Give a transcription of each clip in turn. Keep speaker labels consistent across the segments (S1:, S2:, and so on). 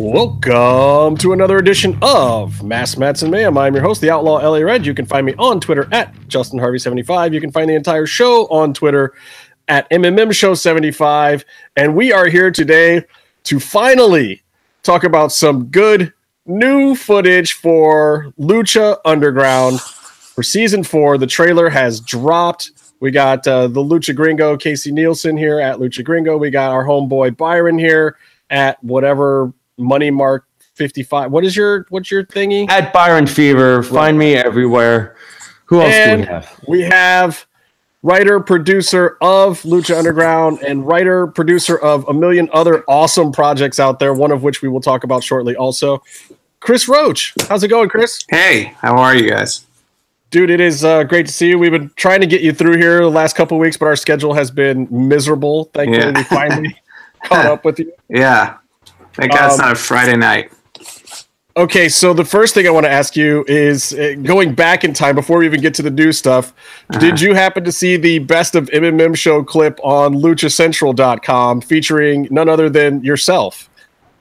S1: Welcome to another edition of Mass Mats and Mayhem. I'm your host, the Outlaw LA Red. You can find me on Twitter at Justin Harvey75. You can find the entire show on Twitter at MMM Show75. And we are here today to finally talk about some good new footage for Lucha Underground for season four. The trailer has dropped. We got uh, the Lucha Gringo, Casey Nielsen here at Lucha Gringo. We got our homeboy Byron here at whatever money mark 55. What is your what's your thingy?
S2: at Byron Fever. Find me everywhere. Who else
S1: And-
S2: do we have?
S1: We have writer producer of Lucha Underground and writer producer of a million other awesome projects out there, one of which we will talk about shortly also. Chris Roach. How's it going, Chris?
S3: Hey, how are you guys?
S1: Dude, it is uh, great to see you. We've been trying to get you through here the last couple of weeks, but our schedule has been miserable. Thankfully,
S3: Yeah.
S1: we finally caught up with you.
S3: Yeah. Thank God it's
S1: Um,
S3: not a Friday night.
S1: Okay, so the first thing I want to ask you is uh, going back in time before we even get to the new stuff. Did you happen to see the best of MMM show clip on luchacentral.com featuring none other than yourself?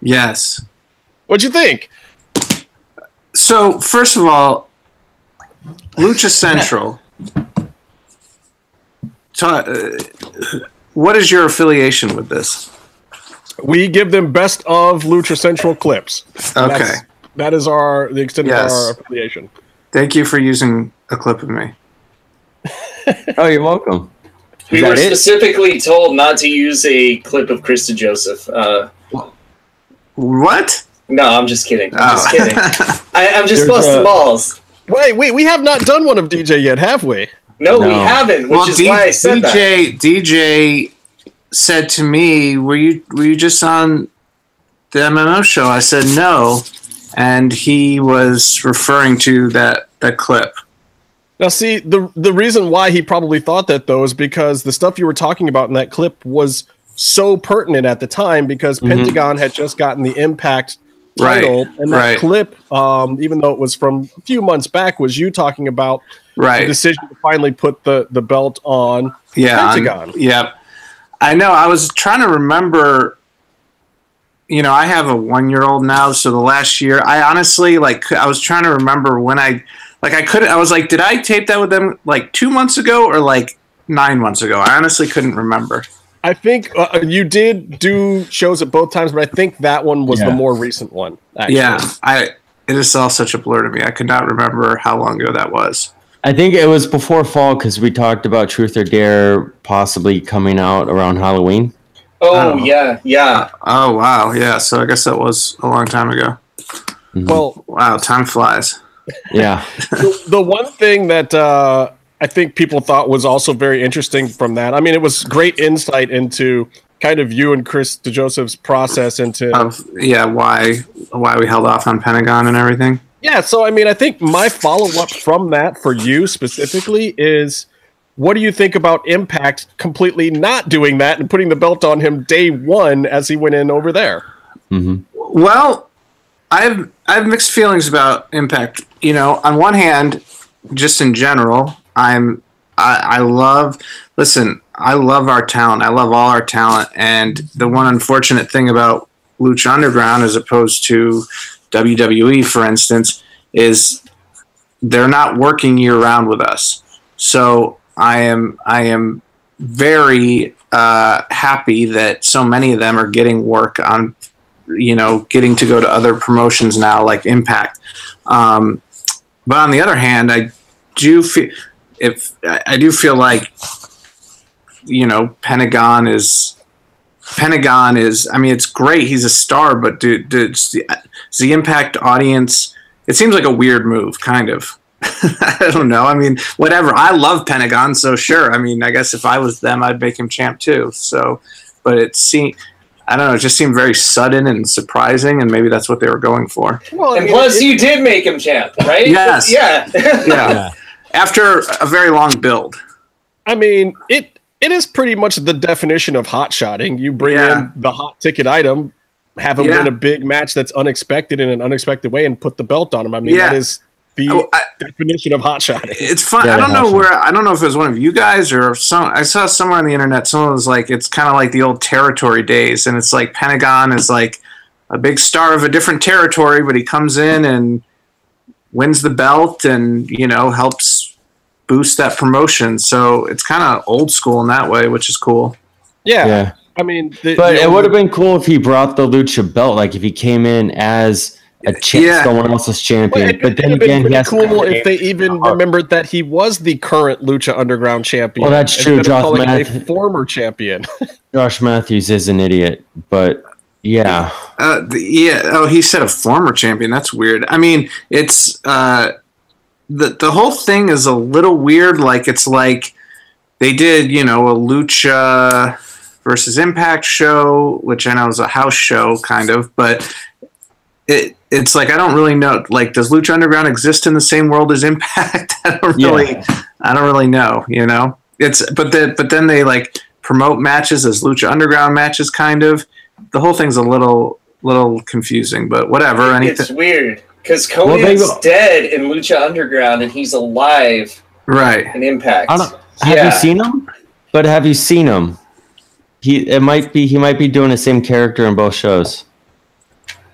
S3: Yes.
S1: What'd you think?
S3: So, first of all, Lucha Central. Ta- uh, what is your affiliation with this?
S1: We give them best of Lucha Central clips.
S3: Okay.
S1: That's- That is our the extent
S3: Yes.
S1: of our affiliation.
S3: Thank you for using a clip of me.
S2: Oh, you're welcome.
S4: We
S2: that
S4: were
S2: it?
S4: specifically told not to use a clip of Krista Joseph. Uh,
S3: What?
S4: no, I'm just kidding. I'm just
S3: Oh.
S4: kidding. I, I'm
S2: There's
S4: just busting
S2: a-
S4: balls.
S1: Wait, wait, we have not done one of DJ yet, have we?
S4: No, we
S2: No.
S4: haven't, which
S3: well,
S4: is
S3: D-
S4: why I said that.
S3: DJ DJ said to me, "Were you were you just on the MMO show?" I said no, and he was referring to that that clip.
S1: Now, see the the reason why he probably thought that though is because the stuff you were talking about in that clip was so pertinent at the time because Pentagon had just gotten the Impact
S3: Mm-hmm. Right,
S1: title, and that
S3: right.
S1: clip, um, even though it was from a few months back, was you talking about the
S3: Right?
S1: decision to finally put the the belt on.
S3: yeah. I'm-
S1: Pentagon.
S3: yep. I know. I was trying to remember. You know, I have a one year old now, so the last year, I honestly like. I was trying to remember when I like I couldn't. I was like, did I tape that with them like two months ago or like nine months ago? I honestly couldn't remember.
S1: I think uh, you did do shows at both times, but I think that one was the
S2: Yeah.
S1: more recent one. actually.
S3: Yeah, I it is all such a blur to me. I could not remember how long ago that was.
S2: I think it was before fall because we talked about Truth or Dare possibly coming out around Halloween.
S4: Oh,
S3: Oh.
S4: yeah, yeah.
S3: Oh wow, yeah. So I guess that was a long time ago.
S1: Well,
S3: Wow, time flies.
S2: Yeah.
S1: the, the one thing that uh, I think people thought was also very interesting from that. I mean, it was great insight into kind of you and Chris DeJoseph's process into.
S4: Um,
S3: Of yeah, why why we held off on Pentagon and everything.
S1: yeah, so I mean, I think my follow up from that for you specifically is what do you think about Impact completely not doing that and putting the belt on him day one as he went in over there?
S2: Mm-hmm.
S3: Well, I've I have mixed feelings about Impact. You know, on one hand, just in general, I'm I, I love listen, I love our talent. I love all our talent. And the one unfortunate thing about Lucha Underground as opposed to WWE, for instance, is they're not working year round with us. So I am I am very uh, happy that so many of them are getting work on you know getting to go to other promotions now like impact um, but on the other hand i do feel if i I do feel like you know pentagon is pentagon is i mean it's great he's a star but dude, dude it's the, it's the impact audience it seems like a weird move kind of i don't know i mean whatever i love pentagon so sure i mean i guess if i was them i'd make him champ too so but it seems I don't know. It just seemed very sudden and surprising, and maybe that's what they were going for.
S1: Well,
S4: And plus, you did make him champ, right?
S3: Yes.
S4: Yeah.
S3: Yeah.
S2: Yeah.
S3: After a very long build.
S1: I mean, it it is pretty much the definition of hot shotting. You bring
S3: Yeah.
S1: in the hot ticket item, have him
S3: Yeah.
S1: win a big match that's unexpected in an unexpected way, and put the belt on him. I mean,
S3: Yeah.
S1: that is the
S3: Oh, I-
S1: definition of hot shotting.
S3: It's fun.
S2: Yeah,
S3: I
S2: they
S3: don't know
S2: have
S3: where. I don't know if it was one of you guys or if some. I saw somewhere on the internet. Someone was like, "It's kind of like the old territory days," and it's like Pentagon is like a big star of a different territory, but he comes in and wins the belt and you know helps boost that promotion. So it's kind of old school in that way, which is cool.
S1: Yeah,
S2: yeah.
S1: I mean, the,
S2: But
S1: the
S2: it
S1: only-
S2: would have been cool if he brought the lucha belt, like if he came in as a cha-
S3: Yeah.
S2: someone else's
S1: Well,
S2: champion.
S1: it-
S2: but then
S1: it'd been
S2: again, he
S1: pretty
S2: has to
S1: cool
S2: come in-
S1: if they even remembered that he was the current Lucha Underground champion.
S2: Well, that's true,
S1: instead of
S2: Josh
S1: calling him a
S2: Math-
S1: former champion.
S2: Josh Matthews is an idiot. But yeah,
S3: Uh, the, yeah. Oh, he said a former champion. That's weird. I mean, it's uh, the the whole thing is a little weird. Like it's like they did, you know, a lucha versus impact show, which I know is a house show kind of, but it it's like I don't really know. Like, does lucha underground exist in the same world as impact? I don't
S2: Yeah.
S3: really. I don't really know. You know, it's but the but then they like promote matches as lucha underground matches, kind of. The whole thing's a little little confusing, but whatever.
S4: It's
S3: Anything,
S4: weird because
S2: Well, they
S4: Cody is
S2: go-
S4: dead in Lucha Underground, and he's alive
S3: right?
S4: in Impact.
S2: I don't- have
S4: Yeah.
S2: you seen him? But have you seen him? He it might be he might be doing the same character in both shows.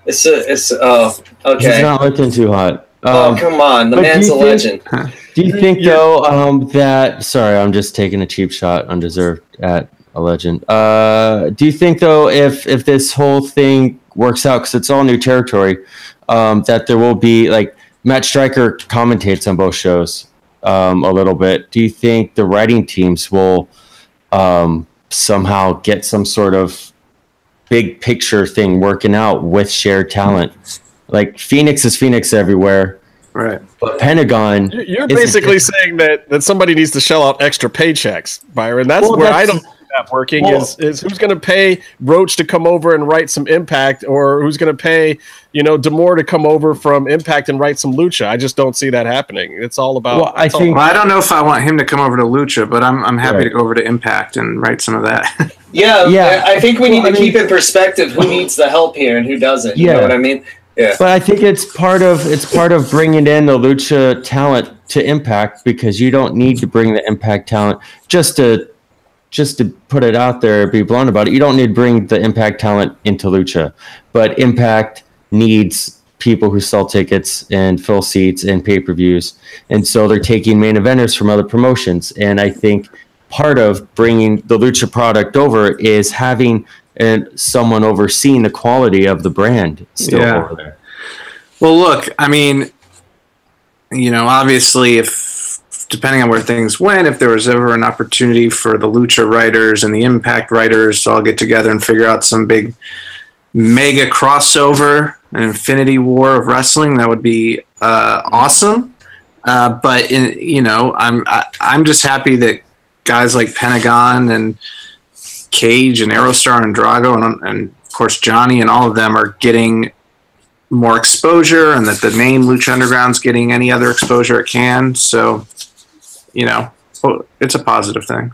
S4: It's a, it's oh
S2: He's
S4: okay.
S2: not looking too hot.
S4: oh
S2: Um,
S4: come on, the
S2: but um, do
S4: man's a
S2: you think-
S4: legend.
S2: Do you think though um, that? Sorry, I'm just taking a cheap shot, undeserved at a legend. Uh, do you think though, if if this whole thing works out, because it's all new territory, um, that there will be like Matt Stryker commentates on both shows um, a little bit. Do you think the writing teams will um, somehow get some sort of big picture thing working out with shared talent? Like Phoenix is Phoenix everywhere,
S3: Right.
S2: but Pentagon.
S1: You- You're
S2: Isn't
S1: basically
S2: it-
S1: saying that, that somebody needs to shell out extra paychecks, Byron. That's
S2: Well,
S1: where I
S2: that's-
S1: don't see that working.
S2: Well-
S1: is is who's going to pay Roach to come over and write some Impact, or who's going to pay you know Demore to come over from Impact and write some Lucha? I just don't see that happening. It's all about.
S2: Well, I
S1: it's all
S2: think-
S3: Well, I don't know if I want him to come over to Lucha, but I'm I'm happy
S2: Right.
S3: to go over to Impact and write some of that.
S4: Yeah,
S2: Yeah.
S4: I I think we need
S2: Well, I
S4: to
S2: mean-
S4: keep in perspective who needs the help here and who doesn't. You know
S2: Yeah.
S4: what I mean? Yeah.
S2: But I think it's part of it's part of bringing in the lucha talent to impact because you don't need to bring the impact talent just to just to put it out there be blunt about it. You don't need to bring the impact talent into lucha, but impact needs people who sell tickets and fill seats and pay per views, and so they're taking main eventers from other promotions. And I think part of bringing the lucha product over is having. And someone overseeing the quality of the brand still
S3: Yeah.
S2: over there.
S3: well, look, I mean, you know, obviously, if depending on where things went, if there was ever an opportunity for the Lucha writers and the Impact writers to all get together and figure out some big mega crossover, an Infinity War of wrestling, that would be uh, awesome. Uh, but in, you know, I'm I, I'm just happy that guys like Pentagon and Cage and Aerostar and Drago and and of course Johnny and all of them are getting more exposure, and that the name Lucha Underground's getting any other exposure it can. So, you know, well, it's a positive thing.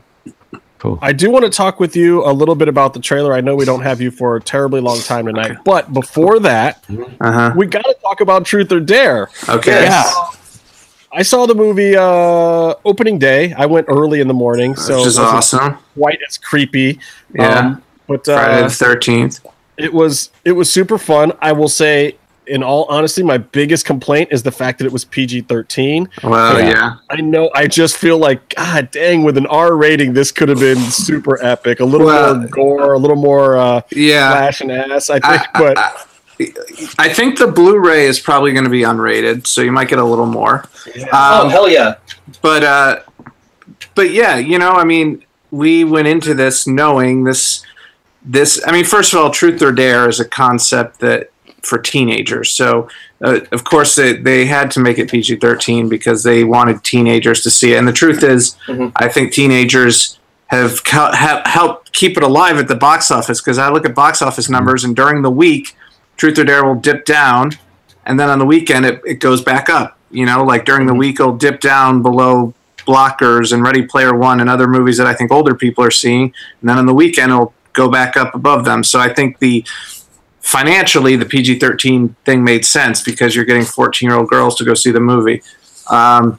S1: I do want to talk with you a little bit about the trailer. I know we don't have you for a terribly long time tonight, but before that,
S3: Uh
S1: we got to talk about Truth or Dare.
S3: huh. Okay.
S2: Yeah.
S1: I saw the movie uh, opening day. I went early in the morning, so
S3: Which is
S1: it wasn't
S3: awesome.
S1: quite as creepy.
S3: Yeah.
S1: but
S3: Friday the
S1: uh,
S3: Thirteenth.
S1: it was it was super fun. I will say, in all honesty, my biggest complaint is the fact that it was PG thirteen.
S3: Well,
S2: Yeah.
S3: yeah.
S1: I know. I just feel like God dang, with an R rating, this could have been super epic. A little
S3: Well-
S1: more gore, a little more uh,
S3: Yeah.
S1: flash and ass. I think,
S3: I- I-
S1: but
S3: I think the Blu-ray is probably going to be unrated, so you might get a little more.
S4: oh
S3: Um,
S4: hell yeah!
S3: but uh, but yeah, you know, I mean, we went into this knowing this. This, I mean, first of all, truth or dare is a concept that for teenagers. So, uh, of course, they, they had to make it PG thirteen because they wanted teenagers to see it. And the truth is,
S4: Mhm.
S3: I think teenagers have, co- have helped keep it alive at the box office because I look at box office numbers, and during the week, Truth or Dare will dip down, and then on the weekend it, it goes back up. You know, like during
S1: Mm-hmm.
S3: the week it'll dip down below Blockers and Ready Player One and other movies that I think older people are seeing, and then on the weekend it'll go back up above them. So I think the financially the PG thirteen thing made sense because you're getting fourteen year old girls to go see the movie. Um,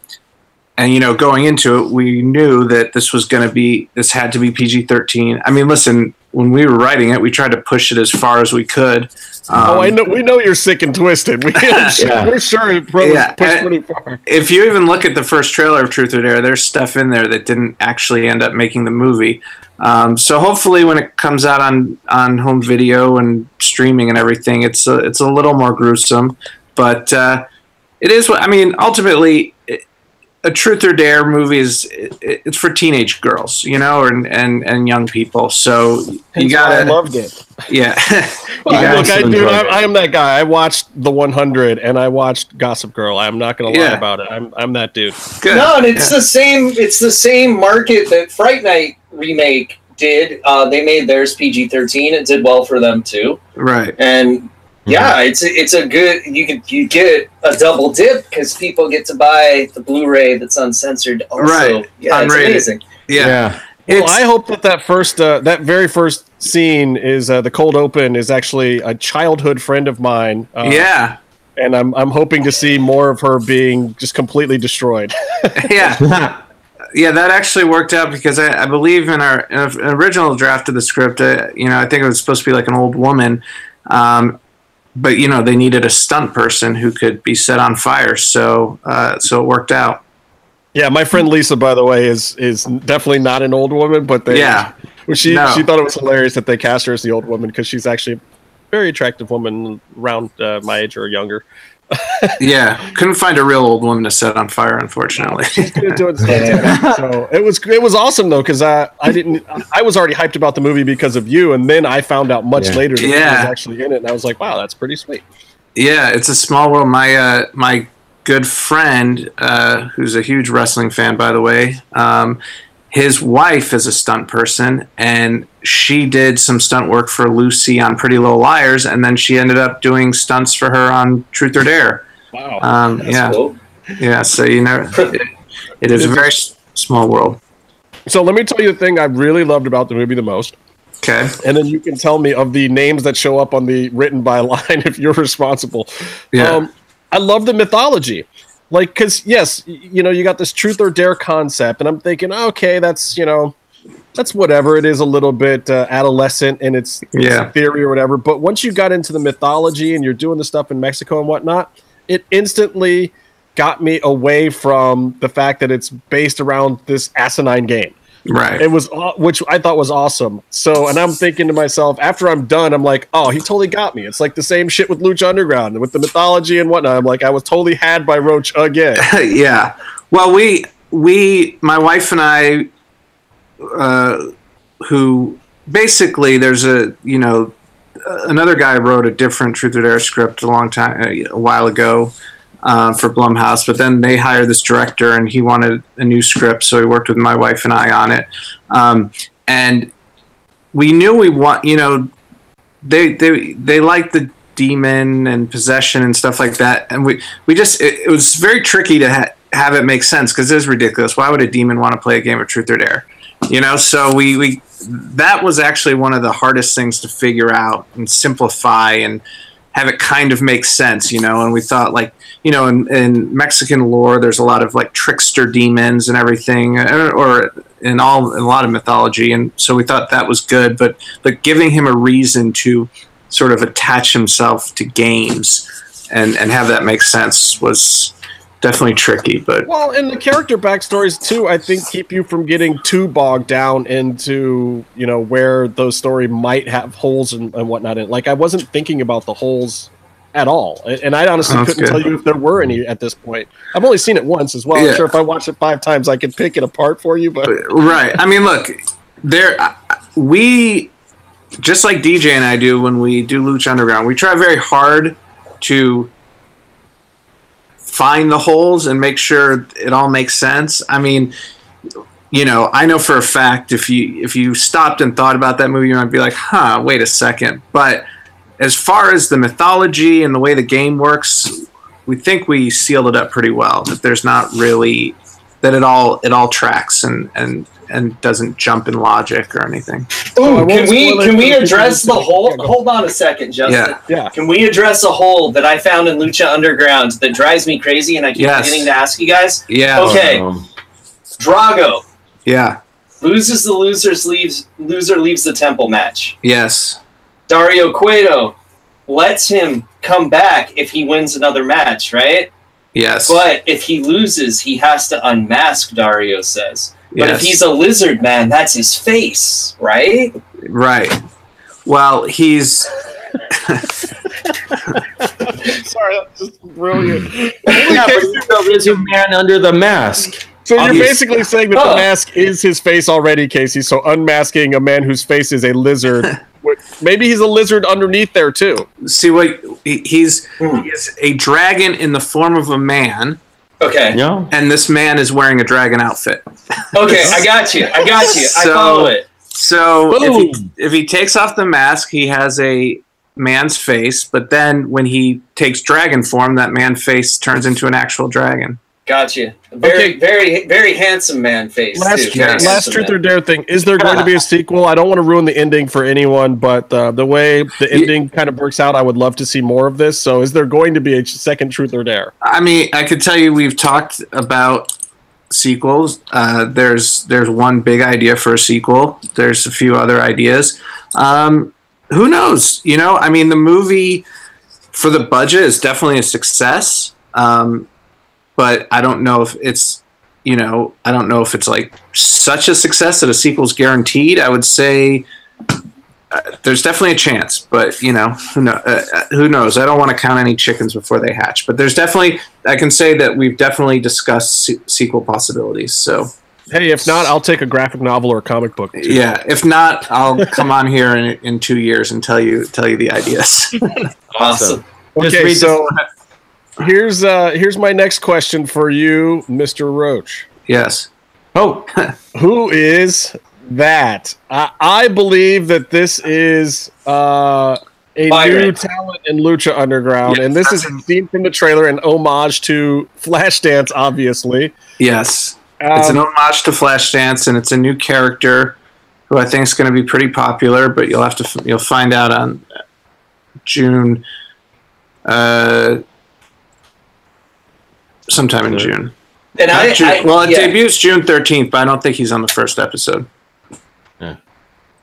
S3: and you know, going into it, we knew that this was going to be this had to be PG thirteen. I mean, listen, when we were writing it, we tried to push it as far as we could. Um,
S1: oh, I know. We know you're sick and twisted. We, are sure,
S2: Yeah.
S1: we're sure it probably
S3: Yeah,
S1: pushed
S3: and-
S1: pretty far.
S3: if you even look at the first trailer of Truth or Dare, there's stuff in there that didn't actually end up making the movie. Um, so hopefully, when it comes out on on home video and streaming and everything, it's a, it's a little more gruesome. But uh, it is what I mean. Ultimately, it- a Truth or Dare movie is it, it's for teenage girls, you know, and and, and young people. So you
S1: Hence why I
S3: gotta
S1: loved it.
S3: yeah. you
S2: Yeah,
S1: Look,
S3: gotta,
S1: I,
S2: it's
S1: dude,
S2: enjoyable.
S1: I, I am that guy. I watched The 100 and I watched Gossip Girl. I'm not going to lie
S3: Yeah.
S1: about it. I'm, I'm that dude.
S3: good.
S4: No, and it's the same. It's the same market that Fright Night remake did. Uh, they made theirs PG thirteen. It did well for them too.
S3: right.
S4: And
S2: Mm-hmm.
S4: yeah, it's a, it's a good. You can you get a double dip because people get to buy the Blu-ray that's uncensored. Also.
S3: Right.
S4: Yeah, it's
S3: Unrated.
S4: amazing.
S3: Yeah.
S1: Well,
S3: It's-
S1: I hope that that first, uh, that very first scene is uh, the cold open is actually a childhood friend of mine. Uh,
S3: yeah.
S1: And I'm, I'm hoping to see more of her being just completely destroyed.
S3: Yeah. yeah, that actually worked out because I, I believe in our in our original draft of the script, uh, you know, I think it was supposed to be like an old woman, um, but you know, they needed a stunt person who could be set on fire, so uh, so it worked out.
S1: yeah, my friend Lisa, by the way, is is definitely not an old woman, but they,
S3: Yeah,
S1: Well, she
S3: No.
S1: she thought it was hilarious that they cast her as the old woman because she's actually a very attractive woman around uh, my age or younger.
S3: yeah, couldn't find a real old woman to set on fire, unfortunately.
S1: Doing stuff too. so it was it was awesome though because I I didn't I was already hyped about the movie because of you and then I found out much
S2: Yeah.
S1: later that she
S3: Yeah.
S1: was actually in it and I was like wow that's pretty sweet.
S3: Yeah, it's a small world. My uh, my good friend, uh, who's a huge wrestling fan, by the way, um, his wife is a stunt person, and she did some stunt work for Lucy on Pretty Little Liars, and then she ended up doing stunts for her on Truth or Dare.
S1: Wow.
S3: Um,
S4: That's
S3: yeah,
S4: cool.
S3: yeah. So you know, it, it is a very s- small world.
S1: so let me tell you the thing I really loved about the movie the most,
S3: Okay.
S1: and then you can tell me of the names that show up on the written by line if you're responsible.
S3: Yeah.
S1: Um, I love the mythology. Like, because, yes, y- you know, you got this truth or dare concept, and I'm thinking, okay, that's, you know, that's whatever. It is a little bit uh, adolescent in its, its
S3: Yeah.
S1: theory or whatever. But once you got into the mythology and you're doing the stuff in Mexico and whatnot, it instantly got me away from the fact that it's based around this asinine game.
S3: right.
S1: It was, aw- which I thought was awesome. So, and I'm thinking to myself, after I'm done, I'm like, oh, he totally got me. It's like the same shit with Lucha Underground with the mythology and whatnot. I'm like, I was totally had by Roach again.
S3: yeah. Well, we we my wife and I, uh, who basically there's a you know another guy wrote a different Truth or Dare script a long time a while ago uh, for Blumhouse, but then they hired this director and he wanted a new script, so he worked with my wife and I on it, um, and we knew we want you know they they they liked the demon and possession and stuff like that and we we just it, it was very tricky to ha- have it make sense because it is ridiculous why would a demon want to play a game of truth or dare you know so we we that was actually one of the hardest things to figure out and simplify and have it kind of make sense you know and we thought like you know in, in mexican lore there's a lot of like trickster demons and everything or, or in all in a lot of mythology and so we thought that was good but but giving him a reason to sort of attach himself to games and and have that make sense was definitely tricky but
S1: Well, and the character backstories too, I think, keep you from getting too bogged down into you know where those story might have holes and, and whatnot. In it. like, I wasn't thinking about the holes at all, A- and I honestly
S3: That's
S1: couldn't
S3: good.
S1: tell you if there were any at this point. I've only seen it once as well.
S3: Yeah.
S1: I'm sure if I watch it five times, I could pick it apart for you. But
S3: right i mean look there I- I- we just like dj and i do when we do lucha underground we try very hard to find the holes and make sure it all makes sense i mean you know i know for a fact if you if you stopped and thought about that movie you might be like huh wait a second but as far as the mythology and the way the game works we think we sealed it up pretty well that there's not really that it all it all tracks and and and doesn't jump in logic or anything.
S1: I
S4: Ooh,
S1: won't
S4: can we
S1: spoil it
S4: can we
S1: for the
S4: address the
S1: people who
S4: hole?
S1: don't know.
S4: Hold on a second, Justin.
S3: Yeah.
S1: yeah,
S4: Can we address a hole that I found in Lucha Underground that drives me crazy and I keep
S3: Yes.
S4: forgetting to ask you guys?
S3: Yeah.
S4: Okay.
S2: Um,
S4: Drago.
S3: Yeah.
S4: Loses the losers leaves loser leaves the temple match.
S3: Yes.
S4: Dario Cueto lets him come back if he wins another match, right?
S3: Yes.
S4: But if he loses, he has to unmask. Dario says. But
S3: yes.
S4: if he's a lizard man, that's his face, right?
S3: right. Well, he's
S1: Sorry, that's just brilliant.
S2: Yeah, but he's a lizard man under the mask.
S1: So you're
S3: Obvious.
S1: basically saying that
S4: Oh.
S1: the mask is his face already, Casey. So unmasking a man whose face is a lizard. Wait, Maybe he's a lizard underneath there too.
S3: see what he- he's
S4: Hmm.
S3: he is a dragon in the form of a man,
S4: Okay.
S2: No.
S3: and this man is wearing a dragon outfit.
S4: Okay, I got you. I got you. I
S3: So-
S4: follow it.
S3: So if
S1: Boom.
S3: he, if he takes off the mask, he has a man's face, but then when he takes dragon form, that man face turns into an actual dragon.
S4: Got you. Very,
S1: Okay.
S4: very, very handsome man face.
S1: Last,
S4: too. Very
S3: yes.
S1: last
S4: handsome
S1: truth
S4: man.
S1: or dare thing. Is there going to be a sequel? I don't want to ruin the ending for anyone, but uh, the way the ending kind of works out, I would love to see more of this. So, is there going to be a second truth or dare?
S3: I mean, I could tell you we've talked about sequels. Uh, there's there's one big idea for a sequel. There's a few other ideas. Um, who knows? You know, I mean, the movie for the budget is definitely a success. Um, but I don't know if it's you know I don't know if it's like such a success that a sequel's guaranteed. I would say. Uh, there's definitely a chance, but you know who know uh, uh, who knows. I don't want to count any chickens before they hatch, but there's definitely I can say that we've definitely discussed se- sequel possibilities. So
S1: Hey, if not, I'll take a graphic novel or a comic book. too.
S3: yeah, if not, I'll come on here in, in two years and tell you tell you the ideas.
S4: Awesome.
S2: Just
S1: Okay,
S2: read the-
S1: so here's uh, here's my next question for you, Mr. Roach.
S3: yes,
S2: Oh,
S1: Who is that? I, I believe that this is uh, a new
S4: Byron.
S1: talent in Lucha Underground,
S3: Yes,
S1: and this is
S3: that's him.
S1: seen from the trailer an homage to Flashdance, obviously.
S3: yes.
S1: Um,
S3: it's an homage to Flashdance, and it's a new character who I think is going to be pretty popular. But you'll have to f- you'll find out on June, uh, sometime in June.
S4: And
S3: Not
S4: I,
S3: June-
S4: I
S3: well, it
S4: yeah.
S3: debuts June thirteenth, but I don't think he's on the first episode.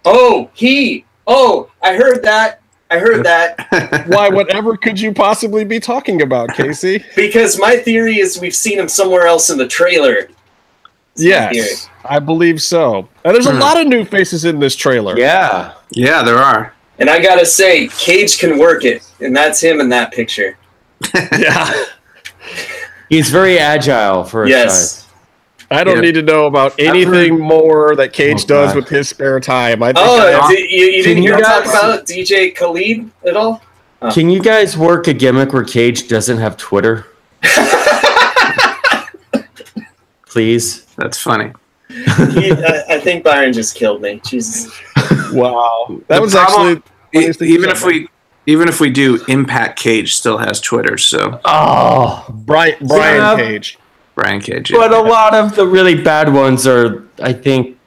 S4: Oh, he. Oh, I heard that. I heard that
S1: why, whatever could you possibly be talking about, Casey?
S4: because my theory is we've seen him somewhere else in the trailer. That's my theory.
S1: yes, I believe so. And there's a
S3: Hmm.
S1: lot of new faces in this trailer.
S2: yeah.
S3: yeah, there are.
S4: And I gotta say, Cage can work it, and that's him in that picture.
S1: Yeah.
S2: He's very agile for his size.
S4: yes.
S1: I don't
S3: Yeah.
S1: need to know about anything more that Cage
S2: Oh,
S1: does
S2: God.
S1: with his spare time. I think
S4: Oh,
S3: Yeah.
S4: d- you, you
S2: Can
S4: didn't
S2: you
S4: hear talk
S2: guys-
S4: about DJ Khalid at all?
S2: Can you guys work a gimmick where Cage doesn't have Twitter? Please.
S3: That's funny.
S4: He, I, I think Byron just killed me. Jesus.
S1: wow. That
S3: The
S1: was
S3: problem-
S1: actually
S3: E-
S1: Funniest thing
S3: even
S1: ever.
S3: if we even if we do, Impact Cage still has Twitter. So
S2: Oh,
S1: Brian, Brian
S2: Yeah.
S1: Cage.
S3: Brian Cage. yeah.
S2: but a lot of the really bad ones are, I think,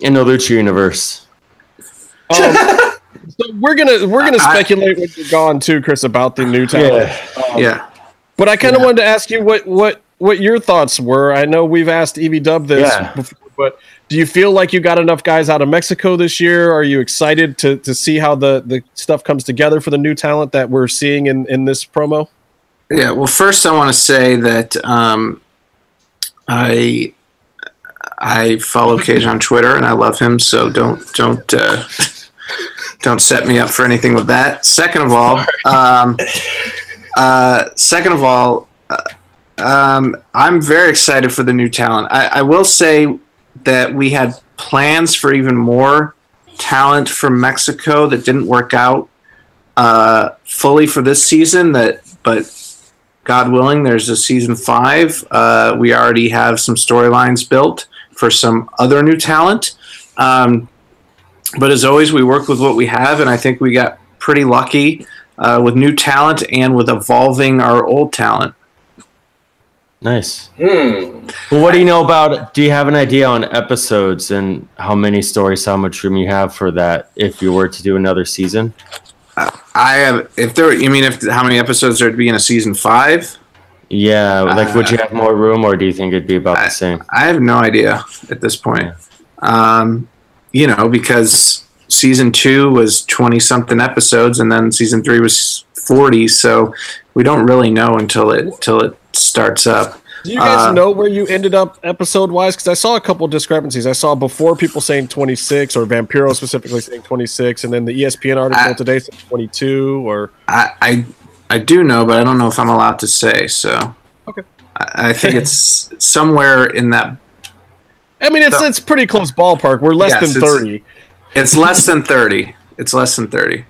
S2: in the Lucha universe.
S1: Um, so we're gonna we're gonna
S3: I-
S1: speculate when you're gone too, Chris, about the new talent.
S4: um,
S3: yeah,
S1: But I kind of wanted to ask you what what what your thoughts were. I know we've asked Evie Dub this
S2: Yeah.
S1: before, but do you feel like you got enough guys out of Mexico this year? Are you excited to to see how the the stuff comes together for the new talent that we're seeing in in this promo?
S3: yeah. Well, first I want to say that um, I I follow Cage on Twitter and I love him. So don't don't uh, don't set me up for anything with that. Second of all, um, uh, second of all, uh, Um, I'm very excited for the new talent. I, I will say that we had plans for even more talent from Mexico that didn't work out uh, fully for this season. That, but God willing, there's a season five. Uh, we already have some storylines built for some other new talent. Um, but as always, we work with what we have, and I think we got pretty lucky uh, with new talent and with evolving our old talent.
S2: Nice.
S4: Hmm.
S2: Well, what do you know about? Do you have an idea on episodes and how many stories, how much room you have for that if you were to do another season?
S3: I have. If there, you mean if how many episodes there'd be in a season five?
S2: Uh, Yeah, like would you have more room, or do you think it'd be about the same?
S3: I have no idea at this point. um, you know, because season two was 20 something episodes and then season three was 40. So we don't really know until it, until it starts up.
S1: Do you guys
S3: Uh,
S1: know where you ended up episode wise? Because I saw a couple discrepancies. I saw before people saying 26 or Vampiro specifically saying 26, and then the E ESPN article
S3: I-
S1: today said 22. Or
S3: I, I, I do know, but I don't know if I'm allowed to say. So
S1: Okay.
S3: I, I think it's somewhere in that
S1: I mean, it's
S3: So-
S1: it's pretty close ballpark. We're less
S3: Yes,
S1: than
S3: it's-
S1: 30.
S3: It's less than 30. It's less than 30.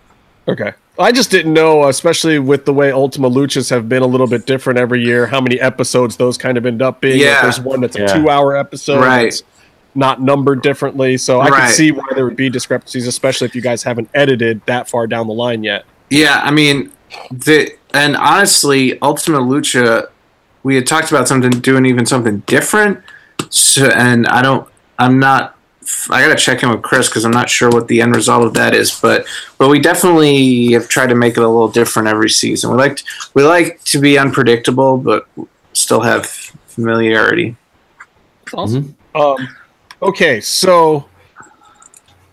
S1: Okay. I just didn't know, especially with the way Ultima Luchas have been a little bit different every year, how many episodes those kind of end up being. If
S3: Yeah.
S1: there's one that's a
S2: Yeah.
S1: two hour episode
S3: Right.
S1: that's not numbered differently. So I
S3: Right.
S1: can see why there would be discrepancies, especially if you guys haven't edited that far down the line yet.
S3: Yeah, I mean, the and honestly, Ultima Lucha, we had talked about something doing even something different. So, and I don't, I'm not, I gotta check in with Chris because I'm not sure what the end result of that is. But, but we definitely have tried to make it a little different every season. We like, we like to be unpredictable, but still have familiarity.
S1: awesome. Um, okay, so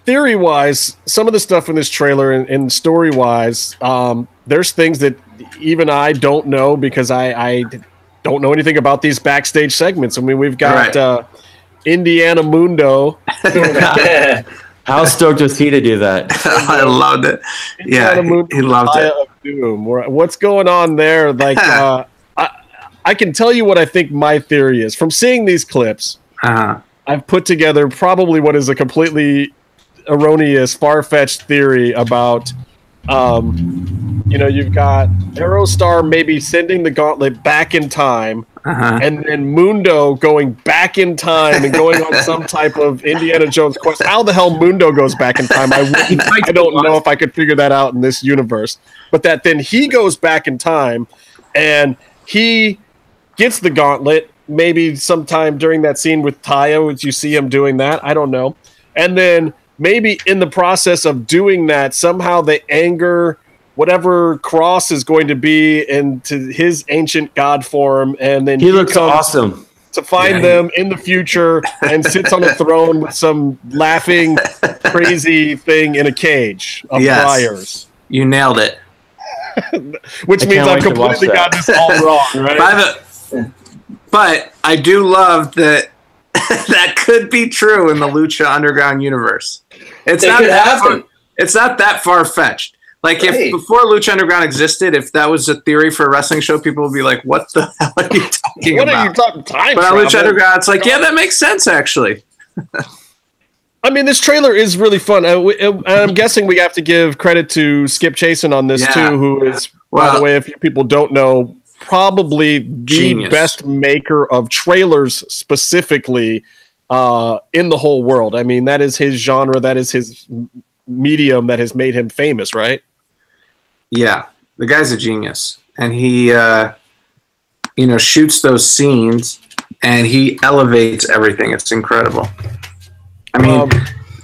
S1: theory wise, some of the stuff in this trailer and, and story wise, um, there's things that even I don't know because I, I don't know anything about these backstage segments. I mean, we've got
S3: Right.
S1: uh, Indiana Mundo.
S2: How stoked was he to do that?
S3: I loved it. Yeah,
S1: Indiana Mundo
S3: he, he loved
S1: Maya
S3: it.
S1: of Doom. Where- What's going on there? Like, uh, I, I can tell you what I think my theory is from seeing these clips.
S3: Uh-huh.
S1: I've put together probably what is a completely erroneous, far fetched theory about, um, you know, you've got Aerostar maybe sending the gauntlet back in time,
S3: Uh-huh.
S1: and then Mundo going back in time and going on some type of Indiana Jones quest. How the hell Mundo goes back in time? I, wouldn't- I don't know if I could figure that out in this universe. But that then he goes back in time and he gets the gauntlet maybe sometime during that scene with Taya, which you see him doing that. I don't know. And then maybe in the process of doing that, somehow they anger whatever cross is going to be into his ancient god form. And then
S2: He looks
S1: comes
S2: awesome.
S1: to find
S3: Yeah.
S1: them in the future and sits on a throne with some laughing, crazy thing in a cage of
S3: Yes.
S1: pliers.
S3: You nailed it.
S1: Which
S2: I
S1: means I've
S2: can't wait to watch
S1: completely
S2: that.
S1: got this all wrong, right?
S3: By the, but I do love that that could be true in the Lucha Underground universe. It's
S4: It
S3: not
S4: could
S3: that
S4: happen.
S3: far- it's not that far fetched. Like
S4: Right.
S3: if before Lucha Underground existed, if that was a theory for a wrestling show, people would be like, "What the hell are you talking
S1: What
S3: about?"
S1: are you talking time
S3: but on Lucha
S1: travel?
S3: Underground, it's like, yeah, that makes sense actually.
S1: I mean, this trailer is really fun. Uh, we, uh, and I'm guessing we have to give credit to Skip Chasin on this
S3: Yeah.
S1: too, who is, by
S3: Well-
S1: the way, if you people don't know, probably the
S3: Genius.
S1: best maker of trailers specifically uh, in the whole world. I mean, that is his genre. That is his m- medium that has made him famous, right?
S3: Yeah, the guy's a genius, and he, uh, you know, shoots those scenes, and he elevates everything. It's incredible. I mean,
S1: Um,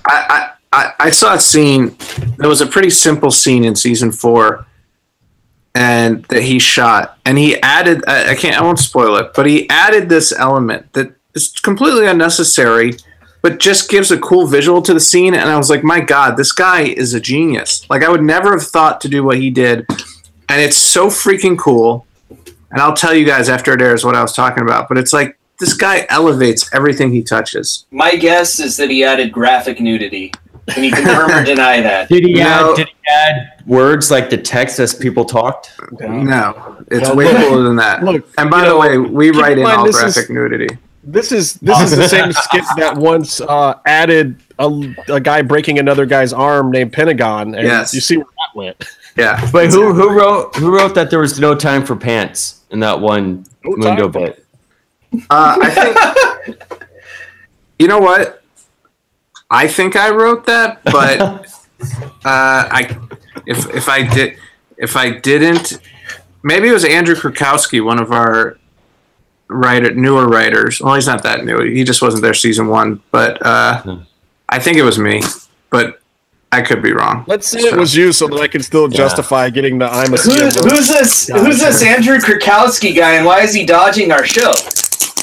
S3: I, I, I- I saw a scene. There was a pretty simple scene in season four, and that he shot, and he added. I, I can't. I won't spoil it, but he added this element that is completely unnecessary, but just gives a cool visual to the scene. And I was like, my god, this guy is a genius. Like I would never have thought to do what he did, and it's so freaking cool. And I'll tell you guys after it airs what I was talking about. But it's like this guy elevates everything he touches.
S4: My guess is that he added graphic nudity. Can you confirm or deny that?
S2: Did he
S3: No.
S2: add? Did he add words like the text as people talked?
S3: No, it's
S1: No,
S3: way
S1: look-
S3: cooler than that.
S1: Um, look,
S3: and by
S1: you
S3: the
S1: know,
S3: way, we
S1: keep
S3: write
S1: in
S3: in
S1: mind
S3: all
S1: this
S3: graphic
S1: is-
S3: nudity.
S1: This is this is the same skip that once uh, added a, a guy breaking another guy's arm named Pentagon, and
S3: Yes.
S1: you see where that went.
S3: Yeah,
S2: But who who wrote who wrote that there was no time for pants in that one
S1: No time
S2: Mundo
S1: for-
S2: bit?
S3: uh, I think you know what. I think I wrote that, but uh, I if if I did if I didn't, maybe it was Andrew Krakowski, one of our writer newer writers. Well, he's not that new. He just wasn't there season one, but
S2: Hmm.
S3: uh, I think it was me. But I could be wrong.
S1: Let's say it was you, so that I can still justify getting the I'm a
S4: Who,
S1: CM vote.
S4: who's this? Who's this Andrew Krakowski guy, and why is he dodging our show?
S3: Um,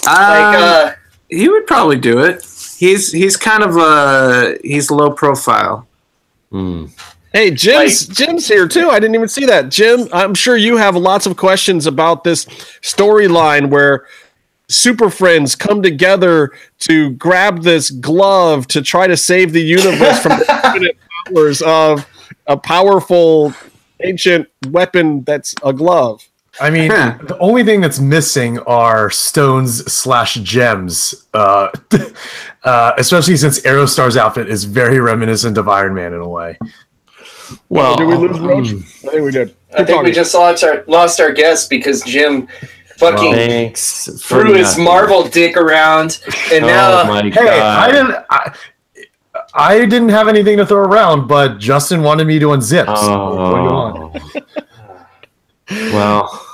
S4: Like, uh,
S3: He would probably do it. he's he's kind of a he's low profile.
S2: Mm.
S1: Hey, Jim's Jim's here too. I didn't even see that. Jim, I'm sure you have lots of questions about this storyline where super friends come together to grab this glove to try to save the universe from the infinite powers of a powerful ancient weapon that's a glove.
S5: I mean,
S3: Huh.
S5: the only thing that's missing are stones slash gems, uh, uh, especially since Aerostar's outfit is very reminiscent of Iron Man in a way.
S2: Well,
S1: Did we lose Roach?
S2: mm,
S1: I think we did.
S4: I think we just lost our lost our guest because Jim fucking
S2: thanks. for
S4: Oh. threw his
S2: nothing.
S4: Marvel dick around, and now
S2: oh my
S5: Hey, I
S2: god!
S5: didn't. I, I didn't have anything to throw around, but Justin wanted me to unzip. so what do you want?
S2: oh. well,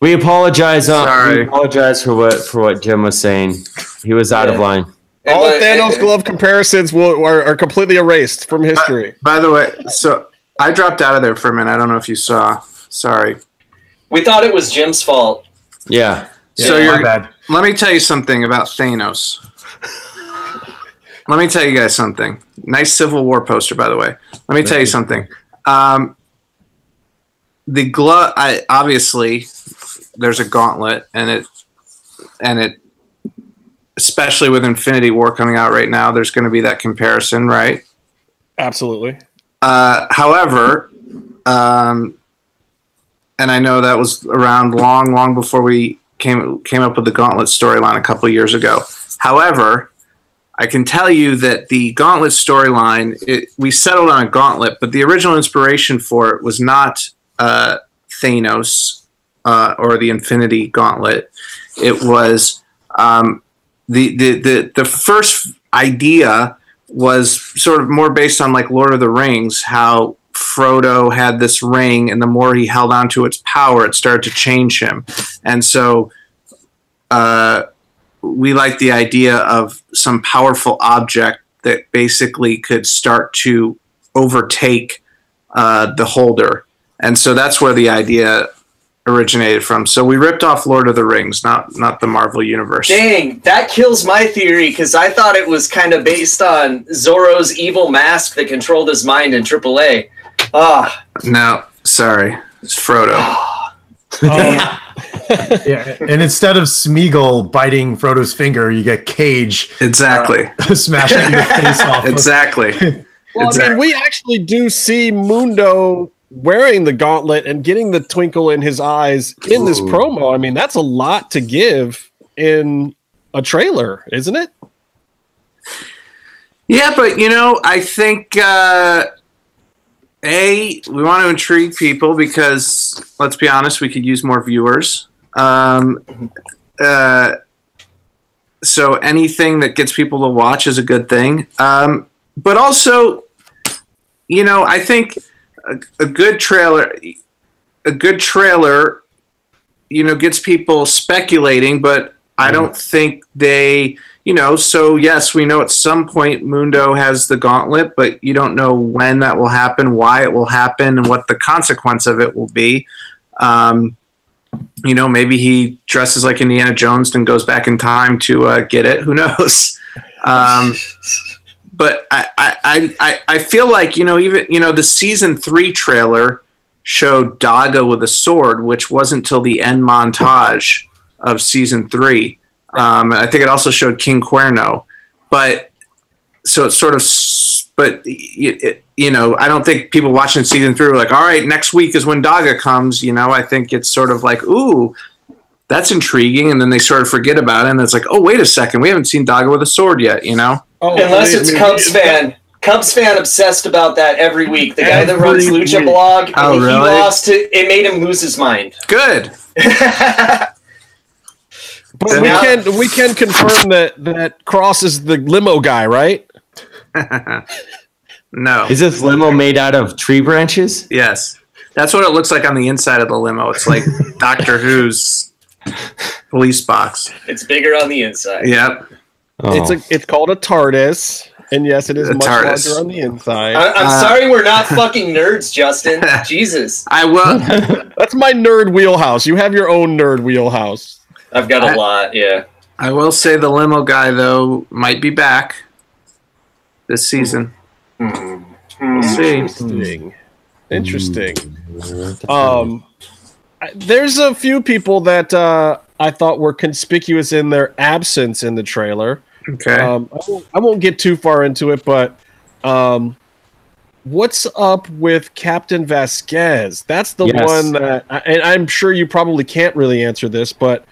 S2: we apologize. uh,
S3: Sorry.
S2: we apologize for what for what Jim was saying. He was out of
S4: Yeah.
S2: line.
S4: and
S1: All
S4: let-
S1: Thanos glove comparisons will, are, are completely erased from history.
S3: By the way, so I dropped out of there for a minute. I don't know if you saw. Sorry.
S4: We thought it was Jim's fault.
S2: Yeah.
S3: so
S5: Yeah, my
S3: you're
S5: bad.
S3: Let me tell you something about Thanos. Let me tell you guys something. Nice Civil War poster, by the way. Let me tell you something. Um, the glove. I obviously there's a gauntlet, and it and it, especially with Infinity War coming out right now, there's going to be that comparison, right?
S1: Absolutely.
S3: Uh, however, um, and I know that was around long, long before we came came up with the Gauntlet storyline a couple years ago. However, I can tell you that the Gauntlet storyline it, we settled on a Gauntlet, but the original inspiration for it was not uh, Thanos uh, or the Infinity Gauntlet. It was um, the, the the the first idea was sort of more based on like Lord of the Rings, how Frodo had this ring, and the more he held on to its power, it started to change him. And so, uh, we like the idea of some powerful object that basically could start to overtake uh, the holder. And so that's where the idea originated from. So we ripped off Lord of the Rings, not not the Marvel universe.
S4: Dang, that kills my theory because I thought it was kind of based on Zorro's evil mask that controlled his mind in AAA. Ah,
S3: No, sorry, it's Frodo. Um,
S5: Yeah, and instead of Smeagol biting Frodo's finger, you get Cage
S3: Exactly.
S5: smashing your face off.
S3: Exactly.
S1: Well, I
S3: Exactly.
S1: mean, we actually do see Mundo wearing the gauntlet and getting the twinkle in his eyes in this
S2: Ooh.
S1: promo. I mean, that's a lot to give in a trailer, isn't it?
S3: Yeah, but you know, I think uh, a we want to intrigue people because let's be honest, we could use more viewers. Um, uh, so anything that gets people to watch is a good thing. Um, but also, you know, I think a, a good trailer, a good trailer, you know, gets people speculating. But I don't think they you know, so yes, we know at some point Mundo has the gauntlet, but you don't know when that will happen, why it will happen, and what the consequence of it will be. Um, you know, maybe he dresses like Indiana Jones and goes back in time to uh, get it. Who knows? Um, but I, I, I- I, I feel like you know, even you know, the season three trailer showed Daga with a sword, which wasn't till the end montage of season three. Um, I think it also showed King Cuerno, but so it's sort of, s- but y it, you know, I don't think people watching season three were like, all right, next week is when Daga comes. You know, I think it's sort of like, ooh, that's intriguing, and then they sort of forget about it, and it's like, oh, wait a second, we haven't seen Daga with a sword yet. You know,
S1: Oh,
S4: unless
S1: believe
S4: it's
S1: me,
S4: Cubs
S1: it's-
S4: fan. Cubs fan obsessed about that every week. The guy that runs
S1: Every
S4: Lucha
S1: week.
S4: Blog,
S3: Oh,
S4: he
S3: really?
S4: lost it. It made him lose his mind.
S3: good.
S1: But we can we can confirm that that Cross is the limo guy, right?
S3: No,
S2: Is this limo made out of tree branches?
S3: yes, that's what it looks like on the inside of the limo. It's like Doctor Who's police box.
S4: it's bigger on the inside.
S3: Yep.
S2: Oh.
S1: It's a it's called a TARDIS, and yes, it is
S3: A
S1: much
S3: TARDIS.
S1: larger on the inside.
S4: I- I'm
S3: Uh,
S4: sorry we're not fucking nerds, Justin. Jesus.
S3: I will.
S1: That's my nerd wheelhouse. You have your own nerd wheelhouse.
S4: I've got
S3: I-
S4: a lot, yeah.
S3: I will say the limo guy though might be back this season. We'll see.
S1: Interesting. Interesting.
S2: Oh.
S1: Um, I- there's a few people that uh, I thought were conspicuous in their absence in the trailer.
S3: Okay.
S1: Um, I, won't, I won't get too far into it, but um, what's up with Captain Vasquez? That's the
S2: Yes.
S1: one that, I- and I'm sure you probably can't really answer this, but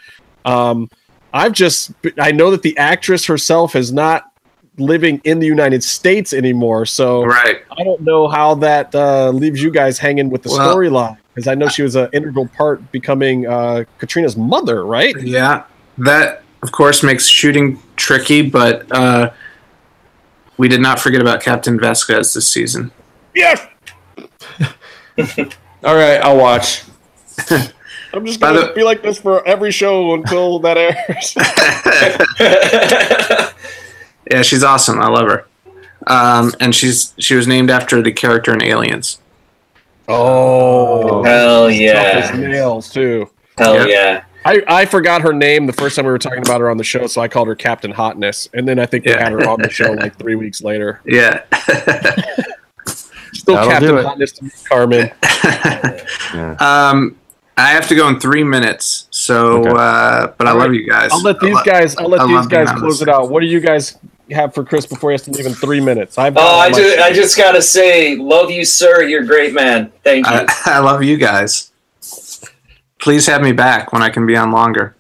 S1: um, I've just, I know that the actress herself is not living in the United States anymore, so
S3: right.
S1: I don't know how that uh, leaves you guys hanging with the
S3: Well-
S1: storyline because I know she was an integral part becoming uh, Katrina's mother, right?
S3: Yeah. That of course makes shooting tricky, but uh, we did not forget about Captain Vasquez this season.
S1: Yes.
S2: All right, I'll watch.
S1: I'm just
S3: By
S1: gonna
S3: the-
S1: be like this for every show until that airs.
S3: Yeah, she's awesome. I love her. Um, and she's she was named after the character in Aliens.
S1: oh,
S4: Hell
S1: yeah.
S4: yeah.
S1: nails too.
S4: Hell yeah.
S1: I, I forgot her name the first time we were talking about her on the show, so I called her Captain Hotness, and then I think we
S3: Yeah.
S1: had her on the show like three weeks later.
S3: Yeah.
S1: Still
S2: That'll
S1: Captain
S2: do it.
S1: Hotness to me, Carmen.
S3: um, I have to go in three minutes. So,
S2: Okay.
S3: uh, but I
S1: All
S3: love
S1: right.
S3: you guys.
S1: I'll let these
S3: lo-
S1: guys. I'll let
S3: I
S1: these
S3: love being
S1: guys
S3: on
S1: close
S3: this
S1: it out. What do you guys have for Chris before he has to leave in three minutes? I've got
S4: Oh, I
S1: my-
S4: just, I just gotta say, love you, sir. You're a great man. Thank you.
S3: I, I love you guys. Please have me back when I can be on longer.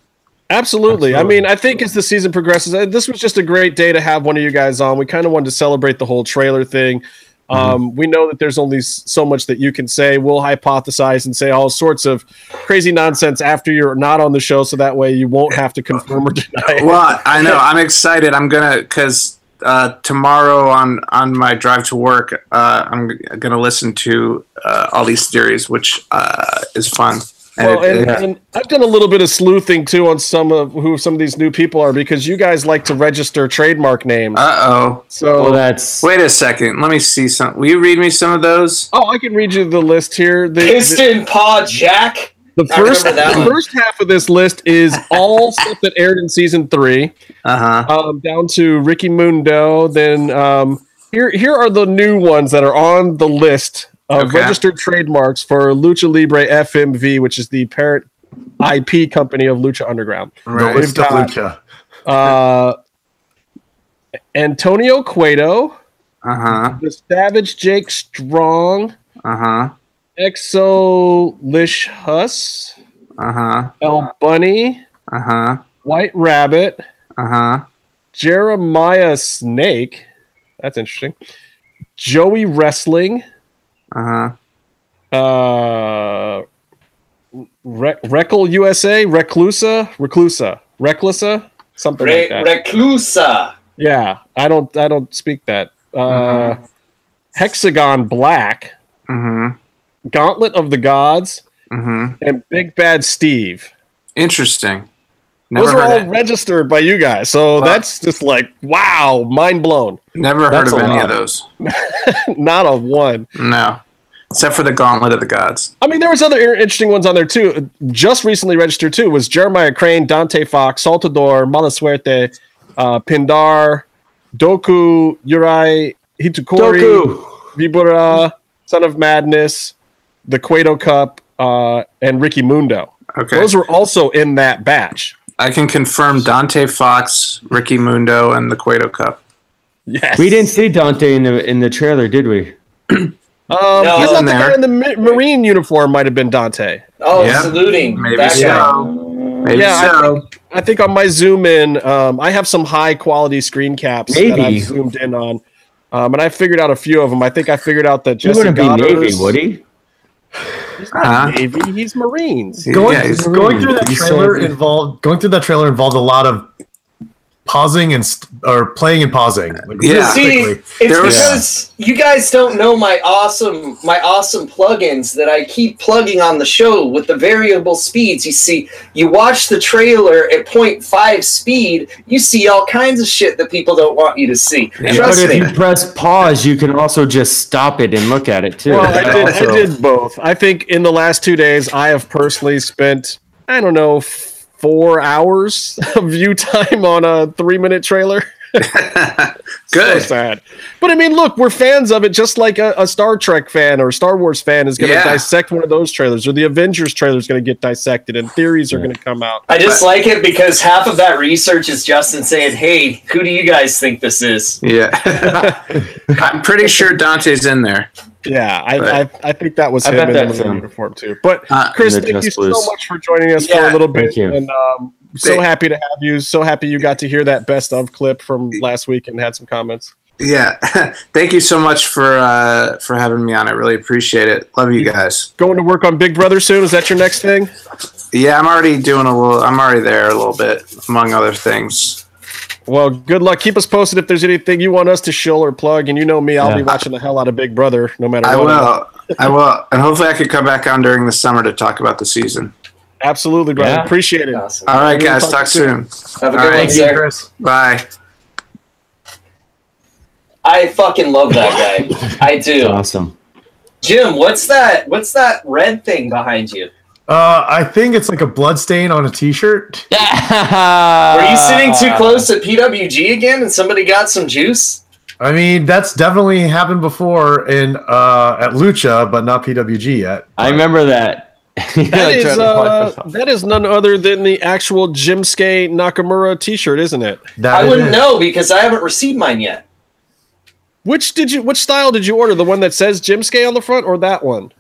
S1: Absolutely. I mean, I think as the season progresses, uh, this was just a great day to have one of you guys on. We kind of wanted to celebrate the whole trailer thing. Um, we know that there's only s- so much that you can say. We'll hypothesize and say all sorts of crazy nonsense after you're not on the show, so that way you won't have to confirm or deny. it.
S3: Well, I know I'm excited. I'm gonna because uh, tomorrow on on my drive to work, uh, I'm gonna listen to uh, all these theories, which uh, is fun. And
S1: Well,
S3: it-
S1: and,
S3: it-
S1: and I've done a little bit of sleuthing too on some of who some of these new people are because you guys like to register trademark names.
S3: Uh, uh-oh.
S1: so
S2: Well, Oh, that's
S3: Wait a second. Let me see some. Will you read me some of those?
S1: Oh, I can read you the list here. The, the,
S4: Piston Paw Jack.
S1: the
S4: I remember
S1: first
S4: that
S1: the
S4: one.
S1: first half of this list is all stuff that aired in season three,
S3: Uh huh.
S1: um, down to Ricky Mundo. Then um, here here are the new ones that are on the list of
S3: Okay.
S1: registered trademarks for Lucha Libre FMV, which is the parent IP company of Lucha Underground.
S5: Right.
S1: We've got- Uh, Antonio Cueto,
S3: Uh huh.
S1: the Savage Jake Strong,
S3: Uh huh.
S1: Exo Lish Huss,
S3: Uh huh.
S1: El Bunny,
S3: Uh huh.
S1: White Rabbit,
S3: Uh huh.
S1: Jeremiah Snake. That's interesting. Joey Wrestling,
S3: Uh huh.
S1: uh, Re- Reckle USA, Reclusa, Reclusa, Reclusa, something
S4: Re-
S1: like that.
S4: Reclusa.
S1: yeah, I don't, I don't speak that. Uh, Hexagon Black,
S3: Mm
S1: Gauntlet of the Gods,
S3: hmm. Mm hmm.
S1: and Big Bad Steve.
S3: Interesting. Never
S1: Those are all
S3: heard. Of,
S1: registered by you guys, so
S3: Wow.
S1: that's just like wow, mind blown.
S3: never heard
S2: That's
S3: of
S2: a
S3: any
S2: lot.
S3: of those.
S1: Not a one.
S3: No, except for the Gauntlet of the Gods.
S1: I mean, there was other ir- interesting ones on there too. Just recently registered too was Jeremiah Crane, Dante Fox, Saltador, Malasuerte, uh, Pindar, Doku, Yurai, Hitukori,
S2: Doku.
S1: Vibora, Son of Madness, the Cueto Cup, uh, and Ricky Mundo.
S3: Okay,
S1: Those were also in that batch.
S3: I can confirm Dante Fox, Ricky Mundo, and the Cueto Cup.
S1: Yes,
S2: We didn't see Dante in the in the trailer, did we?
S1: Um,
S4: No,
S1: he's
S4: it's
S1: not
S3: in
S1: the
S3: there.
S1: guy in the mi- Marine uniform. Might have been Dante.
S4: Oh,
S3: Yeah.
S4: saluting.
S3: Maybe
S4: That
S3: so.
S4: guy.
S3: Maybe
S1: Yeah, I
S3: so.
S1: I think on my zoom in, um, I have some high quality screen caps that
S2: Maybe.
S1: I've zoomed in on, um, and I figured out a few of them. I think I figured out that
S2: He
S1: Jesse
S2: wouldn't be Navy,
S1: Goddard's-
S2: would he?
S3: Uh-huh.
S1: Navy, he's Marines.
S5: Going,
S3: Yeah, he's-
S5: going through that
S2: He said-
S5: trailer involved going through that trailer involved a lot of pausing and st- or playing and pausing. Like,
S3: Yeah.
S5: really
S4: See,
S5: quickly.
S4: it's
S3: There was-
S4: because you guys don't know my awesome my awesome plugins that I keep plugging on the show with the variable speeds. You see, you watch the trailer at 0.5 speed, you see all kinds of shit that people don't want you to see.
S3: Yeah,
S2: But
S4: Trust
S2: if
S4: me.
S2: you press pause, you can also just stop it and look at it too.
S1: Well, I did,
S2: Also-
S1: I did both. I think in the last two days, I have personally spent, I don't know, f- four hours of view time on a three minute trailer. So
S3: Good.
S1: sad. But I mean, look, we're fans of it, just like a, a Star Trek fan or a Star Wars fan is going to
S3: Yeah.
S1: dissect one of those trailers, or the Avengers trailer is going to get dissected, and theories are going to come out.
S4: I just like it because half of that research is Justin saying, "Hey, who do you guys think this is?"
S3: Yeah. I'm pretty sure Dante's in there.
S1: Yeah, I,
S3: Right.
S1: I, I think that was
S2: I
S1: him
S2: bet
S1: in
S2: that's
S1: the
S2: him.
S1: uniform too. But
S3: Uh,
S1: Chris,
S2: and the
S1: thank you
S2: Just Blues.
S1: so much for joining us for a
S4: Yeah,
S1: little bit,
S2: thank you.
S1: and um, so
S3: Thank-
S1: happy to have you. So happy you got to hear that best of clip from last week and had some comments.
S3: Yeah. Thank you so much for uh, for having me on. I really appreciate it. Love you guys.
S1: Going to work on Big Brother soon. Is that your next thing?
S3: Yeah, I'm already doing a little. I'm already there a little bit, among other things.
S1: Well, good luck. Keep us posted if there's anything you want us to shill or plug. And you know me, I'll
S2: Yeah.
S1: be watching the hell out of Big Brother no matter
S3: I
S1: what.
S3: will. I will, and hopefully I could come back on during the summer to talk about the season.
S1: Absolutely, brother.
S2: Yeah.
S1: Appreciate it.
S4: Awesome.
S3: All right,
S1: We'll
S3: guys.
S1: talk
S3: Talk soon.
S4: Have a
S3: All
S4: good one,
S3: right.
S5: Thank you,
S4: sir.
S5: Chris.
S3: Bye.
S4: I fucking love that guy. I do.
S2: Awesome.
S4: Jim, what's that? What's that red thing behind you?
S5: Uh, I think it's like a blood stain on a T-shirt.
S4: Were
S2: Were
S4: you sitting
S5: Uh,
S4: too close to PWG again, and somebody got some juice?
S5: I mean, that's definitely happened before in uh, at Lucha, but not PWG yet.
S2: I remember that. You're
S1: That
S2: like
S1: is,
S2: trying to find
S1: uh,
S2: yourself.
S1: that is none other than the actual Jimsuke Nakamura T-shirt, isn't it?
S5: That
S4: I
S5: it
S4: wouldn't
S5: is.
S4: know because I haven't received mine yet.
S1: Which did you? Which style did you order? The one that says Jimsuke on the front, or that one?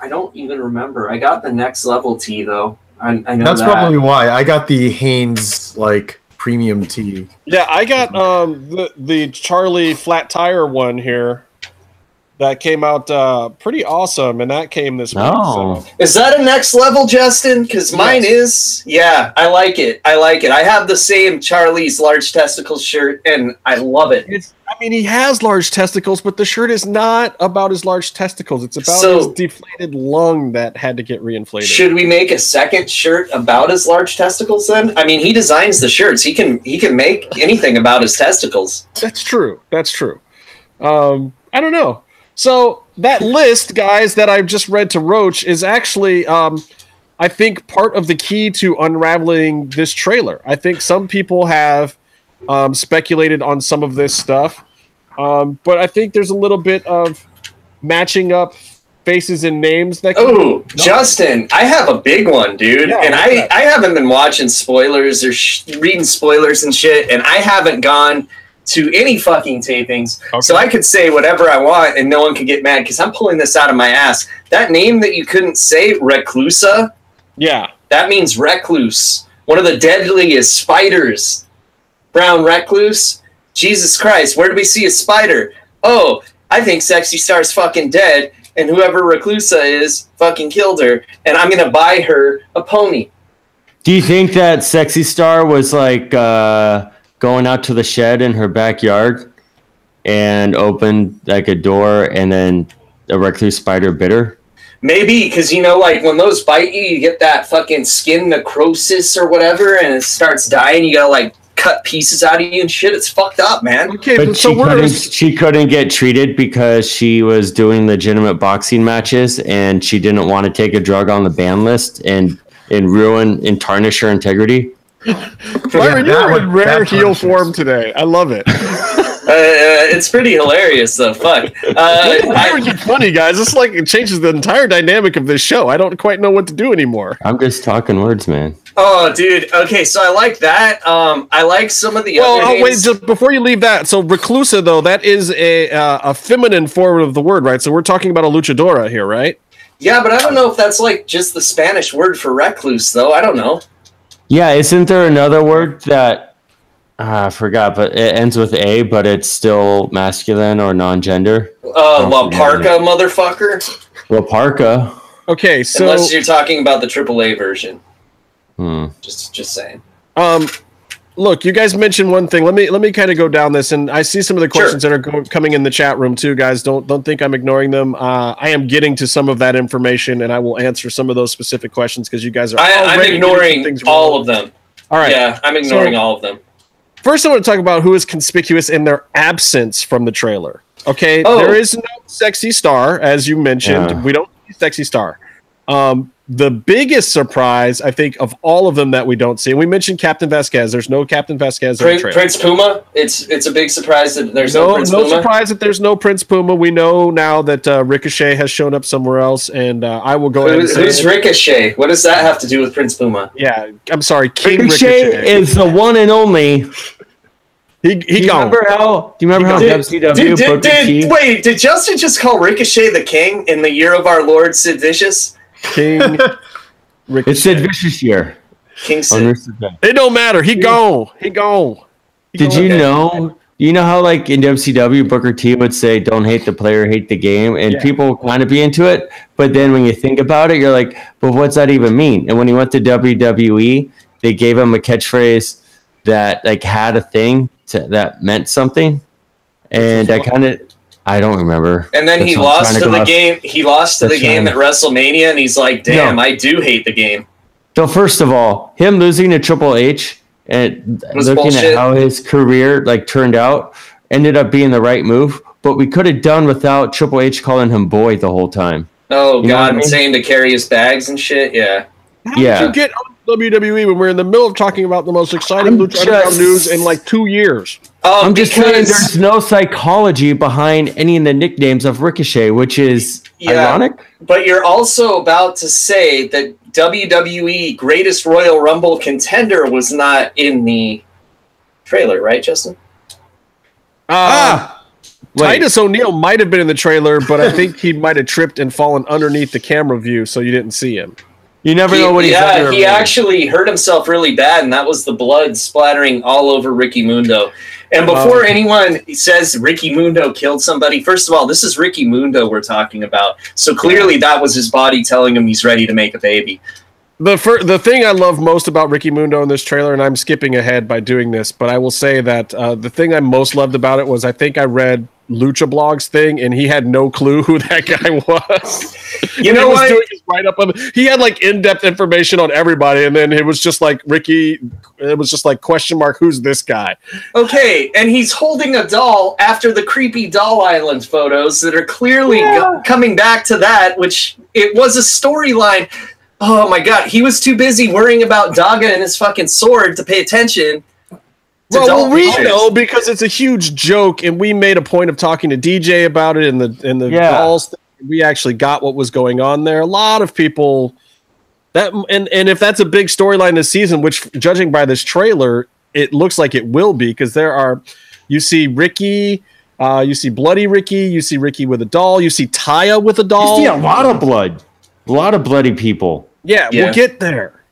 S4: I don't even remember. I got the next level tee though. I, I know
S5: That's
S4: that.
S5: probably why I got the Hanes like premium tea.
S1: Yeah, I got um the the Charlie flat tire one here. That came out uh, pretty awesome, and that came this week.
S2: No.
S1: so-
S4: Is that a next level, Justin? Because mine
S1: Yes.
S4: is. Yeah, I like it. I like it. I have the same Charlie's large testicles shirt, and I love it.
S1: It's, I mean, he has large testicles, but the shirt is not about his large testicles. It's about
S4: So-
S1: his deflated lung that had to get reinflated.
S4: Should we make a second shirt about his large testicles? Then, I mean, he designs the shirts. He can he can make anything about his testicles.
S1: That's true. That's true. Um, I don't know. So that list, guys, that I've just read to Roach is actually, um, I think, part of the key to unraveling this trailer. I think some people have um, speculated on some of this stuff, um, but I think there's a little bit of matching up faces and names that. Can
S4: Oh, Justin, I have a big one, dude.
S1: Yeah,
S4: and I,
S1: yeah.
S4: I haven't been watching spoilers or sh- reading spoilers and shit, and I haven't gone to any fucking tapings. So I could say whatever I want and no one could get mad because I'm pulling this out of my ass. That name that you couldn't say, Reclusa,
S1: yeah.
S4: that means recluse. One of the deadliest spiders. Brown recluse? Jesus Christ, where did we see a spider? Oh, I think Sexy Star's fucking dead, and whoever Reclusa is fucking killed her, and I'm gonna buy her a pony.
S2: Do you think that sexy star was like uh, going out to the shed in her backyard and opened like a door and then a recluse spider bit her?
S4: Maybe, because you know, like when those bite you, you get that fucking skin necrosis or whatever, and it starts dying, you gotta like cut pieces out of you and shit. It's fucked up, man.
S1: Okay,
S2: But
S1: but so
S2: she
S1: we're
S2: couldn't. She couldn't get treated because she was doing legitimate boxing matches, and she didn't want to take a drug on the ban list and and ruin and tarnish her integrity.
S1: Byron,
S5: Yeah,
S1: you're
S5: that
S1: in
S5: one-
S1: rare
S5: that
S1: heel
S5: punches.
S1: form today. I love it.
S4: Uh, uh, it's pretty hilarious, though. Fuck. Uh, I-
S1: Byron, you're funny, guys. It's like it changes the entire dynamic of this show. I don't quite know what to do anymore.
S2: I'm just talking words, man.
S4: Oh, dude. Okay, so I like that. Um, I like some of the
S1: Well,
S4: other.
S1: oh, wait,
S4: names.
S1: just before you leave that, so reclusa though that is a uh, a feminine form of the word, right? So we're talking about a luchadora here, right?
S4: yeah, but I don't know if that's like just the Spanish word for recluse, though. I don't know.
S2: Yeah, isn't there another word that ah, I forgot, but it ends with a, but it's still masculine or non-gender?
S4: Uh, La
S2: forget
S4: Parca, motherfucker.
S2: Well, parka.
S1: Okay, so
S4: Unless you're talking about the AAA version.
S2: Hmm.
S4: Just, just saying.
S1: um, look, you guys mentioned one thing. Let me let me kind of go down this, and I see some of the
S4: Sure.
S1: questions that are go- coming in the chat room too, guys. Don't don't think I'm ignoring them. Uh, I am getting to some of that information, and I will answer some of those specific questions because you guys are.
S4: I, I'm
S1: already getting some
S4: ignoring
S1: things
S4: all
S1: wrong.
S4: of them.
S1: All right.
S4: Yeah, I'm ignoring
S1: So-
S4: all of them.
S1: First, I want to talk about who is conspicuous in their absence from the trailer. Okay,
S4: Oh.
S1: there is no sexy star, as you mentioned.
S2: Yeah.
S1: We don't see sexy star. Um, the biggest surprise, I think, of all of them that we don't see, and we mentioned Captain Vasquez. There's no Captain Vasquez in the
S4: Prince,
S1: trailer.
S4: Prince Puma. It's it's a big surprise that there's no,
S1: no,
S4: Prince
S1: no
S4: Puma.
S1: surprise that there's no Prince Puma. We know now that uh, Ricochet has shown up somewhere else, and uh, I will go ahead. And
S4: Who's,
S1: say
S4: who's
S1: it.
S4: Ricochet? What does that have to do with Prince Puma?
S1: yeah, I'm sorry, King Ricochet.
S2: Ricochet, is the one and only.
S1: he
S2: Do
S1: he
S2: you
S1: gone.
S2: remember how? Do you remember how
S4: Dude,
S2: WCW
S4: Dude, did,
S2: Booker
S4: did-
S2: T?
S4: wait, did Justin just call Ricochet the king in the year of our Lord Sid Vicious?
S1: King Ricochet.
S2: It said vicious year.
S4: King
S2: on
S4: Sid.
S2: this event.
S1: It don't matter. He gone. He gone. He
S2: Did
S1: gone.
S2: you
S4: Okay.
S2: know? You know how like in WCW Booker T would say, "Don't hate the player, hate the game," and
S1: Yeah.
S2: people kind of be into it. But then when you think about it, you're like, "But what's that even mean?" And when he went to WWE, they gave him a catchphrase that like had a thing to, that meant something. And I kind of, I don't remember.
S4: And then he
S2: That's what I'm
S4: lost
S2: trying
S4: to
S2: go
S4: the
S2: off.
S4: game. He lost to the
S2: That's
S4: game at
S2: fine.
S4: WrestleMania, and he's like, "Damn,
S2: No.
S4: I do hate the game."
S2: So first of all, him losing to Triple H and
S4: Was
S2: looking
S4: bullshit.
S2: at how his career like turned out ended up being the right move. But we could have done without Triple H calling him boy the whole time.
S4: Oh
S2: You know what
S4: God,
S2: I mean?
S4: saying to carry his bags and shit. Yeah,
S1: How
S2: Yeah.
S1: did you get on WWE when we're in the middle of talking about the most exciting
S2: I'm
S1: Lucha Underground
S2: just-
S1: news in like two years?
S4: oh,
S2: I'm just saying
S4: because-
S2: there's no psychology behind any of the nicknames of Ricochet, which is
S4: Yeah.
S2: ironic.
S4: But you're also about to say that WWE Greatest Royal Rumble contender was not in the trailer, right, Justin?
S1: Uh,
S3: ah,
S2: Wait,
S1: Titus O'Neil might have been in the trailer, but I think he might have tripped and fallen underneath the camera view, so you didn't see him.
S2: you never know what he's
S4: yeah,
S2: under.
S4: he actually hurt himself really bad, and that was the blood splattering all over Ricky Mundo. And before anyone says Ricky Mundo killed somebody, first of all, this is Ricky Mundo we're talking about. So clearly, that was his body telling him he's ready to make a baby.
S1: The fir- the thing I love most about Ricky Mundo in this trailer, and I'm skipping ahead by doing this, but I will say that uh, the thing I most loved about it was I think I read Lucha Blog's thing, and he had no clue who that guy was.
S4: You
S1: And
S4: know
S1: he was
S4: what?
S1: doing his write up on. He had like in depth information on everybody, and then it was just like Ricky. It was just like question mark. Who's this guy?
S4: Okay, and he's holding a doll after the creepy doll island photos that are clearly go- coming back to that, which it was a storyline. Oh my god, he was too busy worrying about Daga and his fucking sword to pay attention. to doll
S1: Well, we
S4: pictures.
S1: know because it's a huge joke, and we made a point of talking to DJ about it in the in the
S2: Yeah.
S1: calls. We actually got what was going on there. A lot of people that and and if that's a big storyline this season, which judging by this trailer, it looks like it will be because there are you see Ricky. Uh, you see bloody Ricky. You see Ricky with a doll. You see Taya with a
S2: You
S1: doll.
S2: see a lot of blood, a lot of bloody people.
S1: yeah,
S4: Yeah.
S1: we'll get there.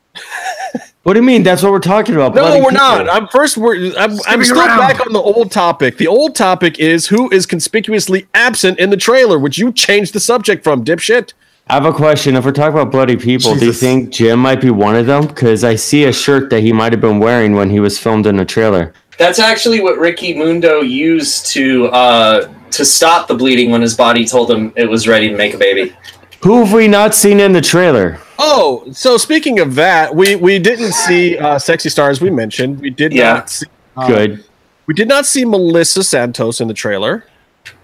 S2: What do you mean? That's what we're talking about.
S1: No,
S2: bloody
S1: we're
S2: people.
S1: not. I'm first. We're. I'm, I'm
S5: Skipping
S1: still
S5: around.
S1: back on the old topic. The old topic is who is conspicuously absent in the trailer, which you changed the subject from, dipshit.
S2: I have a question. If we're talking about bloody people, do you
S5: Jesus.
S2: think Jim might be one of them? Because I see a shirt that he might have been wearing when he was filmed in the trailer.
S4: That's actually what Ricky Mundo used to uh, to stop the bleeding when his body told him it was ready to make a baby.
S2: Who have we not seen in the trailer?
S1: Oh, so speaking of that, we we didn't see uh, sexy stars. We mentioned we did
S4: Yeah.
S1: not. See,
S2: Good.
S1: we did not see Melissa Santos in the trailer.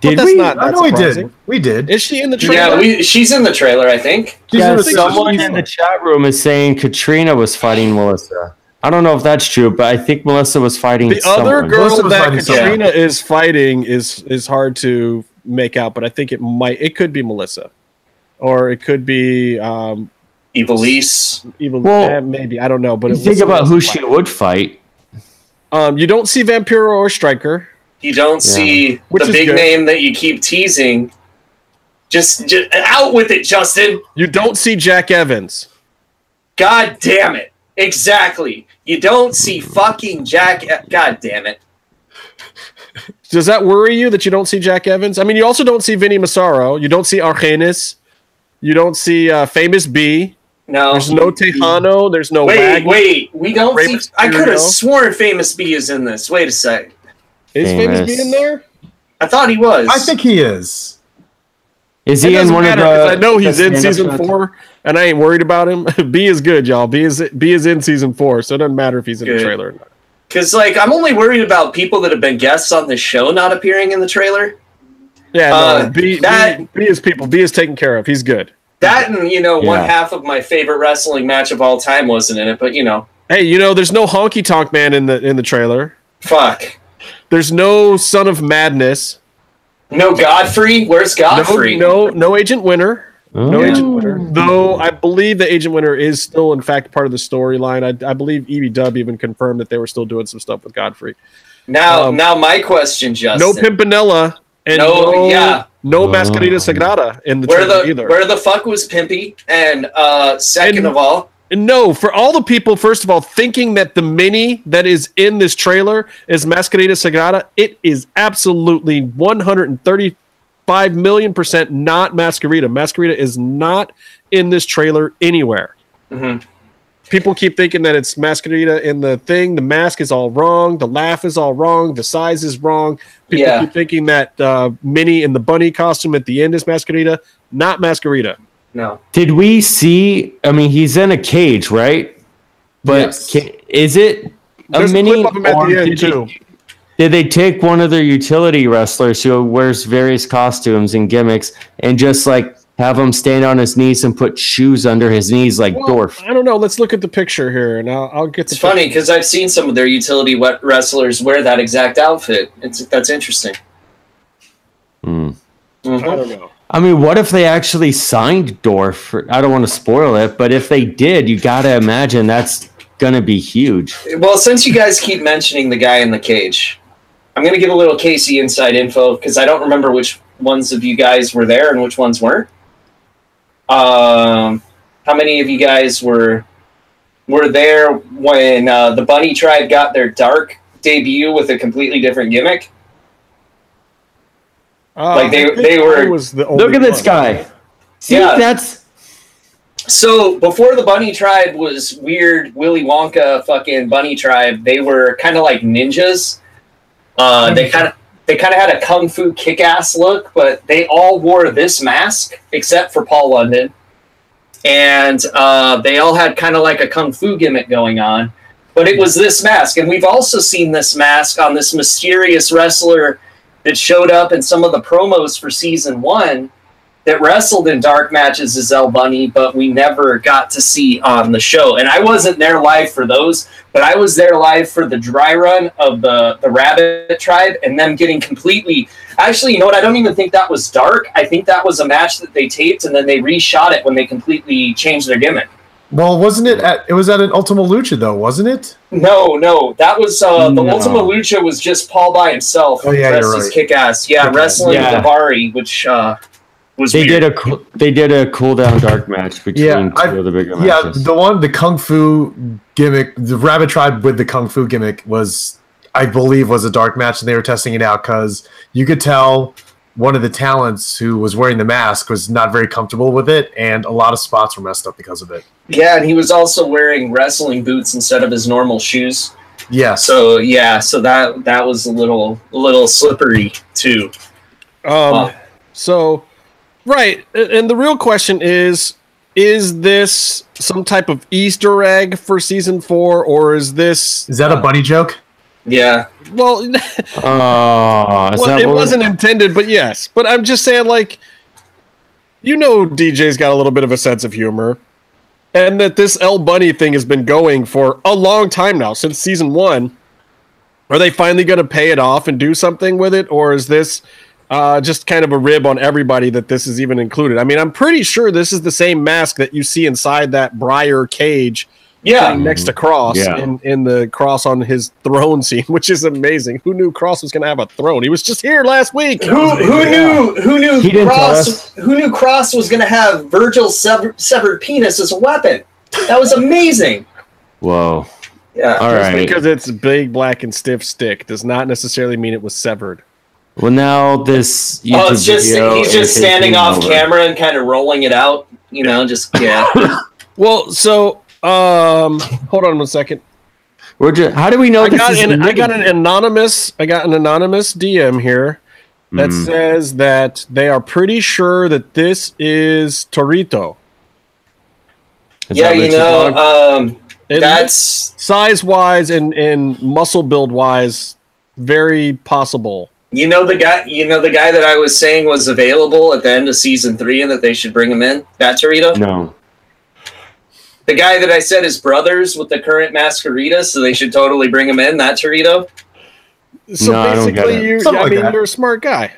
S2: Did
S1: that's
S2: we?
S1: not-
S5: I know we
S1: surprising.
S5: did. We did.
S1: Is she in the trailer?
S4: Yeah, we, she's in the trailer, I think.
S5: She's
S2: Yeah,
S5: in the-
S2: someone in the chat room is saying Katrina was fighting Melissa. I don't know if that's true, but I think Melissa was fighting
S1: the
S2: someone.
S1: other girl
S5: Melissa was
S1: that
S5: fighting someone.
S1: Katrina is fighting is is hard to make out, but I think it might. It could be Melissa, or it could be um,
S4: Evilise.
S1: evil
S2: Well,
S1: eh, maybe I don't know, but
S2: You
S1: it
S2: think
S1: was-
S2: about who she would fight.
S1: Um, you don't see Vampiro or Striker.
S4: You don't see
S1: Which
S4: the
S1: is
S4: big
S1: good.
S4: name that you keep teasing. Just, just out with it, Justin.
S1: You don't see Jack Evans.
S4: God damn it. Exactly. You don't see fucking Jack. E, God damn it.
S1: Does that worry you that you don't see Jack Evans? I mean, you also don't see Vinny Massaro. You don't see Argenis. You don't see uh, Famous B.
S4: No.
S1: There's no Tejano. There's no
S4: Wait,
S1: Wagner.
S4: wait. We don't
S1: Rey
S4: see. I could have
S1: Mysterio.
S4: sworn Famous B is in this. Wait a sec.
S1: Is Famous.
S2: Famous.
S1: B in there?
S4: I thought he was.
S5: I think he is.
S2: Is
S1: It
S2: he in
S1: doesn't
S2: one
S1: matter
S2: of
S1: 'cause I
S2: the?
S1: know he's
S2: the
S1: in
S2: stand-up
S1: season
S2: shots?
S1: four, and I ain't worried about him. B is good, y'all. B is B is in season four, so it doesn't matter if he's in
S4: Good.
S1: the trailer. Or not.
S4: Because, like, I'm only worried about people that have been guests on this show not appearing in the trailer.
S1: Yeah, no,
S4: Uh,
S1: B,
S4: that-
S1: B B is people. B is taken care of. He's good.
S4: That and you know, one
S2: Yeah.
S4: half of my favorite wrestling match of all time wasn't in it, but you know,
S1: Hey, you know, there's no honky tonk man in the in the trailer.
S4: fuck.
S1: There's no son of madness.
S4: No Godfrey? Where's
S1: No,
S4: Godfrey?
S1: no, no agent winner. No
S2: Oh.
S1: agent winter. Though I believe the agent winter is still, in fact, part of the storyline. I, I believe EB Dub even confirmed that they were still doing some stuff with Godfrey.
S4: Now
S1: Um,
S4: now my question, Justin.
S1: No Pimpinella and
S4: No-
S1: no,
S4: yeah.
S1: no
S2: Oh.
S1: Mascarita Sagrada in the
S4: where
S1: trailer
S4: the
S1: either.
S4: where the fuck was Pimpy? And uh second
S1: And-
S4: of all,
S1: And no, for all the people, first of all, thinking that the mini that is in this trailer is Mascarita Sagrada, it is absolutely 135 million percent not Masquerita. Masquerita is not in this trailer anywhere.
S4: Mhm.
S2: Mm-hmm.
S1: People keep thinking that it's Masquerita in the thing. The mask is all wrong. The laugh is all wrong. The size is wrong. People
S4: Yeah.
S1: keep thinking that uh, Minnie in the bunny costume at the end is Masquerita, not Masquerita.
S4: no.
S2: Did we see? I mean, he's in a cage, right? But
S4: Yes.
S2: ca- is it a
S1: There's a
S2: mini?
S1: clip of him at
S2: or
S1: the end
S2: did they-
S1: too.
S2: Did they take one of their utility wrestlers who wears various costumes and gimmicks and just like have him stand on his knees and put shoes under his knees like
S1: Well,
S2: Dorf?
S1: I don't know. Let's look at the picture here, and I'll, I'll get the
S4: It's funny because I've seen some of their utility wet wrestlers wear that exact outfit. It's that's interesting.
S2: Hmm.
S1: picture. I
S4: Mhm.
S1: don't know.
S2: I mean, what if they actually signed Dorf? For, I don't want to spoil it, but if they did, you gotta imagine that's gonna be huge.
S4: Well, since you guys keep mentioning the guy in the cage, I'm going to give a little Casey inside info because I don't remember which ones of you guys were there and which ones weren't. Um, how many of you guys were were there when uh, the Bunny Tribe got their dark debut with a completely different gimmick?
S1: Uh,
S4: Like, they-
S1: I think
S4: they were-
S1: I was the
S2: Look
S1: only
S2: at this
S1: one.
S2: guy. See,
S4: Yeah.
S2: that's
S4: So before the Bunny Tribe was weird Willy Wonka fucking Bunny Tribe, they were kind of like ninjas. Uh, they kind of they kind of had a kung fu kick ass look, but they all wore this mask except for Paul London, and uh, they all had kind of like a kung fu gimmick going on. But it was this mask, and we've also seen this mask on this mysterious wrestler that showed up in some of the promos for season one that wrestled in dark matches as El Bunny, but we never got to see on the show. And I wasn't there live for those, but I was there live for the dry run of the, the Rabbit Tribe and them getting completely. Actually, you know what? I don't even think that was dark. I think that was a match that they taped and then they reshot it when they completely changed their gimmick.
S5: Well, wasn't it at it was at an Ultima Lucha though, wasn't it?
S4: No, no, that was uh, the
S2: No.
S4: Ultima Lucha was just Paul by himself.
S5: Oh, yeah, you're
S4: Rest his
S5: right.
S4: kick ass. Yeah,
S5: Okay.
S4: wrestling
S2: Yeah.
S4: Davari, which uh, was
S2: They
S4: weird.
S2: did a cool, they did a cool down dark match between
S5: Yeah,
S2: two
S5: I've-
S2: of the bigger
S5: yeah,
S2: matches.
S5: the one the kung fu gimmick, the rabbit tribe with the kung fu gimmick was I believe was a dark match and they were testing it out cuz you could tell one of the talents who was wearing the mask was not very comfortable with it and a lot of spots were messed up because of it.
S4: Yeah, and he was also wearing wrestling boots instead of his normal shoes.
S5: Yes.
S4: So yeah, so that that was a little a little slippery too.
S1: Um,
S4: Wow.
S1: so, right, a- and the real question is: Is this some type of Easter egg for season four, or is this?
S5: Is that
S4: uh,
S5: a bunny joke?
S4: Yeah,
S1: Well,
S2: Oh, is
S1: well
S2: that
S1: it
S2: what-
S1: wasn't intended, but yes. But I'm just saying, like, you know, DJ's got a little bit of a sense of humor, and that this L Bunny thing has been going for a long time now, since season one. Are they finally going to pay it off and do something with it, or is this uh, just kind of a rib on everybody that this is even included? I mean, I'm pretty sure this is the same mask that you see inside that Briar cage
S4: yeah.
S1: sitting next to Cross
S2: Yeah.
S1: in, in the Cross on his throne scene, which is amazing. Who knew Cross was going to have a throne? He was just here last week.
S4: Who who knew who
S2: He
S4: knew
S2: didn't tell
S4: Cross
S2: us.
S4: who knew Cross was gonna have Virgil's sever, severed penis as a weapon? That was amazing.
S2: Whoa!
S4: Yeah,
S2: All
S1: Just
S2: right.
S1: because it's big, black, and stiff stick does not necessarily mean it was severed.
S2: Well, now this. YouTube
S4: Oh, it's just
S2: video
S4: he's just
S2: is
S4: standing
S2: taking
S4: off
S2: over.
S4: camera and kind of rolling it out. You know, just yeah.
S1: Well, so um, hold on one second.
S2: We're just, how do we know
S1: I
S2: this
S1: got
S2: is
S1: an I got an
S2: Nick?
S1: anonymous I got an anonymous DM here that
S2: Mm.
S1: says that they are pretty sure that this is Torito.
S2: Is
S4: yeah,
S2: that
S4: you
S2: Richard
S4: know,
S2: Dawg?
S4: um,
S1: It
S4: that's
S1: size wise and and muscle build wise very possible
S4: You know the guy. You know the guy that I was saying was available at the end of season three, and that they should bring him in. Baturito,
S2: No.
S4: the guy that I said is brothers with the current Masquerita, so they should totally bring him in. That Torito.
S1: So
S2: No, I don't get
S1: basically,
S2: it.
S1: you.
S5: Something
S1: I
S5: like
S1: mean,
S5: that.
S1: you're a smart guy.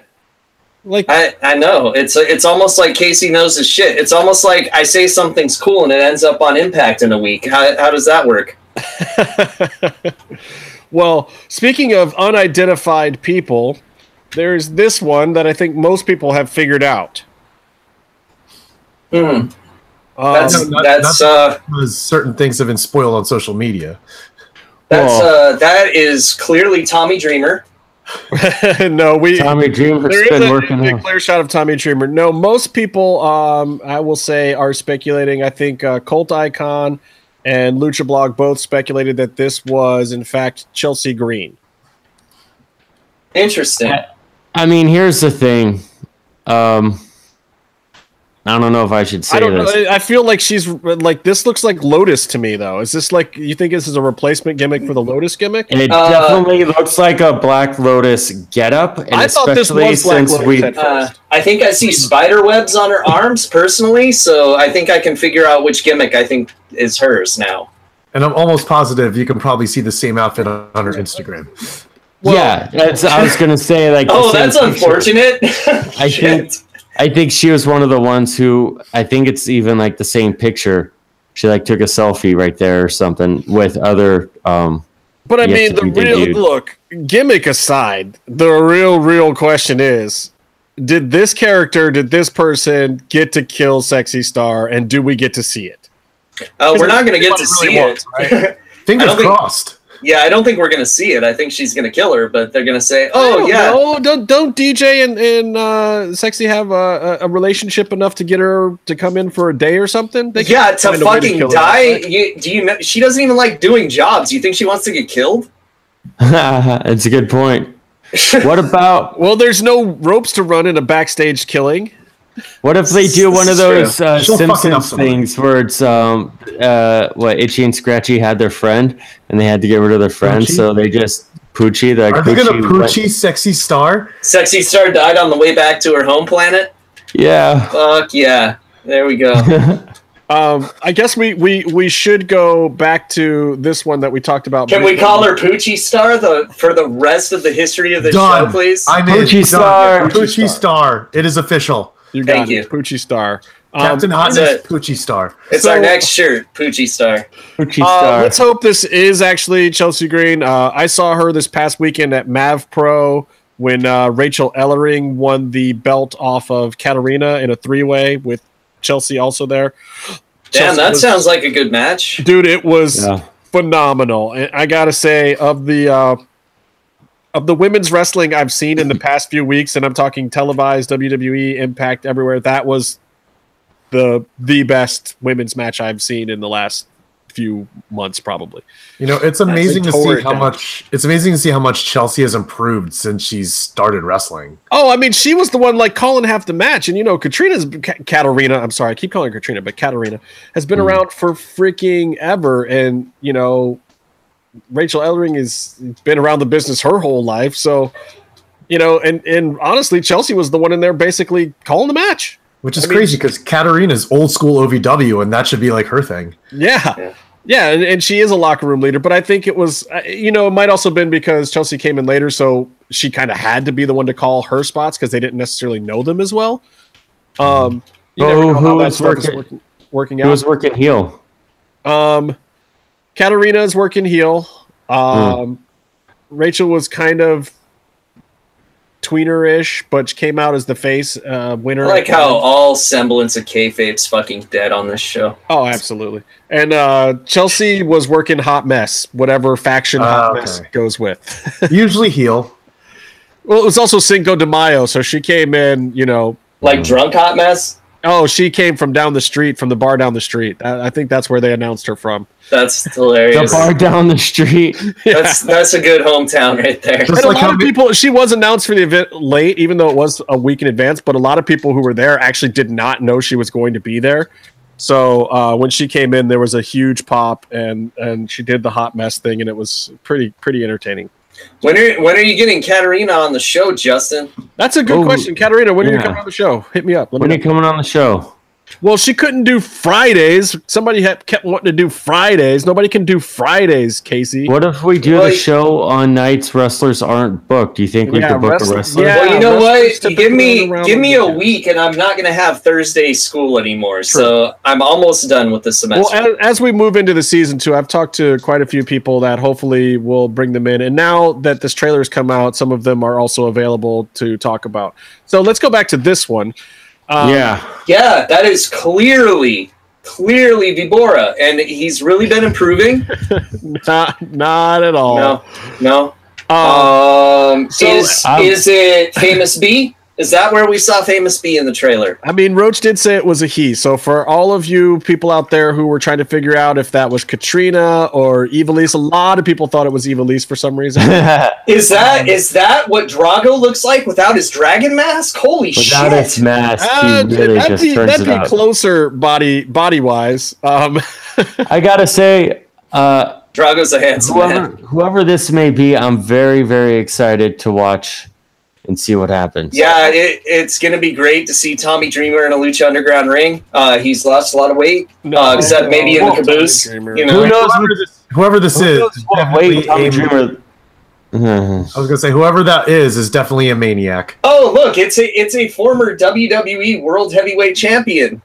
S1: Like
S4: I I know it's it's almost like Casey knows his shit. It's almost like I say something's cool and it ends up on Impact in a week. How how does that work?
S1: Well, speaking of unidentified people, there's this one that I think most people have figured out.
S4: Hmm.
S1: Um,
S4: That's
S5: Oh, no, not-
S4: that's
S5: not-
S4: uh
S5: because certain things have been spoiled on social media.
S4: that's
S2: Well-
S4: uh that is clearly Tommy Dreamer.
S1: no, we
S2: Tommy Dreamer's
S1: there is
S2: been
S1: a,
S2: working
S1: a
S2: out.
S1: clear shot of Tommy Dreamer. No, most people, um, I will say, are speculating. I think uh, Cult Icon and Lucha Blog both speculated that this was, in fact, Chelsea Green.
S4: Interesting.
S2: I mean, here's the thing. Um, I don't know if I should say
S1: I don't
S2: this.
S1: know. I feel like she's like this looks like Lotus to me, though. Is this like you think this is a replacement gimmick for the Lotus gimmick?
S2: It
S4: Uh,
S2: definitely looks like a Black Lotus getup, and
S1: I thought this
S2: especially
S1: was Black
S2: since
S1: Lotus
S2: we
S1: at
S4: Uh,
S1: first.
S4: I think I see spider webs on her arms personally, so I think I can figure out which gimmick I think is hers now.
S5: And I'm almost positive you can probably see the same outfit on her Instagram.
S1: Well-
S2: yeah, that's, I was gonna say like. the same
S4: Oh, that's
S2: picture.
S4: unfortunate.
S2: I think-
S4: Shit.
S2: I think she was one of the ones who I think it's even like the same picture. She like took a selfie right there or something with other. Um,
S1: But I
S2: Yes,
S1: mean, the
S2: we did,
S1: real
S2: dude.
S1: look gimmick aside, the real, real question is: Did this character, did this person get to kill Sexy Star, and do we get to see it?
S4: Uh, we're not going to get
S1: What
S4: to
S1: it
S4: see
S1: really
S4: it.
S1: wants, right?
S5: Fingers
S4: don't think-
S5: crossed.
S4: Yeah, I don't think we're going to see it. I think she's going to kill her, but they're going to say, "Oh yeah,
S1: no, don't don't DJ and and uh, Sexy have a, a- a relationship enough to get her to come in for a day or something? They can
S4: yeah, to
S1: find a way
S4: fucking
S1: kill her,
S4: die."
S1: right?
S4: You, do you know? She doesn't even like doing jobs. You think she wants to get killed?
S2: it's a good point. What about
S1: Well, there's no ropes to run in a backstage killing.
S2: What if they do
S4: This
S2: one of
S4: is true.
S2: those uh,
S5: She'll fuck it up
S2: Simpsons
S5: somewhere.
S2: things where it's um uh what Itchy and Scratchy had their friend and they had to get rid of their friend,
S5: Poochie?
S2: so they just Poochie the
S5: Are they gonna
S2: Poochie went-
S5: poochie sexy star?
S4: Sexy Star died on the way back to her home planet.
S2: Yeah.
S4: Fuck yeah. There we go.
S1: Um, I guess we, we we should go back to this one that we talked about.
S4: Can we
S1: briefly.
S4: call her Poochie Star the for the rest of the history of the
S5: Done.
S4: show, please?
S5: I'm in.
S2: Poochie
S5: Done.
S2: Star.
S5: Poochie star. It is official.
S1: You got
S4: Thank
S1: it.
S4: you.
S1: Poochie Star. Um,
S5: Captain
S4: that's it.
S5: Hotness Poochie star.
S4: it's
S1: so-
S4: our next shirt, Poochie Star.
S2: Poochie
S1: uh,
S2: Star.
S1: let's hope this is actually Chelsea Green. Uh, I saw her this past weekend at Mav Pro when uh, Rachel Ellering won the belt off of Katarina in a three way with Chelsea also there.
S4: Damn,
S1: Chelsea
S4: that
S1: was-
S4: sounds like a good match.
S1: Dude, it was
S2: Yeah.
S1: phenomenal. And I gotta say, of the uh, of the women's wrestling I've seen in the past few weeks, and I'm talking televised WWE, Impact, everywhere. That was the the best women's match I've seen in the last few months, probably.
S5: You know, it's amazing to
S1: tore
S5: see
S1: it
S5: how
S1: down.
S5: much it's amazing to see how much Chelsea has improved since she's started wrestling.
S1: Oh, I mean, she was the one like calling half the match, and you know, Katrina's Ka- Katarina. I'm sorry, I keep calling her Katrina, but Katarina has been around for freaking ever, and you know, Rachel Ellering has been around the business her whole life. So, you know, and and honestly, Chelsea was the one in there basically calling the match.
S5: Which is
S1: I mean-
S5: crazy because Katarina's old school OVW, and that should be like her thing.
S1: Yeah.
S4: Yeah.
S1: Yeah. and, and she is a locker room leader, but I think it was, uh, you know, it might also have been because Chelsea came in later, so she kind of had to be the one to call her spots because they didn't necessarily know them as well. Um, you
S2: Well,
S1: never
S2: who-
S1: know how
S2: who
S1: that
S2: was
S1: stuff is
S2: working-
S1: working, working
S2: He was
S1: out.
S2: working heel.
S1: Um, Katarina is working heel. Um, Rachel was kind of tweener-ish, but she came out as the face uh,
S4: I
S1: winner.
S4: like how all semblance of kayfabe's fucking dead on this show.
S1: Oh, absolutely. And uh, Chelsea was working hot mess, whatever faction hot
S5: Ah,
S1: mess
S5: okay.
S1: goes with.
S5: Usually heel.
S1: Well, it was also Cinco de Mayo, so she came in, you know.
S4: Like drunk hot mess.
S1: Oh, she came from down the street, from the bar down the street. I, I think that's where they announced her from.
S4: That's
S2: The
S4: hilarious.
S2: bar down the street.
S4: That's that's a good hometown right there.
S5: Just
S1: And a
S5: like
S1: lot
S5: how
S1: of
S5: ma-
S1: people, she was announced for the event late, even though it was a week in advance. But a lot of people who were there actually did not know she was going to be there. So uh, when she came in, there was a huge pop, and and she did the hot mess thing, and it was pretty pretty entertaining.
S4: When are when are you getting Katarina on the show, Justin?
S1: That's a good
S2: Oh,
S1: question, Katerina. When are you
S2: yeah.
S1: coming on the show? Hit me up. Let
S2: When
S1: me
S2: are you coming on the show?
S1: Well, she couldn't do Fridays. Somebody had kept wanting to do Fridays. Nobody can do Fridays, Casey.
S2: What if we do
S4: Well,
S2: the
S4: you-
S2: show on nights wrestlers aren't booked? Do you think we could book
S1: wrestling-
S2: a wrestler?
S1: yeah,
S4: well, you know
S1: wrestlers
S4: what?
S1: typically
S4: Give me
S1: run around
S4: give
S1: on
S4: me a
S1: weekends.
S4: week, and I'm not going to have Thursday school anymore. So I'm almost done with the semester.
S1: Well, as, as we move into the season two, I've talked to quite a few people that hopefully will bring them in. And now that this trailer's come out, some of them are also available to talk about. So let's go back to this one. Um,
S2: yeah.
S4: yeah, that is clearly clearly Vibora, and he's really been improving.
S1: Not, not at all.
S4: No, no.
S1: Um,
S4: Um,
S1: so, uh,
S4: is
S2: um,
S4: is it Famous B? Is that where we saw Famous B in the trailer?
S1: I mean, Roach did say it was a he. So for all of you people out there who were trying to figure out if that was Katrina or Evilise, a lot of people thought it was Evilise for some reason.
S4: Is that
S1: Um,
S4: is that what Drago looks like without his dragon mask? Holy
S2: Without
S4: shit!
S2: its mask,
S1: Uh,
S2: he really
S1: that'd
S2: just
S1: be,
S2: turns
S1: that'd
S2: it
S1: be
S2: out.
S1: closer body body wise. Um,
S2: I gotta say, uh,
S4: Drago's a handsome
S2: whoever,
S4: man.
S2: whoever this may be, I'm very, very excited to watch and see what happens.
S4: Yeah, it, it's going to be great to see Tommy Dreamer in a Lucha Underground ring. Uh, he's lost a lot of weight, uh, except maybe in the
S1: Well, Tommy
S4: caboose.
S1: Dreamer.
S4: You
S2: Who
S4: know,
S2: knows?
S5: Whoever this, whoever this
S2: Who
S5: is,
S2: knows what
S5: definitely
S2: weight Tommy
S5: a-
S2: Dreamer? Mhm.
S5: I was gonna say whoever that is is definitely a maniac.
S4: oh look, it's a it's a former WWE World Heavyweight Champion.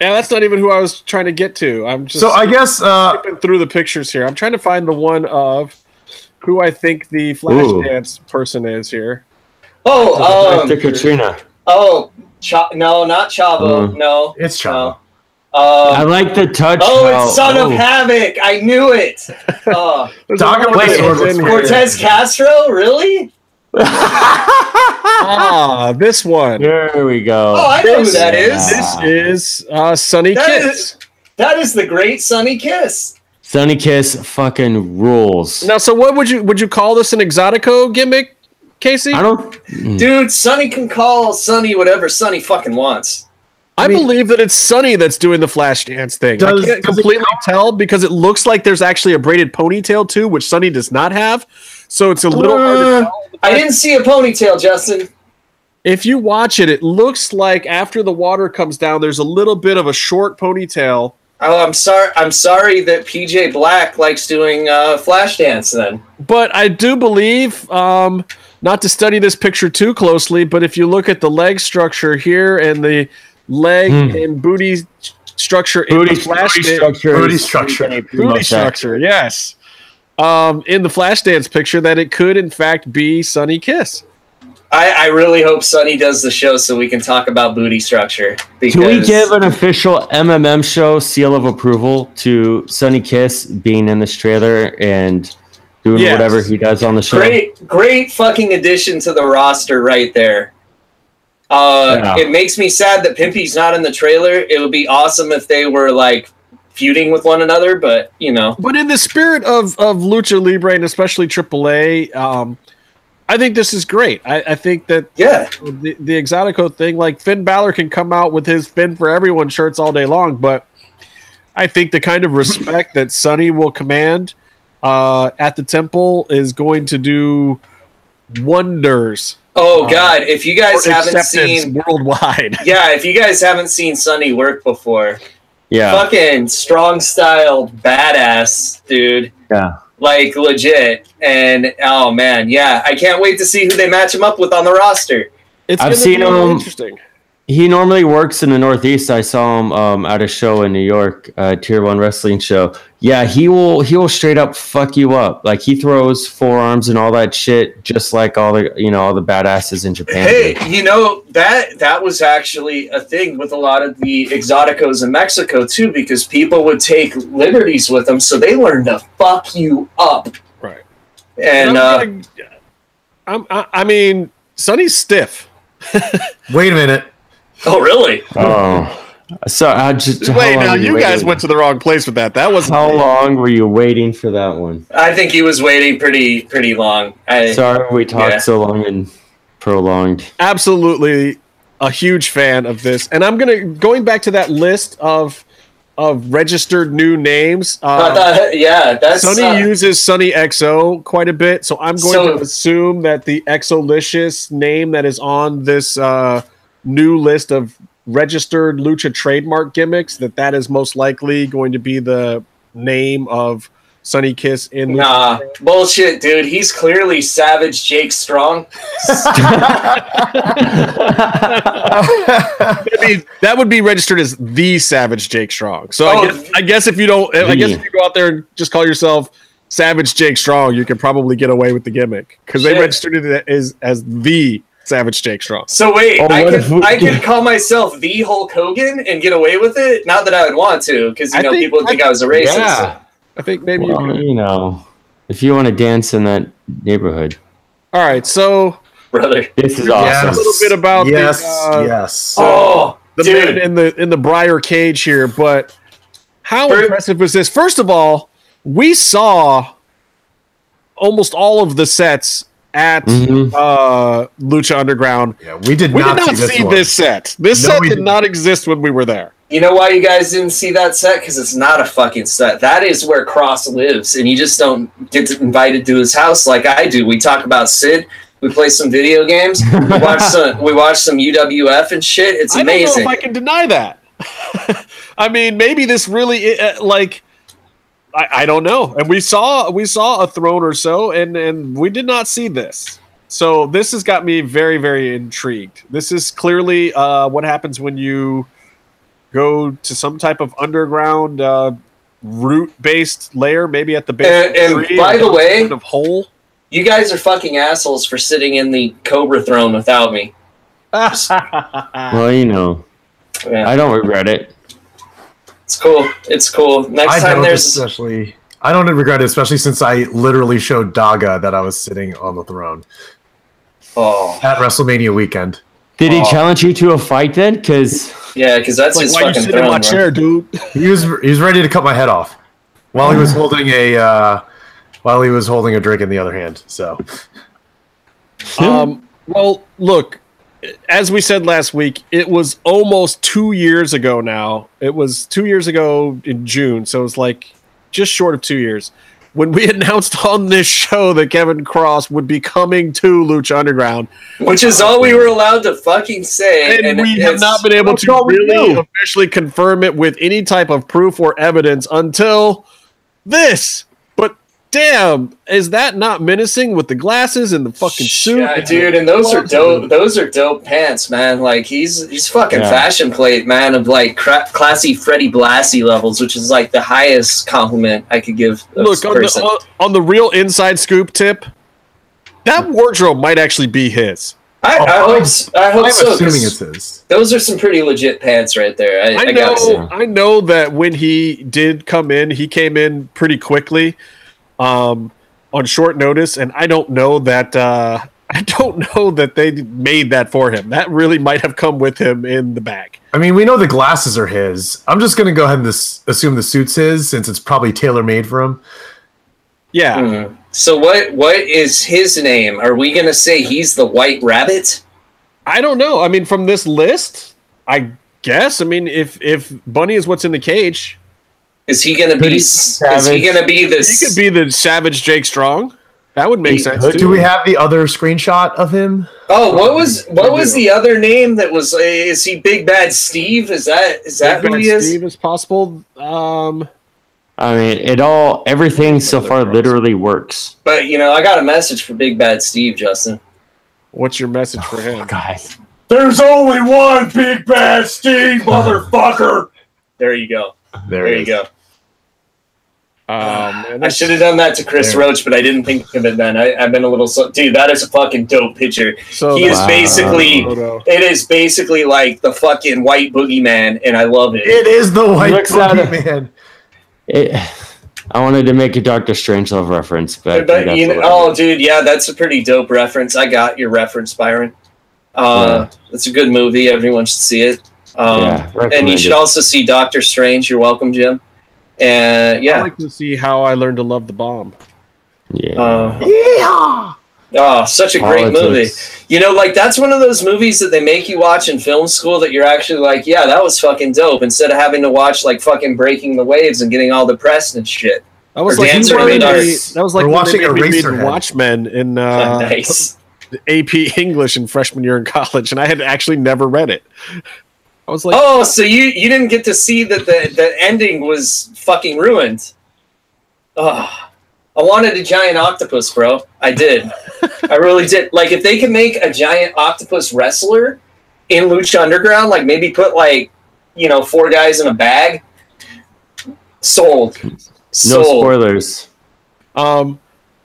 S1: yeah, that's not even who I was trying to get to. I'm just
S5: So I guess uh,
S1: flipping through the pictures here. I'm trying to find the one of who I think the Flashdance person is here.
S4: Oh,
S2: Dr.
S4: um,
S2: Katrina.
S4: oh, Cha- no, not Chavo,
S2: Uh,
S4: no,
S5: it's Chavo.
S4: no. Um,
S2: I like the touch.
S4: Oh,
S2: how-
S4: it's Son
S2: oh.
S4: of Havoc. I knew it. Oh,
S1: There's
S5: Dog
S1: another
S5: and
S1: person
S2: Wait,
S1: in here.
S4: Cortez Castro, really?
S1: Ah, this one.
S2: There we go.
S4: Oh, I know who that
S2: This-
S4: is.
S1: This is uh, Sunny
S4: That
S1: Kiss.
S4: is- That is the great Sunny Kiss.
S2: Sunny Kiss fucking rules.
S1: Now, so what would you would you call this an exotico gimmick, Casey?
S2: I don't.
S4: Dude, Sunny can call Sunny whatever Sunny fucking wants.
S1: I believe that it's Sunny that's doing the flash dance thing.
S5: Does-
S1: I can't
S5: does it
S1: completely tell because it looks like there's actually a braided ponytail too, which Sunny does not have. So it's a little. hard to
S5: Uh,
S1: tell.
S4: I didn't see a ponytail, Justin.
S1: If you watch it, it looks like after the water comes down, there's a little bit of a short ponytail.
S4: Oh, I'm sorry. I'm sorry that PJ Black likes doing uh, Flashdance. Then
S1: But I do believe, um, not to study this picture too closely, but if you look at the leg structure here and the leg
S2: Hmm.
S1: and booty s- structure
S2: Booty,
S1: in the flash
S2: booty
S1: dan-
S2: structure.
S5: Booty
S2: is-
S5: structure.
S1: booty structure. Yes. Um, in the Flashdance picture, that it could in fact be Sunny Kiss.
S4: I, I really hope Sunny does the show so we can talk about booty structure. Because
S2: Can we give an official MMM show seal of approval to Sunny Kiss being in this trailer and doing
S1: Yes.
S2: whatever he does on the show?
S4: Great, great fucking addition to the roster right there. Uh,
S2: Yeah.
S4: It makes me sad that Pimpy's not in the trailer. It would be awesome if they were like feuding with one another, but you know,
S1: But in the spirit of of Lucha Libre and especially AAA, um, I think this is great. I, I think that
S4: yeah,
S1: the, the Exotico thing, like Finn Balor can come out with his Finn for Everyone shirts all day long, but I think the kind of respect that Sonny will command uh, at the temple is going to do wonders
S4: Oh God! If you guys
S1: for
S4: haven't
S1: acceptance
S4: seen,
S1: worldwide.
S4: yeah, if you guys haven't seen Sunny work before,
S2: Yeah.
S4: fucking strong style badass dude,
S2: Yeah.
S4: like legit. And oh man, yeah, I can't wait to see who they match him up with on the roster.
S1: It's
S2: I've
S1: gonna
S2: seen
S1: be really
S2: him-
S1: Interesting.
S2: He normally works in the Northeast. I saw him um, at a show in New York, uh, Tier One wrestling show. Yeah, he will. He will straight up fuck you up. Like he throws forearms and all that shit, just like all the you know all the badasses in Japan.
S4: Hey,
S2: do.
S4: you know that that was actually a thing with a lot of the exoticos in Mexico too, because people would take liberties with them, so they learned to fuck you up.
S1: Right.
S4: And uh,
S1: I'm gonna- I'm, I, I mean, Sonny's stiff.
S5: Wait a minute.
S4: oh, really?
S2: Oh, so I just how long were waiting?
S1: to the wrong place with that. That wasn't.
S2: How long were you waiting for that one?
S4: I think he was waiting pretty pretty long. I,
S2: Sorry, we talked
S4: Yeah.
S2: so long and prolonged.
S1: absolutely a huge fan of this and i'm gonna going back to that list of of registered new names.
S4: I
S1: Um,
S4: thought, uh, yeah, that's
S1: Sonny
S4: uh,
S1: uses Sonny XO quite a bit, so I'm going
S4: So-
S1: to assume that the Exolicious name that is on this uh, new list of registered lucha trademark gimmicks that that is most likely going to be the name of Sonny Kiss in the
S4: nah bullshit, dude. He's clearly Savage Jake Strong.
S1: I mean, that would be registered as the Savage Jake Strong. So
S4: Oh.
S1: I, guess, I guess if you don't, I guess
S2: The.
S1: if you go out there and just call yourself Savage Jake Strong, you can probably get away with the gimmick because they
S4: Shit.
S1: registered it as as the Savage Jake Strong.
S4: So wait,
S2: Oh,
S4: I
S2: what
S4: could
S2: if we-
S4: I could call myself the Hulk Hogan and get away with it? Not that I would want to, because you
S1: I
S4: know
S1: think-
S4: people would think I, was a racist.
S1: Yeah, I think maybe. you
S2: Well,
S1: could.
S2: you know, if you want to dance in that neighborhood,
S1: All right, so
S4: brother.
S2: this is
S5: Yes.
S1: a
S2: awesome.
S1: little bit about
S5: yes,
S1: the, uh,
S5: yes.
S4: Oh,
S1: the
S4: dude.
S1: man in the in the briar cage here, but how
S4: Fir-
S1: impressive was this? First of all, we saw almost all of the sets at
S2: Mhm.
S1: uh, Lucha Underground.
S5: yeah, we did
S1: We
S5: Mm-hmm. not,
S1: did not see,
S5: one.
S1: this set. This
S5: No,
S1: set
S5: we
S1: did
S5: didn't.
S1: not exist when we were there.
S4: You know why you guys didn't see that set? Because it's not a fucking set. That is where Cross lives, and you just don't get invited to his house like I do. We talk about Sid. We play some video games. We watch some. We watch some UWF and shit. It's
S1: I don't know
S4: amazing.
S1: if I can deny that. I mean, maybe this really i- uh, like I, I don't know. And we saw we saw a throne or so, and and we did not see this. So this has got me very very intrigued. This is clearly uh, what happens when you go to some type of underground uh, root based layer, maybe at the base. of
S4: And-
S1: the
S4: and
S1: tree,
S4: by the
S1: some
S4: way-
S1: sort of hole.
S4: you guys are fucking assholes for sitting in the Cobra Throne without me.
S2: Well, you know,
S4: Yeah,
S2: I don't regret it.
S4: it's cool. It's cool. Next
S5: I
S4: time
S5: don't
S4: there's
S5: especially. I don't regret it, especially since I literally showed Daga that I was sitting on the throne
S4: oh
S5: at WrestleMania weekend.
S2: Did he
S4: Oh.
S2: challenge you to a fight then? Because
S4: yeah, because that's
S1: Like,
S4: his
S1: why you
S4: fucking
S1: sitting in my
S4: throne. bro.
S1: chair, dude?
S5: He was he was ready to cut my head off while he was holding a uh, while he was holding a drink in the other hand. So
S1: Um, well, look, as we said last week, it was almost two years ago now. It was two years ago in June, so it was like just short of two years when we announced on this show that Kevin Cross would be coming to Lucha Underground,
S4: Which is all we were allowed to fucking say,
S1: and, we have
S4: it's-
S1: not been able
S2: That's
S1: to
S2: all we
S1: really
S2: knew.
S1: officially confirm it with any type of proof or evidence until this. But damn, is that not menacing with the glasses and the fucking suit?
S4: Yeah,
S1: and the
S4: dude, and those are
S1: gloves and
S4: dope. Those are dope pants, man. Like he's he's fucking
S2: Yeah.
S4: fashion plate, man, of like cra- classy Freddie Blassie levels, which is like the highest compliment I could give. a
S1: look on the,
S4: person.
S1: on, on the real inside scoop tip that wardrobe might actually be his
S4: I, I
S5: Oh,
S4: hope s- I hope
S5: I'm
S4: so. 'cause
S5: assuming it's his.
S4: those are some pretty legit pants right there. I, I,
S1: i,
S4: gotta say.
S1: know i know that when he did come in he came in pretty quickly um on short notice and i don't know that uh i don't know that they made that for him that really might have come with him in the back
S5: I mean, we know the glasses are his. I'm just gonna go ahead and this, assume the suit's his since it's probably tailor made for him.
S1: yeah
S2: Hmm.
S4: Mhm. So what what is his name? Are we gonna say he's the White Rabbit?
S1: I don't know. I mean, from this list, I guess. I mean, if if Bunny is what's in the cage,
S4: Is he gonna be?
S2: Pretty
S4: s- Is he
S2: savage.
S4: gonna be
S1: he
S4: this?
S1: could be the Savage Jake Strong. That would make
S2: He
S1: sense.
S2: could
S1: too.
S5: Do we have the other screenshot of him?
S4: Oh, what was what was
S1: do.
S4: the other name that was? Is he Big Bad Steve? Is that is that
S1: Big
S4: who
S1: Bad
S4: he is?
S1: Steve is possible. Um,
S2: I mean, it all everything so far literally works.
S4: But you know, I got a message for Big Bad Steve, Justin.
S1: what's your message
S5: Oh,
S1: for him?
S2: Guys,
S4: There's only one Big Bad Steve, motherfucker. There you go.
S5: There,
S4: There
S5: it
S4: you
S5: is.
S4: go.
S1: Um, and
S4: I
S1: that's-
S4: should have done that to Chris
S1: There.
S4: Roach, but I didn't think of it then. I, I've been a little so. Dude, that is a fucking dope picture.
S1: so
S4: he is
S1: that's-
S4: basically.
S1: photo.
S4: It is basically like the fucking white boogeyman, and I love it.
S5: It is the white
S2: Looks at it.
S5: man.
S2: it, I wanted to make a Doctor Strangelove reference, but, I think
S4: But
S2: that's
S4: you know,
S2: what I-
S4: oh, dude, yeah, that's a pretty dope reference. I got your reference, Byron. Uh, It's a good movie. Everyone should see it. Um,
S2: yeah,
S4: and you should
S2: recommended.
S4: also see Doctor Strange. You're welcome, Jim. And
S1: I
S4: yeah,
S1: like to see how I learned to love the bomb.
S2: yeah.
S4: uh,
S5: Yeah.
S4: Oh, such a great movie.
S2: Politics.
S4: You know, like that's one of those movies that they make you watch in film school that you're actually like, yeah, that was fucking dope. Instead of having to watch like fucking Breaking the Waves and getting all depressed and shit.
S1: That was
S4: Or
S1: like
S4: Dancer in the
S1: when
S4: Dark.
S1: they- that was like
S5: We're
S1: when
S5: watching
S1: they made me read
S5: Eraserhead.
S1: Watchmen in uh,
S4: nice.
S1: AP English in freshman year in college, and I had actually never read it. I was like,
S4: Oh, so you you didn't get to see that the the ending was fucking ruined. Oh, I wanted a giant octopus, bro. I did. I really did. Like if they could make a giant octopus wrestler in Lucha Underground, like maybe put like you know four guys in a bag. Sold.
S2: No
S4: Sold.
S2: spoilers.
S4: Oh.
S1: um,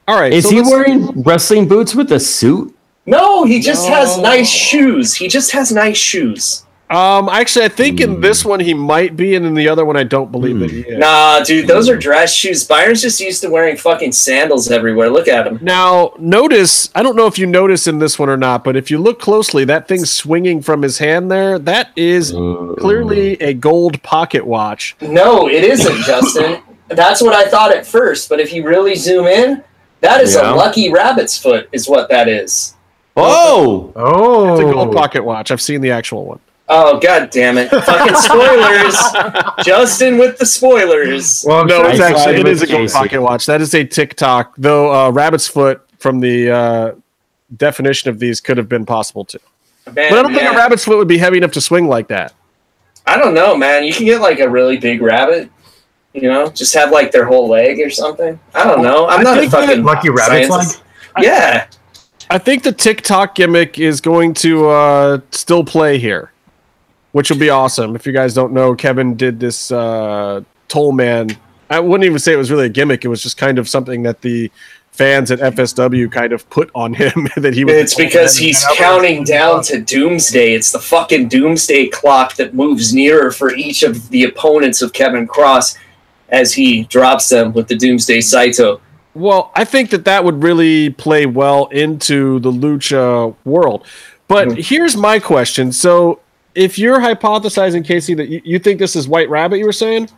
S1: all right.
S2: Is
S1: so
S2: he
S1: let's-
S2: wearing wrestling boots with a suit?
S4: No, he just has
S1: No.
S4: nice shoes. He just has nice shoes.
S1: Um, actually, I think in this
S5: Hmm.
S1: one he might be, and in the other one I don't believe that he is.
S4: Nah, dude, those are dress shoes. Byron's just used to wearing fucking sandals everywhere. Look at him.
S1: Now, notice, I don't know if you notice in this one or not, but if you look closely, that thing swinging from his hand there, that is clearly a gold pocket watch.
S4: No, it isn't, Justin. That's what I thought at first, but if you really zoom in, that is
S2: Yeah.
S4: a lucky rabbit's foot, is what that is.
S2: Oh,
S5: Oh,
S1: It's a gold pocket watch. I've seen the actual one.
S4: Oh god damn it. Fucking spoilers. Justin with the spoilers.
S5: Well, I'm
S1: No,
S5: sure
S1: it's
S5: I saw
S1: actually it
S5: with
S1: is a gold
S2: Casey.
S1: pocket watch. That is a TikTok, though. Uh, rabbit's foot from the uh, definition of these could have been possible too,
S4: Man,
S1: but I don't think
S4: man.
S1: a rabbit's foot would be heavy enough to swing like that.
S4: I don't know, man. You can get like a really big rabbit. You know, just have like their whole leg or something. I don't know. I'm not a
S1: think that
S4: fucking
S5: Lucky Rabbit's
S4: scientist. Yeah.
S1: I think the TikTok gimmick is going to uh, still play here, which will be awesome. If you guys don't know, Kevin did this uh, Toll Man. I wouldn't even say it was really a gimmick. It was just kind of something that the fans at FSW kind of put on him that he was.
S4: It's because he's counting down to doomsday. It's the fucking doomsday clock that moves nearer for each of the opponents of Kevin Cross as he drops them with the doomsday Saito.
S1: Well, I think that that would really play well into the lucha world. But here's my question. So, if you're hypothesizing, Casey, that you, you think this is White Rabbit, you were saying?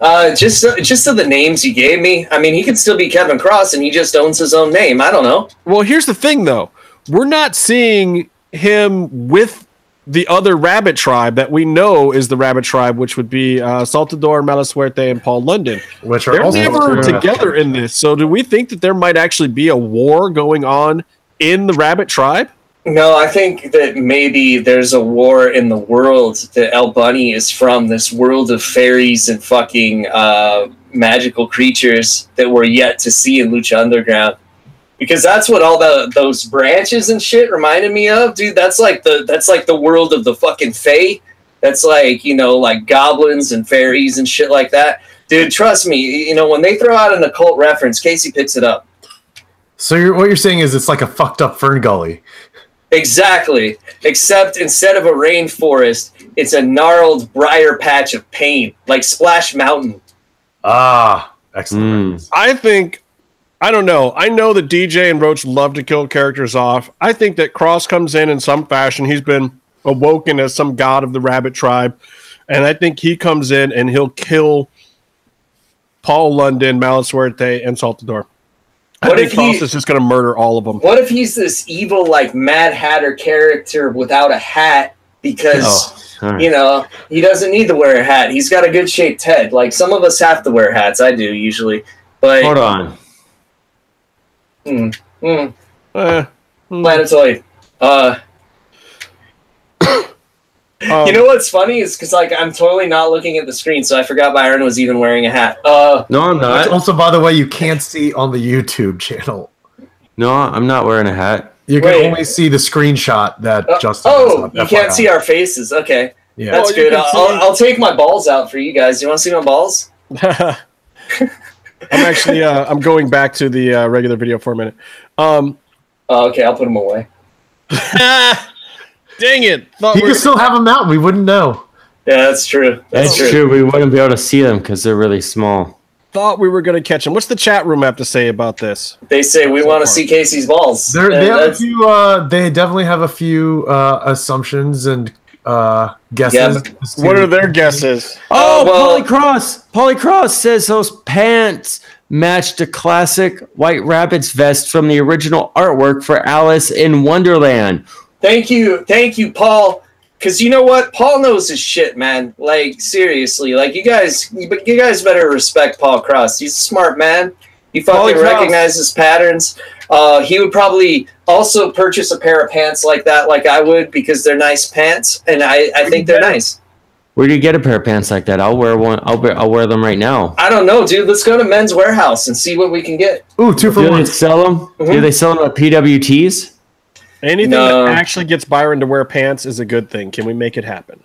S4: Uh, just just to the names he gave me. I mean, he could still be Kevin Cross, and he just owns his own name. I don't know.
S1: Well, here's the thing, though. We're not seeing him with the other rabbit tribe that we know is the rabbit tribe, which would be uh, Saltador, Malasuerte, and Paul London.
S5: which are
S1: They're
S5: also
S1: never
S5: Yeah.
S1: together in this. So, do we think that there might actually be a war going on in the rabbit tribe?
S4: No, I think that maybe there's a war in the world that El Bunny is from this world of fairies and fucking uh, magical creatures that we're yet to see in Lucha Underground. Because that's what all the those branches and shit reminded me of, dude. That's like the that's like the world of the fucking fae. That's like you know like goblins and fairies and shit like that, dude. Trust me, you know when they throw out an occult reference, Casey picks it up.
S5: So you're, what you're saying is it's like a fucked up fern gully.
S4: Exactly. Except instead of a rainforest, it's a gnarled briar patch of pain, like Splash Mountain.
S5: Ah, excellent.
S2: Mm.
S1: I think I don't know. I know that DJ and Roach love to kill characters off. I think that Cross comes in in some fashion. He's been awoken as some god of the rabbit tribe. And I think he comes in and he'll kill Paul London, Malasuerte, and Saltador. I
S4: What
S1: think
S4: if he-
S1: Cross is just going to murder all of them.
S4: What if he's this evil, like Mad Hatter character without a hat because,
S2: Oh, all right.
S4: you know, he doesn't need to wear a hat? He's got a good shaped head. Like some of us have to wear hats. I do usually. But
S2: Hold on.
S4: mm,
S1: Eh,
S4: planetoid. Uh,
S1: um,
S4: you know what's funny is because like I'm totally not looking at the screen, so I forgot Byron was even wearing a hat. Uh,
S2: No, I'm not.
S5: Also, by the way, you can't see on the YouTube channel.
S2: No, I'm not wearing a hat.
S5: You can
S4: Wait.
S5: only see the screenshot that
S4: Uh,
S5: Justin.
S4: oh,
S5: has
S4: you
S5: up,
S4: can't
S5: FYI.
S4: see our faces. Okay,
S5: Yeah.
S4: that's
S1: Well, you
S4: good.
S1: can
S4: I'll,
S1: see-
S4: I'll, I'll take my balls out for you guys. You want to see my balls?
S1: I'm actually uh, I'm going back to the uh, regular video for a minute. Um,
S4: Oh, okay, I'll put them away.
S1: dang it! Thought
S5: you
S1: we were-
S5: could still have them out. We wouldn't know.
S4: Yeah, that's true. That's,
S2: That's true. We wouldn't be able to see them because they're really small.
S1: thought we were going to catch him. What's the chat room have to say about this?
S4: They say we
S1: So
S4: want to
S1: far.
S4: see Casey's balls. And
S5: They're, they have a
S4: that's-
S5: few. Uh, they definitely have a few uh, assumptions and uh, guesses.
S4: Yeah.
S5: as to-
S1: What are their guesses?
S2: Oh,
S4: Uh, well-
S2: Polly Cross. Polly Cross says those pants matched a classic White Rabbit's vest from the original artwork for Alice in Wonderland.
S4: Thank you, thank you, Paul. Cause you know what, Paul knows his shit, man. Like seriously, like you guys, you you guys better respect Paul Cross. He's a smart man. He fucking
S2: Cross.
S4: recognizes patterns. Uh, he would probably also purchase a pair of pants like that, like I would, because they're nice pants, and I, I think they're nice.
S2: Where do you get a pair of pants like that? I'll wear one. I'll wear, I'll wear them right now.
S4: I don't know, dude. Let's go to Men's Warehouse and see what we can get.
S5: Ooh, two for
S2: Do
S5: one.
S2: they sell them? Do
S4: Mhm.
S2: they sell them at PWTs?
S1: Anything
S4: No.
S1: that actually gets Byron to wear pants is a good thing. Can we make it happen?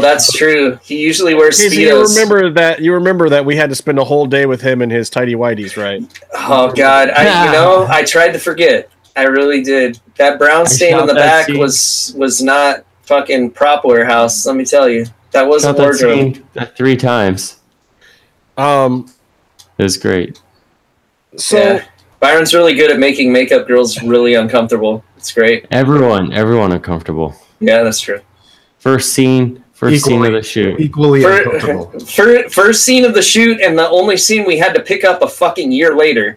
S4: that's true. He usually wears
S1: Casey, you
S4: speedos.
S1: remember that you remember that we had to spend a whole day with him and his tidy whities, right?
S4: Oh God, I you know I tried to forget. I really did. That brown stain on
S2: shot
S4: the
S2: that
S4: back
S2: scene.
S4: was was not fucking prop warehouse. Let me tell you, that was
S2: Shot
S4: not
S2: that
S4: wardrobe.
S2: scene uh, three times.
S1: Um,
S2: It was great.
S1: so
S4: yeah. Byron's really good at making makeup girls really uncomfortable. It's great.
S2: Everyone, everyone uncomfortable.
S4: Yeah, that's true.
S2: First scene, first scene of
S5: Equally.
S2: the shoot.
S5: Equally
S4: Fir-
S5: uncomfortable.
S4: fir- first scene of the shoot, and the only scene we had to pick up a fucking year later.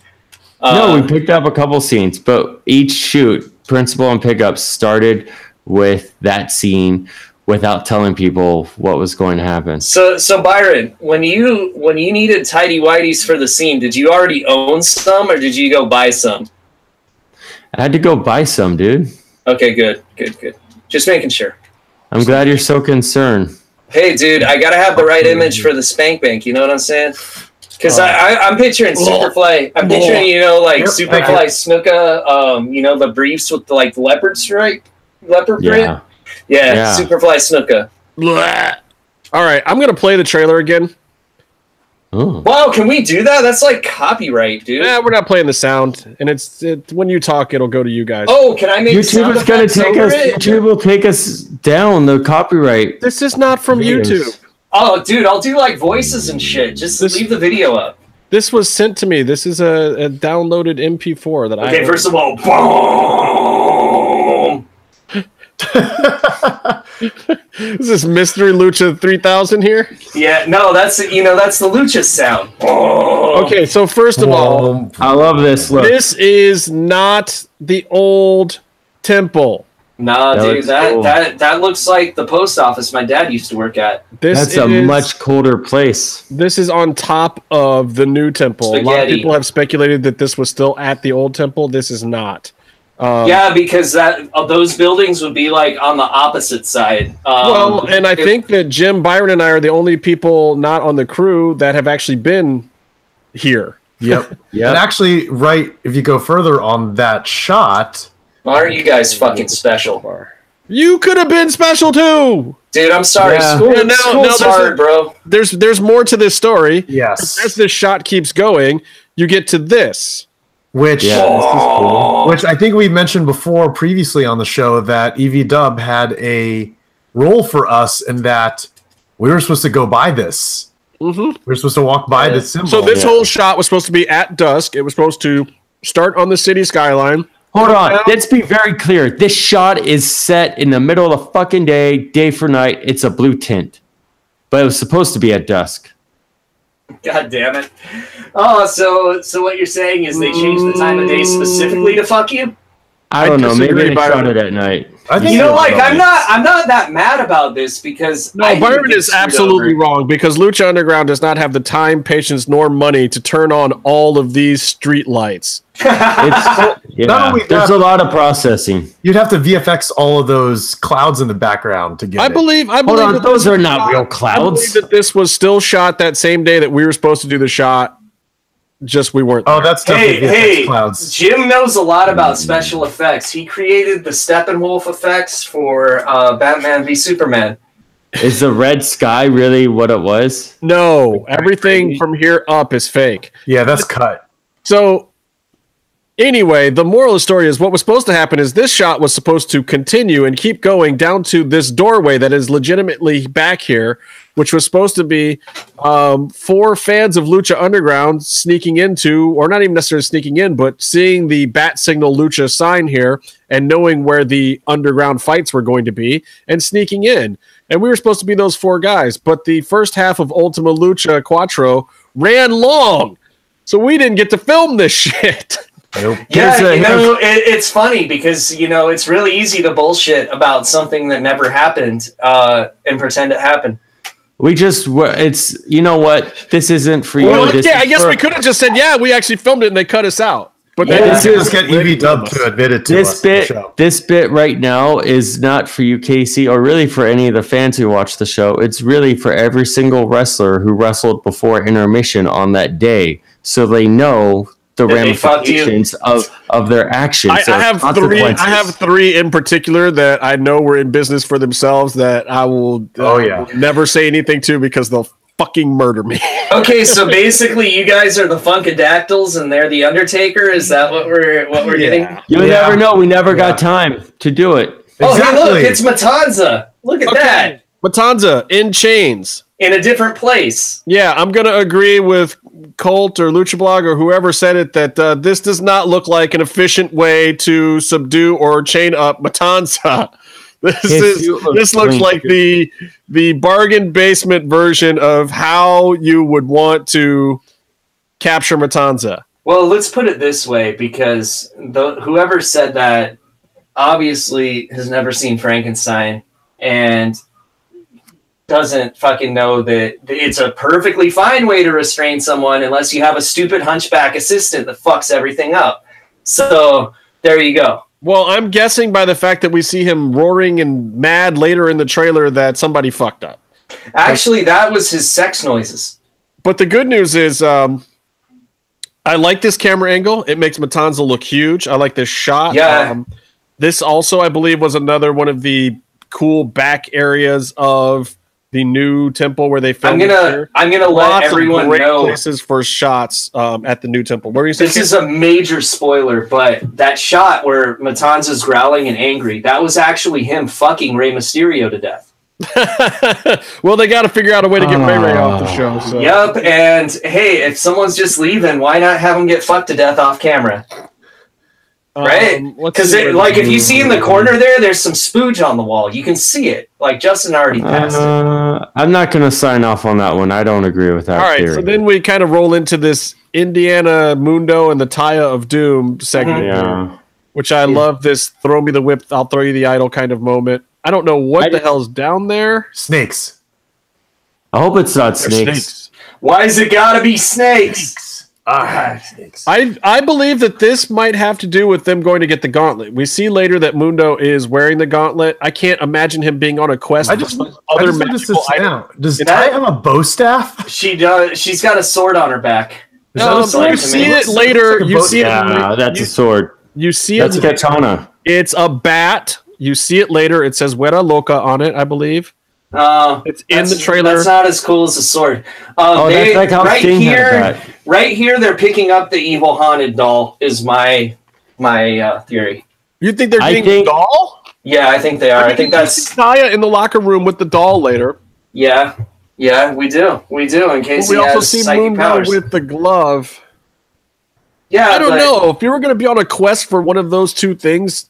S2: no,
S4: Uh,
S2: we picked up a couple scenes, but each shoot, principal and pickup, started with that scene without telling people what was going to happen.
S4: so so Byron, when you when you needed tidy whities for the scene, did you already own some or did you go buy some?
S2: I had to go buy some, dude.
S4: Okay, good, good, good. Just making sure.
S2: I'm glad you're so concerned.
S4: Hey, dude, I gotta have the right image for the spank bank. You know what I'm saying? Because I, I, I'm picturing Superfly. I'm picturing you know like
S5: Oh. Yep, thank you.
S4: Superfly Snuka. Um, you know the briefs with the, like leopard stripe, leopard print.
S2: Yeah.
S4: Yeah,
S2: Yeah.
S4: Superfly Snuka.
S1: all right, I'm gonna play the trailer again.
S2: Oh.
S4: Wow, can we do that? That's like copyright, dude.
S1: Nah, we're not playing the sound, and it's it, when you talk, it'll go to you guys.
S4: Oh, can I make
S2: YouTube
S4: sound
S2: is gonna
S4: effects
S2: take
S4: over
S2: us.
S4: it?
S2: YouTube will take us down the copyright.
S1: this is not from
S2: Yes.
S1: YouTube.
S4: Oh, dude, I'll do like voices and shit. Just
S1: This-
S4: leave the video up.
S1: This was sent to me. This is a, a downloaded MP4 that I.
S4: Okay, first of all, boom.
S1: is this Mystery Lucha 3000 here?
S4: Yeah, no, that's you know that's the lucha sound. Oh.
S1: Okay, so first of all,
S5: Whoa.
S2: I love this look.
S1: this is not the old temple.
S4: Nah,
S2: That
S4: dude,
S2: looks
S4: that
S2: cool.
S4: that that looks like the post office my dad used to work at.
S1: This
S2: That's
S1: is,
S2: a much colder place.
S1: This is on top of the new temple. A lot of
S4: Spaghetti.
S1: people have speculated that this was still at the old temple. This is not. Um,
S4: yeah, because that uh, those buildings would be like on the opposite side. Um,
S1: Well, and I
S4: it-
S1: think that Jim Byron and I are the only people not on the crew that have actually been here.
S5: Yep.
S2: Yeah.
S5: And actually, right, if you go further on that shot,
S4: aren't you guys fucking special,
S1: You could have been special too.
S4: dude? I'm sorry,
S2: Yeah.
S4: school,
S1: Yeah, now- now
S4: school's
S1: there's
S4: hard,
S1: a-
S4: bro.
S1: There's there's more to this story. As
S5: yes,
S1: this shot keeps going, you get to this.
S5: which
S2: Yeah, this is cool.
S5: which I think we mentioned before previously on the show that EV Dub had a role for us in that we were supposed to go buy this.
S4: Mm-hmm.
S5: We were supposed to walk by this symbol.
S1: So this
S2: Oh, yeah.
S1: whole shot was supposed to be at dusk. It was supposed to start on the city skyline.
S2: Hold on. Let's be very clear. This shot is set in the middle of the fucking day, day for night. It's a blue tint, but it was supposed to be at dusk.
S4: God damn it. Oh, so so what you're saying is they changed the time of day specifically to fuck you?
S2: I
S1: I
S2: don't know. Maybe
S1: disagree,
S2: they
S1: Byron.
S2: shot it at night.
S5: I think
S4: You know,
S5: it was
S4: like I'm
S5: Dub.
S4: not I'm not that mad about this because
S1: No,
S4: I didn't
S1: Byron
S4: get
S1: is
S4: screwed
S1: absolutely
S4: over.
S1: wrong because Lucha Underground does not have the time, patience, nor money to turn on all of these street lights.
S2: It's,
S5: Not
S2: yeah.
S5: only
S2: There's
S5: that-
S2: a lot of processing.
S5: You'd have to VFX all of those clouds in the background to get.
S1: I
S5: it.
S1: believe. I
S2: Hold
S1: believe.
S2: on.
S1: that-
S2: Those are not real
S1: I believe
S2: clouds.
S1: that this was still shot that same day that we were supposed to do the shot. Just we weren't.
S5: Oh, that's
S4: Hey,
S5: definitely VFX
S4: hey,
S5: clouds.
S4: Jim knows a lot
S1: Mm.
S4: about special effects. He created the Steppenwolf effects for uh, Batman v Superman.
S2: Is the red sky really what it was?
S1: no, everything from here up is fake.
S5: Yeah, that's cut.
S1: So, anyway, the moral of the story is what was supposed to happen is this shot was supposed to continue and keep going down to this doorway that is legitimately back here, which was supposed to be um, four fans of Lucha Underground sneaking into, or not even necessarily sneaking in, but seeing the bat signal Lucha sign here and knowing where the underground fights were going to be and sneaking in. And we were supposed to be those four guys, but the first half of Ultima Lucha Quattro ran long So we didn't get to film this shit.
S5: Nope.
S4: Yeah,
S2: Here's a-
S4: you know, it, it's funny because you know it's really easy to bullshit about something that never happened uh, and pretend it happened.
S2: We just were- it's you know what this isn't for you.
S1: Well,
S2: this
S1: yeah,
S2: is
S1: I guess
S2: for-
S1: we could have just said, yeah, we actually filmed it and they cut us out. But
S2: Yeah,
S1: that
S5: Let's
S1: is
S5: just get EV Dub to admit it to
S2: This
S5: us on the
S2: bit,
S5: show.
S2: this bit right now is not for you, Casey, or really for any of the fans who watch the show. It's really for every single wrestler who wrestled before intermission on that day, so they know the
S4: That they fucked you.
S2: ramifications of of their actions.
S1: I, I
S2: their
S1: have three.
S2: consequences.
S1: I have three in particular that I know were in business for themselves that I will. uh,
S5: Oh, yeah.
S1: never say anything to because they'll fucking murder me.
S4: Okay, so basically you guys are the Funkadactyls and they're the Undertaker. Is that what we're what we're getting?
S2: You
S5: Yeah.
S2: never know. We never got time to do it.
S4: Oh, hey,
S5: Exactly.
S4: look, it's Matanza. Look at that
S1: Matanza in chains.
S4: in a different place.
S1: Yeah, I'm gonna agree with Colt or Lucha Blog or whoever said it that uh, this does not look like an efficient way to subdue or chain up Matanza. This
S2: Yes,
S1: is
S2: you look
S1: this looks
S2: clean.
S1: like the the bargain basement version of how you would want to capture Matanza.
S4: Well, let's put it this way because the, whoever said that obviously has never seen Frankenstein and doesn't fucking know that it's a perfectly fine way to restrain someone unless you have a stupid hunchback assistant that fucks everything up. So there you go.
S1: Well, I'm guessing by the fact that we see him roaring and mad later in the trailer that somebody fucked up.
S4: Actually, that was his sex noises.
S1: But the good news is, um, I like this camera angle. It makes Matanza look huge. I like this shot.
S4: Yeah.
S1: Um, this also, I believe, was another one of the cool back areas of the new temple where they
S4: I'm
S1: filmed. it
S4: gonna
S1: here.
S4: I'm gonna let
S1: Lots
S4: everyone
S1: of great
S4: know
S1: places for shots um, at the new temple. What were you saying?
S4: This is a major spoiler, but that shot where Matanza's growling and angry, that was actually him fucking Rey Mysterio to death.
S1: well, they got to figure out a way to get Ray Ray off the
S2: Oh.
S1: show. So.
S4: Yup, and hey, if someone's just leaving, why not have him get fucked to death off camera? Right?
S1: Um, let's
S4: Because
S1: see what
S4: like
S1: they
S4: if you
S1: do.
S4: see in the corner there, there's some spooge on the wall. You can see it. Like Justin already passed it.
S2: Uh, I'm not going to sign off on that one. I don't agree with that.
S1: All right,
S2: theory.
S1: so then we kind of roll into this Indiana Mundo and the Taya of Doom segment,
S2: Mm-hmm. yeah,
S1: which I love. This "throw me the whip, I'll throw you the idol" kind of moment. I don't know what
S2: I
S1: the
S2: did-
S1: hell's down there.
S5: Snakes.
S2: I hope it's not snakes.
S4: Why's it gotta be snakes?
S5: Ah, snakes.
S1: I I believe that this might have to do with them going to get the gauntlet. We see later that Mundo is wearing the gauntlet. I can't imagine him being on a quest.
S5: I just,
S1: for
S5: I
S1: some other
S5: just noticed
S1: magical
S5: this
S1: item.
S5: now. Does
S4: Did I-
S5: Ty have a bow staff? Is
S4: She does she's got a sword on her back.
S5: that
S1: Um,
S5: a
S4: like
S5: sword?
S1: you
S4: to me.
S1: see it
S5: Looks-
S1: later.
S5: looks like a
S1: You
S5: bow
S1: see it.
S2: Yeah, that's
S1: you,
S2: a sword.
S1: you see
S2: That's a
S1: it.
S2: katana.
S1: It's a bat. You see it later. It says Weta Loca on it, I believe.
S4: Uh,
S1: It's in
S4: that's-
S1: the trailer.
S4: That's not as cool as the sword. Um,
S2: Oh,
S4: they,
S2: that's like how
S4: right
S2: Sting had
S4: here,
S2: that.
S4: right here, they're picking up the evil haunted doll. Is my my uh, theory?
S1: You think they're
S2: I
S1: getting
S2: think-
S1: the doll?
S4: Yeah, I think they are. I think that's
S1: Naya in the locker room with the doll later.
S4: yeah, yeah. We do, we do. In
S1: But
S4: case
S1: we
S4: he
S1: also
S4: has
S1: see
S4: psychic
S1: Mundo
S4: powers.
S1: with the glove.
S4: yeah,
S1: I don't
S4: but-
S1: know if you were going to be on a quest for one of those two things,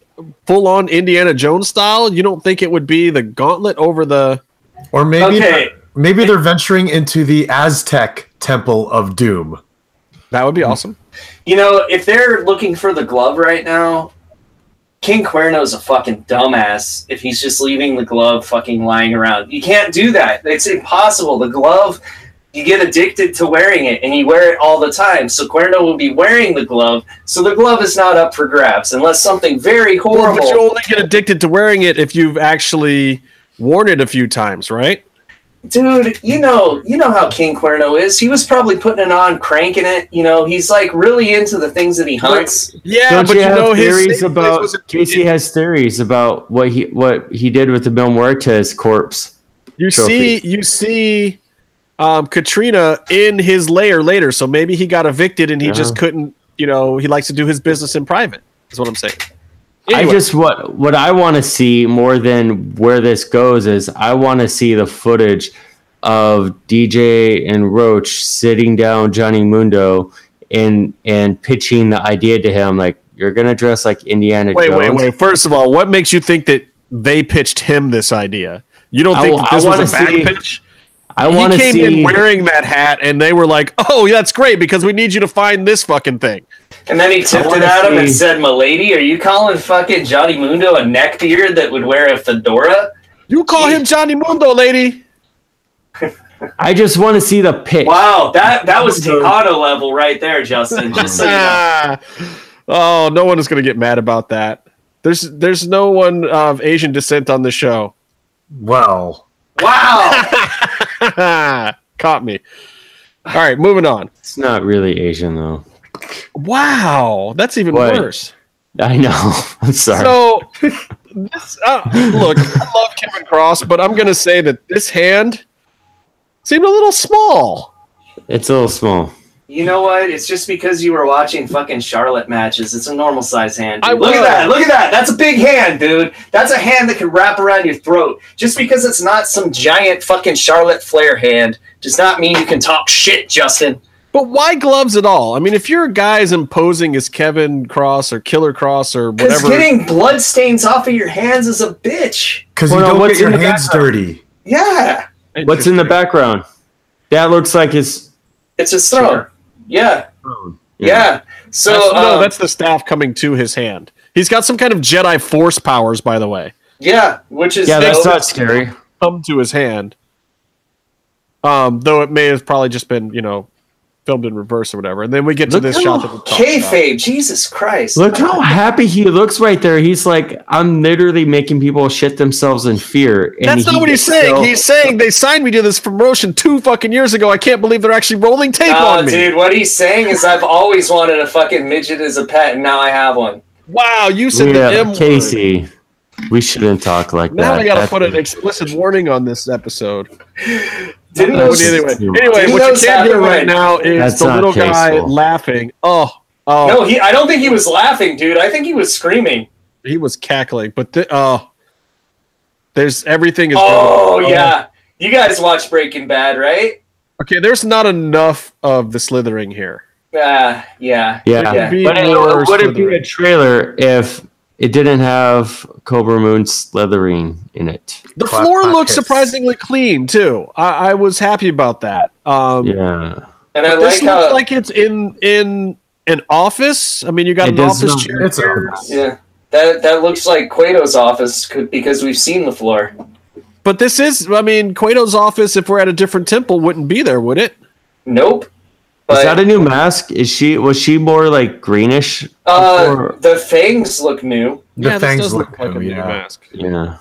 S1: full on Indiana Jones style. You don't think it would be the gauntlet over the?
S5: Or maybe
S4: Okay.
S5: maybe they're venturing into the Aztec Temple of Doom.
S1: That would be awesome.
S4: You know, if they're looking for the glove right now, King Cuerno's a fucking dumbass if he's just leaving the glove fucking lying around. You can't do that. It's impossible. The glove, you get addicted to wearing it and you wear it all the time. So Cuerno will be wearing the glove. So the glove is not up for grabs unless something very
S1: But you
S4: horrible.
S1: only get addicted to wearing it if you've actually worn it a few times, right?
S4: Dude, you know, you know how King Cuerno is. He was probably putting it on, cranking it. You know, he's like really into the things that he hunts.
S1: Yeah,
S2: Don't
S1: but
S2: you
S1: you,
S2: have
S1: know his safe
S2: theories
S1: place
S2: about
S1: was in-
S2: Casey has theories about what he what he did with the Bill Muertes corpse.
S1: You
S2: trophy.
S1: see, you see, um, Katrina in his lair later. So maybe he got evicted and he just
S2: Yeah.
S1: couldn't. You know, he likes to do his business in private. Is what I'm saying. Anyway,
S2: I just what what I want to see more than where this goes is I want to see the footage of DJ and Roach sitting down Johnny Mundo and and pitching the idea to him like you're gonna dress like Indiana
S1: wait,
S2: Jones.
S1: wait, wait. First of all, what makes you think that they pitched him this idea? You don't
S2: I
S1: think
S2: wa-
S1: that
S2: I
S1: this was
S2: wanna
S1: a back
S2: see-
S1: pitch?
S2: I
S1: He
S2: want to
S1: came in
S2: see.
S1: wearing that hat, and they were like, "Oh, that's great because we need you to find this fucking thing."
S4: And then he tipped it
S2: wanna
S4: at him and
S2: see-
S4: said, "Milady, are you calling fucking Johnny Mundo a neckbeard that would wear a fedora?"
S1: You call him Johnny Mundo, lady.
S2: I just want to see the pic.
S4: Wow, that that was Tejano level right there, Justin. Just so you know.
S1: Ah. oh, no one is going to get mad about that. There's there's no one of Asian descent on the show.
S5: Well,
S4: Wow.
S1: Caught me. All right, moving on.
S2: It's not really Asian though.
S1: Wow, that's even
S2: What?
S1: worse.
S2: I know. I'm sorry.
S1: So, this, uh, look, I love Kevin Cross, but I'm going to say that this hand seemed a little small.
S2: it's a little small.
S4: You know what? It's just because you were watching fucking Charlotte matches. It's a normal size hand. dude.
S1: I
S4: look at
S1: was.
S4: that. Look at that. That's a big hand, dude. That's a hand that can wrap around your throat. Just because it's not some giant fucking Charlotte Flair hand does not mean you can talk shit, Justin.
S1: But why gloves at all? I mean, if you're a guy as imposing as Kevin Cross or Killer Cross or
S4: Because
S1: whatever,
S4: getting blood stains off of your hands is a bitch.
S5: because
S2: Well,
S5: you
S2: no,
S5: don't
S2: what's
S5: get your
S2: in the
S5: hands dirty.
S4: Yeah.
S2: What's in the background? That looks like his.
S4: It's his throne. Yeah. Yeah. So
S1: That's- no,
S4: um,
S1: that's the staff coming to his hand. He's got some kind of Jedi Force powers, by the way.
S4: yeah, which is
S2: Yeah, that's
S4: dope.
S2: not scary.
S1: Come to his hand. Um, though it may have probably just been, you know, filmed in reverse or whatever. And then we get to
S2: Look
S1: this
S2: how
S1: shot that we talked about.
S4: kayfabe. Jesus Christ.
S2: Look how happy he looks right there. He's like, I'm literally making people shit themselves in fear. And
S1: That's
S2: he
S1: not what he's
S2: gets
S1: saying.
S2: so-
S1: He's saying they signed me to this promotion two fucking years ago. I can't believe they're actually rolling tape
S4: Oh,
S1: on me.
S4: dude, what he's saying is I've always wanted a fucking midget as a pet, and now I have one.
S1: Wow, you said the M
S2: yeah,
S1: word.
S2: Casey. We shouldn't talk like
S1: Now
S2: that.
S1: I gotta
S2: That's-
S1: put an explicit warning on this episode.
S4: Didn't
S1: But
S4: those,
S2: That's
S1: anyway,
S2: too much.
S1: anyway,
S4: He
S1: what
S4: knows
S1: you
S4: how
S1: can't
S4: to
S1: do right
S4: win.
S1: now is
S2: That's
S1: the
S2: not
S1: little guy
S2: tasteful.
S1: laughing. Oh, oh,
S4: no, he, I don't think he was laughing, dude. I think he was screaming.
S1: he was cackling. But the, oh, there's everything is.
S4: Oh,
S1: broken.
S4: yeah. You guys watch Breaking Bad, right?
S1: Okay, there's not enough of the slithering here.
S4: Uh, yeah.
S2: Yeah.
S4: Yeah.
S1: Be
S2: But it,
S1: more
S2: would it be
S1: slithering.
S2: a trailer if it didn't have Cobra Moon slithering in it?
S1: The
S5: Clap
S1: floor
S5: clap
S1: looks
S5: hits.
S1: surprisingly clean too. I, I was happy about that. Um,
S2: Yeah.
S4: And I
S1: this
S4: like how.
S1: looks like it's in in an office. I mean, you got
S2: It
S1: an
S2: does
S1: office
S2: not-
S1: chair.
S5: It's a,
S4: yeah. That, that looks like Quato's office could, because we've seen the floor.
S1: But this is, I mean, Quato's office, if we're at a different temple, wouldn't be there, would it?
S4: Nope. But
S2: Is that a new mask? Is she was she more like greenish?
S4: uh,
S2: before?
S4: the fangs look new.
S5: the
S1: yeah, this
S5: fangs
S1: does
S5: look,
S1: look like
S5: new,
S1: a new
S5: yeah.
S1: mask.
S2: yeah.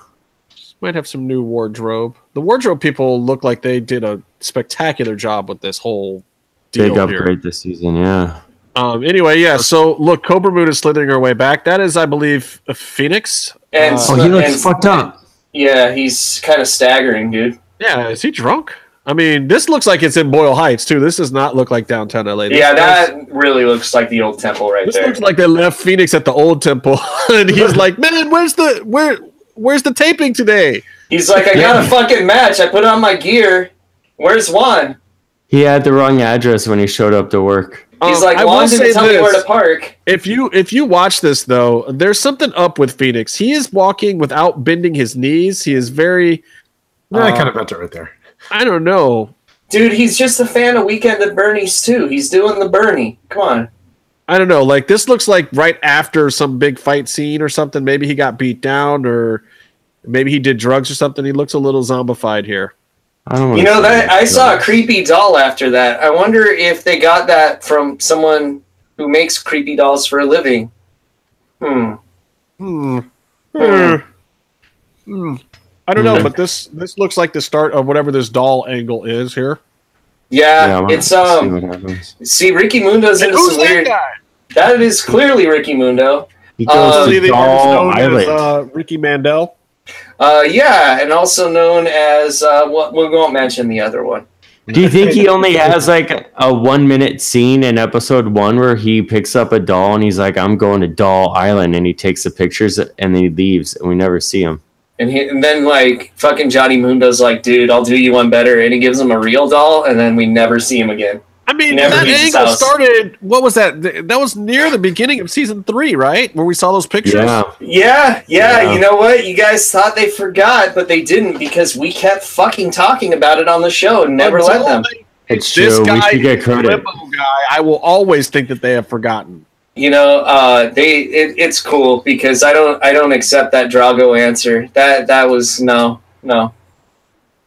S1: Might have some new wardrobe. The wardrobe people look like they did a spectacular job with this whole deal
S2: Big
S1: here.
S2: upgrade this season, yeah.
S1: Um, anyway, yeah. So look, Cobra Moon is slithering her way back. That is, I believe, a Phoenix.
S4: And
S1: Uh,
S2: Oh, he looks
S4: and-
S2: fucked up.
S4: Yeah, he's kind of staggering, dude.
S1: Yeah, is he drunk? I mean, this looks like it's in Boyle Heights too. This does not look like downtown LA. This
S4: yeah,
S1: does-
S4: that really looks like the old temple right
S1: This
S4: there.
S1: looks like they left Phoenix at the old temple, and he's like, "Man, where's the where? Where's the taping today?"
S4: He's like, I got a
S2: Yeah.
S4: fucking match. I put on my gear. Where's Juan?
S2: He had the wrong address when he showed up to work.
S4: He's
S1: Um,
S4: like,
S1: I
S4: Juan
S1: will
S4: didn't
S1: say
S4: tell me
S1: this.
S4: where to park.
S1: If you if you watch this though, there's something up with Phoenix. He is walking without bending his knees. He is very
S5: I kind of bent it right there.
S1: I don't know.
S4: Dude, he's just a fan of Weekend at Bernie's too. He's doing the Bernie. Come on.
S1: I don't know. Like this looks like right after some big fight scene or something. Maybe he got beat down or maybe he did drugs or something. He looks a little zombified here.
S2: I
S1: Oh,
S2: don't
S4: You know that I saw a
S2: it.
S4: creepy doll after that. I wonder if they got that from someone who makes creepy dolls for a living. Hmm.
S1: Hmm.
S4: Hmm.
S1: Hmm. I don't know,
S2: Hmm.
S1: but this this looks like the start of whatever this doll angle is here.
S4: Yeah, it's um.
S2: happens.
S4: See, Ricky Mundo's into some weird. That is clearly Ricky Mundo.
S2: He
S4: uh,
S2: goes
S1: Formerly
S2: to
S1: the artist
S2: Doll
S1: known as,
S2: Island.
S1: uh, Ricky Mandel.
S4: Uh, yeah, and also known as uh, what we won't mention the other one.
S2: Do you think he only has like a one minute scene in episode one where he picks up a doll and he's like, "I'm going to Doll Island," and he takes the pictures and then he leaves and we never see him.
S4: And, he, and then like fucking Johnny Mundo's like, dude, I'll do you one better, and he gives him a real doll, and then we never see him again.
S1: I mean,
S4: Never
S1: that
S4: leaves his
S1: angle
S4: house.
S1: started. What was that? Th- That was near the beginning of season three, right? Where we saw those pictures.
S2: Yeah.
S4: Yeah, yeah,
S2: Yeah.
S4: You know what? You guys thought they forgot, but they didn't because we kept fucking talking about it on the show and never
S1: Until
S4: let them.
S1: they-
S2: It's
S1: This
S2: true. We
S1: guy,
S2: should get credit.
S1: Limbo guy, I will always think that they have forgotten.
S4: You know, uh, they it, it's cool because I don't I don't accept that Drago answer. That that was no no.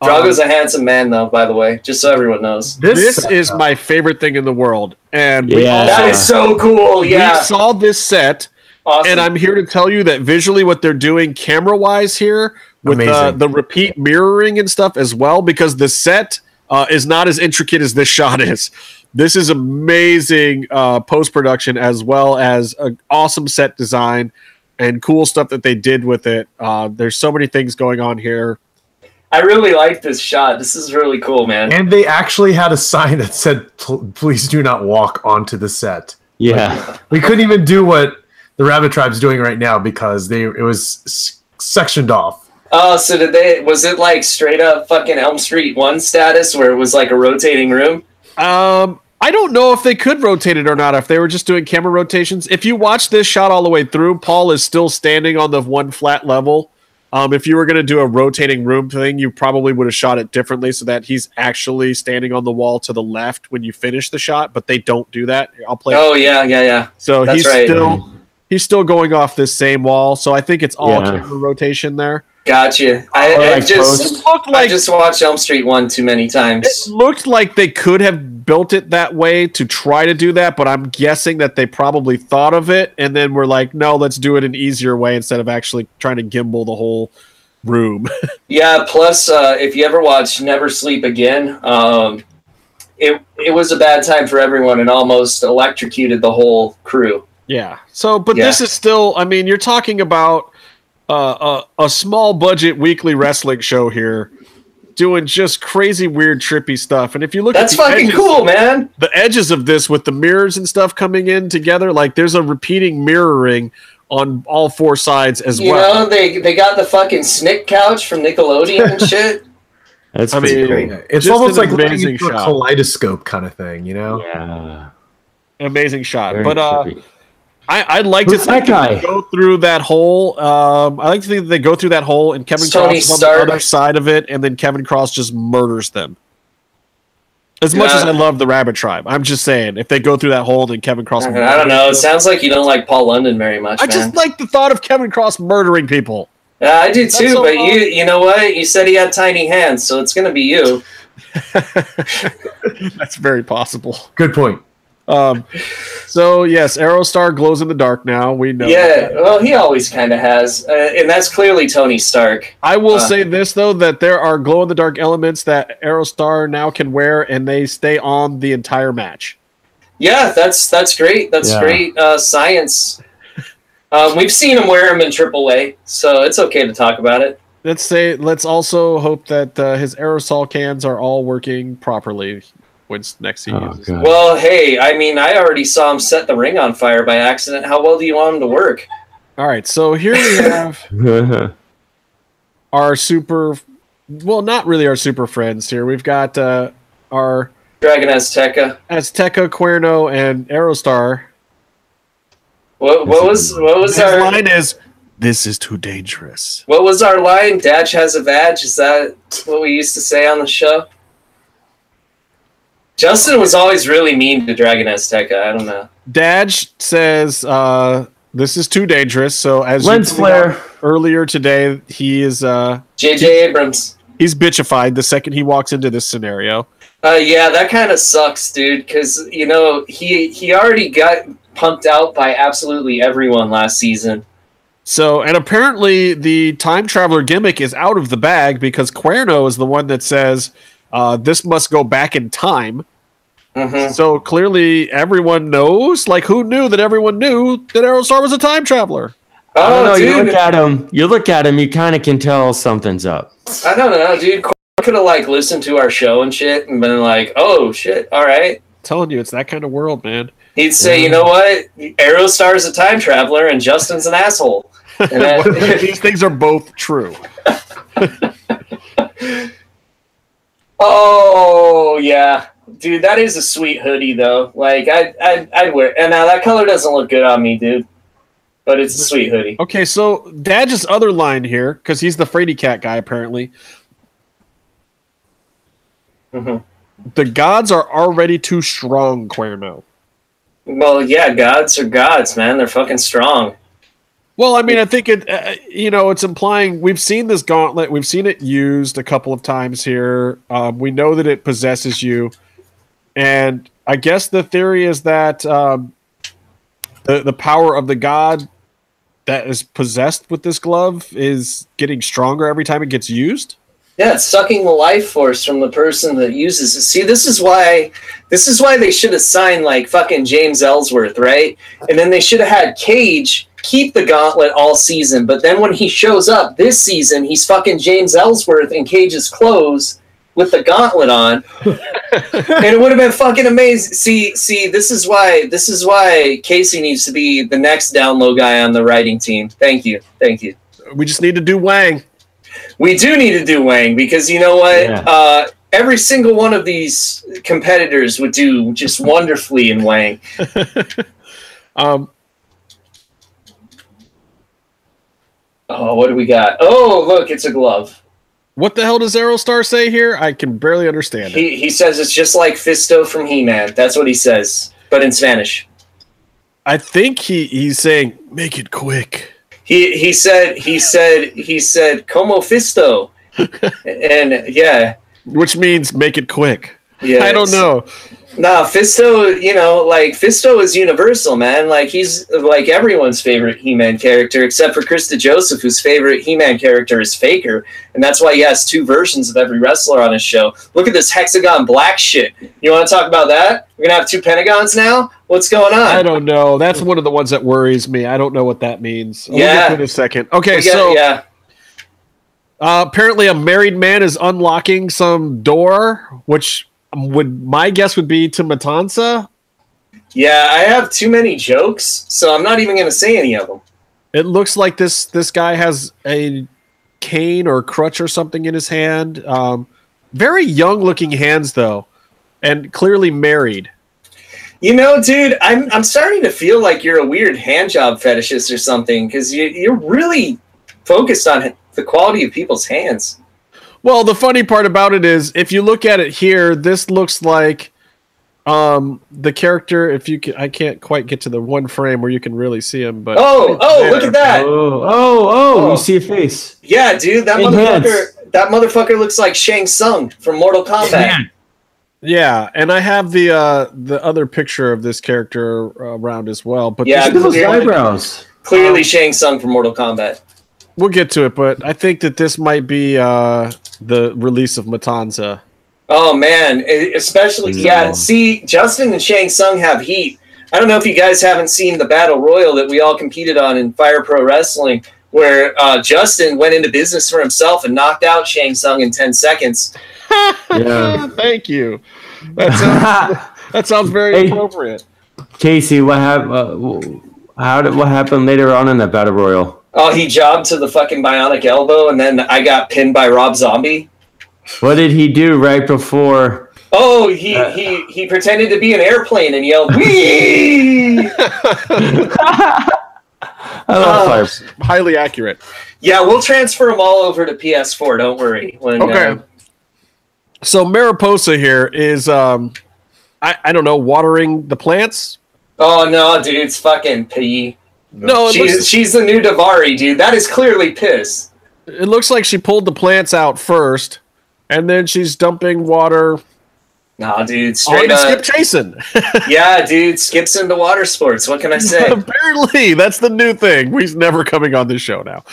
S4: Drago's a handsome man though, by the way, just so everyone knows.
S1: This, is my favorite thing in the world, and we,
S2: Yeah.
S1: all-
S4: That is so cool.
S1: we
S4: Yeah,
S1: saw this set.
S4: awesome.
S1: and I'm here to tell you that visually, what they're doing camera wise here with uh,
S5: Amazing.
S1: the repeat mirroring and stuff as well, because the set uh, is not as intricate as this shot is. This is amazing uh, post production as well as an awesome set design and cool stuff that they did with it. Uh, there's so many things going on here.
S4: I really like this shot. This is really cool, man.
S5: And they actually had a sign that said, "Pl- "Please do not walk onto the set."
S2: Yeah.
S5: We couldn't even do what the Rabbit Tribe's doing right now because they it was s- sectioned off.
S4: Oh, so did they? Was it like straight up fucking Elm Street One status where it was like a rotating room?
S1: Um, I don't know if they could rotate it or not, if they were just doing camera rotations. If you watch this shot all the way through, Paul is still standing on the one flat level. Um, if you were going to do a rotating room thing, you probably would have shot it differently so that he's actually standing on the wall to the left when you finish the shot, but they don't do that. I'll play.
S4: Oh yeah, yeah, yeah.
S1: so
S4: that's
S1: he's
S4: right.
S1: still he's still going off this same wall. So I think it's all
S2: Yeah.
S1: camera rotation there.
S4: Gotcha. I,
S2: Or
S4: I
S2: like
S4: just
S2: post.
S1: Looked
S4: I
S1: like
S4: just watched Elm Street One too many
S1: It
S4: times.
S1: looked like they could have built it that way to try to do that, but I'm guessing that they probably thought of it and then were like, no, let's do it an easier way instead of actually trying to gimbal the whole room.
S4: Yeah. Plus, uh, if you ever watch Never Sleep Again, um, it it was a bad time for everyone and almost electrocuted the whole crew.
S1: yeah. So, but this
S4: Yeah.
S1: is still, I mean, you're talking about uh, a, a small budget weekly wrestling show here doing just crazy, weird, trippy stuff. And if you look
S4: That's
S1: at the
S4: fucking
S1: edges-
S4: cool, man.
S1: the edges of this with the mirrors and stuff coming in together, like there's a repeating mirroring on all four sides as
S4: You
S1: well.
S4: know they they got the fucking Snick couch from Nickelodeon and shit.
S2: That's
S1: I
S2: pretty
S1: mean-
S2: cool.
S5: It's
S1: Just
S5: almost
S1: an
S5: like looking
S1: amazing
S5: into a
S1: shot.
S5: kaleidoscope kind of thing, you know?
S2: Yeah.
S1: amazing shot.
S2: Very
S1: but uh,
S2: trippy.
S1: I, I'd like
S2: Who's
S1: to think
S2: that
S1: that they
S2: guy?
S1: go through that hole. Um, I like to think that they go through that hole, and Kevin
S4: Tony
S1: Cross is on
S4: Stark.
S1: the other side of it, and then Kevin Cross just murders them. As much as
S4: Yeah.
S1: I love the Rabbit Tribe, I'm just saying if they go through that hole, then Kevin Cross.
S4: I don't know. It
S1: murders them.
S4: sounds like you don't like Paul London very much,
S1: I
S4: man.
S1: just like the thought of Kevin Cross murdering people.
S4: Yeah, I do
S1: That's
S4: too,
S1: so
S4: but
S1: long.
S4: you you know what? You said he had tiny hands, so it's gonna be you.
S1: That's very possible.
S5: Good point.
S1: Um, so yes, Aerostar glows in the dark. Now we know.
S4: Yeah, well, he always kind of has, uh, and that's clearly Tony Stark.
S1: I will
S4: Uh.
S1: say this though that there are glow in the dark elements that Aerostar now can wear, and they stay on the entire match.
S4: Yeah, that's that's great. That's
S2: Yeah.
S4: great uh, science. Um, we've seen him wear him in AAA, so it's okay to talk about it.
S1: Let's say let's also hope that uh, his aerosol cans are all working properly when s- next he
S2: Oh,
S1: uses.
S2: God.
S1: them.
S4: Well, hey, I mean, I already saw him set the ring on fire by accident. How well do you want him to work?
S1: All right, so here we have our super. Well, not really our super friends here. We've got uh, our
S4: Dragon Azteca.
S1: Azteca, Cuerno, and Aerostar.
S4: What, what was what was
S1: His
S4: our
S1: line is, "This is too dangerous."
S4: what was our line? Dash has a badge. Is that what we used to say on the show? Justin was always really mean to Dragon Azteca. I don't know.
S1: Dadge says, uh, "This is too dangerous." So as you
S2: Lens
S1: pointed out
S2: flare.
S1: earlier today, he is uh,
S4: JJ Abrams.
S1: he's bitchified the second he walks into this scenario.
S4: Uh, yeah, that kind of sucks, dude. Because you know he he already got pumped out by absolutely everyone last season.
S1: So, and apparently the time traveler gimmick is out of the bag because Cuerno is the one that says uh, this must go back in time.
S4: hmm
S1: So clearly everyone knows. Like, who knew that everyone knew that Aerostar was a time traveler?
S4: Oh,
S2: I don't know. You
S4: dude,
S2: look at him. You look at him. You kind of can tell something's up.
S4: I don't know, dude. Could have like listened to our show and shit, and been like, "Oh shit, all right."
S1: telling you, it's that kind of world, man.
S4: He'd say, "You know what?
S2: Mm-hmm.
S4: Aerostar's a time traveler, and Justin's an asshole." And that-
S1: These things are both true.
S4: Oh yeah, Dude, that is a sweet hoodie though. Like I, I, I'd wear. And now that color doesn't look good on me, dude. But it's a sweet hoodie.
S1: Okay, so Dadge's other line here, because he's the Frady Cat guy apparently.
S4: Mhm.
S1: The gods are already too strong, Cuerno.
S4: Well, yeah, gods are gods, man. They're fucking strong.
S1: Well, I mean, I think it, uh, you know, it's implying we've seen this gauntlet, we've seen it used a couple of times here. Um, we know that it possesses you, and I guess the theory is that um, the the power of the god that is possessed with this glove is getting stronger every time it gets used.
S4: Yeah, it's sucking the life force from the person that uses it. See, this is why this is why they should have signed like fucking James Ellsworth, right? And then they should have had Cage keep the gauntlet all season, but then when he shows up this season, he's fucking James Ellsworth in Cage's clothes with the gauntlet on. and it would have been fucking amazing. See, see, this is why this is why Casey needs to be the next down low guy on the writing team. Thank you. Thank you.
S1: We just need to do Wang.
S4: We do need to do Wang because you know what?
S2: Yeah.
S4: Uh, every single one of these competitors would do just wonderfully in Wang.
S1: Um,
S4: Oh, what do we got? Oh, look, it's a glove.
S1: what the hell does Aerostar say here? I can barely understand it.
S4: He, he says it's just like Fisto from He Man. That's what he says, but in Spanish.
S1: I think he he's saying make it quick.
S4: He he said he said he said como Fisto, and yeah.
S1: Which means make it quick.
S4: Yeah,
S1: I don't
S4: it's-
S1: know.
S4: Nah, Fisto, you know, like Fisto is universal, man. Like he's like everyone's favorite He-Man character, except for Krista Joseph, whose favorite He-Man character is Faker, and that's why he has two versions of every wrestler on his show. Look at this hexagon black shit. You want to talk about that? We're gonna have two pentagons now. What's going on?
S1: I don't know. That's one of the ones that worries me. I don't know what that means. We'll get
S4: Yeah.
S1: to it in a second. Okay,
S4: We got-
S1: so
S4: yeah,
S1: uh, apparently a married man is unlocking some door, which would my guess would be to Matanza.
S4: yeah, I have too many jokes, so I'm not even gonna say any of them.
S1: It looks like this this guy has a cane or crutch or something in his hand. Um, very young looking hands though, and clearly married.
S4: You know, dude, I'm I'm starting to feel like you're a weird hand job fetishist or something because you you're really focused on the quality of people's hands.
S1: Well, the funny part about it is, if you look at it here, this looks like um the character. If you can, I can't quite get to the one frame where you can really see him, but
S4: Oh, oh, look at that!
S2: Oh, oh, oh,
S4: Oh.
S2: you see a face.
S4: Yeah, dude, that
S2: Enhance.
S4: motherfucker, that motherfucker looks like Shang Tsung from Mortal Kombat.
S1: yeah, and I have the uh the other picture of this character uh, around as well. But
S4: Yeah,
S2: Look at those
S4: Yeah.
S2: eyebrows.
S4: Clearly, Shang Tsung from Mortal Kombat.
S1: we'll get to it. But I think that this might be uh the release of Matanza.
S4: Oh man, e- especially
S2: Mm.
S4: yeah. See, Justin and Shang Tsung have heat. I don't know if you guys haven't seen the battle royal that we all competed on in Fire Pro Wrestling, where uh, Justin went into business for himself and knocked out Shang Tsung in ten seconds.
S2: Yeah.
S1: Thank you. That sounds, that sounds very
S2: Hey.
S1: appropriate.
S2: Casey, what happened? Uh, w- how did what happened later on in that battle royal?
S4: Oh, he jobbed to the fucking bionic elbow, and then I got pinned by Rob Zombie.
S2: What did he do right before?
S4: Oh, he he he pretended to be an airplane and yelled "Wee!"
S2: I love
S4: Oh.
S2: fire.
S1: Highly accurate.
S4: yeah, we'll transfer them all over to PS4. Don't worry. When, uh,
S1: Okay. So Mariposa here is um I, I don't know, watering the plants?
S4: oh no, dude, it's fucking pee.
S1: No, Oh, it
S4: She's,
S1: looks,
S4: she's the new Davari, dude. That is clearly piss.
S1: it looks like she pulled the plants out first and then she's dumping water
S4: Nah, dude,
S1: on
S4: straight
S1: to
S4: up.
S1: Skip Jason.
S4: Yeah, dude, skips into water sports. What can I say?
S1: Apparently, that's the new thing. He's never coming on this show now.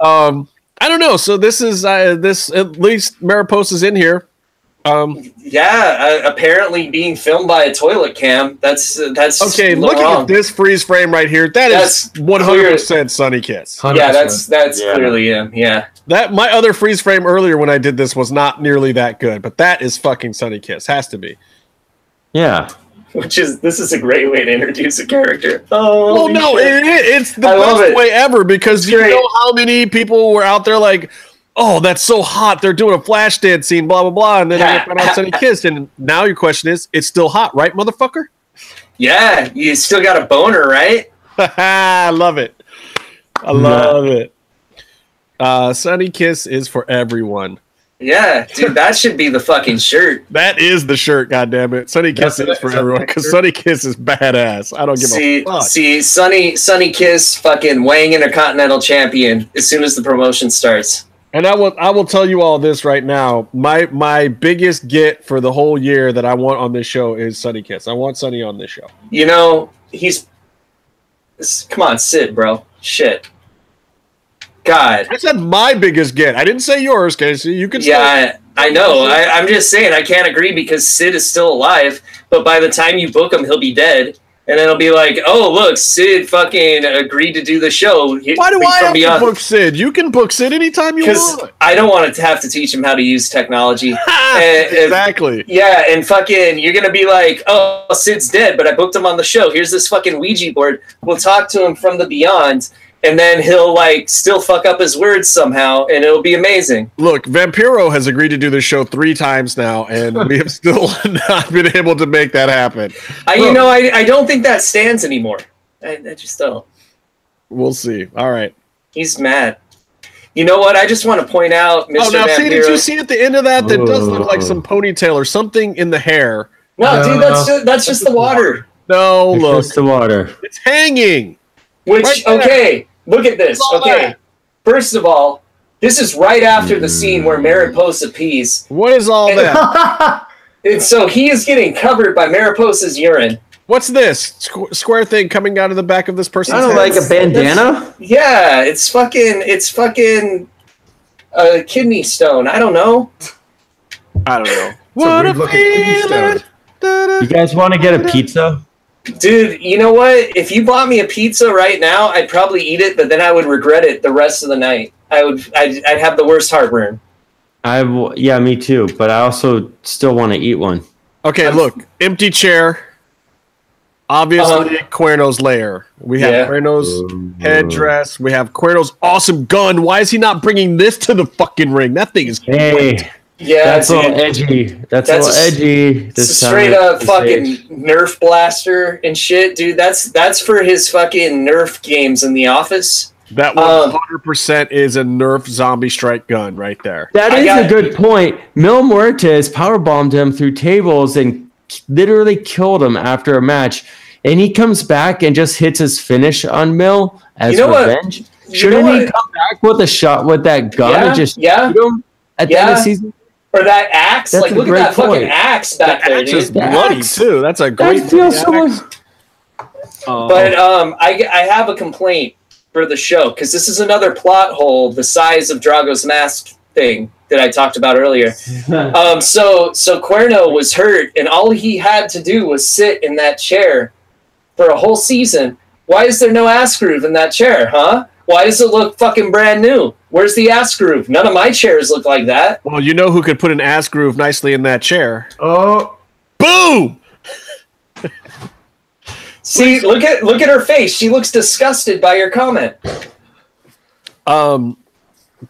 S1: um I don't know. So this is uh, this at least Mariposa's in here. Um
S4: yeah, uh, apparently being filmed by a toilet cam. That's uh, that's
S1: okay,
S4: l-
S1: looking
S4: wrong.
S1: at this freeze frame right here, that is
S4: That's
S1: 100% Sunny Kiss.
S4: Yeah, that's that's
S2: Yeah.
S4: clearly him. Yeah.
S1: That my other freeze frame earlier when I did this was not nearly that good, but that is fucking Sunny Kiss. Has to be.
S2: Yeah.
S4: Which is this is a great way to introduce a character. Oh
S1: Well, no, it, it- it's the
S4: I love
S1: best
S4: it.
S1: way ever because
S4: It's
S1: you
S4: great.
S1: know how many people were out there like, oh, that's so hot. They're doing a flash dance scene, blah, blah, blah. And then I find out Sonny kissed. And now your question is, it's still hot, right, motherfucker?
S4: Yeah, you still got a boner, right?
S1: I love it. I love it. Uh, Sunny Kiss is for everyone.
S4: Yeah, dude, that should be the fucking shirt.
S1: That is the shirt, goddammit. Sunny Kiss
S5: That's-
S1: is for
S5: that's a
S1: everyone
S5: nice
S1: because
S5: shirt.
S1: Sunny Kiss is badass. I don't give
S4: See,
S1: a fuck.
S4: see, Sunny, Sunny Kiss, fucking weighing in a Continental Champion as soon as the promotion starts.
S1: And I will I will tell you all this right now. My my biggest get for the whole year that I want on this show is Sunny Kiss. I want Sunny on this show.
S4: You know, he's. s- Come on, Sid, bro. Shit. God.
S1: I said my biggest get. I didn't say yours, Casey. You can say
S4: Yeah, I, I know. I, I'm just saying I can't agree because Sid is still alive, but by the time you book him, he'll be dead. And it'll be like, oh, look, Sid fucking agreed to do the show. He-
S1: why do
S4: from
S1: I have
S4: beyond-
S1: to book Sid? You can book Sid anytime you
S4: because
S1: want.
S4: I don't want to have to teach him how to use technology. Eh,
S1: Ha!
S4: And- and-
S1: Eh, exactly.
S4: yeah, and fucking, you're gonna be like, oh, Sid's dead, but I booked him on the show. Here's this fucking Ouija board. We'll talk to him from the beyond, and then he'll like still fuck up his words somehow, and it'll be amazing.
S1: Look, Vampiro has agreed to do this show three times now, and we have still not been able to make that happen.
S4: I, you
S1: Look.
S4: know, I, I don't think that stands anymore. I, I just don't.
S1: We'll see. All right.
S4: He's mad. You know what? I just want to point out, Mr.
S1: Oh, now see, did
S4: Vampiro- Oh.
S1: you see at the end of that? That does look like
S5: Ooh.
S1: some ponytail or something in the hair.
S4: No,
S5: No,
S4: dude,
S5: no,
S4: that's
S5: no.
S4: just, that's just the water.
S1: No,
S2: It
S1: look,
S2: goes to water.
S1: it's hanging. Right
S4: Which
S1: there.
S4: okay, look at this.
S1: It's all
S4: Okay,
S1: that.
S4: first of all, this is right after the scene
S1: Mm.
S4: where Mariposa pees,
S1: What is all
S4: And-
S1: that?
S4: and so he is getting covered by Mariposa's urine.
S1: What's this Squ- square thing coming out of the back of this person's
S2: I don't
S1: head?
S2: like a bandana.
S4: Yeah, it's fucking, it's fucking a kidney stone. I don't know.
S1: I don't know.
S5: What a weird-looking kidney stone.
S2: You guys want to get a pizza?
S4: Dude, you know what? If you bought me a pizza right now, I'd probably eat it, but then I would regret it the rest of the night. I would, I'd, I'd have the worst heartburn.
S2: I w- yeah, me too. But I also still want to eat one.
S1: Okay, look, empty chair. Obviously,
S2: Uh-huh.
S1: Cuerno's lair. We have
S4: Yeah.
S1: Cuerno's headdress. We have Cuerno's awesome gun. Why is he not bringing this to the fucking ring? That thing is.
S2: Hey,
S4: Yeah,
S2: that's a
S4: dude.
S2: little edgy. That's,
S4: That's
S2: a
S4: a
S2: little
S4: s-
S2: edgy.
S4: It's a
S2: This time
S4: straight
S2: of
S4: up
S2: this
S4: fucking
S2: age.
S4: Nerf blaster and shit, dude. That's that's for his fucking Nerf games in the office.
S1: That
S4: Um,
S1: 100% is a Nerf zombie strike gun right there.
S2: That
S4: I
S2: is
S4: got-
S2: a good point. Mil Muertes powerbombed him through tables and k- literally killed him after a match. And he comes back and just hits his finish on Mill as
S4: You know what?
S2: revenge.
S4: You
S2: Shouldn't
S4: know
S2: he
S4: what?
S2: come back with a shot with that gun
S4: Yeah,
S2: and just
S4: yeah.
S2: shoot him at the end of
S4: Yeah.
S2: the season?
S4: Or that axe?
S2: That's
S4: like,
S2: a
S4: look at
S2: great
S4: that
S2: point.
S4: fucking axe back there,
S1: That's just
S4: dude.
S1: bloody,
S2: axe.
S1: too. That's a
S2: I
S1: great.
S2: feel so
S1: axe.
S2: much.
S1: Um,
S4: But um, I I have a complaint for the show because this is another plot hole the size of Drago's mask thing that I talked about earlier. um, so so Cuerno was hurt, and all he had to do was sit in that chair for a whole season. Why is there no ass groove in that chair, huh? Why does it look fucking brand new? Where's the ass groove? None of my chairs look like that.
S1: well, you know who could put an ass groove nicely in that chair?
S5: oh,
S1: Boom!
S4: See, look at look at her face. She looks disgusted by your comment.
S1: Um,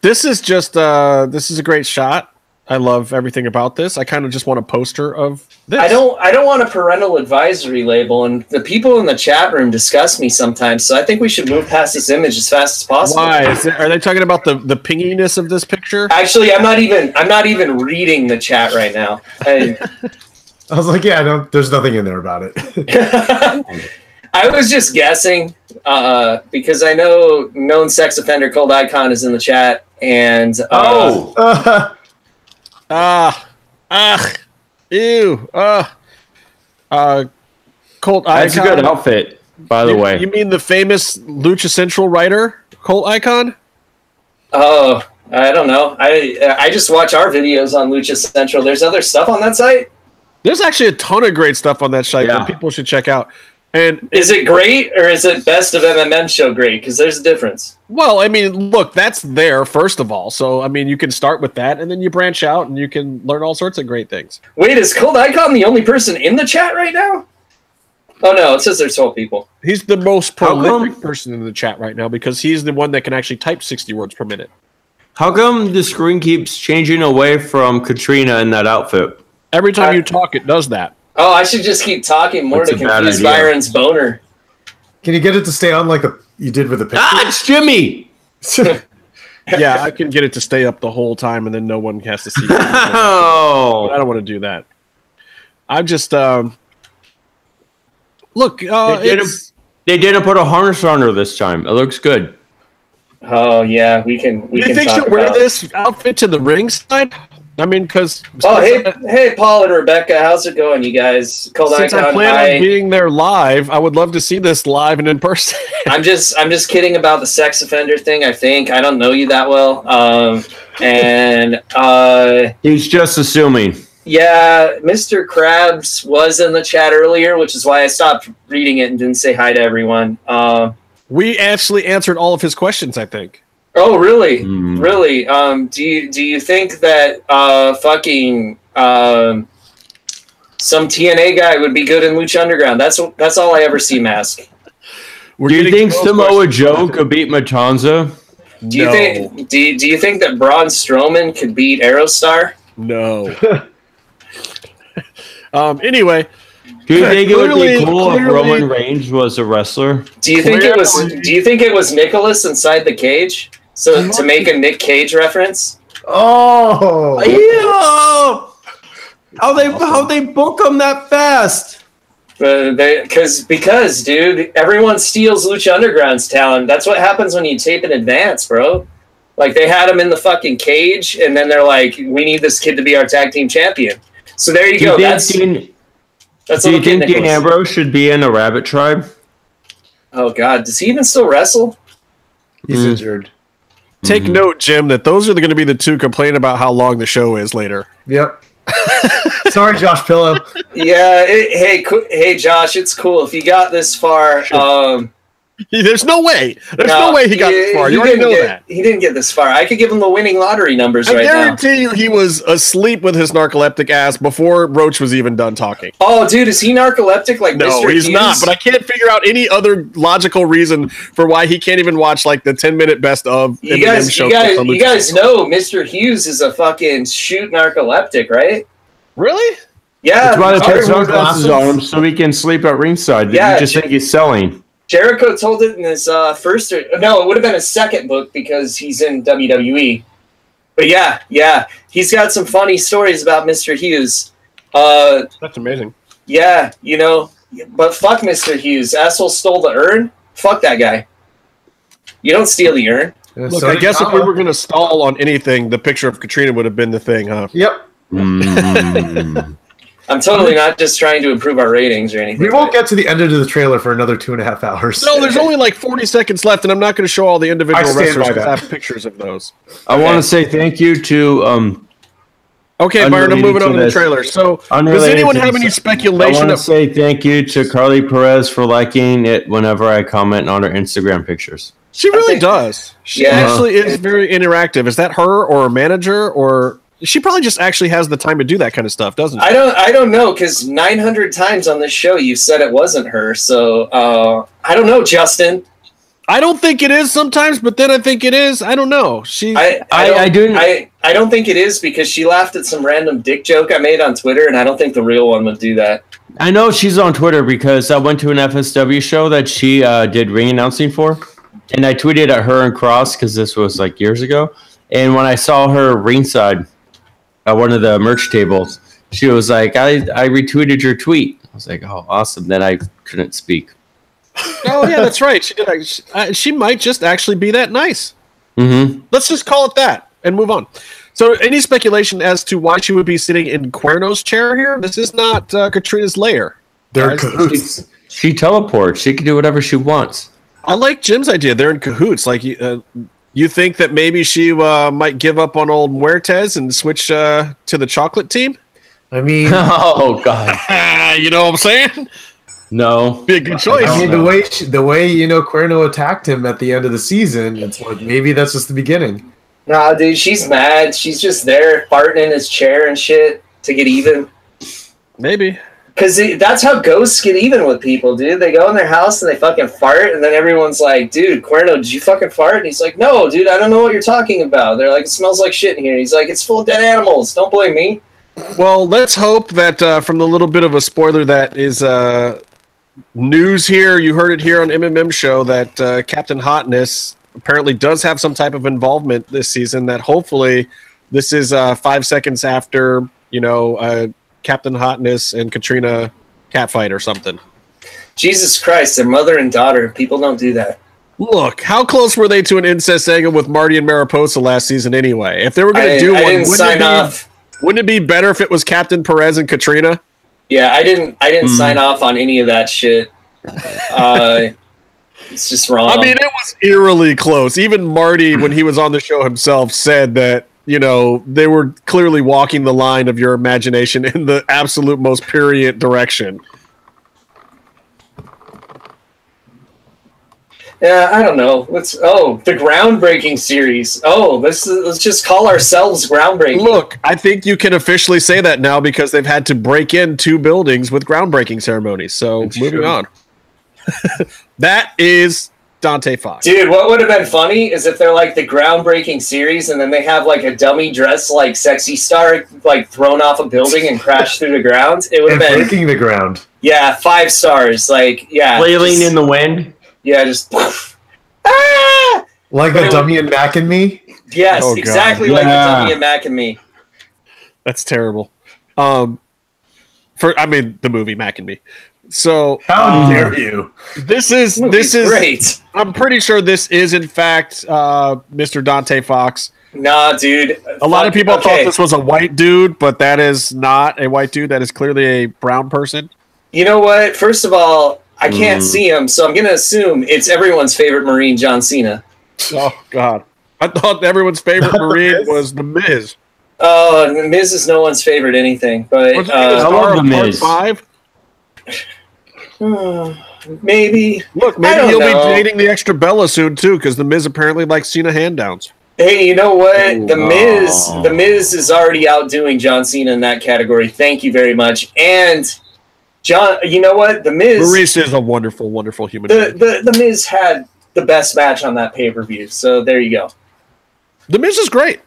S1: this is just uh, this is a great shot. I love everything about this. I kind of just want a poster of this.
S4: I don't I don't want a parental advisory label and the people in the chat room discuss me sometimes, so I think we should move past this image as fast as possible.
S1: Why is it, are they talking about the the pinginess of this picture?
S4: Actually I'm not even I'm not even reading the chat right now. I,
S5: I was like, yeah, no, there's nothing in there about it.
S4: I was just guessing, uh, because I know known sex offender cold icon is in the chat and uh,
S2: Oh,
S5: Uh,
S1: Ah, ah, ew, ah, uh, Colt
S2: that's a
S1: Icon.
S2: good outfit, by the
S1: you,
S2: way.
S1: you mean the famous Lucha Central writer Colt Icon?
S4: oh I don't know. I I just watch our videos on Lucha Central. There's other stuff on that site.
S1: There's actually a ton of great stuff on that site
S2: Yeah.
S1: that people should check out. And
S4: Is it great or is it best of MMM show great? Because there's a difference.
S1: Well, I mean, look, that's there first of all. So I mean, you can start with that, and then you branch out, and you can learn all sorts of great things.
S4: Wait, is Cold Icon the only person in the chat right now? Oh no, it says there's 12 people.
S1: He's the most
S2: How come-
S1: prolific person in the chat right now because he's the one that can actually type sixty words per minute.
S2: How come the screen keeps changing away from Katrina in that outfit?
S1: Every time
S4: I-
S1: you talk, it does that.
S4: Oh, I should just keep talking more
S2: That's
S4: to
S2: a bad
S4: confuse
S2: idea.
S4: Byron's boner.
S5: Can you get it to stay on like the, you did with the picture?
S2: Ah, it's Jimmy.
S1: Yeah, I can get it to stay up the whole time, and then no one has to see. it. But I
S2: Oh,
S1: don't want to do that. I'm just um, look. Uh,
S2: They did
S1: it's,
S2: they didn't put a harness on her this time. It looks good.
S4: Oh yeah, we can. We
S1: you
S4: can
S1: think
S4: talk
S1: she'll wear
S4: about-
S1: this outfit to the ringside? I mean, because
S4: Oh hey hey Paul and Rebecca, how's it going, you guys? Cold
S1: since I
S4: Icon,
S1: plan
S4: hi.
S1: on being there live, I would love to see this live and in person.
S4: I'm just I'm just kidding about the sex offender thing. I think I don't know you that well. Um, and uh,
S2: He's just assuming.
S4: yeah, Mr. Krabs was in the chat earlier, which is why I stopped reading it and didn't say hi to everyone. Uh,
S1: we actually answered all of his questions. I think.
S4: oh, really?
S2: Mm.
S4: Really? Um, do you do you think that uh, fucking um, some TNA guy would be good in Lucha Underground? That's that's all I ever see. Mask.
S1: We're
S2: Do you
S1: getting
S2: think
S1: close
S2: Samoa
S1: questions.
S2: Joe could beat Matanza?
S4: Do you
S1: No.
S4: think do you, do you think that Braun Strowman could beat Aerostar?
S1: No. um. Anyway,
S2: Do you think it would
S1: Clearly-
S2: be cool if
S1: clearly-
S2: Roman Reigns was a wrestler?
S4: Do you think it was
S1: Clearly.
S4: do you think it was Nicholas inside the cage? So to make a Nick Cage reference?
S5: oh,
S2: Ew! How they how they book him that fast?
S4: Uh, they, cause, because, dude, everyone steals Lucha Underground's talent. That's what happens when you tape in advance, bro. Like, they had him in the fucking cage, and then they're like, we need this kid to be our tag team champion. So there you
S2: Do
S4: go.
S2: you think,
S4: That's,
S2: Dean,
S4: that's
S2: do you
S4: little kid
S2: think Dean
S4: Nicholas.
S2: Ambrose should be in a rabbit tribe?
S4: Oh, God. Does he even still wrestle?
S5: he's
S2: Mm.
S5: injured.
S1: take note, Jim, that those are going to be the two complaining about how long the show is later.
S5: Yep. Sorry, Josh Pillow.
S4: Yeah. It, hey, co- hey, Josh, it's cool. If you got this far, um,
S1: There's no way. There's no,
S4: no,
S1: way he got this far. You already
S4: didn't
S1: know
S4: get-
S1: that.
S4: He didn't get this far. I could give him the winning lottery numbers
S1: I
S4: right now.
S1: guarantee you he was asleep with his narcoleptic ass before Roach was even done talking.
S4: Oh, dude, is he narcoleptic like
S1: No,
S4: Mr.
S1: he's not,
S4: Hughes?
S1: but I can't figure out any other logical reason for why he can't even watch like the 10 minute best of
S4: You
S1: Eminem
S4: guys, you
S1: shows
S4: guys,
S1: on
S4: you
S1: Lucha.
S4: guys know Mr. Hughes is a fucking shoot narcoleptic, right?
S1: Really?
S4: Yeah,
S2: That's why they put
S5: Sorry,
S4: Jericho,
S5: Jericho-
S2: sunglasses on him so he can sleep at ringside. Yeah,
S4: Yeah,
S2: you just
S4: Jer-
S2: think he's selling.
S4: Jericho told it in his uh, first, or, no, it would have been his second book because he's in WWE. But yeah, yeah, he's got some funny stories about Mr. Hughes. Uh,
S1: That's amazing.
S4: yeah, you know, but fuck Mr. Hughes. Asshole stole the urn. Fuck that guy. You don't steal the urn.
S1: Look, I guess if we were going to stall on anything, the picture of Katrina would have been the thing, huh?
S5: Yep.
S2: Hmm. Mm.
S4: I'm totally not just trying to improve our ratings or anything.
S5: We won't get to the end of the trailer for another two and a half hours.
S1: No, there's only like 40 seconds left, and I'm not going to show all the individual
S5: I stand
S1: wrestlers
S5: by
S1: 'cause I
S5: that.
S1: have pictures of those.
S2: I want to say thank you to um.
S1: Okay, Byron, I'm
S2: Unrelated
S1: moving
S2: to
S1: on to the
S2: this.
S1: trailer. So, does
S2: Unrelated
S1: anyone
S2: to
S1: have
S2: this.
S1: any
S2: I
S1: speculation?
S2: want to
S1: Of,
S2: say thank you to Carly Perez for liking it whenever I comment on her Instagram pictures.
S1: she really
S4: think-
S1: does. She
S4: Yeah.
S1: actually is very interactive. Is that her or a manager or she probably just actually has the time to do that kind of stuff, doesn't she?
S4: I don't. I don't know because 900 times on this show you said it wasn't her. So uh, I don't know, Justin.
S1: I don't think it is sometimes, but then I think it is. I don't know. She
S4: I
S2: I-
S4: don't-
S2: I didn't-
S4: I I don't think it is because she laughed at some random dick joke I made on Twitter, and I don't think the real one would do that.
S2: I know she's on Twitter because I went to an FSW show that she uh, did ring announcing for, and I tweeted at her and Cross because this was like years ago. And when I saw her ringside at one of the merch tables, she was like, "I I retweeted your tweet." I was like, "Oh, awesome!" Then I couldn't speak.
S1: oh yeah, that's right. She did. act- She, uh, she might just actually be that nice.
S2: Mm-hmm.
S1: Let's just call it that and move on. So, any speculation as to why she would be sitting in Cuerno's chair here? This is not uh, Katrina's lair.
S5: They're cahoots.
S2: She teleports. She can do whatever she wants.
S1: I like Jim's idea. They're in cahoots. Like, you- uh, you think that maybe she uh, might give up on old Muertes and switch uh, to the chocolate team?
S5: I mean,
S2: Oh God,
S1: Ah, you know what I'm saying?
S2: no.
S1: Be a good choice.
S5: I mean
S2: know.
S5: the way she, the way you know Cuerno attacked him at the end of the season. It's like maybe that's just the beginning.
S4: Nah, dude, she's mad. She's just there farting in his chair and shit to get even.
S1: Maybe.
S4: Because that's how ghosts get even with people, dude. They go in their house and they fucking fart, and then everyone's like, dude, Cuerno, did you fucking fart? And he's like, no, dude, I don't know what you're talking about. They're like, it smells like shit in here. And he's like, it's full of dead animals. Don't blame me.
S1: Well, let's hope that uh, from the little bit of a spoiler that is uh, news here, you heard it here on MMM Show that uh, Captain Hotness apparently does have some type of involvement this season. That hopefully this is uh, five seconds after you know uh, Captain Hotness and Katrina catfight or something.
S4: Jesus Christ, their mother and daughter. People don't do that.
S1: Look, how close were they to an incest angle with Marty and Mariposa last season anyway? If they were going
S4: I,
S1: to do
S4: I
S1: one,
S4: didn't
S1: wouldn't it,
S4: sign
S1: be,
S4: off.
S1: wouldn't it be better if it was Captain Perez and Katrina?
S4: Yeah, I didn't. I
S1: Hmm.
S4: didn't sign off on any of that shit. Uh, it's just wrong.
S1: I mean, it was eerily close. Even Marty, when he was on the show himself, said that you know they were clearly walking the line of your imagination in the absolute most prurient direction.
S4: Yeah, I don't know. Let's oh the groundbreaking series. Oh, let's let's just call ourselves groundbreaking.
S1: Look, I think you can officially say that now because they've had to break in two buildings with groundbreaking ceremonies. So moving
S2: true.
S1: on. that is Dante Fox.
S4: dude, what would have been funny is if they're like the groundbreaking series, and then they have like a dummy dress like sexy star like thrown off a building and crashed through the ground. It would have
S5: and
S4: been
S5: breaking the ground.
S4: yeah, five stars. Like yeah,
S2: flailing
S4: just-
S2: in the wind.
S4: yeah, just ah
S5: Like
S4: But it
S5: the
S4: would-
S5: dummy and Mac and me.
S4: yes,
S1: Oh, God.
S4: exactly like the
S2: Yeah.
S4: dummy and Mac and me.
S1: That's terrible. Um, for I mean the movie Mac and Me. So
S5: How
S2: Um,
S5: dare you?
S1: this is
S4: Movie's
S1: this is
S4: great.
S1: I'm pretty sure this is in fact uh, Mr. Dante Fox.
S4: Nah, dude.
S1: A lot of people thought
S4: okay.
S1: this was a white dude, but that is not a white dude. That is clearly a brown person.
S4: You know what? First of all, I
S1: Hmm.
S2: Mm.
S4: can't see him, so I'm going to assume it's everyone's favorite Marine, John Cena.
S1: Oh God! I thought everyone's favorite
S5: Not The
S1: marine
S5: Miz.
S1: was the Miz.
S4: Oh, The Miz is no one's favorite anything, but
S1: Wasn't he the
S2: I
S4: uh,
S1: star
S2: love
S1: of
S2: The
S1: Part
S2: Miz.
S1: Five.
S4: hmm, maybe.
S1: Look,
S4: I
S1: maybe
S4: don't
S1: he'll
S4: know.
S1: be dating the extra Bella soon too, because the Miz apparently likes Cena hand downs.
S4: Hey, you know what? the
S2: Ooh,
S4: Miz,
S2: aw.
S4: the Miz is already outdoing John Cena in that category. Thank you very much. And John, you know what? The Miz,
S1: Maurice is a wonderful, wonderful human. being.
S4: the, the the Miz had the best match on that pay per view. So there you go.
S1: The Miz is great.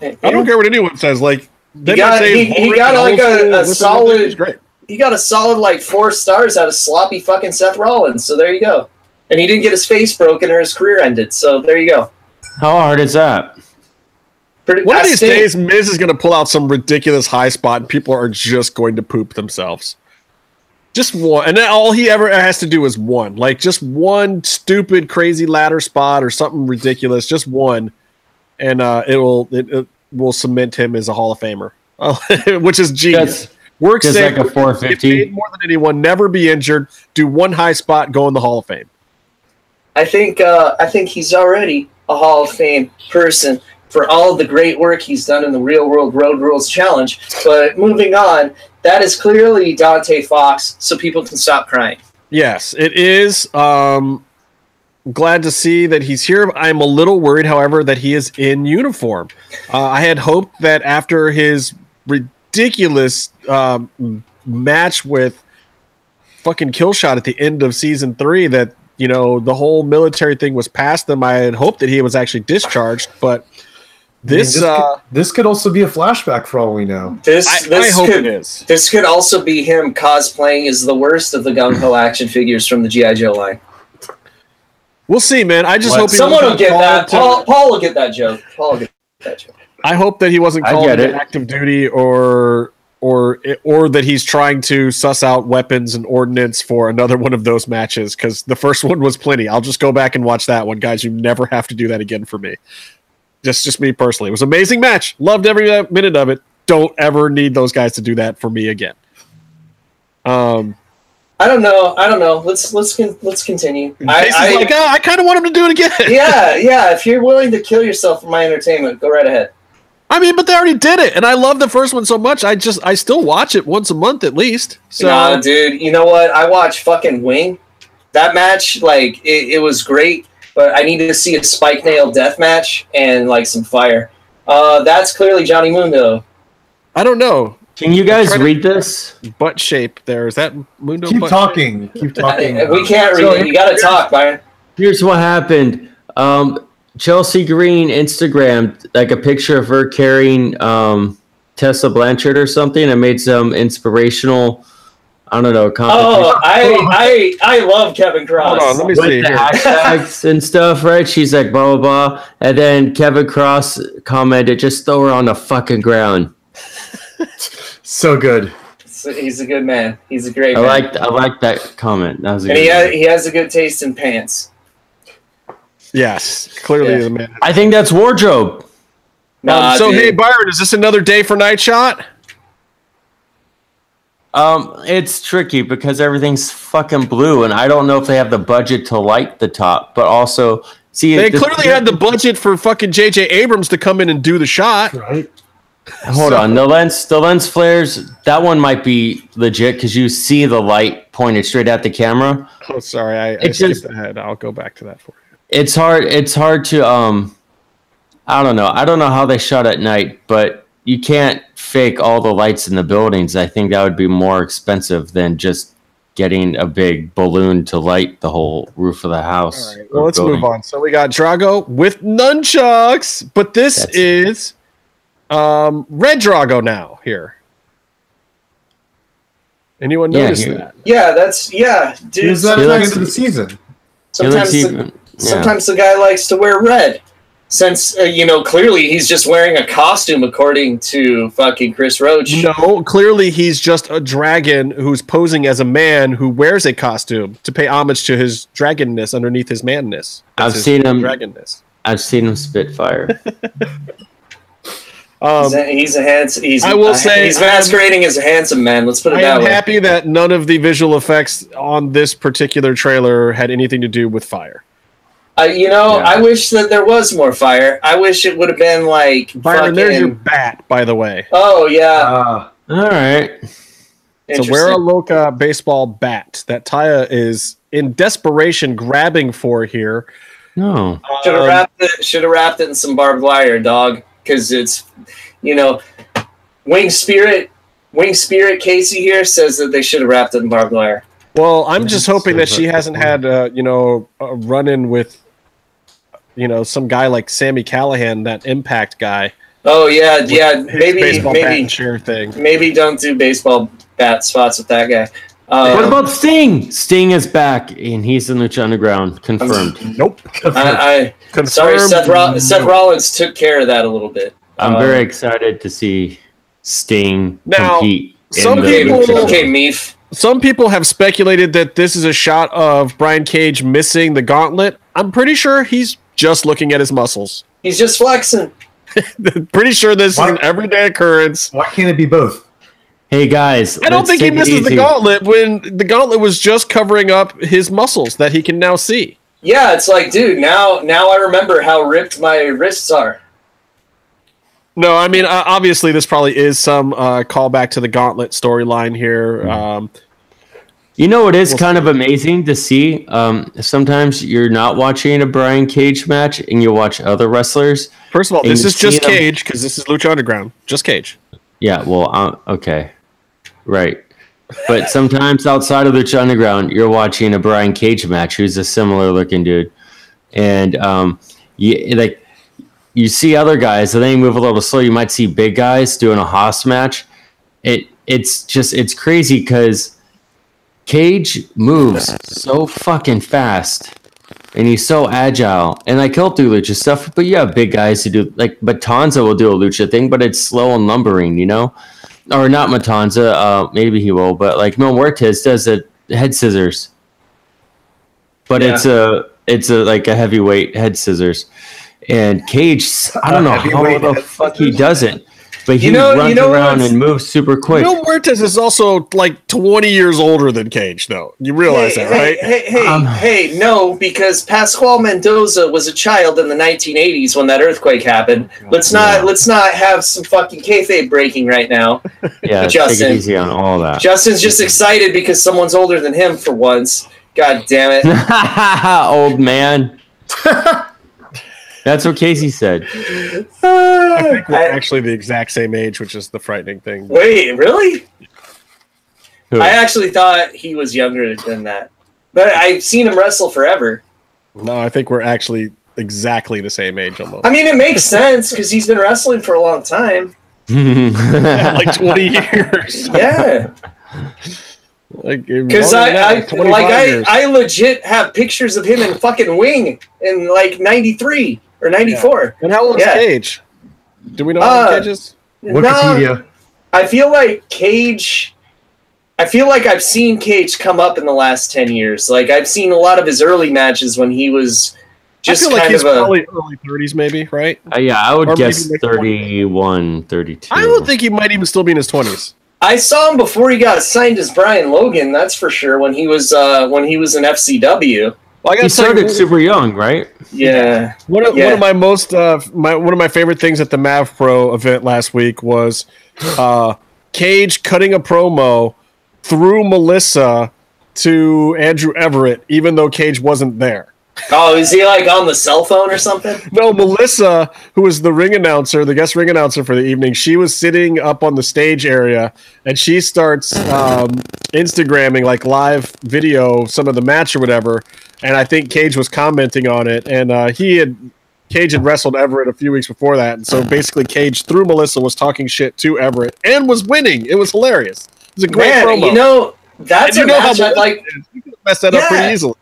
S1: I don't care what anyone says. Like they
S4: He got-
S1: might say
S4: he-
S1: he's
S4: he
S1: boring
S4: got
S1: and old
S4: like a-
S1: school.
S4: a
S1: This is what
S4: solid-
S1: they- he's great.
S4: he got a solid like four stars out of sloppy fucking Seth Rollins. So there you go. And he didn't get his face broken or his career ended. So there you go.
S2: How hard is that?
S4: Pretty,
S1: One of
S4: I
S1: these
S4: think-
S1: days, Miz is going to pull out some ridiculous high spot, and people are just going to poop themselves. Just one, and then all he ever has to do is one, like just one stupid, crazy ladder spot or something ridiculous, just one, and uh, it will it, it will cement him as a Hall of Famer, which is genius.
S2: Just,
S1: Work
S2: just
S1: safe,
S2: like a
S1: get
S2: 450.
S1: paid more than anyone, never be injured, do one high spot, go in the Hall of Fame.
S4: I think uh, I think he's already a Hall of Fame person for all the great work he's done in the Real World Road Rules Challenge. But moving on, that is clearly Dante Fox, so people can stop crying.
S1: Yes, it is. Um, glad to see that he's here. I'm a little worried, however, that he is in uniform. Uh, I had hoped that after his ridiculous um, m- match with fucking Killshot at the end of season three, that you know the whole military thing was past them. I had hoped that he was actually discharged, but this,
S5: I mean,
S1: uh,
S5: could, this could also be a flashback for all we know.
S4: This
S1: I, I
S4: this
S1: hope it
S4: could
S1: is.
S4: this could also be him cosplaying as the worst of the Gung Ho action figures from the GI Joe line.
S1: We'll see, man. I just
S5: What?
S1: hope he
S4: Someone will
S1: wasn't
S4: get that.
S1: called to-
S4: Paul, Paul will get that joke. Paul will get that joke.
S1: I hope that he wasn't
S2: I
S1: called
S2: get
S1: into
S2: it.
S1: active duty or or or that he's trying to suss out weapons and ordnance for another one of those matches because the first one was plenty. I'll just go back and watch that one, guys. You never have to do that again for me. Just just me personally. It was an amazing match. Loved every uh, minute of it. Don't ever need those guys to do that for me again. Um,
S4: I don't know. I don't know. Let's let's con- let's continue. I,
S1: Jason's
S4: I,
S1: like, "Ah, I kind of want him to do it again.
S4: yeah, yeah. If you're willing to kill yourself for my entertainment, go right ahead.
S1: I mean, but they already did it, and I love the first one so much. I just I still watch it once a month at least. So
S4: nah, dude. You know what? I watch fucking Wing. That match, like, it, it was great, but I need to see a spike nail death match and like some fire. Uh, that's clearly Johnny Mundo.
S1: I don't know.
S2: Can you guys
S1: Try to-
S2: read this?
S1: Butt shape there. Is that Mundo?
S5: Keep
S1: butt
S5: talking. Keep talking.
S4: Uh, we can't read
S2: So-
S4: it. You got to talk, Byron.
S2: Here's what happened. Um, Chelsea Green Instagrammed like a picture of her carrying um, Tessa Blanchard or something, and made some inspirational. I don't know. competition
S4: Oh, I I I love Kevin Cross.
S1: Hold on, let me see.
S2: with the
S1: Here.
S2: hashtags and stuff, right? She's like blah blah blah, and then Kevin Cross commented, "Just throw her on the fucking ground."
S5: So good.
S4: So he's a good man. He's a great
S2: I
S4: man.
S2: liked I liked that comment. That was a
S4: and he
S2: good
S4: has,
S2: one.
S4: he has a good taste in
S1: Um,
S4: pants.
S1: Yes, clearly
S4: Yeah.
S1: the man.
S2: I think that's wardrobe.
S4: Nah,
S1: um, so
S4: dude.
S1: hey, Byron, is this another day for Night Shot?
S2: Um, it's tricky because everything's fucking blue, and I don't know if they have the budget to light the top, but also see
S1: They
S2: this-
S1: clearly had the budget for fucking J.J. Abrams to come in and do the shot.
S5: Right?
S2: Hold on, the lens, the lens flares. That one might be legit because you see the light pointed straight at the camera.
S1: Oh, sorry, I, I
S2: It
S1: skipped
S2: just-
S1: ahead. I'll go back to that for you.
S2: It's hard. It's hard to um, I don't know. I don't know how they shot at night, but you can't fake all the lights in the buildings. I think that would be more expensive than just getting a big balloon to light the whole roof of the house.
S1: All right,
S2: or
S1: well, let's
S2: building.
S1: move on. So we got Drago with nunchucks, but this
S2: That's-
S1: is um, Red Drago now here. Anyone
S2: Yeah,
S1: notice
S2: he-
S1: that?
S4: yeah, that's yeah, dude.
S5: Is that
S2: He
S5: at the
S2: looks-
S5: end of the season?
S2: It looks
S4: Sometimes
S2: even- yeah.
S4: sometimes the guy likes to wear red. Since uh, you know clearly he's just wearing a costume according to fucking Chris Roach.
S1: No, clearly he's just a dragon who's posing as a man who wears a costume to pay homage to his dragonness underneath his manness.
S2: I've
S1: his
S2: seen him-
S1: dragonness.
S2: I've seen him spit fire.
S1: Um,
S4: he's, a, he's a handsome. He's,
S1: I will
S4: uh,
S1: say
S4: he's
S1: I am-
S4: masquerading as a handsome man. Let's put it
S1: I
S4: that
S1: am
S4: way.
S1: happy that none of the visual effects on this particular trailer had anything to do with fire.
S4: I, you know,
S2: Yeah.
S4: I wish that there was more fire. I wish it would have been like
S1: Byron, there's your
S4: fucking.
S1: bat, by the way.
S4: Oh yeah,
S5: Uh,
S2: all right.
S1: So
S4: interesting.
S1: wear a Loca baseball bat that Taya is in desperation grabbing for here.
S2: No.
S4: Should have
S1: Um,
S4: wrapped it. Should have wrapped it in some barbed wire, dog. Because it's, you know, wing spirit. Wing spirit Casey here says that they should have wrapped it in barbed wire.
S1: Well, I'm just
S2: That's
S1: hoping
S2: a
S1: that she
S2: hurtful
S1: hasn't had,
S2: comment.
S1: uh, you know, a run in with, you know, some guy like Sammy Callahan, that impact guy.
S4: Oh yeah, yeah.
S1: His
S4: Maybe
S1: baseball bat
S4: maybe
S1: and chair thing.
S4: maybe don't do baseball bat spots with that guy.
S1: Uh,
S4: Um,
S2: What about Sting? Sting is back, and he's in Lucha Underground. Confirmed.
S1: Nope.
S4: I, I sorry,
S1: Confirmed.
S4: Seth, Roll- Seth Rollins took care of that a little bit.
S2: I'm
S4: Um,
S2: very excited to see Sting
S1: uh, Now,
S2: compete. in
S1: some
S2: the
S4: Okay,
S1: people-
S2: Lucha
S4: okay,
S2: Underground.
S4: Meef.
S1: Some people have speculated that this is a shot of Brian Cage missing the gauntlet. I'm pretty sure he's just looking at his muscles.
S4: He's just flexing.
S1: pretty sure this is an
S5: Why-
S1: everyday occurrence.
S5: why can't it be both?
S2: Hey guys,
S1: I don't
S2: let's
S1: think he
S2: take it
S1: misses the
S2: easy.
S1: gauntlet when the gauntlet was just covering up his muscles that he can now see.
S4: Yeah, it's like, dude, now now I remember how ripped my wrists are.
S1: No, I mean uh, obviously this probably is some uh, callback to the gauntlet storyline here.
S2: Mm-hmm.
S1: Um,
S2: You know, it is kind of amazing to see. Um, sometimes you're not watching a Brian Cage match, and you watch other wrestlers.
S1: first of all,
S2: And
S1: this
S2: you
S1: is just
S2: see them-
S1: Cage because this is Lucha Underground. Just Cage.
S2: Yeah, well, uh, okay, right. But sometimes outside of Lucha Underground, you're watching a Brian Cage match, who's a similar looking dude, and um, you like you see other guys, and they move a little slow. You might see big guys doing a Haas match. It it's just it's crazy because Cage moves so fucking fast. And he's so agile, and like he'll do lucha stuff, but you have big guys who do like Matanza will do a lucha thing, but it's slow and lumbering, you know or not Matanza, uh, maybe he will, but like Mil Muertes does a head scissors. But
S4: Yeah.
S2: it's a it's a like a heavyweight head scissors. And Cage I don't know
S5: Heavyweight
S2: how the
S5: head
S2: fuck he does it. But he
S4: know- you
S2: runs
S4: know
S2: around
S4: what's-
S2: and moves super quick.
S1: Mil Muertes is also like 20 years older than Cage, though. You realize
S4: hey,
S1: that, right?
S4: Hey, hey, hey,
S2: Um,
S4: hey, no, because Pascual Mendoza was a child in the 1980s when that earthquake happened.
S2: Oh,
S4: Let's not let's not have some fucking kayfabe breaking right now.
S2: yeah, take
S4: Justin.
S2: it easy on all that.
S4: Justin's just excited because someone's older than him for once. God damn it.
S2: Old man. That's what Casey said.
S1: I think we're
S4: I-
S1: actually the exact same age, which is the frightening thing.
S4: Wait, really?
S2: Who?
S4: I actually thought he was younger than that. But I've seen him wrestle forever.
S1: No, I think we're actually exactly the same age almost.
S4: I mean, it makes sense because he's been wrestling for a long time.
S1: like 20 years.
S4: Yeah.
S1: Like, because
S4: Because I, I like I, I legit have pictures of him in fucking Wing in like '93 or '94.
S1: and how old
S4: yeah.
S1: is Cage? Do we know
S4: Uh,
S1: how old Cage is?
S4: No,
S5: Wikipedia.
S4: I feel like Cage. I feel like I've seen Cage come up in the last ten years. Like I've seen a lot of his early matches when he was just
S1: I feel like
S4: kind
S1: he's
S4: of a.
S1: probably early 30s, maybe, right?
S2: Uh, yeah, I would
S1: Or maybe
S2: guess
S1: like
S2: 31, 32.
S1: I don't think he might even still be in his 20s.
S4: I saw him before he got signed as Brian Logan. That's for sure. When he was uh, when he was in FCW.
S1: Well, I gotta
S2: he
S1: tell you,
S2: started super young, right?
S4: Yeah.
S1: One of, one
S4: Yeah.
S1: of my most uh, my one of my favorite things at the Mav Pro event last week was uh, Cage cutting a promo through Melissa to Andrew Everett, even though Cage wasn't there.
S4: Oh, is he like on the cell phone or something?
S1: No, Melissa, who was the ring announcer, the guest ring announcer for the evening, she was sitting up on the stage area and she starts um, Instagramming like live video of some of the match or whatever. And I think Cage was commenting on it, and uh, he had Cage had wrestled Everett a few weeks before that, and so basically Cage through Melissa was talking shit to Everett and was winning. It was hilarious. It was a great
S4: Man,
S1: promo.
S4: you know that's
S1: And you
S4: a
S1: know how
S4: match I'd
S1: Melissa
S4: like.
S1: is. You could mess that up pretty
S4: Yeah.
S1: easily.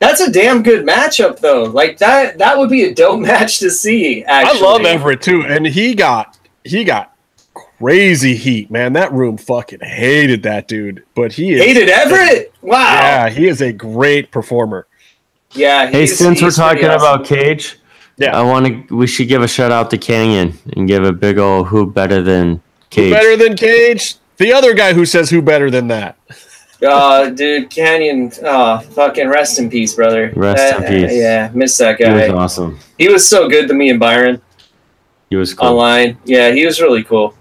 S4: That's a damn good matchup, though. Like that, that would be a dope match to see. Actually,
S1: I love Everett too, and he got he got crazy heat, man. That room fucking hated that dude, but he is,
S4: Hated Everett. Wow. Yeah.
S1: Yeah, he is a great performer.
S2: Hey,
S4: he's-
S2: since we're
S4: he's pretty
S2: talking
S4: awesome.
S2: about Cage,
S1: Yeah.
S2: I want to. We should give a shout out to Canyon and give a big ol' who better than Cage.
S1: Better than Cage, the other guy who says who better than that.
S4: uh, dude, Canyon, oh, fucking rest in peace, brother.
S2: Rest in
S4: That-
S2: peace.
S4: Yeah, miss that
S2: he
S4: guy.
S2: was awesome.
S4: He was so good to me and Byron
S2: He was cool.
S4: online. Yeah, he was really cool.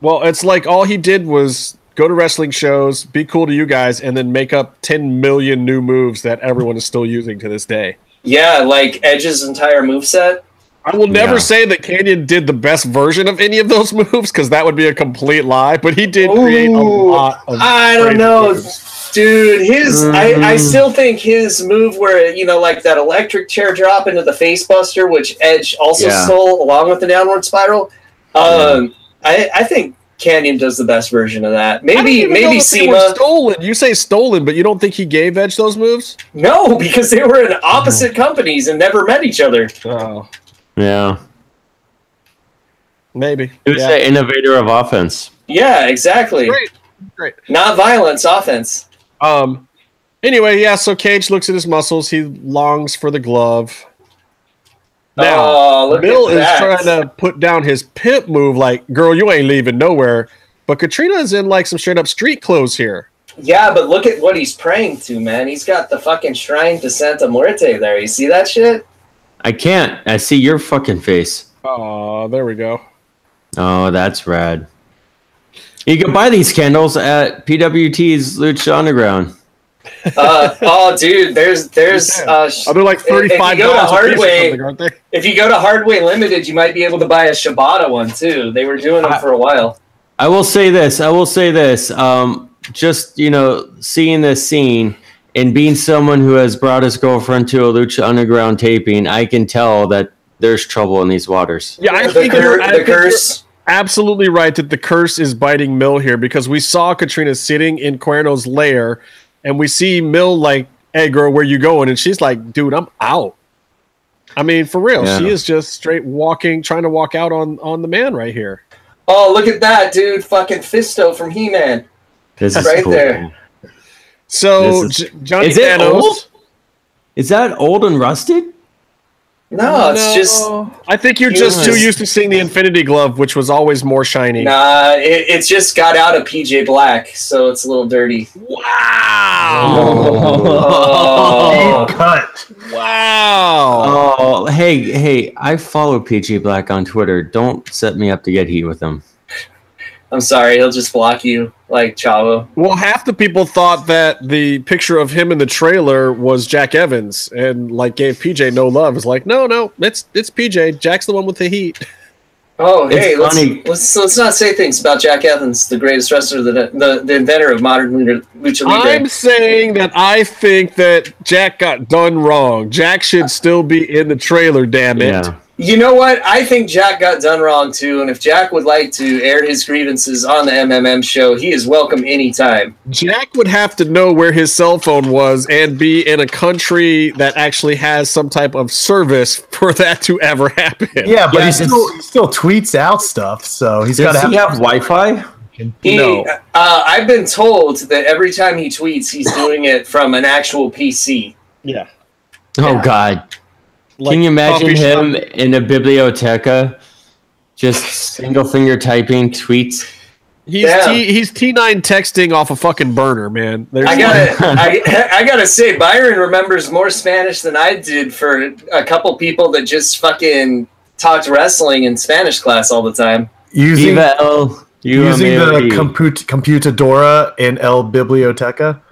S1: Well, it's like all he did was go to wrestling shows, be cool to you guys, and then make up ten million new moves that everyone is still using to this day.
S4: Yeah, like Edge's entire moveset.
S1: I will never
S2: Yeah.
S1: say that Canyon did the best version of any of those moves because that would be a complete lie. But he did create a
S4: Ooh,
S1: lot of.
S4: I don't
S1: crazy
S4: know,
S1: moves.
S4: dude. His I, I
S2: Mm.
S4: still think his move where you know like that electric chair drop into the face buster, which Edge also
S2: Yeah.
S4: stole along with the downward spiral. Um, I I think Canyon does the best version of that.
S1: I don't
S4: Maybe
S1: even know
S4: maybe
S1: if they were
S4: Sema.
S1: stolen. You say stolen, but you don't think he gave Edge those moves?
S4: No, because they were in opposite companies and never met each other.
S1: Oh,
S2: Yeah.
S1: maybe.
S2: He was
S1: Yeah.
S2: the innovator of offense.
S4: Yeah, exactly.
S1: Great, great.
S4: Not violence, offense.
S1: Um. Anyway, yeah. So Cage looks at his muscles. He longs for the glove. Now,
S4: oh, look
S1: Bill is
S4: at that.
S1: trying to put down his pimp move, like "Girl, you ain't leaving nowhere." But Katrina is in like some straight up street clothes here.
S4: Yeah, but look at what he's praying to, man. He's got the fucking shrine to Santa Muerte there. You see that shit?
S2: I can't. I see your fucking face.
S1: Oh, there we go.
S2: Oh, that's rad. You can buy these candles at PWT's Lucha Underground.
S4: Uh, oh, dude, there's there's uh, sh-
S1: Oh, they're like
S4: If- if you go to
S1: thirty-five dollars a piece or
S4: Hardway-
S1: something, aren't they?
S4: if you go to Hardway Limited, you might be able to buy a Shibata one too. They were doing them for a while.
S2: I will say this. I will say this. Um, just you know, seeing this scene and being someone who has brought his girlfriend to a Lucha Underground taping, I can tell that there's trouble in these waters.
S1: Yeah, I
S4: the
S1: think you're-
S4: cur-
S1: I
S4: the
S1: think you're-
S4: curse.
S1: absolutely right that the curse is biting Mill here because we saw Katrina sitting in Cuerno's lair and we see Mill like, hey girl, where you going? And she's like, dude, I'm out. I mean, for real,
S2: Yeah.
S1: she is just straight walking, trying to walk out on on the man right here.
S4: Oh, look at that, dude! Fucking Fisto from He Man.
S2: This is
S4: Right
S2: cool.
S4: there.
S1: So
S2: This
S1: J- Johnny
S2: Is it
S1: Thanos-
S2: old? Is that old and rusted?
S4: No, it's just
S1: I think you're
S4: Yes.
S1: just too used to seeing the Infinity Glove, which was always more shiny.
S4: nah. It, it just got out of PJ Black, so it's a little dirty. Oh.
S5: Cut.
S1: Wow!
S2: Oh, hey, hey, I follow PG Black on Twitter. Don't set me up to get heat with him.
S4: I'm sorry, he'll just block you like Chavo.
S1: Well, half the people thought that the picture of him in the trailer was Jack Evans, and like gave PJ no love. It's like, no, no, it's it's PJ. Jack's the one with the heat.
S4: Oh,
S2: It's
S4: hey, let's,
S2: funny.
S4: let's let's not say things about Jack Evans, the greatest wrestler, the the, the inventor of modern lucha lucha libre.
S1: I'm saying that I think that Jack got done wrong. Jack should still be in the trailer. Damn it!
S2: Yeah.
S4: You know what? I think Jack got done wrong too, and if Jack would like to air his grievances on the MMM show, he is welcome anytime.
S1: Jack would have to know where his cell phone was and be in a country that actually has some type of service for that to ever happen.
S5: Yeah,
S2: Yeah,
S5: but he
S2: it's-
S5: still he still tweets out stuff, so he's got
S2: Does
S5: to
S2: he
S5: have.
S2: have Wi-Fi?
S4: He,
S1: No.
S4: uh, I've been told that every time he tweets, he's doing it from an actual PC.
S1: yeah.
S2: Oh God! Can you imagine him in a biblioteca, just single finger typing tweets?
S1: He's
S4: Yeah.
S1: T, he's T nine texting off a fucking burner, man. There's
S4: I gotta, I, I gotta say, Byron remembers more Spanish than I did for a couple people that just fucking talked wrestling in Spanish class all the time.
S5: Using,
S2: Viva el
S5: using
S2: UMAOB.
S5: the comput- computadora in El Biblioteca.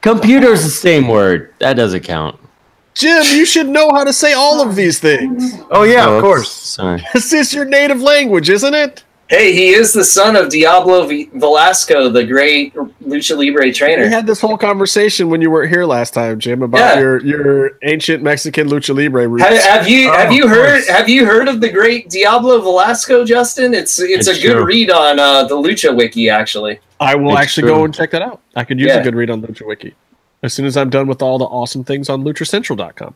S2: Computer's the same word. That doesn't count.
S1: Jim, you should know how to say all of these things.
S5: Oh yeah,
S2: Oh,
S5: of course.
S2: Sorry.
S1: This is your native language, isn't it?
S4: Hey, he is the son of Diablo v- Velasco, the great lucha libre
S1: We
S4: trainer.
S1: had this whole conversation when you weren't here last time, Jim, about
S4: Yeah.
S1: your your ancient Mexican lucha libre roots.
S4: Have, have you
S5: Oh,
S4: have you
S5: of
S4: heard
S5: course.
S4: have you heard of the great Diablo Velasco, Justin? It's it's,
S2: It's
S4: a good
S2: true.
S4: read on uh, the Lucha Wiki, actually.
S1: I will
S2: It's
S1: actually
S2: true.
S1: go and check that out. I could use
S4: Yeah.
S1: a good read on Lucha Wiki as soon as I'm done with all the awesome things on luchacentral.com.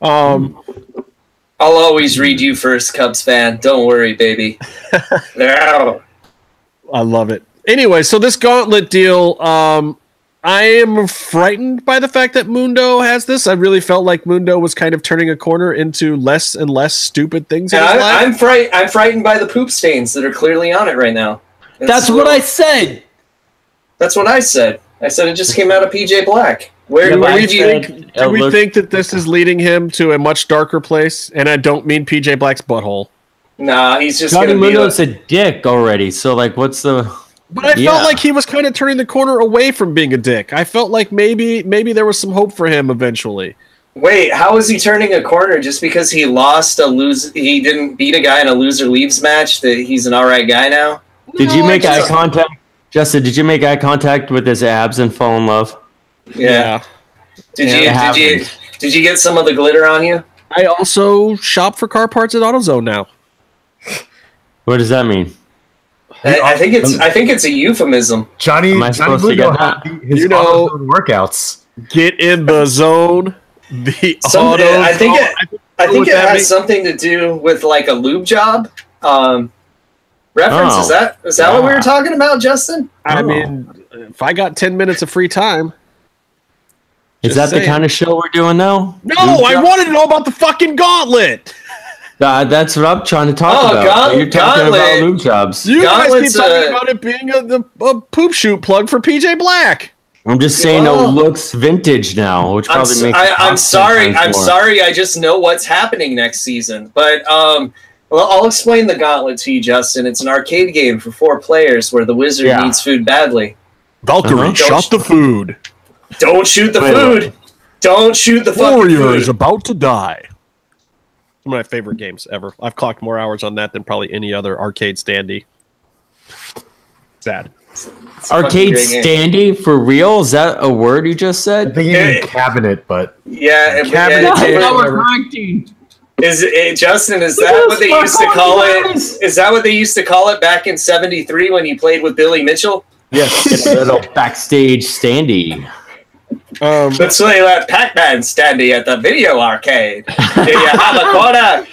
S1: Um,
S4: I'll always read you first, Cubs fan. Don't worry, baby. Yeah.
S1: I love it. Anyway, so this gauntlet deal, um, I am frightened by the fact that Mundo has this. I really felt like Mundo was kind of turning a corner into less and less stupid things in
S4: And
S1: his life.
S4: I'm, I'm fright I'm frightened by the poop stains that are clearly on it right now. It's
S2: That's
S4: a
S2: what I
S4: little-
S2: said.
S4: That's what I said. I said it just came out of PJ Black. Where
S2: Yeah,
S4: do
S2: but I
S4: you
S2: said-
S4: think?
S1: Do
S2: It
S1: we
S2: looked-
S1: think that this is leading him to a much darker place? And I don't mean PJ Black's butthole.
S4: Nah, he's just
S2: Johnny
S4: gonna be.
S2: Mundo's a dick already. So like, what's the?
S1: But I
S2: Yeah.
S1: felt like he was kind of turning the corner away from being a dick. I felt like maybe maybe there was some hope for him eventually.
S4: Wait, how is he turning a corner just because he lost a lose? He didn't beat a guy in a loser leaves match. That he's an all right guy now.
S2: Did you
S1: No,
S2: make
S1: I
S2: eye
S1: just-
S2: contact, Justin? Did you make eye contact with his abs and fall in love?
S4: Yeah. Did
S2: Yeah,
S4: you?
S2: it
S4: Did you?
S2: happens.
S4: Did you get some of the glitter on you?
S1: I also shop for car parts at AutoZone now.
S2: What does that mean?
S4: I, I think it's. I think it's a euphemism.
S5: Johnny,
S2: Am I
S5: Johnny
S2: supposed to
S5: Mundo
S2: get
S5: had
S2: that?
S5: his
S1: You know-
S5: AutoZone workouts.
S1: Get in the zone. The
S4: Some-
S1: auto.
S4: I think it- I think
S1: Would
S4: it
S1: that
S4: has
S1: be-
S4: something to do with like a lube job. Um, reference
S2: Oh.
S4: is that? Is that what we
S2: Ah.
S4: were talking about, Justin?
S1: I mean, if I got ten minutes of free time,
S2: Is
S1: Just
S2: that the
S1: saying.
S2: kind of show we're doing now?
S1: no,
S2: Dude,
S1: I wanted to know about the fucking gauntlet.
S2: uh, that's what I'm trying to talk
S4: Oh,
S2: about.
S4: God-
S2: You're talking
S4: Gauntlet.
S2: about lube jobs.
S1: You guys
S4: Gauntlet's uh,
S1: keep talking
S4: a-
S1: about it being a, the, a poop shoot plug for PJ Black.
S2: I'm just saying
S4: Oh.
S2: it looks vintage now, which
S4: I'm,
S2: probably
S4: s-
S2: makes.
S4: I,
S2: it
S4: am
S2: cost
S4: sorry.
S2: sometimes
S4: I'm
S2: more.
S4: sorry. I just know what's happening next season. But um, well, I'll explain the gauntlet to you, Justin. It's an arcade game for four players where the wizard
S2: Yeah.
S4: needs food badly.
S1: Valkyrie
S2: Uh-huh.
S1: shot the food.
S4: Don't shoot the
S2: Wait,
S4: food. Don't shoot the fucking
S1: Warrior is
S4: food.
S1: about to die. One of my favorite games ever. I've clocked more hours on that than probably any other arcade standee. Sad.
S4: It's a fucking
S2: Arcade
S4: great game.
S2: standee for real? Is that a word you just
S5: I
S2: said?
S5: think he
S4: Yeah.
S5: meant cabinet, but
S4: Yeah, it-
S1: Cabinet
S4: yeah,
S1: table.
S4: it's- Is
S5: was
S4: it, Justin? Is that what they used to call it? Is that what they used to call it back in '73 when you played with Billy Mitchell?
S2: Yes, little backstage standee.
S1: Um,
S4: That's when they let Pac-Man standing at the video arcade. Do you have a Uh, quarter?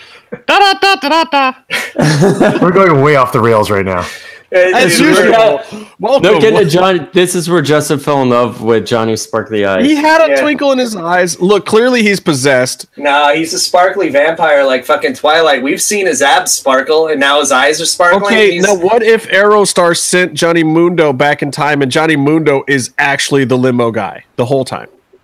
S5: we're going way off the rails right now.
S4: Uh,
S1: as
S4: dude,
S1: usual,
S4: we're-
S1: welcome.
S2: No kidding, John. This is where Justin fell in love with Johnny Sparkly
S1: He
S2: Eyes.
S1: had a
S4: Yeah.
S1: twinkle in his eyes. Look, clearly he's possessed.
S4: Nah, he's a sparkly vampire like fucking Twilight. We've seen his abs sparkle, and now his eyes are sparkling.
S1: Okay,
S4: He's-
S1: now what if Aerostar sent Johnny Mundo back in time and Johnny Mundo is actually the limo guy the whole time? Um,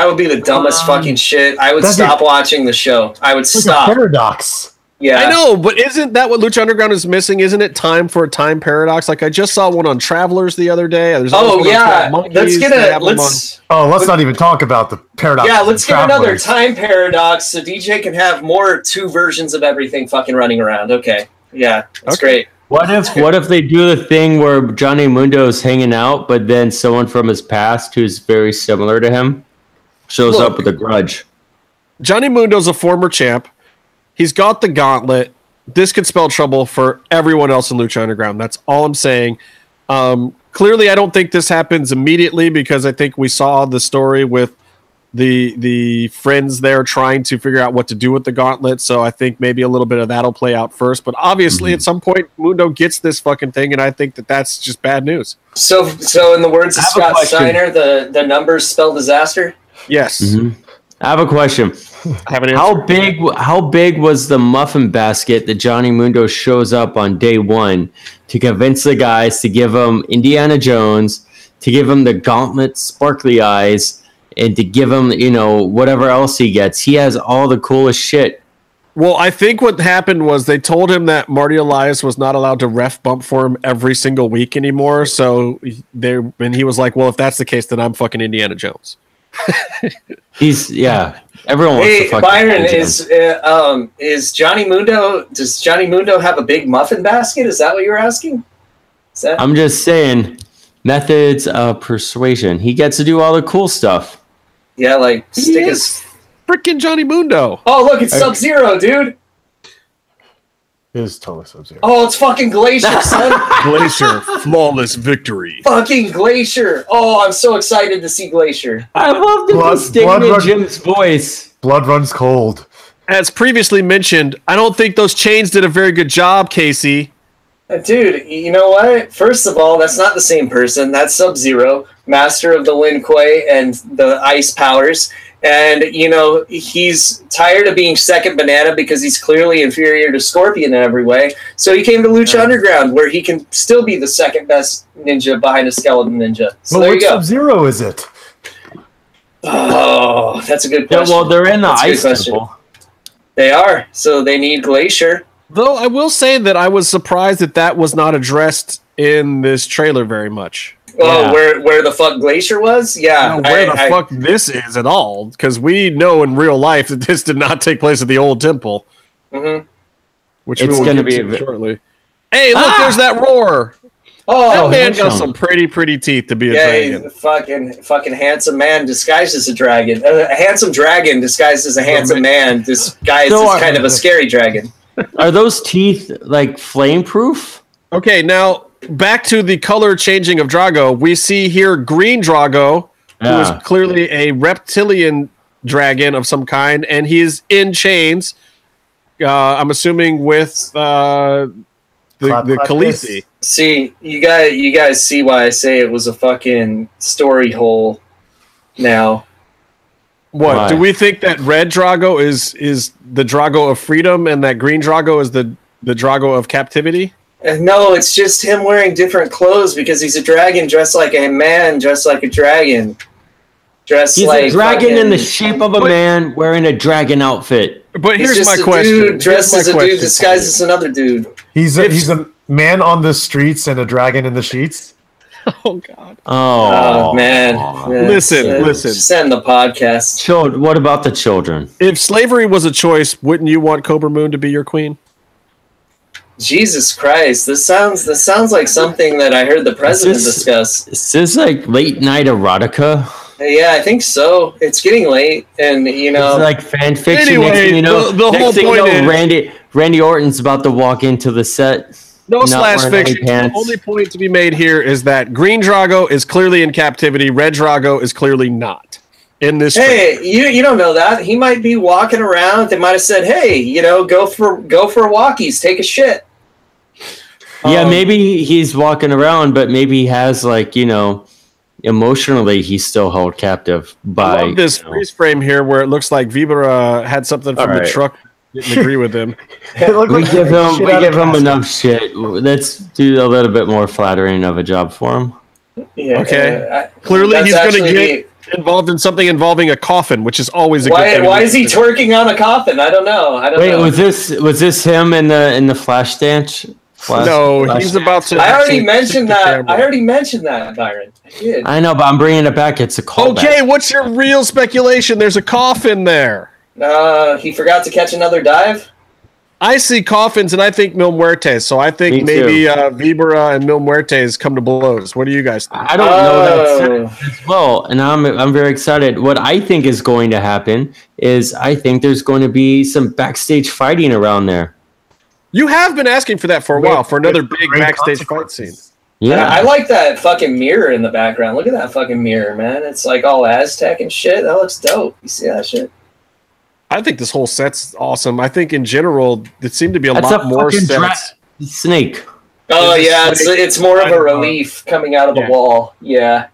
S4: that would be the dumbest fucking shit. I would
S5: That'd be-
S4: stop watching the show. I would
S5: It's
S4: stop.
S5: a paradox.
S4: Yeah,
S1: I know, but isn't that what Lucha Underground is missing? Isn't it time for a time paradox? Like I just saw one on Travelers the other day. There's always
S4: Oh
S1: one on
S4: yeah,
S1: Twelve Monkeys.
S4: let's get
S1: They have
S4: a
S1: them on-
S4: let's
S5: Oh, let's not even talk about the paradox.
S4: yeah
S5: of
S4: let's get
S5: travelers.
S4: another time paradox so DJ can have more two versions of everything fucking running around. Okay, yeah, that's
S1: Okay.
S4: great.
S2: What if what if they do the thing where Johnny Mundo's hanging out, but then someone from his past who's very similar to him shows
S1: Look.
S2: up with a grudge?
S1: Johnny Mundo's a former champ. He's got the gauntlet. This could spell trouble for everyone else in Lucha Underground. That's all I'm saying. Um, clearly, I don't think this happens immediately because I think we saw the story with the the friends there trying to figure out what to do with the gauntlet. So I think maybe a little bit of that'll play out first. But obviously, at some point, Mundo gets this fucking thing, and I think that that's just bad news.
S4: So so in the words
S2: I
S4: of
S2: have a
S4: Scott
S2: question.
S4: Steiner, the the numbers spell disaster.
S1: Yes,
S2: I have a question.
S1: have an answer.
S2: How big how big was the muffin basket that Johnny Mundo shows up on day 1 to convince the guys to give him Indiana Jones, to give him the gauntlet sparkly eyes and to give him, you know, whatever else he gets. He has all the coolest shit.
S1: Well, I think what happened was they told him that Marty Elias was not allowed to ref bump for him every single week anymore. So they and he was like, "Well, if that's the case, then I'm fucking Indiana Jones."
S2: He's yeah. Everyone wants to
S4: Hey
S2: fuck
S4: Byron,
S2: with him.
S4: is uh, um is Johnny Mundo? Does Johnny Mundo have a big muffin basket? Is that what you were asking? Is that
S2: I'm just saying methods of persuasion. He gets to do all the cool stuff.
S4: yeah? Like
S1: He
S4: stick
S1: is
S4: his.
S1: freaking Johnny Mundo.
S4: Oh look, it's Sub Zero, dude.
S5: It is totally sub-zero.
S4: Oh, it's fucking Glacier, son.
S1: Glacier, flawless victory.
S4: fucking Glacier. Oh, I'm so excited to see Glacier.
S2: I love the
S5: Blood-
S2: distinct
S5: blood
S2: in
S5: rug-
S2: Jim's voice.
S5: Blood runs cold.
S1: As previously mentioned, I don't think those chains did a very good job, Casey.
S4: Uh, Dude, y- you know what? First of all, that's not the same person. That's Sub Zero, master of the Lin Kuei and the ice powers. And, you know, he's tired of being second banana because he's clearly inferior to Scorpion in every way. So he came to Lucha Underground, where he can still be the second best ninja behind a skeleton ninja. So
S5: But
S4: there you
S5: which
S4: go.
S5: sub-zero is it?
S4: oh, that's a good
S2: Yeah,
S4: question.
S2: well, they're in the
S4: That's a good
S2: ice
S4: question.
S2: temple.
S4: They are. So they need Glacier.
S1: Though I will say that I was surprised that that was not addressed in this trailer very much.
S4: Oh,
S2: Yeah.
S4: where where the fuck Glacier was? Yeah.
S1: Now, where
S4: I-
S1: the
S4: I-
S1: fuck this is at all? Because we know in real life that this did not take place at the old temple.
S4: Mhm.
S1: Which
S2: It's
S1: we will
S2: gonna
S1: get to
S2: be a-
S1: shortly. Hey, look! There's that roar.
S4: Ah! Oh,
S1: that man
S2: handsome.
S1: got some pretty pretty teeth to be a
S4: Yeah,
S1: dragon.
S4: he's a fucking fucking handsome man disguised as a dragon. Uh, a handsome dragon disguised as a handsome man disguised
S2: So are-
S4: as kind of a scary dragon.
S2: Are those teeth like flame proof?
S1: Okay, now back to the color changing of Drago. We see here green Drago, who
S2: Yeah.
S1: is clearly a reptilian dragon of some kind, and he's in chains. Uh, I'm assuming with uh, the,
S5: Clap,
S1: the
S5: clap,
S1: Khaleesi.
S4: See, you guys, you guys see why I say it was a fucking story hole. Now,
S1: What
S2: Why?
S1: do we think that red Drago is is the Drago of freedom, and that green Drago is the the Drago of captivity?
S4: Uh, no, it's just him wearing different clothes because he's a dragon dressed like a man, dressed like a dragon, dressed
S2: He's
S4: like
S2: a dragon in the
S4: fucking-
S2: shape of a
S1: But-
S2: man wearing a dragon outfit.
S1: But
S4: He's
S1: here's
S4: just
S1: my
S4: a
S1: question:
S4: dude dressed
S1: Here's
S4: as a
S1: my
S4: dude
S1: question.
S4: disguised as another dude.
S5: He's a,
S1: It's-
S5: he's a man on the streets and a dragon in the sheets.
S1: Oh God!
S2: Oh,
S4: Oh, man. Yeah,
S1: Listen,
S4: send-
S1: listen.
S4: Send the podcast.
S2: Chil- what about the children?
S1: If slavery was a choice, wouldn't you want Cobra Moon to be your queen?
S4: Jesus Christ. This sounds this sounds like something that I heard the president
S2: This-
S4: discuss.
S2: Is this like late night erotica?
S4: Yeah, I think so. It's getting late and you know
S2: It's like fan fiction. next
S1: Anyway,
S2: thing you know,
S1: the- the
S2: next
S1: whole
S2: thing you
S1: point
S2: know,
S1: is-
S2: Randy Randy Orton's about to walk into the set.
S1: No
S2: Not
S1: slash
S2: wearing any
S1: fiction. The
S2: pants.
S1: only point to be made here is that Green Drago is clearly in captivity. Red Drago is clearly not in this.
S4: Hey, you you don't know that. He might be walking around. They might have said, Hey, you know, go for go for walkies, take a shit.
S2: yeah,
S4: Um,
S2: maybe he's walking around, but maybe he has like you know, emotionally he's still held captive
S1: I
S2: by
S1: love this
S2: you know-
S1: freeze frame here where it looks like Vibra had something from
S2: Alright.
S1: the truck. Didn't agree with him.
S5: It looked
S2: We
S5: like
S2: give him
S5: shit
S2: we
S5: out of
S2: give him
S5: Casper.
S2: enough shit. Let's do a little bit more flattering of a job for him.
S4: Yeah,
S1: Okay.
S4: uh, I-
S1: Clearly
S4: that's
S1: he's gonna
S4: actually
S1: get-
S4: me.
S1: involved in something involving a coffin, which is always a good
S4: Why,
S1: thing.
S4: why is he twerking on a coffin? I don't know. I don't
S2: Wait,
S4: know.
S2: was this was this him in the in the flash dance? Flash,
S1: No,
S2: flash-
S1: he's about to.
S4: I
S1: actually
S4: already
S1: shoot
S4: mentioned
S1: the
S4: that.
S1: camera.
S4: I already mentioned that, Byron. I did.
S2: I know, but I'm bringing it back. It's a callback.
S1: Okay, what's your real speculation? There's a coffin there.
S4: Uh, he forgot to catch another dive.
S1: I see coffins, and I think Mil Muertes. So I think
S2: Me too.
S1: maybe uh, Vibra and Mil Muertes come to blows. What do you guys think?
S2: I don't know that
S4: Oh,
S2: as well, and I'm I'm very excited. What I think is going to happen is I think there's going to be some backstage fighting around there.
S1: You have been asking for that for a while, for another big
S5: Great
S1: backstage fight
S5: consequences.
S1: scene.
S2: Yeah,
S4: I like that fucking mirror in the background. Look at that fucking mirror, man. It's like all Aztec and shit. That looks dope. You see that shit?
S1: I think this whole set's awesome. I think in general, there seemed to be a
S2: That's
S1: lot
S2: a
S1: more
S2: fucking
S1: sets.
S2: dra- snake.
S4: Oh
S1: It's
S4: yeah,
S1: like-
S4: it's it's more of
S1: I
S4: a
S1: don't know.
S4: relief coming out of
S1: Yeah.
S4: the wall. Yeah.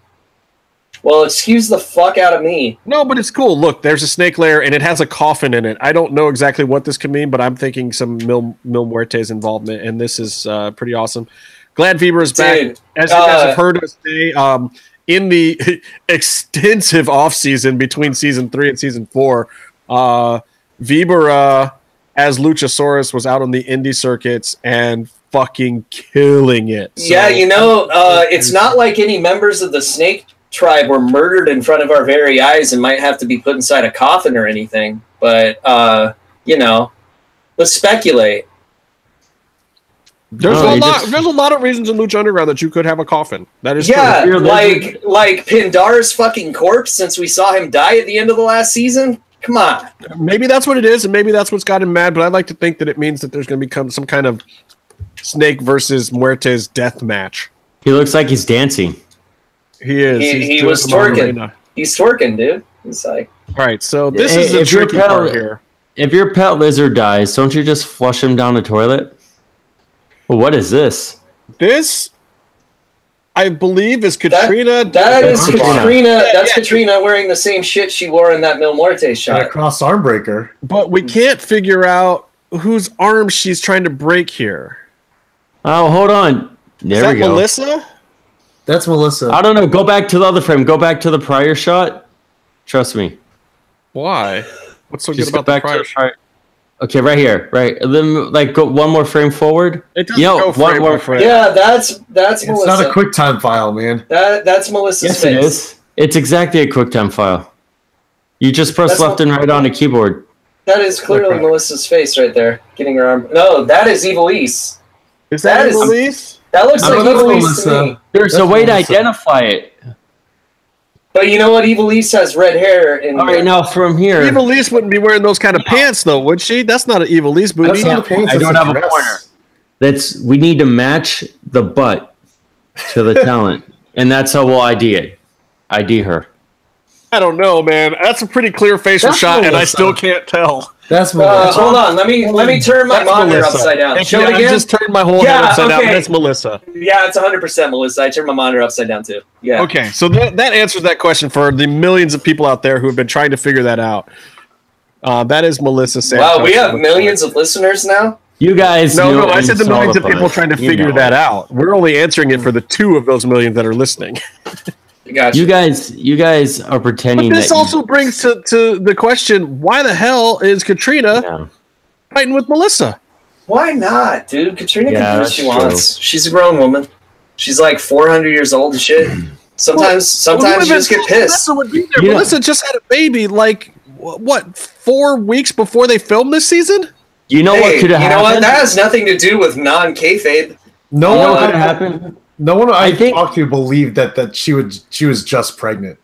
S4: Well, excuse the fuck out of me.
S1: no, but it's cool. Look, there's a snake lair, and it has a coffin in it. I don't know exactly what this could mean, but I'm thinking some Mil, Mil Muertes involvement, and this is uh, pretty awesome. Glad Vibra is back.
S4: Dude,
S1: As you guys
S4: uh,
S1: have heard us say, um, in the extensive offseason between season three and season four, uh, Vibra as Luchasaurus was out on the indie circuits and fucking killing it. So-
S4: yeah, you know, uh, it's not like any members of the snake tribe were murdered in front of our very eyes and might have to be put inside a coffin or anything. But uh, you know, let's speculate.
S1: There's
S2: No,
S1: a
S2: you
S1: lot.
S2: just-
S1: There's a lot of reasons in Lucha Underground that you could have a coffin. That is
S4: Yeah,
S1: true.
S2: You're
S4: like like Pindar's fucking corpse since we saw him die at the end of the last season. Come on.
S1: Maybe that's what it is, and maybe that's what's got him mad. But I like to think that it means that there's going to become some kind of Snake versus Muertes death match.
S2: He looks like he's dancing.
S1: He is.
S4: He-
S1: he's
S4: he
S1: doing
S4: was
S1: some
S4: twerking.
S1: arena.
S4: He's twerking, dude. He's like,
S1: All right, so this
S2: Hey,
S1: is the
S2: if you're
S1: tricky part
S2: telling-
S1: here.
S2: If your pet lizard dies, don't you just flush him down the toilet? Well, what is this?
S1: This, I believe, is Katrina.
S4: that is
S2: Come on.
S4: Katrina. That's Katrina wearing the same shit she wore in that Mil Muerte
S5: And a
S4: shot.
S5: cross arm breaker.
S1: but we can't figure out whose arm she's trying to break here.
S2: Oh, hold on.
S1: Is
S2: There
S1: that
S2: we go.
S1: Melissa?
S5: That's Melissa.
S2: I don't know. Go back to the other frame. Go back to the prior shot. Trust me.
S1: Why? What's so
S2: Just
S1: good
S2: go
S1: about the
S2: back to
S1: prior?
S2: the prior. Okay, right here, right. Then, like, go one more frame forward.
S1: It doesn't
S2: Yo,
S1: go
S2: one
S1: frame
S2: more
S1: by frame.
S4: Yeah, that's that's
S5: it's
S4: Melissa.
S5: not a quick time file, man.
S4: that that's Melissa's
S2: Yes,
S4: face.
S2: it is. It's exactly a QuickTime file. You just press
S4: That's
S2: left
S4: not-
S2: and right on a keyboard.
S4: That is clearly
S1: Okay.
S4: Melissa's face right there, getting her arm. No, that is Evil East.
S1: Is that,
S4: That is-
S1: Elise?
S4: That looks
S5: I
S4: like
S5: don't know
S4: Evil
S5: if
S4: East to
S5: Melissa-
S4: me.
S2: There's
S5: That's
S2: a way to
S5: awesome.
S2: identify it.
S4: But you know what? Evil East has red hair. And
S2: All right, now from here,
S1: Eva Lise wouldn't be wearing those kind of pants, though, would she? That's not an Eva Lise booty.
S5: That's not a
S2: I
S5: pants, that's
S2: don't have a
S5: dress.
S2: pointer. that's we need to match the butt to the talent, and that's how we'll ID it. ID her.
S1: I don't know, man. That's a pretty clear facial
S5: That's
S1: shot, and I
S5: Melissa.
S1: still can't tell.
S5: That's
S4: Uh,
S5: Melissa.
S4: hold on. Let me let me turn my
S1: That's
S4: monitor
S1: Melissa.
S4: upside down.
S1: If
S4: Show
S1: you-
S4: it
S1: I
S4: again.
S1: just turned my whole head
S4: Yeah,
S1: upside down,
S4: okay.
S1: but it's Melissa.
S4: Yeah, it's 100% Melissa. I turned my monitor upside down too. Yeah.
S1: Okay, so that, that answers that question for the millions of people out there who have been trying to figure that out. Uh, that is Melissa Santos.
S4: Wow, we have millions of listeners now.
S2: You guys.
S1: No,
S2: know
S1: no, I said the
S2: and saw
S1: millions of
S2: butt.
S1: people trying to
S2: You
S1: figure
S2: know.
S1: that out. We're only answering it for the two of those millions that are listening.
S4: Gotcha.
S2: You guys, you guys are pretending.
S1: But this
S2: that you-
S1: also brings to, to the question why the hell is Katrina
S2: No.
S1: fighting with Melissa?
S4: Why not, dude? Katrina
S2: Yeah,
S4: can do what
S2: that's
S4: she
S2: true.
S4: wants. She's a grown woman. She's like 400 years old and shit. Sometimes, sometimes you
S1: Well,
S4: just get
S1: Melissa
S4: pissed.
S1: would be there.
S2: Yeah.
S1: Melissa just had a baby, like wh- what, four weeks before they filmed this season?
S2: You know
S4: Hey,
S2: what
S4: you
S2: could have
S4: know what?
S2: happened?
S4: That has nothing to do with non-kayfabe.
S5: No
S2: you know
S5: one,
S2: what could
S5: I,
S2: have happened?
S5: no one I,
S2: I think-
S5: talked to believed that that she would she was just pregnant.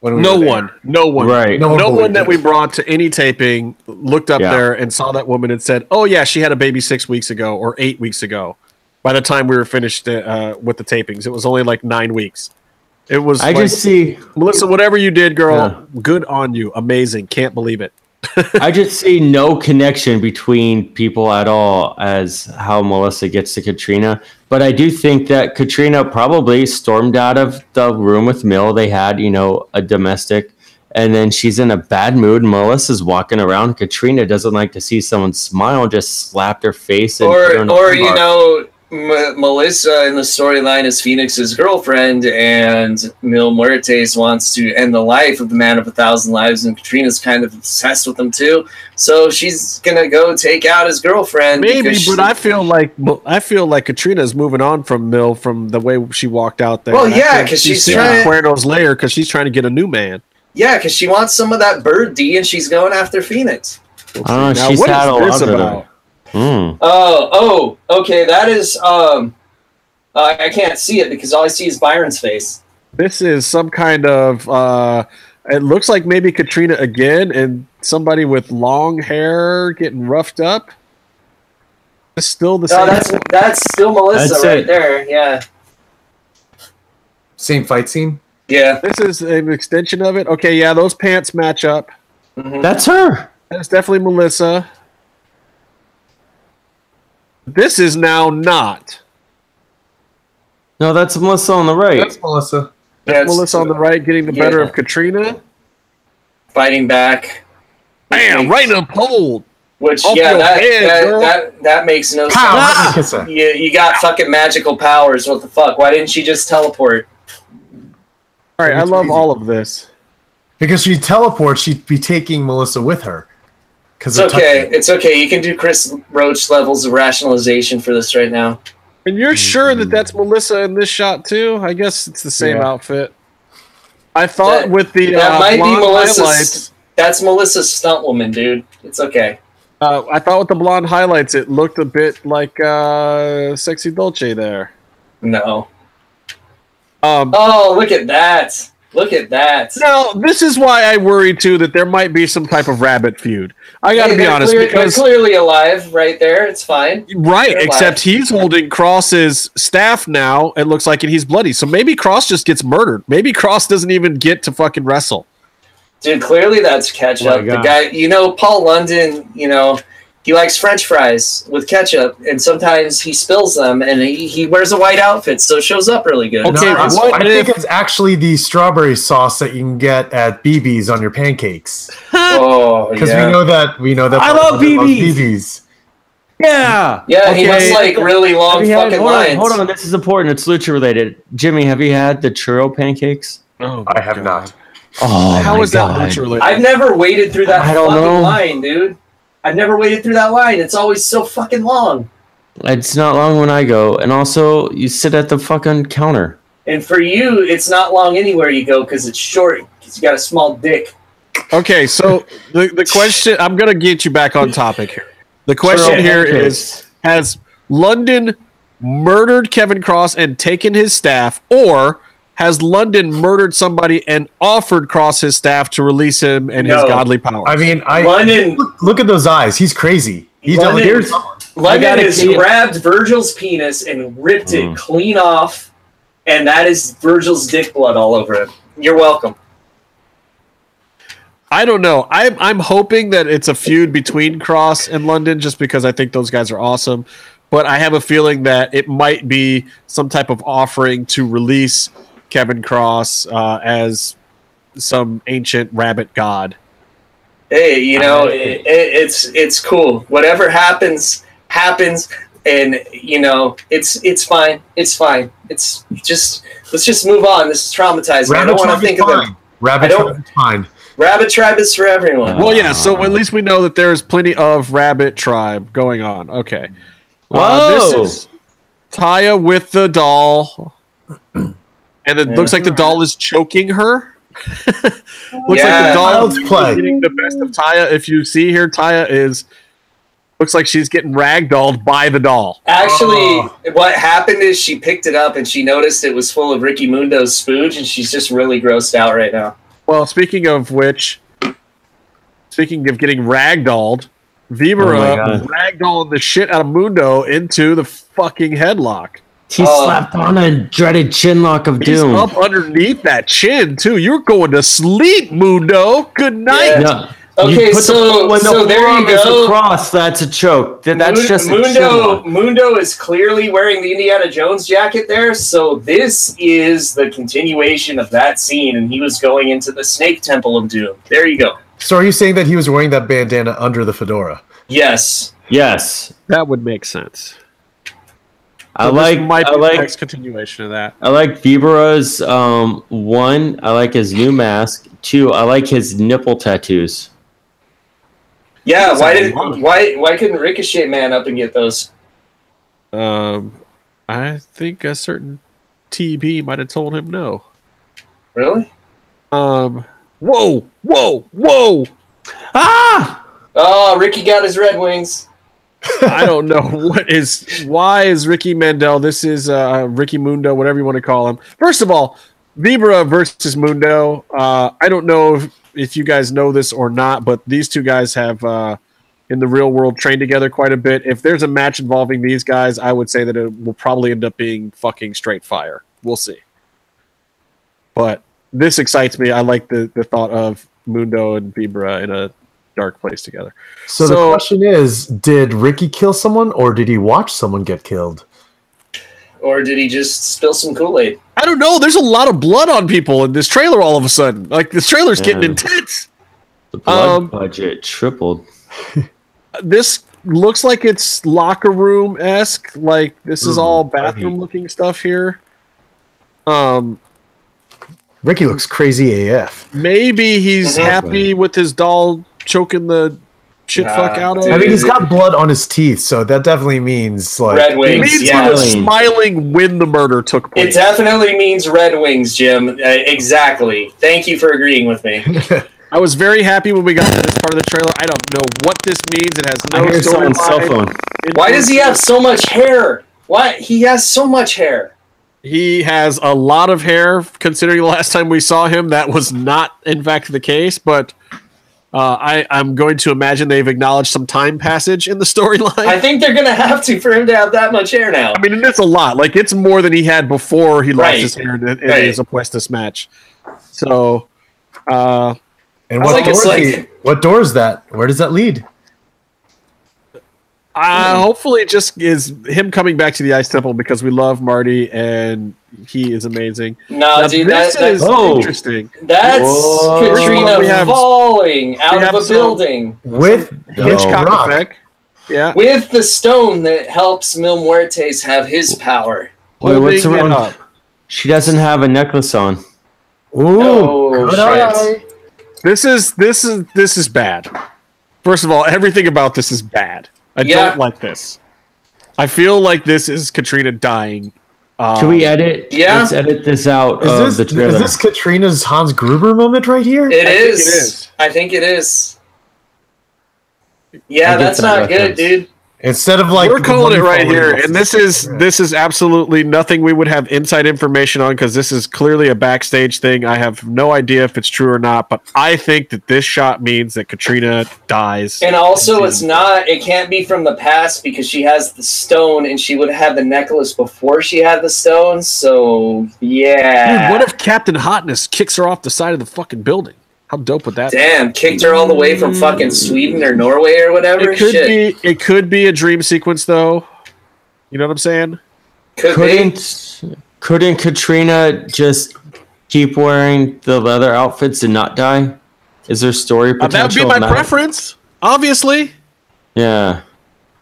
S5: When we
S1: No
S5: were there.
S1: one, no one,
S2: Right.
S1: No,
S5: No one,
S1: one
S5: believed
S1: that
S5: it.
S1: we brought to any taping looked up
S2: Yeah.
S1: there and saw that woman and said, "Oh yeah, she had a baby six weeks ago or eight weeks ago." By the time we were finished uh, with the tapings, it was only like nine weeks. It was.
S2: I
S1: like,
S2: just see,
S1: Melissa, whatever you did, girl, good on you, amazing. Can't believe it.
S2: I just see no connection between people at all as how Melissa gets to Katrina. But I do think that Katrina probably stormed out of the room with Mill. They had, you know, a domestic, and then she's in a bad mood. Melissa's walking around. Katrina doesn't like to see someone smile. Just slapped her face and put her
S4: Or,
S2: in a
S4: or
S2: arm
S4: you
S2: bar.
S4: know, M- Melissa in the storyline is Phoenix's girlfriend, and Mil Muertes wants to end the life of the man of a thousand lives, and Katrina's kind of obsessed with him too. So she's gonna go take out his girlfriend.
S1: Maybe,
S4: because
S1: but
S4: she-
S1: I feel like I feel like Katrina's moving on from Mill from the way she walked out there.
S4: Well,
S1: And I
S4: yeah,
S1: think
S4: 'cause she's
S1: seeing
S4: trying-
S1: Cuerno's layer because she's trying to get a new man.
S4: yeah, because she wants some of that bird D, and she's going after Phoenix.
S2: Oh,
S1: Now,
S2: she's
S1: what is
S2: had a
S1: this
S2: lot of them.
S1: about?
S2: Mm.
S4: Oh, oh, okay. That is um, uh, I can't see it because all I see is Byron's face.
S1: This is some kind of. uh It looks like maybe Katrina again, and somebody with long hair getting roughed up. It's still the
S4: No,
S1: same.
S4: that's that's still Melissa
S2: That's
S4: right
S2: it.
S4: there. Yeah,
S5: Same fight scene.
S4: yeah.
S1: This is an extension of it. Okay, yeah, those pants match up.
S4: Mhm.
S2: That's her.
S1: That's definitely Melissa. This is now not.
S2: No, that's Melissa on the right.
S5: That's Melissa.
S4: That's
S1: Melissa on the right getting the better
S4: Yeah.
S1: of Katrina.
S4: fighting back.
S1: Bam, right in the pole.
S4: Which
S1: Off
S4: yeah,
S1: your
S4: that,
S1: head,
S4: that,
S1: girl.
S4: that that makes no sense.
S5: Pow! Kiss her.
S4: You, you got fucking magical powers. What the fuck? Why didn't she just teleport?
S1: All right, I
S5: It's
S1: love
S5: crazy.
S1: all of this.
S5: Because she teleports, she'd be taking Melissa with her. Because
S4: It's okay. It's okay. You can do Chris Roach levels of rationalization for this right now.
S1: And
S4: Mm-hmm.
S1: you're sure that that's Melissa in this shot too? I guess it's the same
S5: Yeah.
S1: outfit. I thought
S4: That-
S1: with the
S4: that
S1: uh,
S4: might be
S1: blonde
S4: Melissa's-
S1: highlights,
S4: That's Melissa's stunt woman, dude. It's okay.
S1: uh, I thought with the blonde highlights, it looked a bit like uh, sexy Dolce there.
S4: No.
S1: Um,
S4: Oh, look at that. Look at that.
S1: Now, this is why I worry too that there might be some type of rabbit feud. I got to
S4: Hey,
S1: be
S4: they're
S1: honest
S4: clear-
S1: because
S4: they're clearly alive right there. It's fine.
S1: right,
S4: they're
S1: except
S4: alive.
S1: he's holding Cross's staff now. It looks like and he's bloody. So maybe Cross just gets murdered. Maybe Cross doesn't even get to fucking wrestle.
S4: Dude, clearly that's ketchup.
S5: Oh my
S4: the
S5: God.
S4: guy, you know, Paul London, you know, he likes French fries with ketchup, and sometimes he spills them, and he, he wears a white outfit, so it shows up really good.
S1: Okay,
S5: I,
S1: what
S5: I think
S1: if-
S5: it's actually the strawberry sauce that you can get at BB's on your pancakes.
S4: Oh,
S5: Because
S4: yeah.
S5: we know that we know that
S2: I love
S5: Paul loves
S2: BB's.
S5: BB's.
S2: Yeah.
S4: yeah, he
S1: okay.
S4: must like really long
S2: Have you had-
S4: fucking
S2: hold,
S4: lines.
S2: on, hold on, this is important. It's lucha related. Jimmy, have you had the churro pancakes?
S1: Oh,
S5: I have not.
S2: Oh,
S1: How
S2: my
S1: is
S2: God.
S1: that literally?
S4: I've never waited through that
S2: I don't
S4: fucking
S2: know.
S4: line, dude. I've never waited through that line. It's always so fucking long.
S2: It's not long when I go, and also you sit at the fucking counter.
S4: And for you, it's not long anywhere you go because it's short. 'cause you got a small dick.
S1: Okay, so the the question I'm gonna get you back on topic here. The question
S2: Churro
S1: here
S2: pancakes.
S1: is: Has London murdered Kevin Cross and taken his staff, or has London murdered somebody and offered Cross his staff to release him and his
S4: No.
S1: godly power?
S5: I mean, I
S4: London,
S5: look, look at those eyes. He's crazy. He's
S4: London-
S5: here's
S4: London
S2: gotta
S4: has
S2: keep-
S4: grabbed Virgil's penis and ripped
S5: Mm.
S4: it clean off, and that is Virgil's dick blood all over it. You're welcome.
S1: I don't know. I'm I'm hoping that it's a feud between Cross and London, just because I think those guys are awesome. But I have a feeling that it might be some type of offering to release Kevin Cross uh, as some ancient rabbit god.
S4: Hey, you know, it, it, it's it's cool. Whatever happens, happens, and you know, it's it's fine. It's fine. It's just let's just move on. This is traumatizing. I
S5: rabbit
S4: don't want
S5: trap
S4: to think
S5: is
S4: of it.
S5: fine. Rabbit
S4: I don't-
S5: trap is fine.
S4: Rabbit tribe is for everyone.
S1: Well, yeah. So at least we know that there is plenty of rabbit tribe going on. Okay.
S2: Whoa.
S1: is Taya with the doll, and it
S4: Yeah.
S1: looks like the doll is choking her. looks like
S4: Yeah.
S1: the doll
S5: Child's play.
S1: is getting the best of Taya. If you see here, Taya is looks like she's getting ragdolled by the doll.
S4: Actually,
S5: oh.
S4: what happened is she picked it up and she noticed it was full of Ricky Mundo's spooge, and she's just really grossed out right now.
S1: Well, speaking of which, speaking of getting ragdolled, Vibra
S2: Oh my
S1: ragdolled the shit out of Mundo into the fucking headlock.
S2: He
S4: Oh.
S2: slapped on a dreaded chinlock of
S1: He's
S2: doom.
S1: up underneath that chin too. You're going to sleep, Mundo. Good night.
S4: Yeah.
S2: Yeah.
S4: Okay, so- so there you
S2: forearm is
S4: go.
S2: across, that's a choke. Th- That's
S4: Moon-
S2: just a
S4: Mundo.
S2: chinlock.
S4: Mundo is clearly wearing the Indiana Jones jacket there, so this is the continuation of that scene, and he was going into the Snake Temple of Doom. There you go.
S5: So are you saying that he was wearing that bandana under the fedora?
S4: Yes.
S2: Yes.
S1: That would make sense.
S2: I
S1: This
S2: like
S1: might be
S2: I
S1: the
S2: like
S1: next continuation of that.
S2: I like Vibro's um one, I like his new mask. Two, I like his nipple tattoos.
S4: Yeah,
S3: That's
S4: why
S3: a
S4: did
S3: lot.
S4: why why couldn't Ricochet man up and get those?
S1: Um, I think a certain TB might have told him no.
S4: Really?
S1: Um, whoa, whoa, whoa!
S2: Ah!
S4: Oh, Ricky got his Red Wings.
S1: I don't know what is why is Ricky Mandel. This is uh, Ricky Mundo, whatever you want to call him. First of all, Vibra versus Mundo. Uh, I don't know if, if you guys know this or not, but these two guys have uh, in the real world trained together quite a bit. If there's a match involving these guys, I would say that it will probably end up being fucking straight fire. We'll see. But this excites me. I like the the thought of Mundo and Vibra in a dark place together.
S5: So,
S1: So-
S5: the question is, did Ricky kill someone or did he watch someone get killed?
S4: Or did he just spill some Kool Aid?
S1: I don't know. There's a lot of blood on people in this trailer all of a sudden. Like this trailer's getting
S2: Yeah.
S1: intense.
S2: The blood
S1: Um,
S2: budget tripled.
S1: This looks like it's locker room esque. Like this
S4: Mm-hmm.
S1: is
S2: Mm,
S1: all bathroom looking stuff here. Um,
S5: Ricky looks crazy AF.
S1: maybe he's
S4: Mhm.
S1: happy with his doll choking the shit
S4: Nah,
S1: fuck out of
S4: dude.
S5: I
S1: him.
S5: mean, he's got blood on his teeth, so that definitely means like
S4: Red
S1: It
S4: Wings.
S1: means
S4: yeah.
S1: he was smiling when the murder took
S4: It
S1: place.
S4: definitely means Red Wings, Jim. Uh, exactly. Thank you for agreeing with me.
S1: I was very happy when we got to this part of the trailer. I don't know what this means. It has
S2: I
S1: no
S2: hear someone's cell
S1: storyline.
S2: phone.
S1: It
S4: Why
S1: means-
S4: does he have so much hair? Why he has so much hair?
S1: He has a lot of hair. Considering the last time we saw him, that was not, in fact, the case. But uh, I, I'm going to imagine they've acknowledged some time passage in the
S4: I
S1: storyline.
S4: think they're gonna have to for him to have that much hair now.
S1: I mean, and it's a lot. Like it's more than he had before he lost
S4: Right.
S1: his hair in, in
S4: Right.
S1: his Apuestas match. So, uh,
S5: And
S4: I
S5: what
S4: like
S5: door?
S4: it's
S5: is
S4: like-
S5: he- what door is that? Where does that lead?
S1: I hopefully it just is him coming back to the Ice Temple because we love Marty and he is amazing.
S4: No,
S1: Now,
S4: Uh, dude, that,
S1: this
S4: that,
S1: is
S2: Oh.
S1: interesting.
S4: that's
S2: Whoa.
S4: Katrina
S1: We have-
S4: falling out
S1: have
S4: of a
S1: some-
S4: building
S5: With
S2: No.
S5: Hitchcock
S1: Hitchcock
S5: rock.
S1: effect. Yeah.
S4: with the stone that helps Mil Muertes have his power.
S2: Wait, what's
S1: Holding it
S2: wrong?
S1: up.
S2: She doesn't have a necklace on.
S5: Ooh,
S4: Oh,
S5: good
S4: shit.
S5: eye.
S1: This is this is this is bad. First of all, everything about this is bad. I
S4: Yeah.
S1: don't like this. I feel like this is Katrina dying. Um,
S2: Can we edit?
S4: yeah.
S2: Let's edit this out of
S5: Is
S2: Um, the
S5: this,
S2: trailer.
S5: is this Katrina's Hans Gruber moment right here?
S4: It
S1: I think
S4: is.
S1: it is.
S4: I think it is.
S2: I
S4: Yeah,
S2: get
S4: that's
S2: that
S4: not good,
S2: reference.
S4: dude.
S5: Instead of like
S1: We're calling it right
S5: falling
S1: here,
S5: off.
S1: and this is this is absolutely nothing we would have inside information on because this is clearly a backstage thing. I have no idea if it's true or not, but I think that this shot means that Katrina dies.
S4: And also, it's not. It can't be from the past because she has the stone, and she would have had the necklace before she had the stone. So
S1: Dude,
S4: yeah.
S1: what if Captain Hotness kicks her off the side of the fucking building? How dope would that? be?
S4: Damn, kicked her all the way from fucking Sweden or Norway or whatever.
S1: it could
S4: Shit.
S1: be it could be a dream sequence though you know what i'm saying
S4: Could be.
S2: couldn't couldn't Katrina just keep wearing the leather outfits and not die? Is there story
S1: Uh,
S2: potential?
S1: that would be my
S2: in that?
S1: preference obviously
S2: Yeah.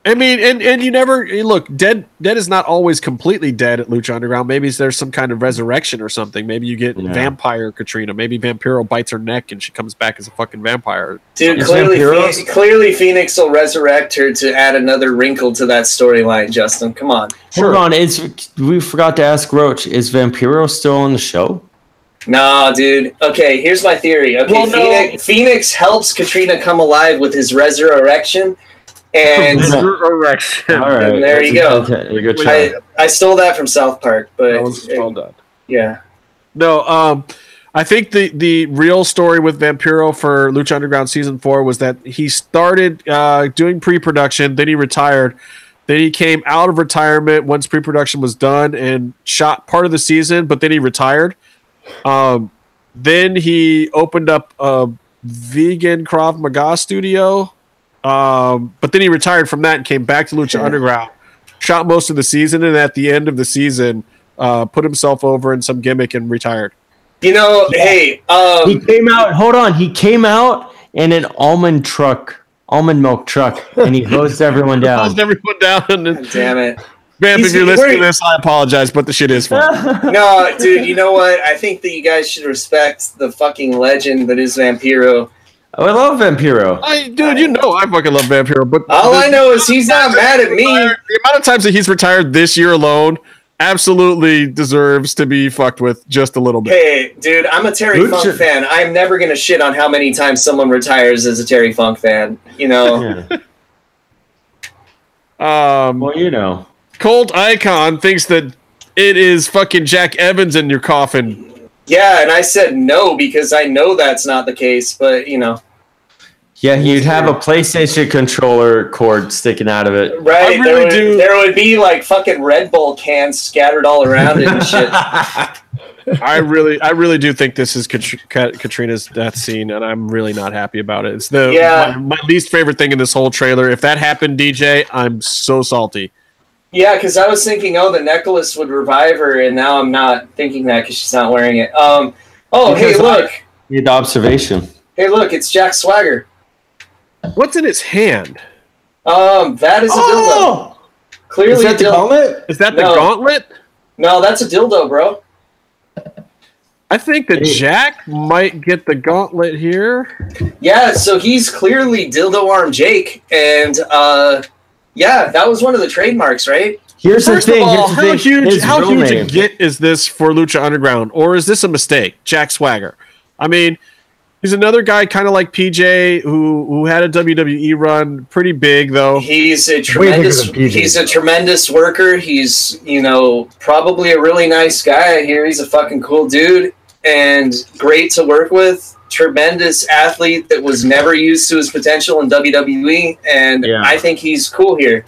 S1: i mean and and you never eh, look dead dead is not always completely dead at lucha underground maybe there's some kind of resurrection or something maybe you get
S2: Yeah.
S1: vampire katrina maybe vampiro bites her neck and she comes back as a fucking vampire
S4: Dude,
S2: Is
S4: clearly,
S2: Vampiros-
S4: Phoenix, clearly Phoenix will resurrect her to add another wrinkle to that storyline, Justin. Come on.
S1: Sure.
S2: Hold on, is we forgot to ask Roach? Is Vampiro still on the show?
S4: Nah, dude. Okay, here's my theory. Okay,
S1: Well, no.
S4: Phoenix, Phoenix helps Katrina come alive with his resurrection, and
S1: resurrection
S2: All right,
S4: there you go.
S2: Okay, good job.
S4: I, I stole that from South Park, but
S1: done
S4: yeah,
S1: No, um, I think the the real story with Vampiro for Lucha Underground season four was that he started uh, doing pre production, then he retired, then he came out of retirement once pre production was done and shot part of the season, but then he retired. Um, then he opened up a vegan Krav Maga studio, um, but then he retired from that and came back to Lucha Underground, shot most of the season, and at the end of the season uh, put himself over in some gimmick and retired.
S4: you know, hey, um,
S2: he came out. Hold on, he came out in an almond truck, almond milk truck, and he hosed everyone down.
S1: Closed everyone down. And then,
S4: damn it,
S1: Vamp,
S4: He's
S1: if you're listening to
S4: Um, great.
S1: this, I apologize, but the shit is fun.
S4: No, dude, you know what? I think that you guys should respect the fucking legend that is Vampiro.
S2: I love Vampiro.
S1: I, dude, you know I fucking love Vampiro, but
S4: All I know is he's not mad at me.
S1: the amount of times that he's retired this year alone absolutely deserves to be fucked with just a little bit.
S4: Hey, dude, I'm a Terry
S2: Good
S4: Funk
S2: shit.
S4: fan. I'm never gonna shit on how many times someone retires as a Terry Funk fan. You know,
S2: Yeah.
S1: Um,
S2: Well, you know.
S1: Colt Icon thinks that it is fucking Jack Evans in your coffin.
S4: yeah. And I said no because I know that's not the case. But you know,
S2: Yeah, you'd have a PlayStation controller cord sticking out of it.
S4: right?
S1: I
S4: there,
S1: really
S4: would,
S1: do-
S4: there would be like fucking Red Bull cans scattered all around it and shit.
S1: I really, I really do think this is Kat- Kat- Katrina's death scene, and I'm really not happy about it. It's the
S4: Yeah.
S1: my, my least favorite thing in this whole trailer. If that happened, DJ, I'm so salty.
S4: Yeah, because I was thinking, oh, the necklace would revive her, and now I'm not thinking that because she's not wearing it. Um. Oh,
S2: Because
S4: hey,
S2: I-
S4: look.
S2: Good observation.
S4: Hey, look, it's Jack Swagger.
S1: What's in his hand?
S4: Um, that is a
S1: Oh!
S4: dildo.
S2: Oh! Is
S4: Clearly,
S2: that the
S4: a dildo.
S2: helmet?
S1: Is that the
S4: No.
S1: gauntlet?
S4: No, that's a dildo, bro.
S1: I think that Jack might get the gauntlet here.
S4: Yeah, so he's clearly dildo arm Jake, and uh, yeah, that was one of the trademarks, right?
S2: Here's
S1: First
S2: the thing.
S1: of all,
S2: here's the
S1: how
S2: thing.
S1: huge
S2: His
S1: how
S2: real
S1: huge a
S2: name.
S1: get is this for Lucha Underground, or is this a mistake? Jack Swagger. I mean, he's another guy kind of like PJ who who had a WWE run, pretty big though.
S4: He's a
S5: bigger than
S4: tremendous.
S5: PJ.
S4: He's a tremendous worker. He's you know probably a really nice guy I hear He's a fucking cool dude and great to work with. Tremendous athlete that was never used to his potential in WWE, and
S2: Yeah.
S4: I think he's cool here.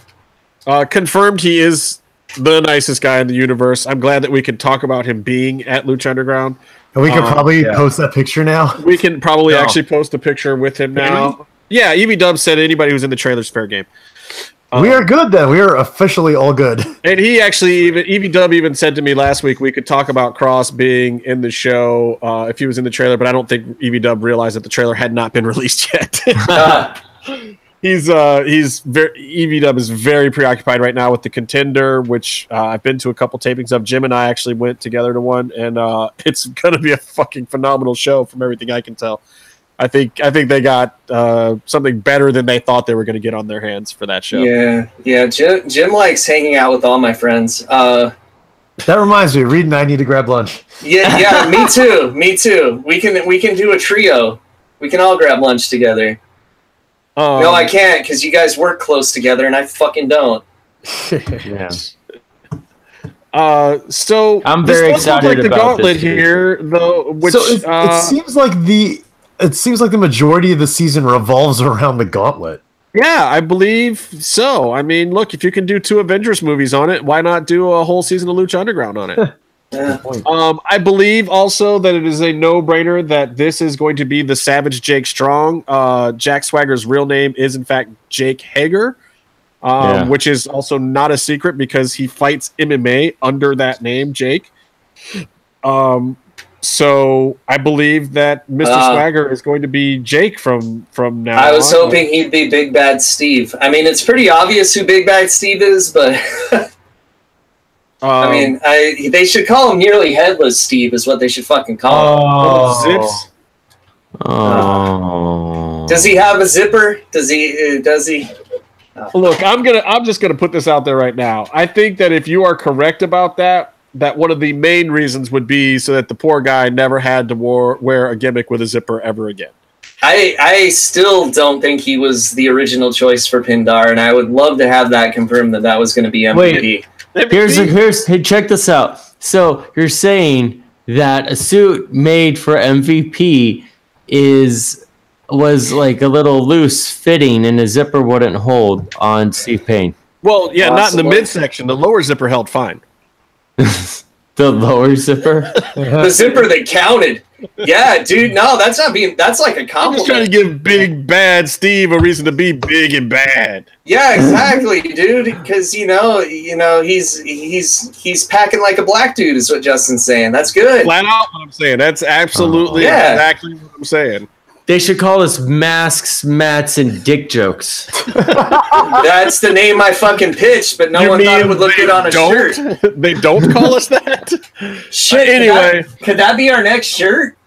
S1: Uh, confirmed, he is the nicest guy in the universe. I'm glad that we can talk about him being at Lucha Underground.
S5: And we could
S1: Um,
S5: probably
S2: yeah.
S5: post that picture now.
S1: We can probably
S2: No.
S1: actually post a picture with him now. Yeah, EB Dub said anybody who's in the trailer's fair game. Um,
S5: we are good then. We are officially all good.
S1: And he actually even Evie Dub even said to me last week we could talk about Cross being in the show uh, if he was in the trailer, but I don't think Evie Dub realized that the trailer had not been released yet.
S4: Uh,
S1: he's uh he's very Evie Dub is very preoccupied right now with the contender, which uh, I've been to a couple tapings of. Jim and I actually went together to one, and uh, it's gonna be a fucking phenomenal show from everything I can tell. I think I think they got uh, something better than they thought they were gonna get on their hands for that show.
S4: Yeah, yeah. Jim, Jim likes hanging out with all my friends. Uh,
S5: That reminds me, Reed and I need to grab lunch.
S4: yeah, yeah. me too. Me too. We can we can do a trio. We can all grab lunch together.
S1: Um,
S4: no, I can't because you guys work close together, and I fucking don't.
S2: Yeah.
S1: Uh, so
S2: I'm
S1: this
S2: very
S1: does look
S2: excited
S1: like the
S2: about
S1: gauntlet
S2: this dude.
S1: here, though. Which
S5: so it,
S1: uh,
S5: it seems like the it seems like the majority of the season revolves around the gauntlet.
S1: yeah, I believe so. I mean, look, if you can do two Avengers movies on it, why not do a whole season of Lucha Underground on it?
S4: Yeah.
S1: um, I believe also that it is a no-brainer that this is going to be the Savage Jake Strong. Uh, Jack Swagger's real name is in fact Jake Hager. Um,
S2: Yeah.
S1: Which is also not a secret because he fights MMA under that name, Jake. Um, so I believe that Mr.
S4: Uh,
S1: Swagger is going to be Jake from from now.
S4: I was
S1: on.
S4: hoping he'd be Big Bad Steve. I mean, it's pretty obvious who Big Bad Steve is, but
S1: Um,
S4: I mean, I they should call him nearly headless Steve is what they should fucking call
S1: uh,
S2: Oh.
S4: him.
S1: Zips.
S2: Oh.
S4: Does he have a zipper? Does he? Uh, does he?
S1: Look, I'm gonna. I'm just gonna put this out there right now. I think that if you are correct about that, that one of the main reasons would be so that the poor guy never had to war, wear a gimmick with a zipper ever again.
S4: I I still don't think he was the original choice for Pindar, and I would love to have that confirmed that that was going to be MVP.
S2: Here's a, here's hey, check this out. So you're saying that a suit made for MVP is was like a little loose fitting and the zipper wouldn't hold on Steve Payne.
S1: well, yeah, not in the
S4: Possibly.
S1: midsection. The lower zipper held fine.
S2: The lower zipper.
S4: The zipper that counted. Yeah, dude. No, that's not being. That's like a
S1: I'm just trying to
S4: compliment.
S1: give Big Bad Steve a reason to be big and bad.
S4: Yeah, exactly, dude. Because you know, you know, he's he's he's packing like a black dude. Is what Justin's saying. That's good.
S1: Flat out, what I'm saying. That's absolutely
S4: Oh. Yeah.
S1: exactly what I'm saying.
S2: They should call us masks, mats, and dick jokes.
S4: That's the name I fucking pitched, but no
S1: You
S4: one thought it
S1: mean
S4: would look
S1: they
S4: good on a
S1: don't?
S4: shirt.
S1: they don't call us that.
S4: Shit.
S1: Anyway.
S4: could that, could that be our next shirt?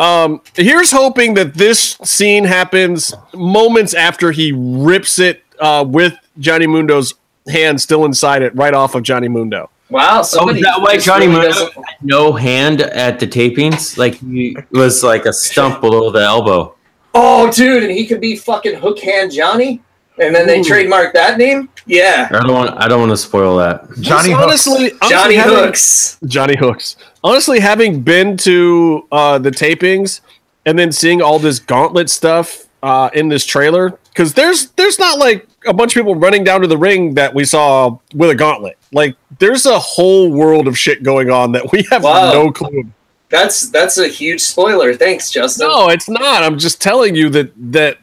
S1: Um, here's hoping that this scene happens moments after he rips it uh, with Johnny Mundo's hand still inside it, right off of Johnny Mundo.
S4: Wow,
S2: Oh,
S4: somebody
S2: that way
S4: just
S2: Johnny
S4: really
S2: Mundo
S4: doesn't-
S2: had no hand at the tapings. Like he was like a stump below the elbow.
S4: Oh, dude, and he could be fucking Hook Hand Johnny, and then they trademark that name. Yeah,
S2: I don't want. I don't want to spoil that.
S5: Johnny
S1: Just
S5: Hooks.
S1: honestly, honestly,
S4: Johnny
S1: having-
S4: Hooks.
S1: Johnny Hooks. Honestly, having been to uh, the tapings and then seeing all this gauntlet stuff uh, in this trailer, because there's there's not like a bunch of people running down to the ring that we saw with a gauntlet. Like there's a whole world of shit going on that we have
S4: Wow.
S1: no clue
S4: That's that's a huge spoiler. Thanks, Justin.
S1: No, it's not. I'm just telling you that that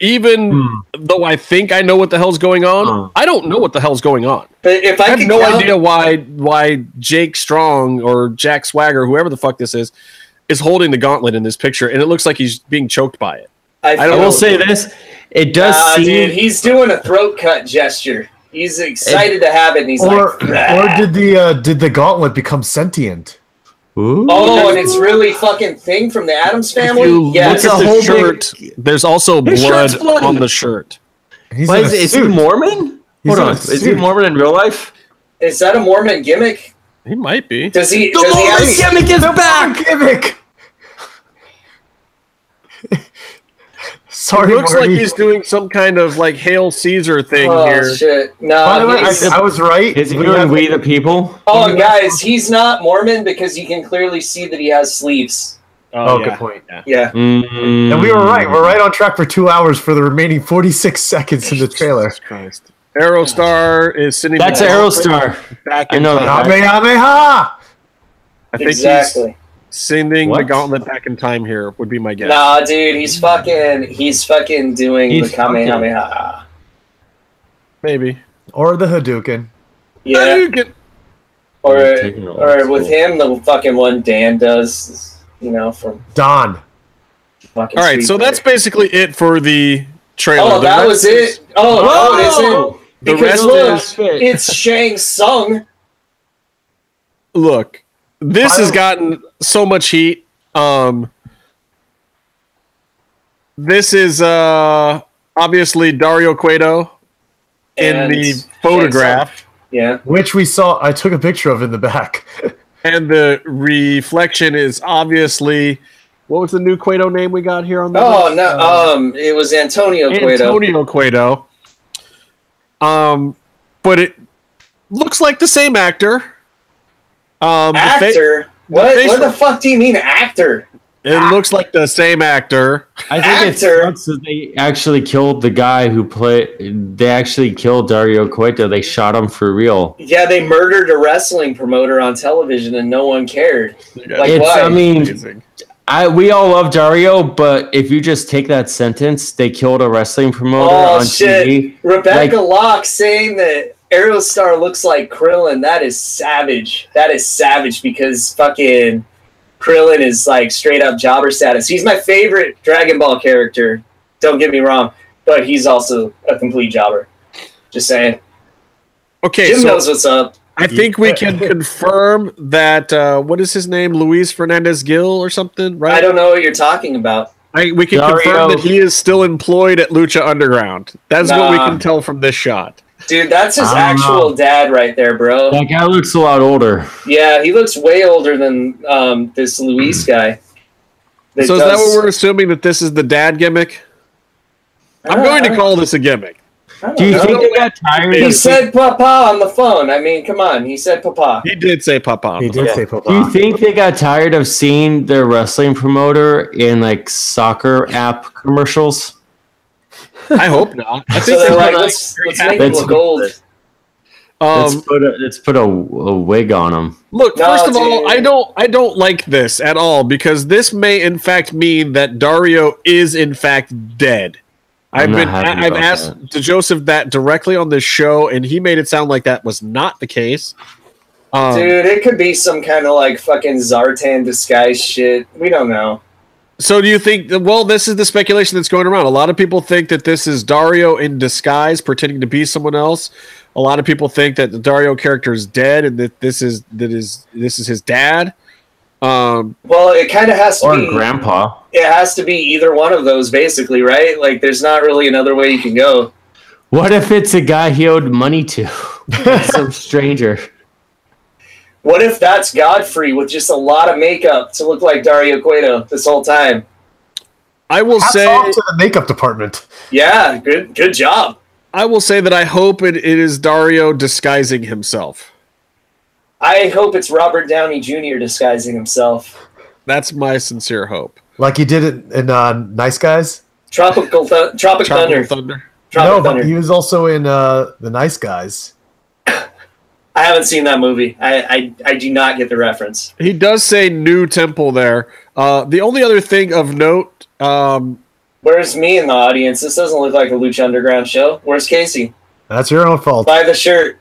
S1: even though I think I know what the hell's going on,
S2: Hmm.
S1: I don't know what the hell's going on.
S4: But if I,
S1: I have
S4: could
S1: no
S4: count-
S1: idea why why Jake Strong or Jack Swagger, whoever the fuck this is, is holding the gauntlet in this picture, and it looks like he's being choked by it.
S4: I,
S1: I
S2: I
S4: feel-
S2: will say this: it does
S4: Nah,
S2: seem.
S4: dude, he's doing a throat cut gesture. He's excited to have it, and he's
S5: Or,
S4: like, "Bleh."
S5: or did the uh, did the gauntlet become sentient?
S2: Ooh.
S4: "Oh, and it's really fucking thing from the Adams family." yeah,
S1: look
S4: it's
S2: a
S1: at the
S2: whole
S1: shirt. There's also
S2: His
S1: blood
S2: shirt's bloody.
S1: on the shirt.
S5: He's
S2: Why
S5: in
S2: is,
S5: a
S2: is he
S5: suit.
S2: Mormon?
S5: He's
S2: Hold
S5: in
S2: on,
S5: a
S2: is he
S5: suit.
S2: Mormon in real life?
S4: Is that a Mormon gimmick?
S1: He might be.
S4: Does he?
S2: The
S4: does he have-
S2: Mormon gimmick is back.
S5: gimmick. Sorry,
S1: It looks like
S5: Marty.
S1: he's doing some kind of like Hail Caesar thing
S4: Oh
S1: here.
S4: shit!
S5: By
S1: uh,
S5: the
S4: No,
S5: way,
S4: he's-
S5: I, I was right.
S2: Is he
S5: We
S2: doing
S5: have-
S2: We the People?
S4: oh guys, he's not Mormon because you can clearly see that he has sleeves.
S5: Oh,
S1: yeah.
S5: good point.
S4: Yeah,
S5: And we were right.
S2: Mm.
S5: We're right on track for two hours for the remaining 46 seconds in the trailer.
S1: Christ. Aerostar is sitting.
S2: Mm. That's
S1: back-
S2: Aerostar.
S1: Back
S2: I know
S1: time.
S2: that.
S5: Kamehameha!
S1: I think he's
S4: exactly.
S1: sending the
S2: What?
S1: gauntlet back in time here. Would be my guess.
S4: Nah, dude, he's fucking. He's fucking doing
S2: He's
S4: the kamehameha.
S1: Maybe.
S5: Or the Hadouken.
S4: Yeah,
S1: You can-
S4: or
S2: He's taking it old
S4: or with
S2: school.
S4: him, the fucking one Dan does. is, You know, from
S5: Don.
S4: fucking.
S1: All right,
S4: Street
S1: so that's
S4: Fighter.
S1: basically it for the trailer.
S4: Oh,
S1: The
S4: that
S1: rest
S4: was
S1: is-
S4: it. Oh, no, it
S2: Whoa!
S4: isn't.
S1: The
S4: Because
S1: rest
S4: look,
S1: is
S4: it's Shang Tsung.
S1: look. This has
S5: Final-
S1: gotten so much heat. Um, this is uh obviously Dario Cueto in
S4: and
S1: the
S4: Shang Tsung.
S1: photograph
S4: Yeah.
S5: Which we saw, I took a picture of in the back.
S1: and the reflection is obviously what was the new Cueto name we got here on the
S4: Oh
S1: list?
S4: no. Um, it was Antonio Cueto.
S1: Antonio Cueto. Um, but it looks like the same actor. Um, the fa-
S4: Actor. what?
S1: face
S4: what the
S1: was-
S4: fuck do you mean actor?
S1: it looks like the same actor.
S2: I think it's
S4: Actor.
S2: that they actually killed the guy who played. They actually killed Dario Cueto. They shot him for real.
S4: Yeah, they murdered a wrestling promoter on television and no one cared. Like
S2: it's.
S4: why?
S2: I mean,
S1: Amazing.
S2: I we all love Dario, but if you just take that sentence, they killed a wrestling promoter
S4: Oh
S2: on
S4: shit.
S2: TV.
S4: Rebecca Locke saying that Aerostar looks like Krillin, that is savage. That is savage because fucking Krillin is like straight up jobber status. He's my favorite Dragon Ball character. Don't get me wrong, but he's also a complete jobber. Just saying.
S1: Okay,
S4: Jim
S1: so
S4: knows what's up.
S1: I think we can confirm that uh, what is his name, Luis Fernandez Gil or something,
S4: I
S1: right?
S4: don't know what you're talking about.
S1: I- we can
S2: Dario.
S1: confirm that he is still employed at Lucha Underground. That's what we
S4: Nah.
S1: can tell from this shot.
S4: Dude, that's his
S2: I don't
S4: actual dad right there, bro.
S2: That guy looks a lot older.
S4: Yeah, he looks way older than um, this Luis
S2: Hmm.
S4: guy.
S1: so is that what we're assuming that this is the dad gimmick?
S4: Uh,
S1: I'm going to call this a gimmick.
S4: call.
S2: Do you think they got tired?
S4: He
S2: of-
S4: said papa on the phone. I mean, come on. He said papa.
S1: He did say papa.
S5: He did
S2: Yeah.
S5: say
S2: Do you
S5: Papa.
S2: think they got tired of seeing their wrestling promoter in like soccer app commercials?
S1: I hope not. I
S4: So
S1: think
S4: they're
S1: they're
S4: like, let's, let's make him
S2: That's-
S4: look old.
S1: um,
S2: let's put a, let's put a, a wig on him.
S1: look.
S4: No,
S1: first of all,
S4: dude.
S1: I don't I don't like this at all because this may in fact mean that Dario is in fact dead. I've
S2: I'm not
S1: been
S2: happy
S1: I, I've
S2: about
S1: asked to Joseph that directly on this show, and he made it sound like that was not the case. Um,
S4: Dude, it could be some kind of like fucking Zartan disguise shit. We don't know.
S1: So do you think? Well, this is the speculation that's going around. A lot of people think that this is Dario in disguise, pretending to be someone else. A lot of people think that the Dario character is dead, and that this is that is this is his dad. Um,
S4: Well, it kind of has to
S2: or
S4: be.
S2: grandpa.
S4: it has to be either one of those, basically, right? Like, there's not really another way you can go.
S2: What if it's a guy he owed money to? Some stranger.
S4: What if that's Godfrey with just a lot of makeup to look like Dario Cueto this whole time?
S1: I will
S5: Hats
S1: say,
S5: off to the makeup department.
S4: Yeah, good, good job.
S1: I will say that I hope it, it is Dario disguising himself.
S4: I hope it's Robert Downey Jr. disguising himself.
S1: That's my sincere hope.
S5: Like you did it in uh, Nice Guys.
S4: Tropical, th- Tropic
S1: Tropical
S4: Thunder.
S1: Thunder.
S4: Tropic
S5: no,
S4: Thunder.
S5: but he was also in uh, The Nice Guys.
S4: I haven't seen that movie. I, I, I do not get the reference.
S1: He does say new temple there. Uh, the only other thing of note, um,
S4: Where's me in the audience? This doesn't look like a Lucha Underground show. Where's Casey?
S5: That's your own fault.
S4: Buy the shirt.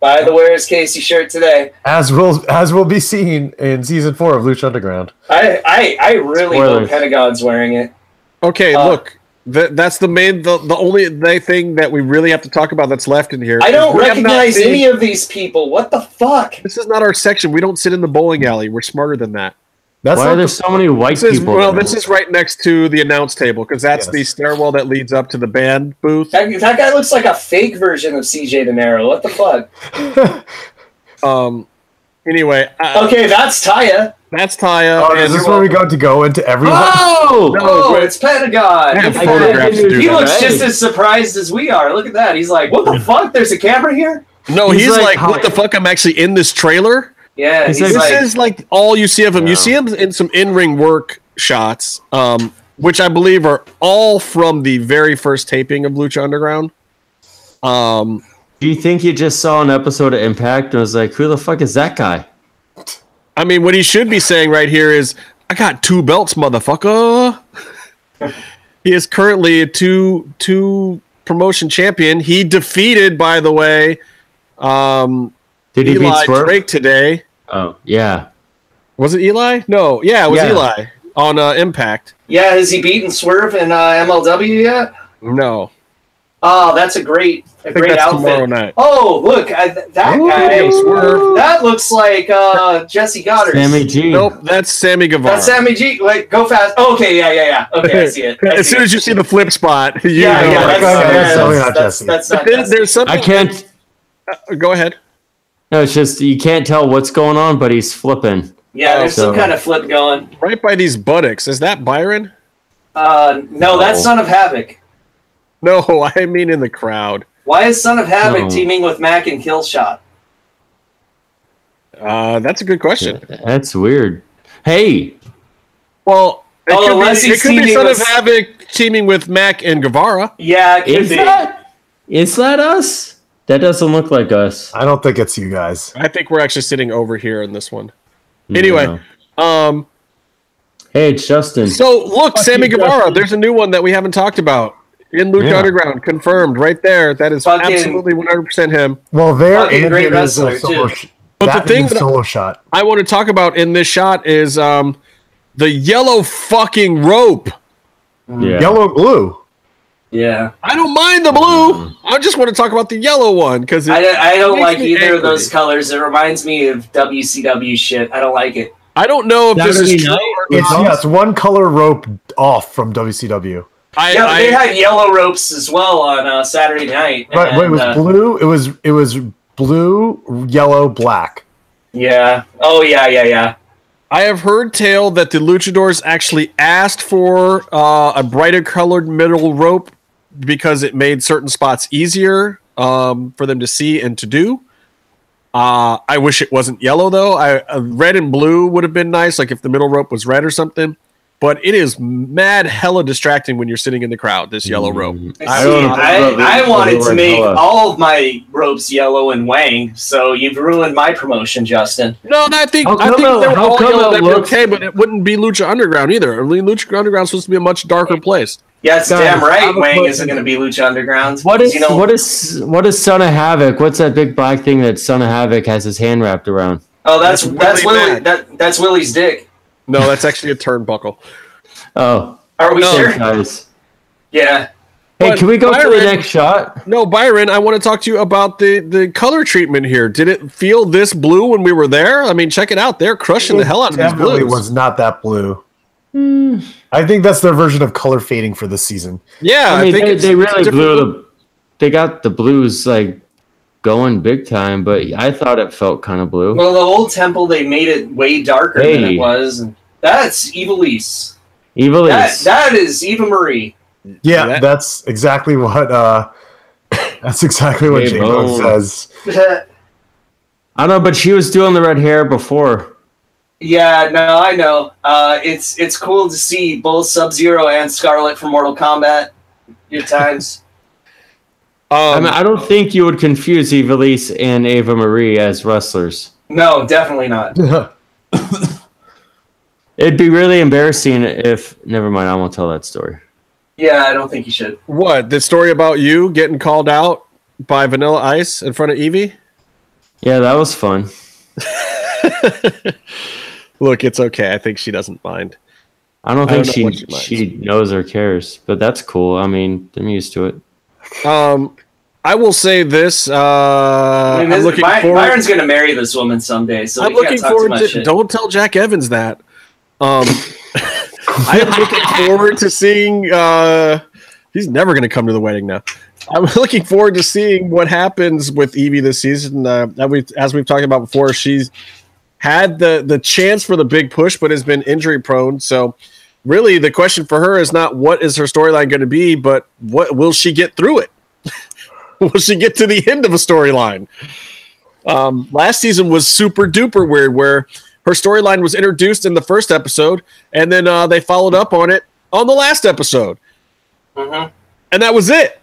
S4: Buy the Where's Casey shirt today.
S5: As will as will be seen in season four of Lucha Underground.
S4: I, I, I really hope
S2: Spoilers.
S4: Pentagon's wearing it.
S1: okay,
S4: Uh,
S1: look, that that's the main, the, the only th- thing that we really have to talk about that's left in here.
S4: I don't
S1: We have not
S4: recognize
S1: seen-
S4: any of these people. What the fuck?
S1: This is not our section. We don't sit in the bowling alley. We're smarter than that.
S5: That's
S2: Why
S5: not
S2: are there
S5: the-
S2: so many white
S1: This is
S2: people?
S1: well,
S2: there?
S1: this is right next to the announce table because that's
S5: Yes.
S1: the stairwell that leads up to the band booth.
S4: That, that guy looks like a fake version of CJ De Niro. What the fuck?
S1: Um, anyway, uh,
S4: Okay, that's Taya.
S1: that's Taya.
S5: Oh,
S1: and-
S5: is this where we go to go into everyone?
S2: Oh!
S4: Oh,
S1: great.
S4: it's Pentagon.
S1: Yeah,
S4: I-
S1: photographs
S2: didn't
S1: do
S4: He
S2: even-
S1: that.
S4: looks
S2: Hey.
S4: just as surprised as we are. Look at that. He's like, what the fuck? There's a camera here?
S1: No, he's,
S2: He's like,
S1: like, what
S2: hi.
S1: the fuck? I'm actually in this trailer.
S4: Yeah,
S2: He's
S4: he's,
S2: like-
S1: This
S4: like,
S1: is like all you see of him.
S2: Yeah.
S1: You see him in some in-ring work shots, um, which I believe are all from the very first taping of Lucha Underground. Um,
S2: Do you think you just saw an episode of Impact and was like, who the fuck is that guy?
S1: I mean, what he should be saying right here is, "I got two belts, motherfucker." he is currently a two two promotion champion. He defeated, by the way, um,
S2: Did he
S1: Eli
S2: beat Swerve?
S1: Drake today.
S2: Oh, yeah.
S1: Was it Eli? No, yeah, it was
S2: Yeah.
S1: Eli on uh, Impact.
S4: yeah, has he beaten Swerve in uh, MLW yet?
S1: No,
S4: Oh, that's a great, a
S1: I think
S4: great
S1: that's tomorrow
S4: outfit.
S1: night.
S4: Oh, look, I, th- that
S1: Ooh,
S4: guy.
S1: Swerve.
S4: That looks like uh, Jesse Goddard.
S2: Sammy G.
S1: Nope, that's Sammy Guevara.
S4: That's Sammy G. Like, go fast. Oh, okay, yeah, yeah, yeah. Okay, I see it. I
S1: as
S4: see
S1: soon
S4: it.
S1: as you see the flip spot, you
S4: yeah,
S1: know.
S4: yeah, that's,
S5: God,
S4: yeah,
S5: that's
S4: that's,
S5: totally not
S4: that's-
S5: Jesse.
S4: that's not
S1: There-
S4: Jesse.
S1: there's something.
S2: I can't.
S1: Go ahead.
S2: No, it's just you can't tell what's going on, but he's flipping.
S4: Yeah, there's some
S2: So-
S4: kind of flip going.
S1: Right by these buttocks. Is that Byron?
S4: Uh, no, that's
S2: No.
S4: Son of Havoc.
S1: No, I mean in the crowd.
S4: Why is Son of Havoc
S2: No.
S4: teaming with Mac and Killshot?
S1: Uh, that's a good question.
S2: That's weird. Hey,
S1: Well, it
S4: Oh,
S1: could
S4: unless
S1: be, it
S4: he's
S1: could be
S4: teaming
S1: Son of
S4: with-
S1: Havoc teaming with Mac and Guevara.
S4: Yeah, it could
S2: is
S4: be.
S2: that is that us? That doesn't look like us.
S5: I don't think it's you guys.
S1: I think we're actually sitting over here in this one. Anyway.
S2: No.
S1: Um,
S2: hey, it's Justin.
S1: so look, Sammy
S2: you,
S1: Guevara.
S2: Justin.
S1: There's a new one that we haven't talked about in Lucha
S2: Yeah.
S1: Underground. Confirmed, right there. That is
S4: Fucking-
S1: absolutely 100 percent him.
S5: Well, there
S4: Fucking
S5: and
S4: great
S5: there is
S4: wrestler,
S5: a solo.
S4: too.
S5: Sh-
S1: But the
S5: that
S1: thing
S5: is a
S1: that-
S5: solo shot.
S1: I want to talk about in this shot is um, the yellow fucking rope.
S2: yeah.
S5: Yellow blue.
S4: Yeah,
S1: I don't mind the blue. I just want to talk about the yellow one because
S4: I, uh,
S1: I,
S4: don't- I don't
S1: Makes
S4: like
S1: me
S4: either
S1: angry.
S4: of those colors. It reminds me of WCW shit. I don't like it.
S1: don't know if this is
S2: Saturday
S1: true.
S2: night?
S1: Or
S5: It's,
S1: not.
S5: yeah, it's one color rope off from WCW.
S1: I,
S4: yeah, but they
S1: I,
S4: had yellow ropes as well on uh, Saturday night.
S5: Right, wait, it
S4: and,
S5: was
S4: uh,
S5: blue. It was it was blue, yellow, black.
S4: yeah. Oh yeah, yeah, yeah.
S1: I have heard tale that the luchadors actually asked for uh, a brighter colored middle rope because it made certain spots easier um, for them to see and to do. Uh, I wish it wasn't yellow though. I uh, red and blue would have been nice, like if the middle rope was red or something. But it is mad hella distracting when you're sitting in the crowd. This
S2: Mm.
S1: yellow rope.
S4: I,
S2: I
S4: see,
S2: don't know about the-
S4: I, I
S2: the
S4: wanted to
S2: Lord
S4: make
S2: Hella.
S4: all of my ropes yellow and Wang, so you've ruined my promotion, Justin.
S1: No, and I think
S2: How
S1: I think
S2: come it-
S1: they're
S2: how
S1: all
S2: come
S1: yellow.
S2: it
S1: That'd be
S2: looks-
S1: okay, but it wouldn't be Lucha Underground either. I mean, Lucha Underground supposed to be a much darker place.
S4: Yes,
S2: Guys,
S4: damn
S2: I
S4: right.
S2: have a
S4: Wang
S2: question.
S4: isn't going to be Lucha Underground.
S2: What is
S4: you know?
S2: what is what is Son of Havoc? What's that big black thing that Son of Havoc has his hand wrapped around?
S4: oh, that's
S1: That's
S4: that's
S1: Willie
S4: Willie.
S1: Mack.
S4: That, that's Willie's dick.
S1: No, that's actually a turnbuckle.
S2: Oh,
S4: Are we
S1: No.
S4: sure?
S2: guys.
S4: Yeah.
S2: Hey,
S1: But
S2: can we go to the
S1: Byron-
S2: next shot?
S1: No, Byron, I want to talk to you about the the color treatment here. Did it feel this blue when we were there? I mean, check it out. They're crushing the hell out of these
S5: Definitely
S1: blues.
S5: was not that blue.
S1: Hmm.
S5: I think that's their version of color fading for this season.
S1: Yeah,
S2: I mean, they,
S1: it's- it's
S2: they
S1: a
S2: really
S1: different
S2: blew
S1: look.
S2: the. They got the blues like going big time, but I thought it felt kind of blue.
S4: Well, the old temple they made it way darker than
S2: Hey.
S4: it was. and That's Evilise.
S2: Evil
S4: That
S2: is.
S4: that is Eva Marie.
S5: Yeah,
S1: That-
S5: that's exactly what. uh That's exactly what
S2: Hey,
S5: J
S2: Bo.
S5: Bo says.
S2: I don't know, but she was doing the red hair before.
S4: yeah, no, I know. Uh, it's it's cool to see both Sub Zero and Scarlet from Mortal Kombat. Your times.
S1: Um,
S2: I mean, I don't think you would confuse Evilise and Ava Marie as wrestlers.
S4: no, definitely not.
S2: It'd be really embarrassing if. Never mind, I won't tell that story.
S4: Yeah, I don't think you should.
S1: what the story about you getting called out by Vanilla Ice in front of Evie?
S2: Yeah, that was fun.
S1: Look, it's okay. I think she doesn't mind.
S2: I don't
S1: I
S2: think
S1: don't know what
S2: she
S1: she likes.
S2: she knows or cares, but that's cool. I mean, I'm used to it.
S1: Um, I will say this. Uh, I
S4: I mean, this,
S1: am looking
S4: By-
S1: forward.
S4: Byron's gonna marry this woman someday, so
S1: I'm
S4: we
S1: looking
S4: can't talk too
S1: forward
S4: much
S1: to.
S4: shit.
S1: Don't tell Jack Evans that. Um, I am looking forward to seeing. Uh, he's never going to come to the wedding now. I'm looking forward to seeing what happens with Evie this season. Uh, that we, as we've talked about before, she's had the the chance for the big push, but has been injury prone. So, really, the question for her is not what is her storyline going to be, but what will she get through it? will she get to the end of a storyline? Um, last season was super duper weird, where her storyline was introduced in the first episode, and then uh, they followed up on it on the last episode,
S4: Mhm.
S1: and that was it.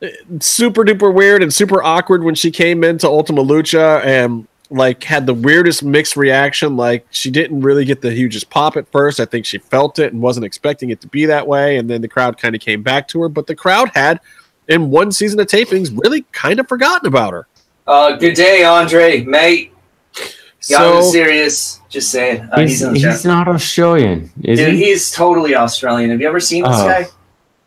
S1: It's super duper weird and super awkward when she came into Ultima Lucha and like had the weirdest mixed reaction. Like she didn't really get the hugest pop at first. I think she felt it and wasn't expecting it to be that way, and then the crowd kind of came back to her. But the crowd had, in one season of tapings, really kind of forgotten about her.
S4: Uh, good day, Andre, mate. Yeah, I'm
S1: So
S4: serious. Just saying. Uh, he's,
S2: he's
S4: in the
S2: he's
S4: chat.
S2: not Australian, is
S4: Dude,
S2: he?
S4: he's totally Australian. Have you ever seen this
S2: Oh.
S4: guy?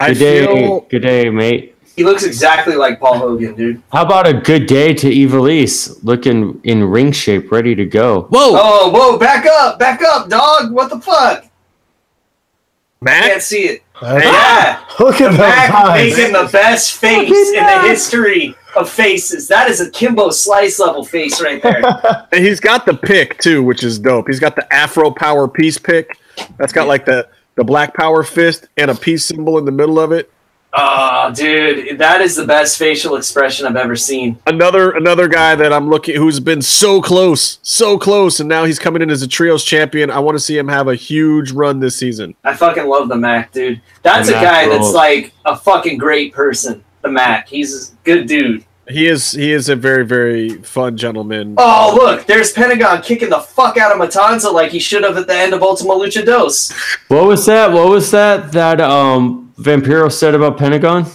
S1: I
S2: Good day,
S1: feel
S2: good day, mate.
S4: He looks exactly like Paul Hogan, dude.
S2: How about a good day to Evilise, looking in ring shape, ready to go?
S1: whoa,
S4: Oh, whoa, back up, back up, dog. What the fuck? I can't
S1: Matt.
S4: see it.
S5: Look
S4: Yeah,
S5: at those
S4: Mac making
S5: eyes.
S4: the best face in the history of faces. That is a Kimbo Slice level face right there.
S1: And he's got the pick too, which is dope. He's got the Afro Power Peace pick. That's got like the the Black Power fist and a peace symbol in the middle of it.
S4: oh, dude, that is the best facial expression I've ever seen.
S1: Another another guy that I'm looking who's been so close, so close, and now he's coming in as a trios champion. I want to see him have a huge run this season.
S4: I fucking love the Mac, dude. That's
S2: The
S4: a
S2: Mac
S4: guy
S2: rules.
S4: that's like a fucking great person. The Mac, he's a good dude.
S1: He is he is a very very fun gentleman.
S4: Oh, look, there's Pentagon kicking the fuck out of Matanza like he should have at the end of Ultima Lucha Dos.
S2: What was that? What was that? That um, Vampiro said about Pentagon?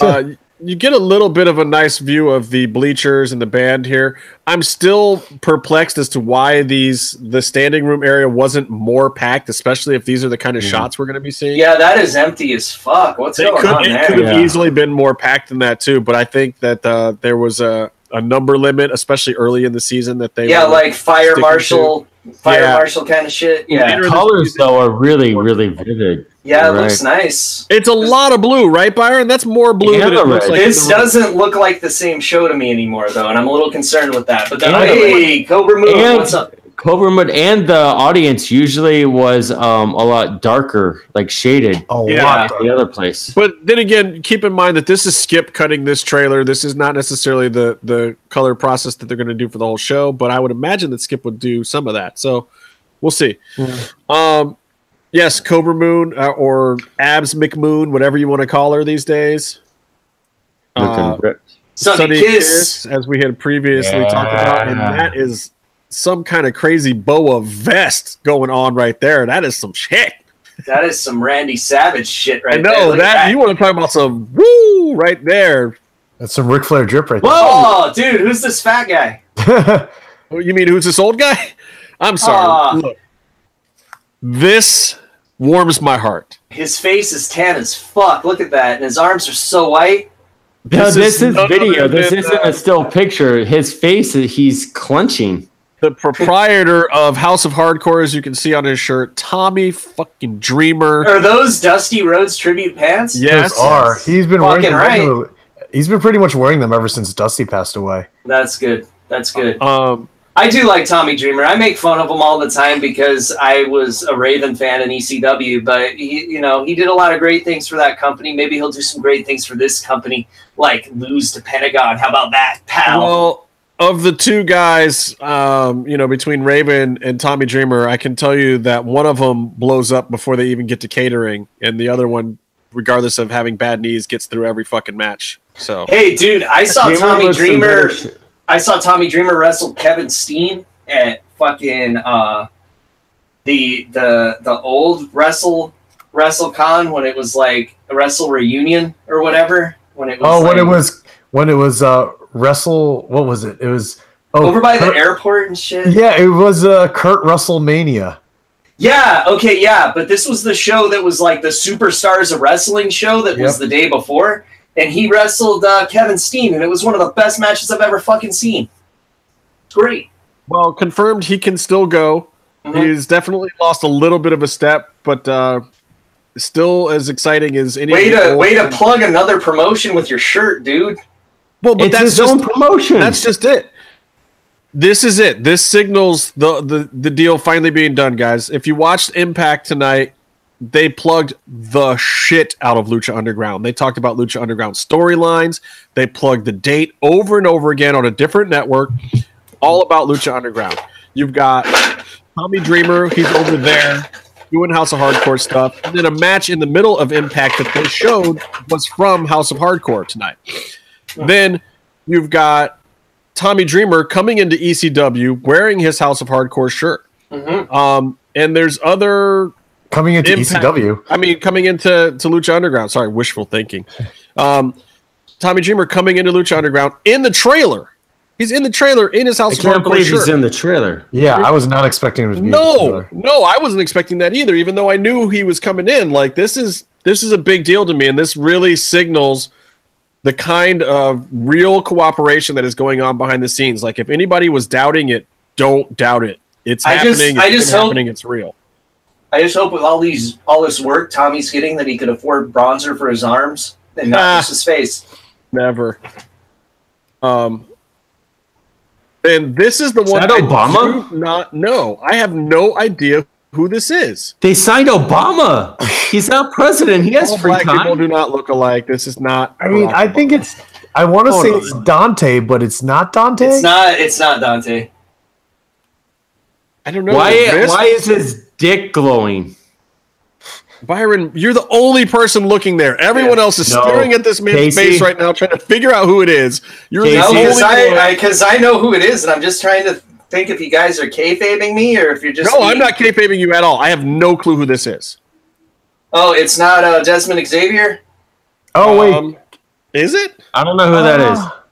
S1: Uh, you get a little bit of a nice view of the bleachers and the band here. I'm still perplexed as to why these the standing room area wasn't more packed, especially if these are the kind of shots we're going to be seeing.
S4: Yeah, that is empty as fuck. What's
S1: They
S4: going
S1: could,
S4: on
S1: it
S4: there?
S1: could have
S2: Yeah.
S1: easily been more packed than that too, but I think that uh, there was a, a number limit, especially early in the season, that they
S4: yeah,
S1: were-
S4: like fire
S1: sticking
S4: marshal, fire
S1: Yeah.
S4: marshal kind of shit. Yeah,
S1: Later this
S2: Colors
S1: season-
S2: though are really, really vivid.
S4: yeah, it
S2: Right.
S4: looks nice.
S1: It's a lot of blue, right, Byron? That's more blue
S2: Yeah,
S1: than it looks
S2: right.
S1: like. in
S4: This
S1: the-
S4: doesn't look like the same show to me anymore, though, and I'm a little concerned with that. But then,
S2: And-
S4: hey, Cobra Moon,
S2: and-
S4: what's up?
S2: Covermud and the audience usually was um a lot darker, like shaded.
S5: A
S1: Oh, Yeah.
S5: lot.
S2: than The other place.
S1: But then again, keep in mind that this is Skip cutting this trailer. This is not necessarily the the color process that they're going to do for the whole show. But I would imagine that Skip would do some of that. So we'll see.
S4: Hmm.
S1: Um, yes, Cobra Moon uh, or Abs McMoon, whatever you want to call her these days.
S2: Looking
S1: Uh,
S2: ripped.
S4: Sunny,
S1: Sunny
S4: Kiss.
S1: Kiss, as we had previously talked about, and
S2: Yeah.
S1: that is some kind of crazy boa vest going on right there. That is some shit.
S4: That is some Randy Savage shit right
S1: I
S4: there.
S1: know
S4: Look at
S1: that you want to talk about some woo right there.
S5: That's some Ric Flair drip right
S4: Oh, dude, who's this fat guy?
S5: there.
S1: Oh, You mean who's this old guy? I'm sorry.
S4: Ah.
S1: Look, This warms my heart.
S4: His face is tan as fuck. Look at that, and his arms are so white.
S2: No, this is,
S1: none
S2: video.
S1: other
S2: This
S1: than,
S2: isn't
S1: uh,
S2: a still picture. His face, uh, he's clenching.
S1: the proprietor of House of Hardcore, as you can see on his shirt, Tommy fucking Dreamer.
S4: Are those Dusty Rhodes tribute pants?
S1: Yes,
S5: Those are. He's been wearing
S4: Fucking
S5: them
S4: right.
S5: regularly. He's been pretty much wearing them ever since Dusty passed away.
S4: that's good. That's good.
S1: Um,
S4: I do like Tommy Dreamer. I make fun of him all the time because I was a Raven fan in ECW, but he, you know, he did a lot of great things for that company. Maybe he'll do some great things for this company, like lose to Pentagon. How about that, pal?
S1: well, of the two guys, um, you know, between Raven and Tommy Dreamer, I can tell you that one of them blows up before they even get to catering, and the other one, regardless of having bad knees, gets through every fucking match. So
S4: hey, dude, I saw
S2: Dreamer
S4: Tommy
S2: was some
S4: Dreamer.
S2: better shit.
S4: I saw Tommy Dreamer wrestle Kevin Steen at fucking uh, the the the old wrestle WrestleCon when it was like a wrestle reunion or whatever. When it was
S5: Oh, when
S4: like,
S5: it was when it was uh wrestle what was it? It was oh
S4: over by the
S5: Kurt-
S4: airport and shit.
S5: Yeah, it was uh Kurt Russell Mania.
S4: Yeah, okay, yeah, but this was the show that was like the Superstars of Wrestling show that was the
S5: Yep.
S4: day before, and he wrestled uh, Kevin Steen, and it was one of the best matches I've ever fucking seen. Great.
S1: Well, confirmed he can still go.
S2: Mm-hmm.
S4: Mhm.
S1: He's definitely lost a little bit of a step, but uh, still as exciting as any. of
S4: Way
S1: the
S4: to
S1: old-
S4: way to plug another promotion with your shirt, dude.
S1: Well, but
S2: it's
S1: that's
S2: his
S1: just
S2: own promotion.
S1: that's just it. This is it. This signals the, the the deal finally being done, guys. If you watched Impact tonight, they plugged the shit out of Lucha Underground. They talked about Lucha Underground storylines. They plugged the date over and over again on a different network, all about Lucha Underground. You've got Tommy Dreamer. He's over there doing House of Hardcore stuff. And then a match in the middle of Impact that they showed was from House of Hardcore tonight. Then you've got Tommy Dreamer coming into ECW wearing his House of Hardcore shirt.
S4: Mhm.
S1: Um, and there's other,
S5: Coming into E
S1: Impact.
S5: ECW.
S1: I mean, coming into to Lucha Underground. Sorry, wishful thinking. Um, Tommy Dreamer coming into Lucha Underground in the trailer. He's in the trailer in his
S2: I
S1: House of
S2: can't
S1: Hardcore
S2: believe
S1: shirt.
S2: he's in the trailer.
S5: Yeah, I was not expecting him to be E in
S1: no,
S5: particular.
S1: no, I wasn't expecting that either. Even though I knew he was coming in, like this is this is a big deal to me, and this really signals the kind of real cooperation that is going on behind the scenes. Like if anybody was doubting it, don't doubt it. It's
S4: I
S1: happening.
S4: just-
S1: it's
S4: I
S1: been
S4: just hope-
S1: happening. It's real.
S4: I just hope with all these all this work Tommy's getting that he could afford bronzer for his arms and not
S1: Ah.
S4: just his face.
S1: Never. Um. And this is the one
S2: that Obama?
S1: I do not know. I have no idea who this is.
S2: They signed Obama. He's not president. He has
S1: All
S2: free
S1: black people
S2: time.
S1: do not look alike. This is not.
S5: I mean, I think it's I want to
S1: Hold
S5: say
S1: on.
S5: it's Dante, but it's not Dante.
S4: It's not it's not Dante.
S1: I don't know.
S2: Why?
S1: This-
S2: Why is his dick glowing?
S1: Byron, you're the only person looking there. Everyone else is
S2: No.
S1: staring at this man's
S2: Casey?
S1: face right now, trying to figure out who it is. You're
S2: Casey?
S1: the
S4: No,
S1: only
S4: because
S1: one.
S4: I because I, know who it is, and I'm just trying to think if you guys are kayfabing me or if you're just.
S1: no, I'm not kayfabing you at all. I have no clue who this is.
S4: Oh, it's not uh, Desmond Xavier.
S5: oh wait.
S1: Um, is it?
S2: I don't know who that is.
S5: Ah,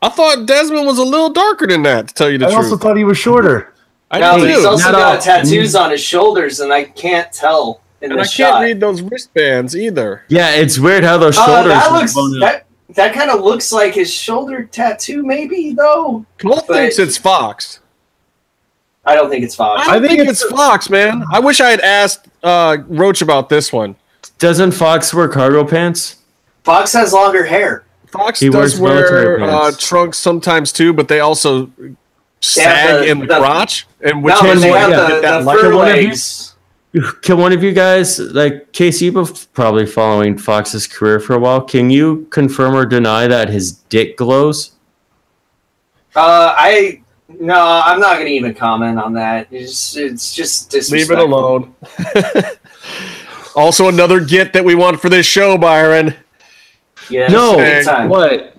S1: I thought Desmond was a little darker than that. To tell you the
S5: I
S1: truth,
S5: also thought he was shorter.
S1: I
S4: No,
S1: do.
S4: but he's
S1: too.
S4: also
S2: not
S4: got
S2: all.
S4: tattoos on his shoulders, and I can't tell in
S1: Mm. And
S4: the
S1: I
S4: shot.
S1: can't read those wristbands either.
S2: Yeah, it's weird how those shoulders.
S4: uh, that
S2: are
S4: looks
S2: blown out.
S4: that that kind of looks like his shoulder tattoo, maybe though.
S1: Cole
S4: But-
S1: thinks it's Fox.
S4: I don't think it's
S1: I,
S4: Fox.
S1: don't think, it's, Fox, man. I wish I had asked uh, Roach about this one.
S2: Doesn't Fox wear cargo pants?
S4: Fox has longer hair.
S1: Fox
S2: He
S1: does
S2: wears military
S1: wear uh,
S2: pants.
S1: trunks sometimes too, but they also sag
S4: the-
S1: in the,
S4: the-
S1: crotch. And which
S4: No,
S1: one
S4: but
S1: is
S4: they
S2: one?
S4: have
S2: Yeah,
S4: the,
S1: that
S4: the
S1: lighter
S4: fur
S2: one of you?
S4: legs.
S2: Can one of you guys, like Casey, you've been probably following Fox's career for a while. Can you confirm or deny that his dick glows?
S4: Uh, I no, I'm not gonna even comment on that. It's it's just
S1: Leave
S4: disrespectful.
S1: it alone. also, another get that we want for this show, Byron.
S4: Yeah,
S2: No,
S4: big time.
S2: what?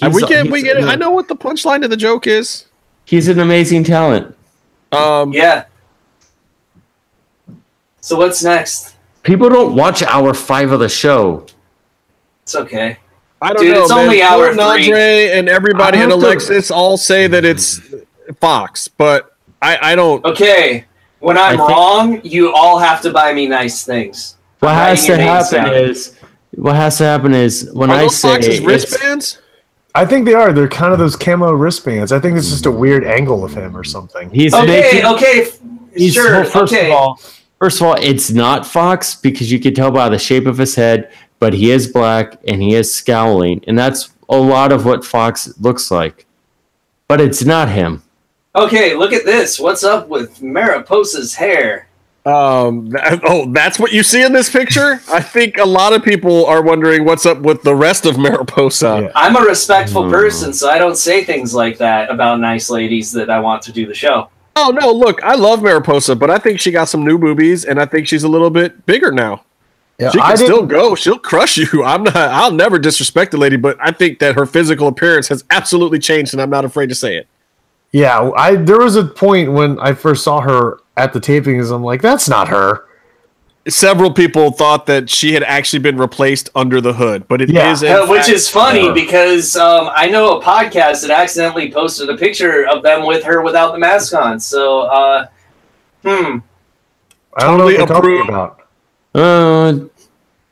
S1: And we
S2: He's-
S1: get, we
S2: he's-
S1: get. it. I know what the punchline to the joke is.
S2: He's an amazing talent.
S1: Um,
S4: Yeah. So what's next?
S2: People don't watch hour five of the show.
S4: It's okay.
S1: I don't
S4: Dude,
S1: know.
S4: it's
S1: man.
S4: only hour
S1: Gordon
S4: three.
S1: Andre and everybody
S2: I
S1: and
S2: don't know.
S1: Alexis all say that it's Fox, but I, I don't.
S4: Okay. When I'm
S2: I think-
S4: wrong, you all have to buy me nice things.
S2: What
S4: I'm
S2: has to
S4: writing your names
S2: happen
S4: down.
S2: is what has to happen is when
S1: Are
S2: I
S1: those
S2: say
S1: Fox's
S2: it's-
S1: wristbands?
S5: I think they are. They're kind of those camo wristbands. I think it's just a weird angle of him or something.
S2: he's
S4: Okay,
S2: making,
S4: okay, f-
S2: he's-
S4: sure.
S2: well, first
S4: okay,
S2: of all, first of all, it's not Fox because you can tell by the shape of his head, but he is black and he is scowling, and that's a lot of what Fox looks like. But it's not him.
S4: okay. Look at this. What's up with Mariposa's hair?
S1: Um, that- oh, that's what you see in this picture? I think a lot of people are wondering what's up with the rest of Mariposa.
S4: I'm a respectful
S2: Hmm.
S4: person, so I don't say things like that about nice ladies that I want to do the show.
S1: Oh, no, look, I love Mariposa, but I think she got some new boobies, and I think she's a little bit bigger now.
S5: Yeah,
S1: She can
S5: I
S1: still
S5: didn't,
S1: go. She'll crush you. I'm not. I'll never disrespect the lady, but I think that her physical appearance has absolutely changed, and I'm not afraid to say it.
S5: yeah, I there was a point when I first saw her at the tapings. I'm like, that's not her.
S1: Several people thought that she had actually been replaced under the hood, but it is
S5: Yeah.
S1: in
S4: Uh, which
S1: fact-
S4: is funny
S2: Yeah.
S4: because um, I know a podcast that accidentally posted a picture of them with her without the mask on. So, uh, hmm.
S5: I don't know what
S1: Totally
S5: you're
S1: approved.
S5: talking about.
S2: Uh,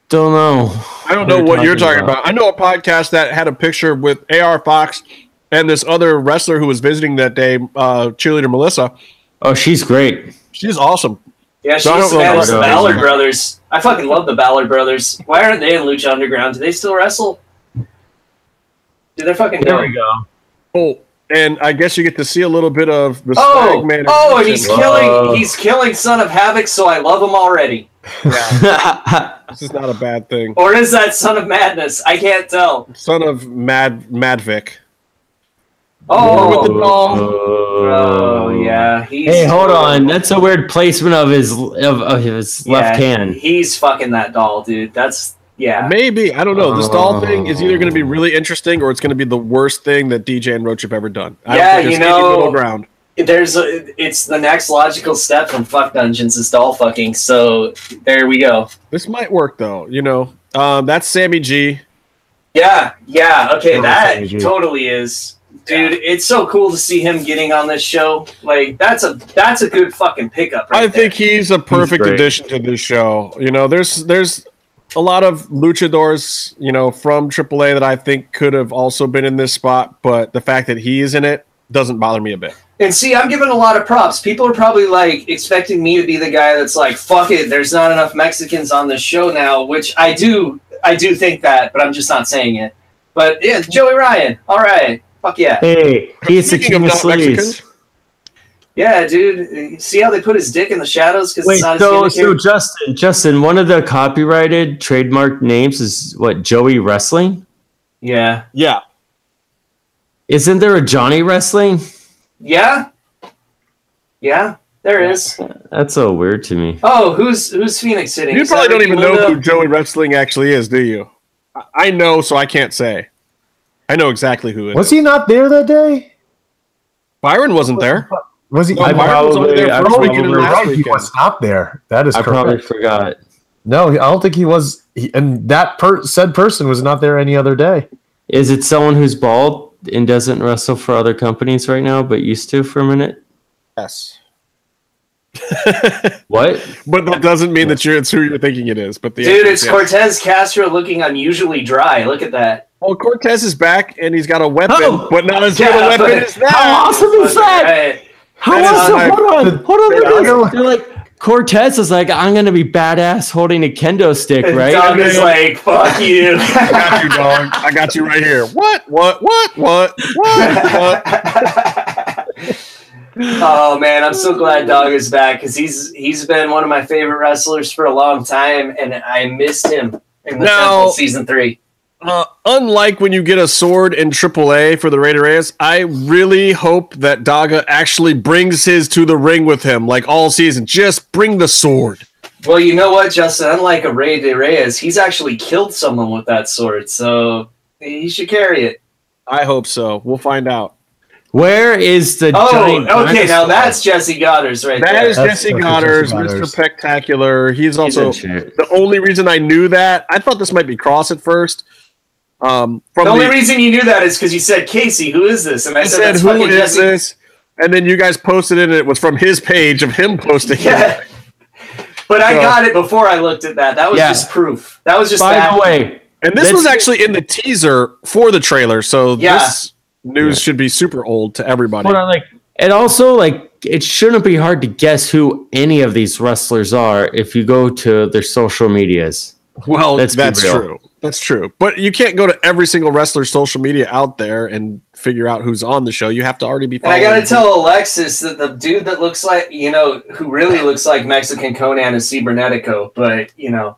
S2: don't know.
S1: I don't know
S2: They're
S1: what you're
S2: talking
S1: talking about. I know a podcast that had a picture with AR Fox and this other wrestler who was visiting that day, uh, cheerleader Melissa.
S2: Oh, she's great.
S1: She's awesome.
S4: Yeah,
S1: No, I
S4: she's
S1: don't really
S4: Spanish.
S2: know.
S4: The Ballard brothers. I fucking love the Ballard brothers. Why aren't they in Lucha Underground? Do they still wrestle? Dude, they're fucking dope.
S2: go.
S1: Oh, and I guess you get to see a little bit of the
S4: Oh,
S1: Swagman.
S4: oh, and he's
S1: Yeah.
S2: Whoa.
S4: killing. He's killing Son of Havoc. So I love him already. Oh,
S1: This is not a bad thing.
S4: Or is that Son of Madness? I can't tell.
S1: Son of Mad Madvic.
S4: Oh,
S1: With the doll.
S4: oh yeah. He's,
S2: Hey, hold on. That's a weird placement of his of, of his
S4: Yeah,
S2: left hand.
S4: He's fucking that doll, dude. That's yeah.
S1: Maybe I don't know. This doll thing is either going to be
S2: Oh.
S1: really interesting or it's going to be the worst thing that DJ and Roach have ever done. I
S4: Yeah,
S1: don't think
S4: you
S1: there's any
S4: know-
S1: middle ground.
S4: There's a, it's the next logical step from fuck dungeons is doll fucking. So there we go.
S1: This might work though. You know, um, that's Sammy G.
S4: Yeah, yeah. Okay,
S5: Totally
S4: that
S5: funny, dude.
S4: totally is. Dude, it's so cool to see him getting on this show. Like that's a that's a good fucking pickup right
S1: I think he's a perfect
S2: great.
S1: addition to this show. You know, there's there's a lot of luchadors, you know, from AAA that I think could have also been in this spot, but the fact that he is in it doesn't bother me a bit.
S4: there. And see, I'm giving a lot of props. People are probably like expecting me to be the guy that's like, "Fuck it, there's not enough Mexicans on this show now," which I do I do think that, but I'm just not saying it. But yeah, Joey Ryan. All right. Fuck yeah.
S2: Hey, he's the
S1: Speaking
S2: king of
S1: not Mexicans,
S2: sleaze.
S4: Yeah, dude. See how they put his dick in the shadows cuz it's
S2: Wait,
S4: not
S2: so
S4: his gimmick
S2: so
S4: here?
S2: Justin, Justin, one of the copyrighted trademark names is what Joey Wrestling.
S4: Yeah.
S1: yeah,
S2: Isn't there a Johnny Wrestling?
S4: Yeah. Yeah. There is.
S2: That's so weird to me.
S4: Oh, who's who's Phoenix sitting?
S1: you
S4: Is that
S1: probably don't
S4: Ricky
S1: even know
S4: Mundo?
S1: who Joey Wrestling actually is, do you? I- I know, so I can't say. I know exactly who it is.
S5: Was he not there that day?
S1: Byron wasn't there.
S5: Was he?
S1: No,
S2: I
S1: Byron was only
S2: probably-
S1: there
S2: I
S1: first
S5: Oh,
S2: probably-
S1: weekend
S5: you're
S1: and last
S5: right. He
S1: weekend.
S5: was not there. That is
S2: I
S5: correct.
S2: probably forgot.
S5: No, I don't think he was. He, and that per, said person was not there any other day.
S2: Is it someone who's bald and doesn't wrestle for other companies right now, but used to for a minute?
S1: Yes.
S2: What?
S1: But that doesn't mean that you're it's who you're thinking it is. But the answer
S4: Dude,
S1: is
S4: it's
S1: yes.
S4: Cortez Castro looking unusually dry. Look at that.
S1: Well, Cortez is back and he's got a weapon,
S2: Oh!
S1: but not as
S4: Yeah,
S1: good a weapon
S4: but-
S1: as that.
S2: How awesome is that?
S4: Right.
S2: How
S1: That is
S2: awesome!
S1: not-
S2: Hold on, hold on.
S5: Yeah, I
S2: Look
S5: know.
S2: at this. They're like Cortez is like, I'm gonna be badass holding a kendo stick,
S4: And
S2: right?
S4: Dom is like, fuck you.
S1: I got you, dog. I got you right here. What? What? What? What? What? what?
S4: oh man, I'm so glad Dog is back because he's he's been one of my favorite wrestlers for a long time, and I missed him in the
S1: Now-
S4: Temple season three.
S1: Uh, unlike when you get a sword in AAA for the Raider Reyes, I really hope that Daga actually brings his to the ring with him, like all season. Just bring the sword.
S4: Well, you know what, Justin? Unlike a Ray De Reyes, he's actually killed someone with that sword, so he should carry it.
S1: I hope so. We'll find out.
S2: Where is the giant
S4: Oh, okay.
S2: dinosaur?
S4: Now that's Jesse Goddard's right
S1: That
S4: there.
S1: is
S5: That's-
S1: Jesse
S5: that's Jesse
S1: Goddard's Mr.
S5: Goddard's.
S1: Spectacular. He's
S2: He's
S1: also
S2: in shape.
S1: the only reason I knew that. I thought this might be Cross at first. Um, from
S4: the only reason you knew that is because you said Casey, who is this? And I
S1: I
S4: said,
S1: said,
S4: That's
S1: "Who
S4: fucking
S1: is
S4: Jesse.
S1: this?" and then you guys posted it, and it was from his page of him posting. it.
S4: Yeah. But I
S1: So-
S4: got it before I looked at that. That was
S2: Yeah.
S4: just proof. That was just
S2: By
S4: that.
S2: the way,
S1: And this
S2: That's-
S1: was actually in the teaser for the trailer, so
S4: Yeah.
S1: this news should be super old to everybody.
S2: But I like it also like it shouldn't be hard to guess who any of these wrestlers are if you go to their social medias.
S1: Well,
S2: Let's
S1: that's,
S2: be real.
S1: true. That's true. But you can't go to every single wrestler's social media out there and figure out who's on the show. You have to already be.
S4: And I
S1: following-
S4: gotta tell Alexis that the dude that looks like you know who really looks like Mexican Conan is Cibernetico, but you know,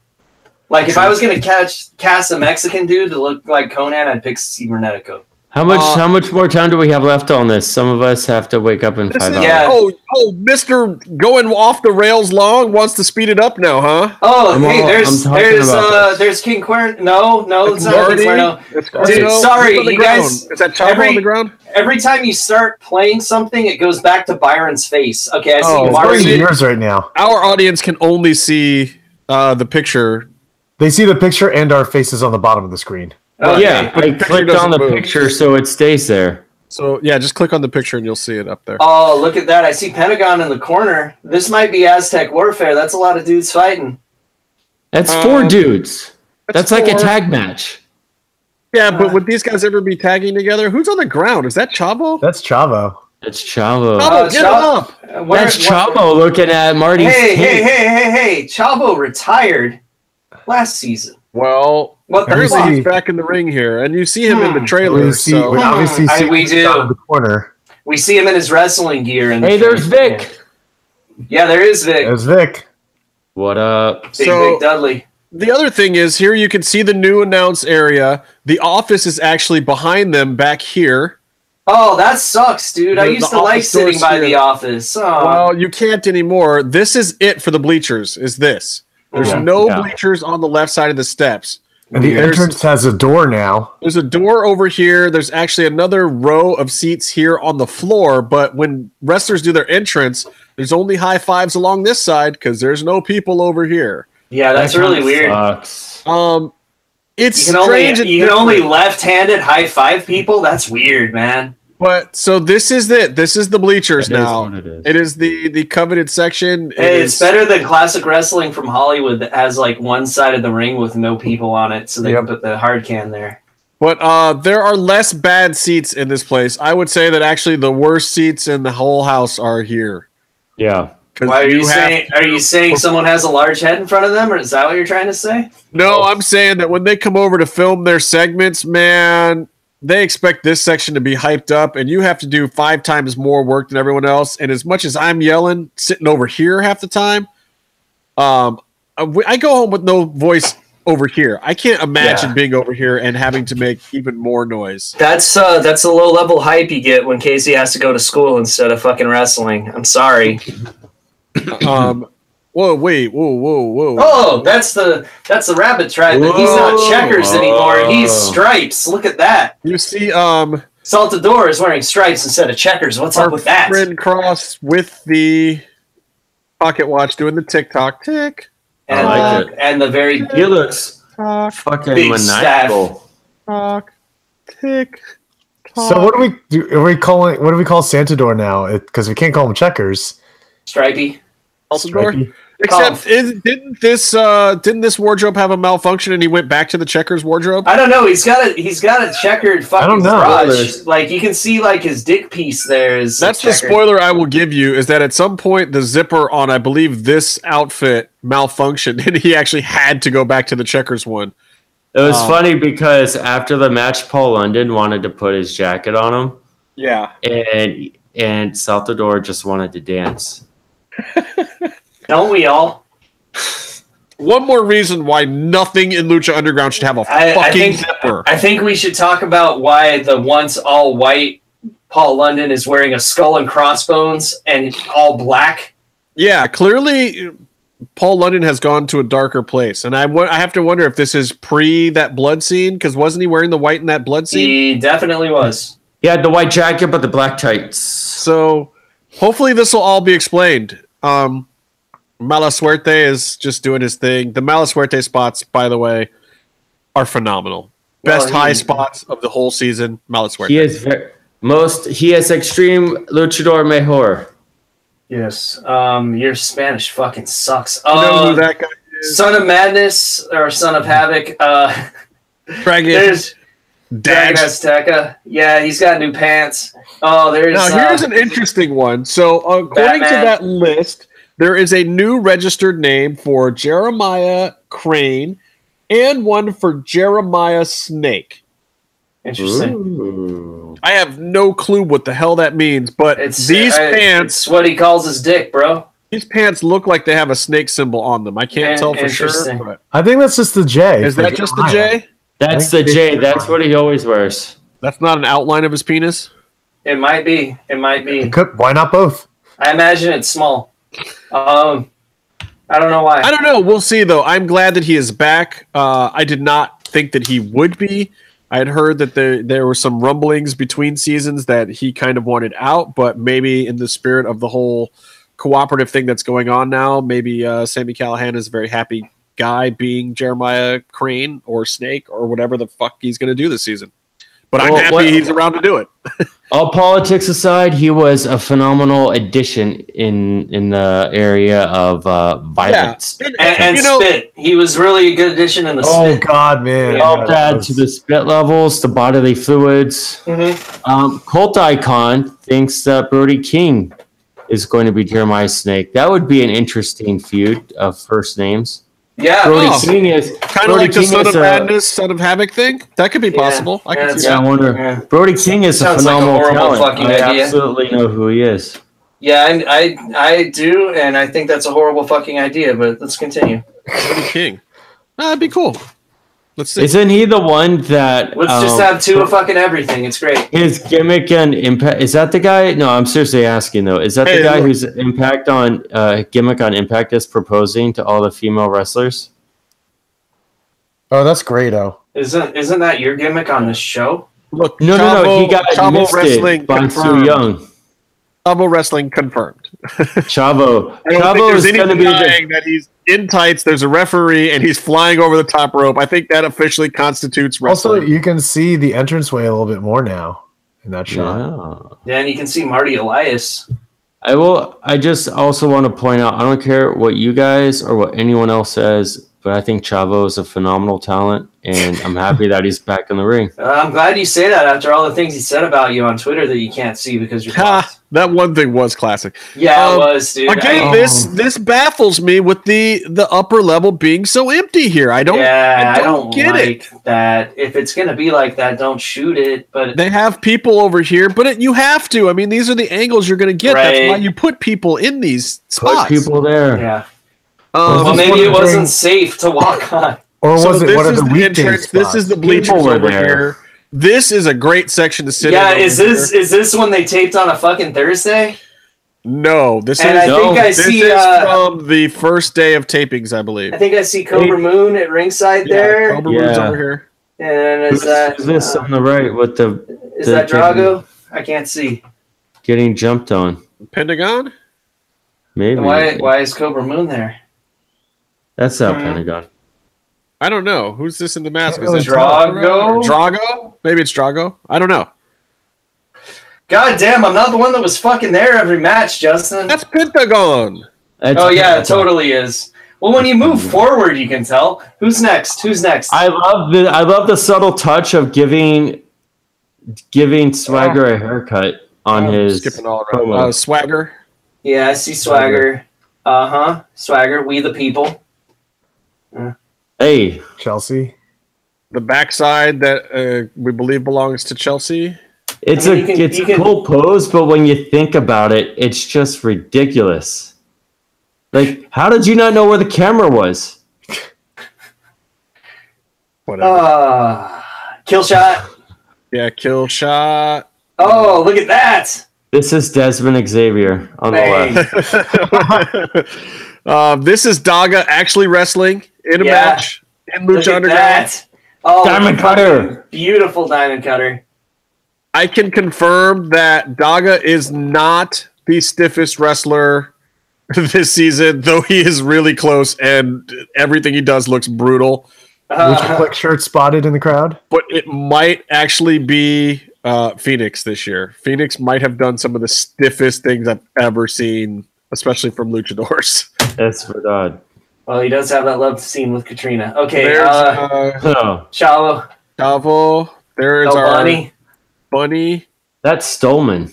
S4: like if I was gonna catch cast a Mexican dude to look like Conan, I'd pick Cibernetico.
S2: How much
S1: Uh,
S2: how much more time do we have left on this? Some of us have to wake up in
S1: This
S2: five
S1: is-
S2: hours.
S4: Yeah.
S1: Oh, oh, Mister, going off the rails long wants to speed it up now, huh?
S4: Oh,
S2: I'm
S4: hey,
S2: all-
S4: there's
S2: I'm talking
S4: there's
S2: about
S4: uh
S2: this.
S4: there's King Quern. No, no, it's not
S1: Guardy?
S4: King Cuerno.
S1: It's
S4: Dude,
S1: Cardo.
S4: sorry,
S1: He's on the
S4: you
S1: ground.
S4: guys-
S1: Is that Chavo on
S4: every-
S1: the ground?
S4: Every time you start playing something, it goes back to Byron's face. Okay, I see
S1: Oh,
S4: you,
S5: It's going
S1: Marcy-
S5: to
S4: Byron.
S5: yours right now.
S1: Our audience can only see uh, the picture.
S5: They see the picture and our faces on the bottom of the screen.
S4: Okay.
S2: Oh, Yeah,
S1: But the
S2: I
S1: picture
S2: clicked on
S1: doesn't
S2: the
S1: move.
S2: picture so it stays there.
S1: So yeah, just click on the picture and you'll see it up there.
S4: Oh, look at that. I see Pentagon in the corner. This might be Aztec warfare. That's a lot of dudes fighting.
S2: That's
S1: Uh,
S4: Um,
S2: four dudes. That's, like a
S1: four.
S2: tag match.
S1: Yeah, but
S4: Uh,
S1: would these guys ever be tagging together? Who's on the ground? Is that Chavo?
S5: That's Chavo.
S2: That's
S1: Chavo,
S2: Chavo.
S4: Uh,
S1: get
S4: Chavo-
S1: up!
S4: Uh, where-
S2: That's
S4: where-
S2: Chavo looking at Marty's
S4: Hey, hey,
S2: cake.
S4: hey, hey, hey. Chavo retired last season.
S1: Well,
S4: What the
S5: Everything
S1: apparently
S4: fuck?
S5: is-
S1: he's back in the ring here, and you see him in
S4: Hmm.
S1: the trailer.
S5: We see,
S1: so-
S5: we obviously
S4: I-
S5: see
S4: we
S5: him
S4: do.
S5: down in the corner.
S4: We see him in his wrestling gear. And
S2: Hey, there's Vic.
S4: Yeah, there is Vic.
S5: There's Vic.
S2: What up?
S4: Big
S1: So-
S4: Vic Dudley.
S1: the other thing is here you can see the new announce area. The office is actually behind them back here.
S4: Oh, that sucks, dude. I
S1: The-
S4: used
S1: the
S4: to like
S1: office door's
S4: sitting by
S1: here.
S4: the office. Oh, Aw.
S1: well, you can't anymore. This is it for the bleachers. Is this? There's
S4: Yeah.
S1: no
S2: Yeah.
S1: bleachers on the left side of the steps.
S5: And the
S1: There's-
S5: entrance has a door now.
S1: There's a door over here. There's actually another row of seats here on the floor. But when wrestlers do their entrance, there's only high fives along this side because there's no people over here.
S4: yeah, that's
S2: That
S4: really
S2: kinda
S4: weird.
S2: Sucks.
S1: Um, it's
S4: You can only
S1: Uh, strange. and
S4: you can only
S1: different.
S4: left-handed high five people. That's weird, man.
S1: But so this is it. This is the bleachers
S2: It is
S1: now.
S2: what it is.
S1: It is the the coveted section. It
S4: Hey, it's
S1: is-
S4: better than classic wrestling from Hollywood that has like one side of the ring with no people on it, so they
S5: Yep.
S4: can put the hard can there.
S1: But uh, there are less bad seats in this place. I would say that actually the worst seats in the whole house are here.
S2: Yeah.
S1: 'Cause
S4: Why are you,
S1: have-
S4: saying? Are you saying someone has a large head in front of them, or is that what you're trying to say?
S1: No, I'm saying that when they come over to film their segments, man, they expect this section to be hyped up, and you have to do five times more work than everyone else. And as much as I'm yelling, sitting over here half the time, um, I w- I go home with no voice over here. I can't imagine
S4: Yeah.
S1: being over here and having to make even more noise.
S4: That's uh, that's the low level hype you get when Casey has to go to school instead of fucking wrestling. I'm sorry.
S1: um, whoa, wait, whoa, whoa, whoa.
S4: Oh, that's the that's the rabbit tribe. But he's
S2: Whoa.
S4: not checkers anymore. He's
S2: Oh.
S4: stripes. Look at that.
S1: You see, um,
S4: Saltador is wearing stripes instead of checkers. What's
S1: our
S4: up with that?
S1: friend Cross with the pocket watch doing the TikTok tick
S2: I
S4: And,
S2: like
S4: uh, and the very
S2: He looks
S1: tock.
S2: fucking
S4: Big
S2: maniacal.
S1: Talk, tick, Uh,
S5: So what do we do? Are we calling? What do we call Santador now? Because we can't call him Checkers.
S4: stripey.
S5: Stripey.
S1: Except, is, didn't this uh, didn't this wardrobe have a malfunction and he went back to the checkers wardrobe?
S4: I don't know. He's got a he's got a checkered fucking
S5: don't know.
S4: crotch.
S2: There's-
S4: Like you can see, like his dick piece there is.
S1: That's the
S4: checkered.
S1: spoiler I will give you is that at some point the zipper on I believe this outfit malfunctioned and he actually had to go back to the checkers one.
S2: It was
S1: Oh.
S2: funny because after the match, Paul London wanted to put his jacket on him,
S1: Yeah.
S2: and and Salvador just wanted to dance.
S4: Don't we all?
S1: One more reason why nothing in Lucha Underground should have a
S4: I- I
S1: fucking
S4: think-
S1: zipper.
S4: I think we should talk about why the once all white Paul London is wearing a skull and crossbones and all black.
S1: Yeah, clearly Paul London has gone to a darker place, and I wo- I have to wonder if this is pre that blood scene because wasn't he wearing the white in that blood scene?
S4: He definitely was.
S2: He had the white jacket, but the black tights.
S1: So hopefully this will all be explained. Um, Malasuerte is just doing his thing. The Malasuerte spots, by the way, are phenomenal. Best
S4: Well, he-
S1: high spots of the whole season. Malasuerte.
S2: He is very. Most he is extreme luchador mejor.
S4: Yes. Um, your Spanish fucking sucks.
S1: You know
S4: Uh,
S1: who that guy is?
S4: Son of Madness or Son of Havoc. Uh,
S1: Dragon
S4: there's Dragon Azteca. Yeah, he's got new pants. Oh, there's.
S1: Now
S4: uh,
S1: here's an interesting one. So according
S4: Batman.
S1: to that list, there is a new registered name for Jeremiah Crane and one for Jeremiah Snake.
S4: interesting.
S1: I have no clue what the hell that means, but
S4: It's
S1: these
S4: uh,
S1: pants
S4: It's what he calls his dick, bro.
S1: these pants look like they have a snake symbol on them. I can't
S4: In-
S1: tell for sure.
S4: interesting.
S1: but-
S5: I think that's just the J.
S1: Is
S5: for
S1: that just the
S5: Jeremiah.
S1: J?
S2: That's the J. That's what he always wears.
S1: That's not an outline of his penis.
S4: It might be. It might be.
S5: Could, why not both?
S4: I imagine it's small. Um, I don't know why.
S1: I don't know. We'll see, though. I'm glad that he is back. Uh, I did not think that he would be. I had heard that there there were some rumblings between seasons that he kind of wanted out, but maybe in the spirit of the whole cooperative thing that's going on now, maybe uh, Sammy Callahan is a very happy guy being Jeremiah Crane or Snake or whatever the fuck he's going to do this season. But I'm
S2: Well,
S1: happy
S2: what-
S1: he's around to do it.
S2: All politics aside, he was a phenomenal addition in in the area of uh, violence.
S4: and and
S1: you know,
S4: spit. He was really a good addition in the
S5: Oh
S4: spit.
S5: God, man!
S4: Yeah.
S2: Helped add to the spit levels, the bodily fluids.
S4: Mhm.
S2: Um, cult icon thinks that Brody King is going to be Jeremiah Snake. That would be an interesting feud of first names.
S4: Yeah.
S2: Brody
S1: Oh.
S2: King is
S1: kind of
S2: Brody
S1: like the
S2: King
S1: Son of
S2: is a-
S1: Madness, Son of Havoc thing. That could be
S4: Yeah,
S1: possible. I
S4: yeah,
S1: can see
S2: Yeah, I wonder.
S4: Yeah.
S2: Brody King is
S4: Sounds
S2: a
S4: like a
S2: phenomenal
S4: horrible
S2: talent.
S4: fucking
S2: I
S4: idea.
S2: absolutely know who he is.
S4: Yeah, and I I do, and I think that's a horrible fucking idea. But let's continue.
S1: Brody King. Ah, that'd be cool. Let's see.
S2: Isn't he the one that?
S4: Let's
S2: um,
S4: just have two of fucking everything. It's great.
S2: his gimmick and impact. Is that the guy? No, I'm seriously asking though. Is that
S1: Hey,
S2: the guy
S1: look.
S2: whose impact on uh, gimmick on impact is proposing to all the female wrestlers?
S5: Oh, that's great, oh.
S4: Isn't isn't that your gimmick on this show?
S1: Look,
S2: No, no, no. He got
S1: Chavo
S2: missed
S1: wrestling
S2: it by Su
S1: confirmed.
S2: Young.
S1: Chavo wrestling confirmed.
S2: Chavo.
S1: I don't think
S2: Chavo
S1: there's
S2: is
S1: any
S2: going to be the.
S1: denying that he's in tights. There's a referee, and he's flying over the top rope. I think that officially constitutes
S5: Also,
S1: wrestling.
S5: you can see the entranceway a little bit more now in that shot.
S2: Yeah.
S4: Then you can see Marty Elias.
S2: I will. I just also want to point out. I don't care what you guys or what anyone else says, but I think Chavo is a phenomenal talent, and I'm happy that he's back in the ring.
S4: Uh, I'm glad you say that after all the things he said about you on Twitter that you can't see because you're.
S1: ha,
S4: blocked.
S1: that one thing was classic.
S4: Yeah,
S1: Um,
S4: it was, dude.
S1: Again,
S4: I-
S1: this this baffles me with the the upper level being so empty here. I don't.
S4: yeah,
S1: I
S4: I
S1: don't
S4: don't,
S1: get it.
S4: like that. If it's gonna be like that, don't shoot it. But
S1: They have people over here, but it, you have to. I mean, these are the angles you're going to get. That's
S4: Right.
S1: why you put people in these
S2: Put
S1: spots.
S2: people there.
S4: yeah,
S1: Um,
S4: well, maybe it
S5: wondering-
S4: wasn't safe to walk on.
S5: Or
S1: so
S5: was it
S1: this
S5: one of
S1: is
S5: the
S1: the
S5: weekday
S1: entrance. This is the bleachers
S2: People were
S1: over
S2: there.
S1: here. This is a great section to sit in.
S4: Yeah,
S1: over
S4: is this
S1: here.
S4: is this when they taped on a fucking Thursday?
S1: No, this
S4: And
S1: is
S4: I think
S2: No,
S4: I
S1: this
S4: see.
S1: is
S4: Uh,
S1: from the first day of tapings, I believe.
S4: I think I see Cobra Moon at ringside there,
S1: Yeah, Cobra Moon's
S2: Yeah.
S1: over here.
S4: and
S2: Who's,
S4: is that
S2: who's this
S4: uh,
S2: on the right with the
S4: is
S2: the-
S4: that Drago? I can't see.
S2: getting jumped on?
S1: Pentagon?
S2: Maybe.
S4: And Why why is Cobra Moon there?
S2: That's not
S4: Mhm.
S2: Pentagon.
S1: I don't know. Who's this in the mask?
S5: Oh,
S1: Is it
S4: Drago?
S1: Drago? Maybe it's Drago. I don't know.
S4: God damn, I'm not the one that was fucking there every match, Justin.
S1: That's Pentagon.
S2: That's
S4: oh yeah, it
S2: Pentagon.
S4: totally is. Well, when you move forward, you can tell who's next. Who's next?
S2: I love the I love the subtle touch of giving giving Swagger a haircut on
S1: I'm
S2: his
S1: skipping all around.
S2: promo.
S1: Uh, Swagger.
S4: yeah, I see Swagger. Uh huh. Swagger. We the people.
S2: hey
S5: Chelsea.
S1: The backside that uh, we believe belongs to Chelsea.
S2: It's
S4: I mean,
S2: a
S4: you can-
S2: it's
S4: you
S2: a
S4: can-
S2: cool pose, but when you think about it, it's just ridiculous. Like, how did you not know where the camera was?
S1: Whatever.
S4: Uh, kill shot.
S1: yeah, kill shot.
S4: Oh, look at that.
S2: This is Desmond Xavier on the
S4: Bang.
S2: left.
S1: um, this is Daga actually wrestling in a
S4: Yeah.
S1: match in Lucha
S4: Look at
S1: Underground.
S4: that. Oh,
S2: Diamond cutter.
S4: Beautiful diamond cutter.
S1: I can confirm that Daga is not the stiffest wrestler this season, though he is really close and everything he does looks brutal.
S5: Lucha
S4: Uh,
S5: Click shirt spotted in the crowd.
S1: But it might actually be uh, Phoenix this year. Phoenix might have done some of the stiffest things I've ever seen, especially from luchadors.
S2: Esverdad.
S4: Well, he does have that love scene with Katrina. Okay,
S1: There's
S4: uh,
S1: uh,
S2: No,
S4: Chavo,
S1: Chavo. There's
S4: El
S1: our
S4: Bunny.
S1: bunny.
S2: that's Stolman.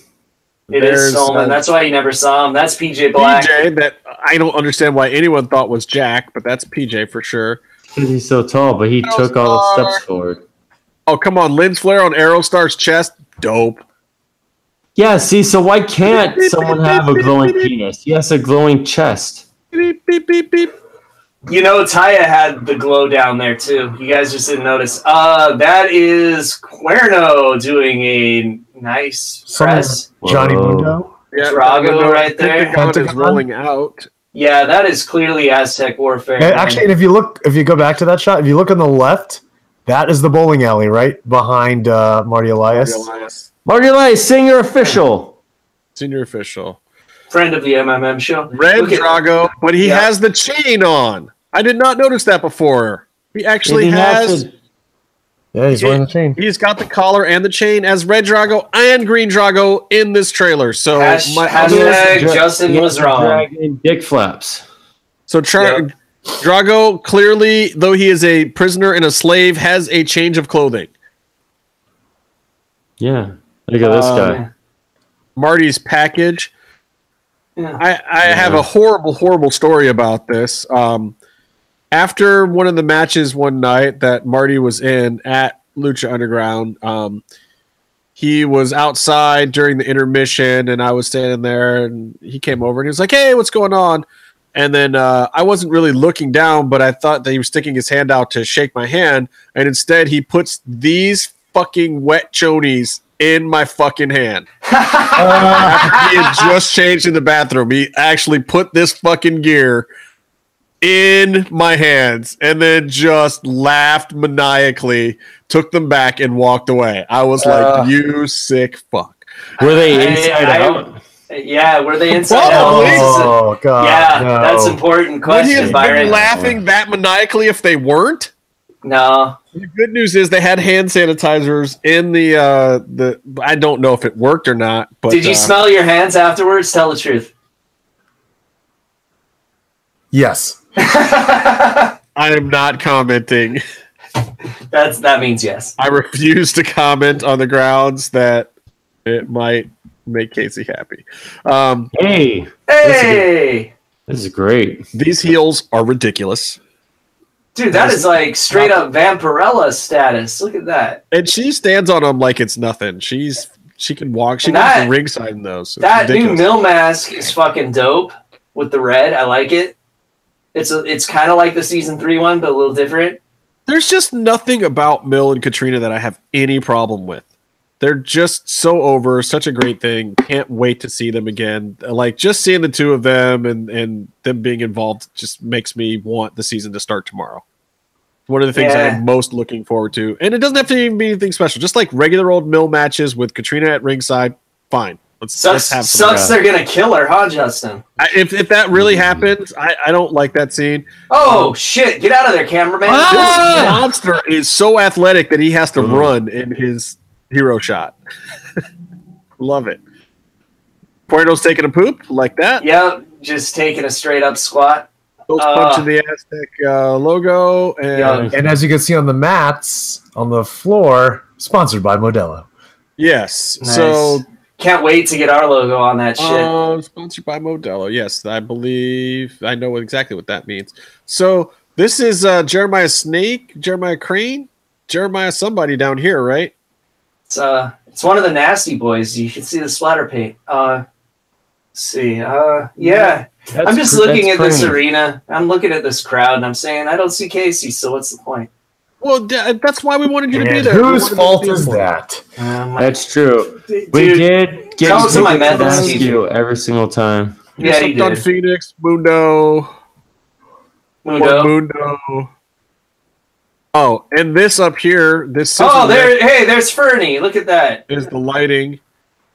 S4: It is
S1: There's,
S4: Solomon.
S1: uh,
S4: That's why you never saw him. That's PJ Black.
S1: PJ that I don't understand why anyone thought was Jack, but that's PJ for sure.
S2: He's so tall, but he took all the steps forward.
S1: Oh come on, lens flare on Aerostar's chest. Dope.
S2: Yeah, see, so why can't someone have a glowing penis? He has a glowing chest.
S1: Beep beep beep beep.
S4: You know, Taya had the glow down there too. You guys just didn't notice. Uh, that is Cuerno doing a nice
S5: Some-
S4: press.
S5: Johnny
S2: Whoa.
S5: Mundo.
S1: Yeah,
S4: Drago
S1: Drago
S4: right there.
S1: Pentagon is
S5: Pentagon.
S1: rolling out.
S4: Yeah, that is clearly Aztec warfare.
S5: And
S4: man.
S5: actually, and if you look, if you go back to that shot, if you look on the left, that is the bowling alley right behind uh, Marty Elias.
S2: Marty Light, singer official.
S1: Senior official.
S4: friend of the MMM show.
S1: Red
S4: Look at-
S1: Drago, but he
S4: Yeah.
S1: has the chain on. I did not notice that before. He actually
S2: Did he have
S1: has.
S2: to-
S5: Yeah, he's wearing the chain.
S1: He's got the collar and the chain as Red Drago and Green Drago in this trailer. So
S4: Hash-
S1: my,
S4: hash- Hashtag
S2: Dra-
S4: Justin
S2: he has
S4: was
S2: to
S4: wrong.
S2: drag in Dick flaps.
S1: so Char-
S4: Yep.
S1: Drago clearly, though he is a prisoner and a slave, has a change of clothing.
S2: Yeah. Look at this
S1: Um,
S2: guy.
S1: Marty's package.
S4: Yeah.
S1: I, I
S2: Yeah.
S1: have a horrible, horrible story about this. Um, after one of the matches one night that Marty was in at Lucha Underground, um, he was outside during the intermission, and I was standing there, and he came over and he was like, "Hey, what's going on?" And then uh, I wasn't really looking down, but I thought that he was sticking his hand out to shake my hand, and instead he puts these fucking wet chonies in my fucking hand he had just changed in the bathroom. He actually put this fucking gear in my hands and then just laughed maniacally, took them back, and walked away. I was
S2: Uh.
S1: like, "You sick fuck."
S2: Were
S4: I-
S2: they inside
S4: I-
S2: out?
S4: yeah, were they inside
S1: Probably.
S4: out?
S5: Oh God!
S4: yeah,
S5: no.
S4: that's important
S1: Would he
S4: question,
S1: have
S4: Byron.
S1: been laughing that maniacally if they weren't?
S4: No,
S1: The good news is they had hand sanitizers in the uh the. I don't know if it worked or not, but
S4: did you
S1: uh,
S4: smell your hands afterwards? Tell the truth.
S5: yes.
S1: I am not commenting.
S4: That's that means yes.
S1: I refuse to comment on the grounds that it might make Casey happy. Um,
S2: Hey,
S4: Hey,
S2: this is great.
S1: these heels are ridiculous.
S4: dude, that is like straight up Vampirella status. Look at that.
S1: And she stands on them like it's nothing. She's she can walk. She
S4: And
S1: goes
S4: that-
S1: to ringside in those. It's
S4: That new
S1: ridiculous.
S4: mill mask is fucking dope with the red. I like it. It's a, it's kind of like the season three one, but a little different.
S1: There's just nothing about Mill and Katrina that I have any problem with. They're just so over, such a great thing. Can't wait to see them again. Like just seeing the two of them and and them being involved just makes me want the season to start tomorrow. One of the things
S4: Yeah.
S1: I'm most looking forward to, and it doesn't have to even be anything special. Just like regular old Mill matches with Katrina at ringside, fine. Let's,
S4: Sucks,
S1: let's have some of
S4: sucks. They're gonna kill her, huh, Justin?
S1: that. I, if if that really happens, I, I don't like that scene.
S4: Oh shit! Get out of there, cameraman.
S1: This
S4: Ah!
S1: monster is so athletic that he has to
S5: Mm-hmm.
S1: run in his hero shot. Love it. Puerto's taking a poop like that.
S4: Yep, just taking a straight up squat.
S1: Those
S4: Uh,
S1: punch in the Aztec uh, logo and
S4: Yeah.
S5: And as you can see on the mats on the floor, sponsored by Modelo.
S1: yes.
S4: Nice.
S1: So
S4: Can't wait to get our logo on that shit.
S1: Um, sponsored by Modelo. Yes, I believe I know exactly what that means. So this is uh, Jeremiah Snake, Jeremiah Crane, Jeremiah somebody down here, right?
S4: It's uh, it's one of the nasty boys. You can see the splatter paint. Uh, let's see, uh, yeah. I'm just looking at this arena. I'm looking at this crowd, and I'm saying I don't see Casey. So what's the point?
S1: Well, da- that's why we wanted you to be
S5: And
S1: there. We
S5: whose
S1: wanted to
S5: fault
S1: see
S5: is
S1: you.
S5: that?
S4: Um,
S2: That's true.
S4: dude,
S2: Uh, We did get
S4: Tell it to my
S2: tickets
S4: methods
S2: rescue
S4: teacher.
S2: every single time.
S4: yeah, he
S1: Except on
S4: did.
S1: Phoenix, Mundo,
S4: Mundo.
S1: Mundo. Oh, and this up here, this
S4: Oh,
S1: scissor lift
S4: there! Hey, there's Fernie. Look at that.
S1: is the lighting.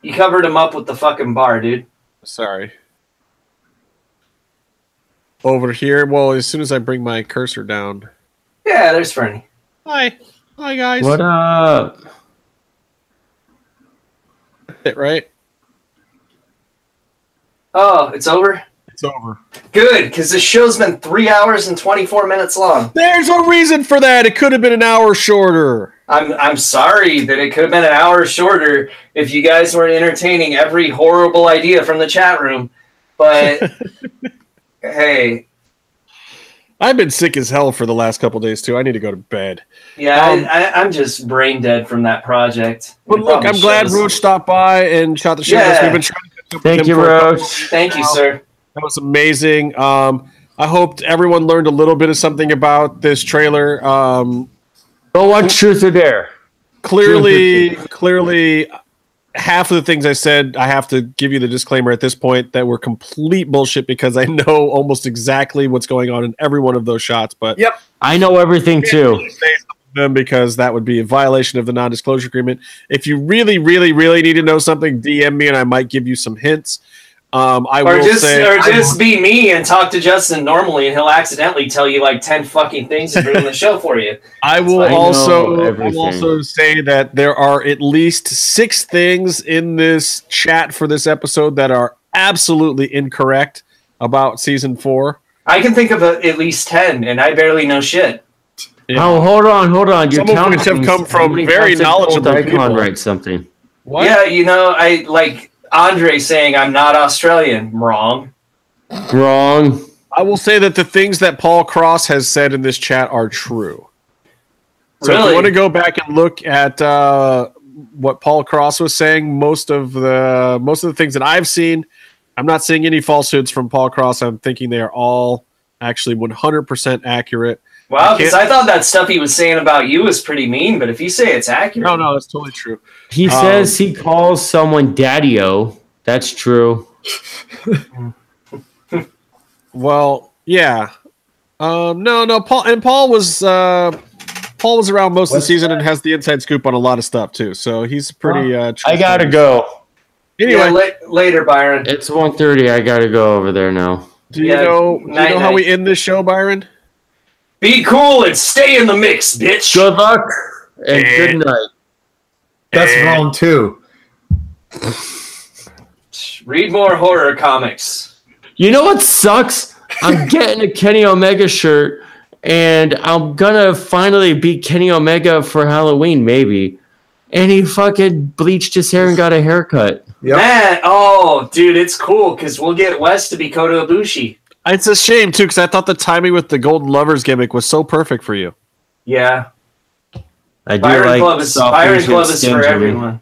S4: You covered him up with the fucking bar, dude.
S1: Sorry. Over here. Well, as soon as I bring my cursor down.
S4: Yeah, there's Fernie.
S1: Hi. Hi guys.
S2: What up?
S1: it, right?
S4: Oh, it's over.
S6: It's over.
S4: Good, because this show's been three hours and twenty-four minutes long.
S1: There's a reason for that. It could have been an hour shorter.
S4: I'm I'm sorry that it could have been an hour shorter if you guys were entertaining every horrible idea from the chat room. But hey,
S1: I've been sick as hell for the last couple days too. I need to go to bed.
S4: yeah,
S1: Um,
S4: I, I, I'm just brain dead from that project.
S1: But
S4: It
S1: look,
S4: probably
S1: I'm glad
S4: shows.
S1: Roach stopped by and shot the shit. with us.
S4: Yeah.
S1: We've been trying to catch up with
S2: Thank
S1: him
S2: you,
S1: for a couple-
S2: Roach.
S4: Thank you, sir.
S1: That was amazing. Um, I hoped everyone learned a little bit of something about this trailer. Um,
S2: Go watch Truth or Dare.
S1: clearly, clearly, half of the things I said, I have to give you the disclaimer at this point that were complete bullshit because I know almost exactly what's going on in every one of those shots. But
S5: Yep.
S2: I know everything too.
S1: say something to them because that would be a violation of the non-disclosure agreement. If you really, really, really need to know something, DM me and I might give you some hints. Um, I
S4: Or
S1: will
S4: just
S1: say,
S4: or just be me and talk to Justin normally, and he'll accidentally tell you like ten fucking things to ruin the show for you.
S1: I will
S2: I know
S1: also I
S2: everything.
S1: will also say that there are at least six things in this chat for this episode that are absolutely incorrect about season four.
S4: I can think of a, at least ten, and I barely know shit.
S2: Oh, hold on, hold on. You're
S1: Some of
S2: counting
S1: which have
S2: things.
S1: come
S2: How
S1: from
S2: many
S1: very
S2: times did
S1: knowledgeable
S2: Gold Icon
S1: people.
S2: write something.
S1: What?
S4: Yeah, you know, I like Andre saying I'm not Australian. Wrong.
S2: Wrong.
S1: I will say that the things that Paul Cross has said in this chat are true. So if
S4: Really?
S1: you want to go back and look at uh, what Paul Cross was saying, most of the most of the things that I've seen, I'm not seeing any falsehoods from Paul Cross. I'm thinking they are all actually 100% accurate.
S4: Wow,
S1: I
S4: because
S1: can't-
S4: I thought that stuff he was saying about you was pretty mean, but if you say it's accurate,
S1: No, no, that's totally true.
S2: He
S1: Um,
S2: says he calls someone daddy-o. That's true.
S1: Well, yeah. Um, no, no, Paul and Paul was uh, Paul was around most of the season and has the inside scoop on a lot of stuff too. So he's pretty. Uh,
S2: I gotta
S1: trustworthy.
S2: go.
S1: Anyway,
S4: Yeah, la- later, Byron.
S2: It's 1.30. I gotta go over there now.
S1: do you
S4: yeah,
S1: know? Do you know how
S4: night-night.
S1: we end this show, Byron?
S4: Be cool and stay in the mix, bitch.
S2: Good luck and good night.
S5: That's wrong too.
S4: Read more horror comics.
S2: You know what sucks? I'm getting a Kenny Omega shirt, and I'm gonna finally beat Kenny Omega for Halloween, maybe. And he fucking bleached his hair and got a haircut.
S5: Yep.
S4: Man, oh, dude, it's cool because we'll get Wes to be Kota Ibushi.
S1: It's a shame too, because I thought the timing with the Golden Lovers gimmick was so perfect for you.
S4: Yeah,
S2: I do
S4: Byron
S2: like
S4: Club is
S2: soft
S4: Byron
S2: Asian
S4: Club is
S2: skin
S4: for
S2: to me.
S4: everyone.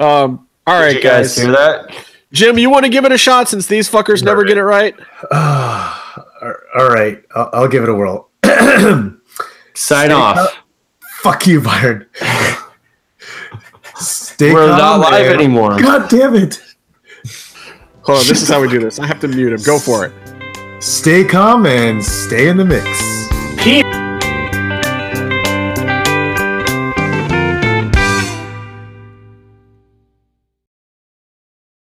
S1: Um, all
S2: Did
S1: right,
S2: you
S1: guys.
S2: guys hear that?
S1: Jim, you want to give it a shot since these fuckers never get it right?
S5: all right, I'll, I'll give it a whirl.
S2: Sign off.
S5: Fuck you, Byron. Stay
S2: We're
S5: calm
S2: not live
S5: there.
S2: anymore.
S5: God damn it.
S1: Hold on, this is how we do this. I have to mute him. Go for it.
S5: Stay calm and stay in the mix.
S4: Peace.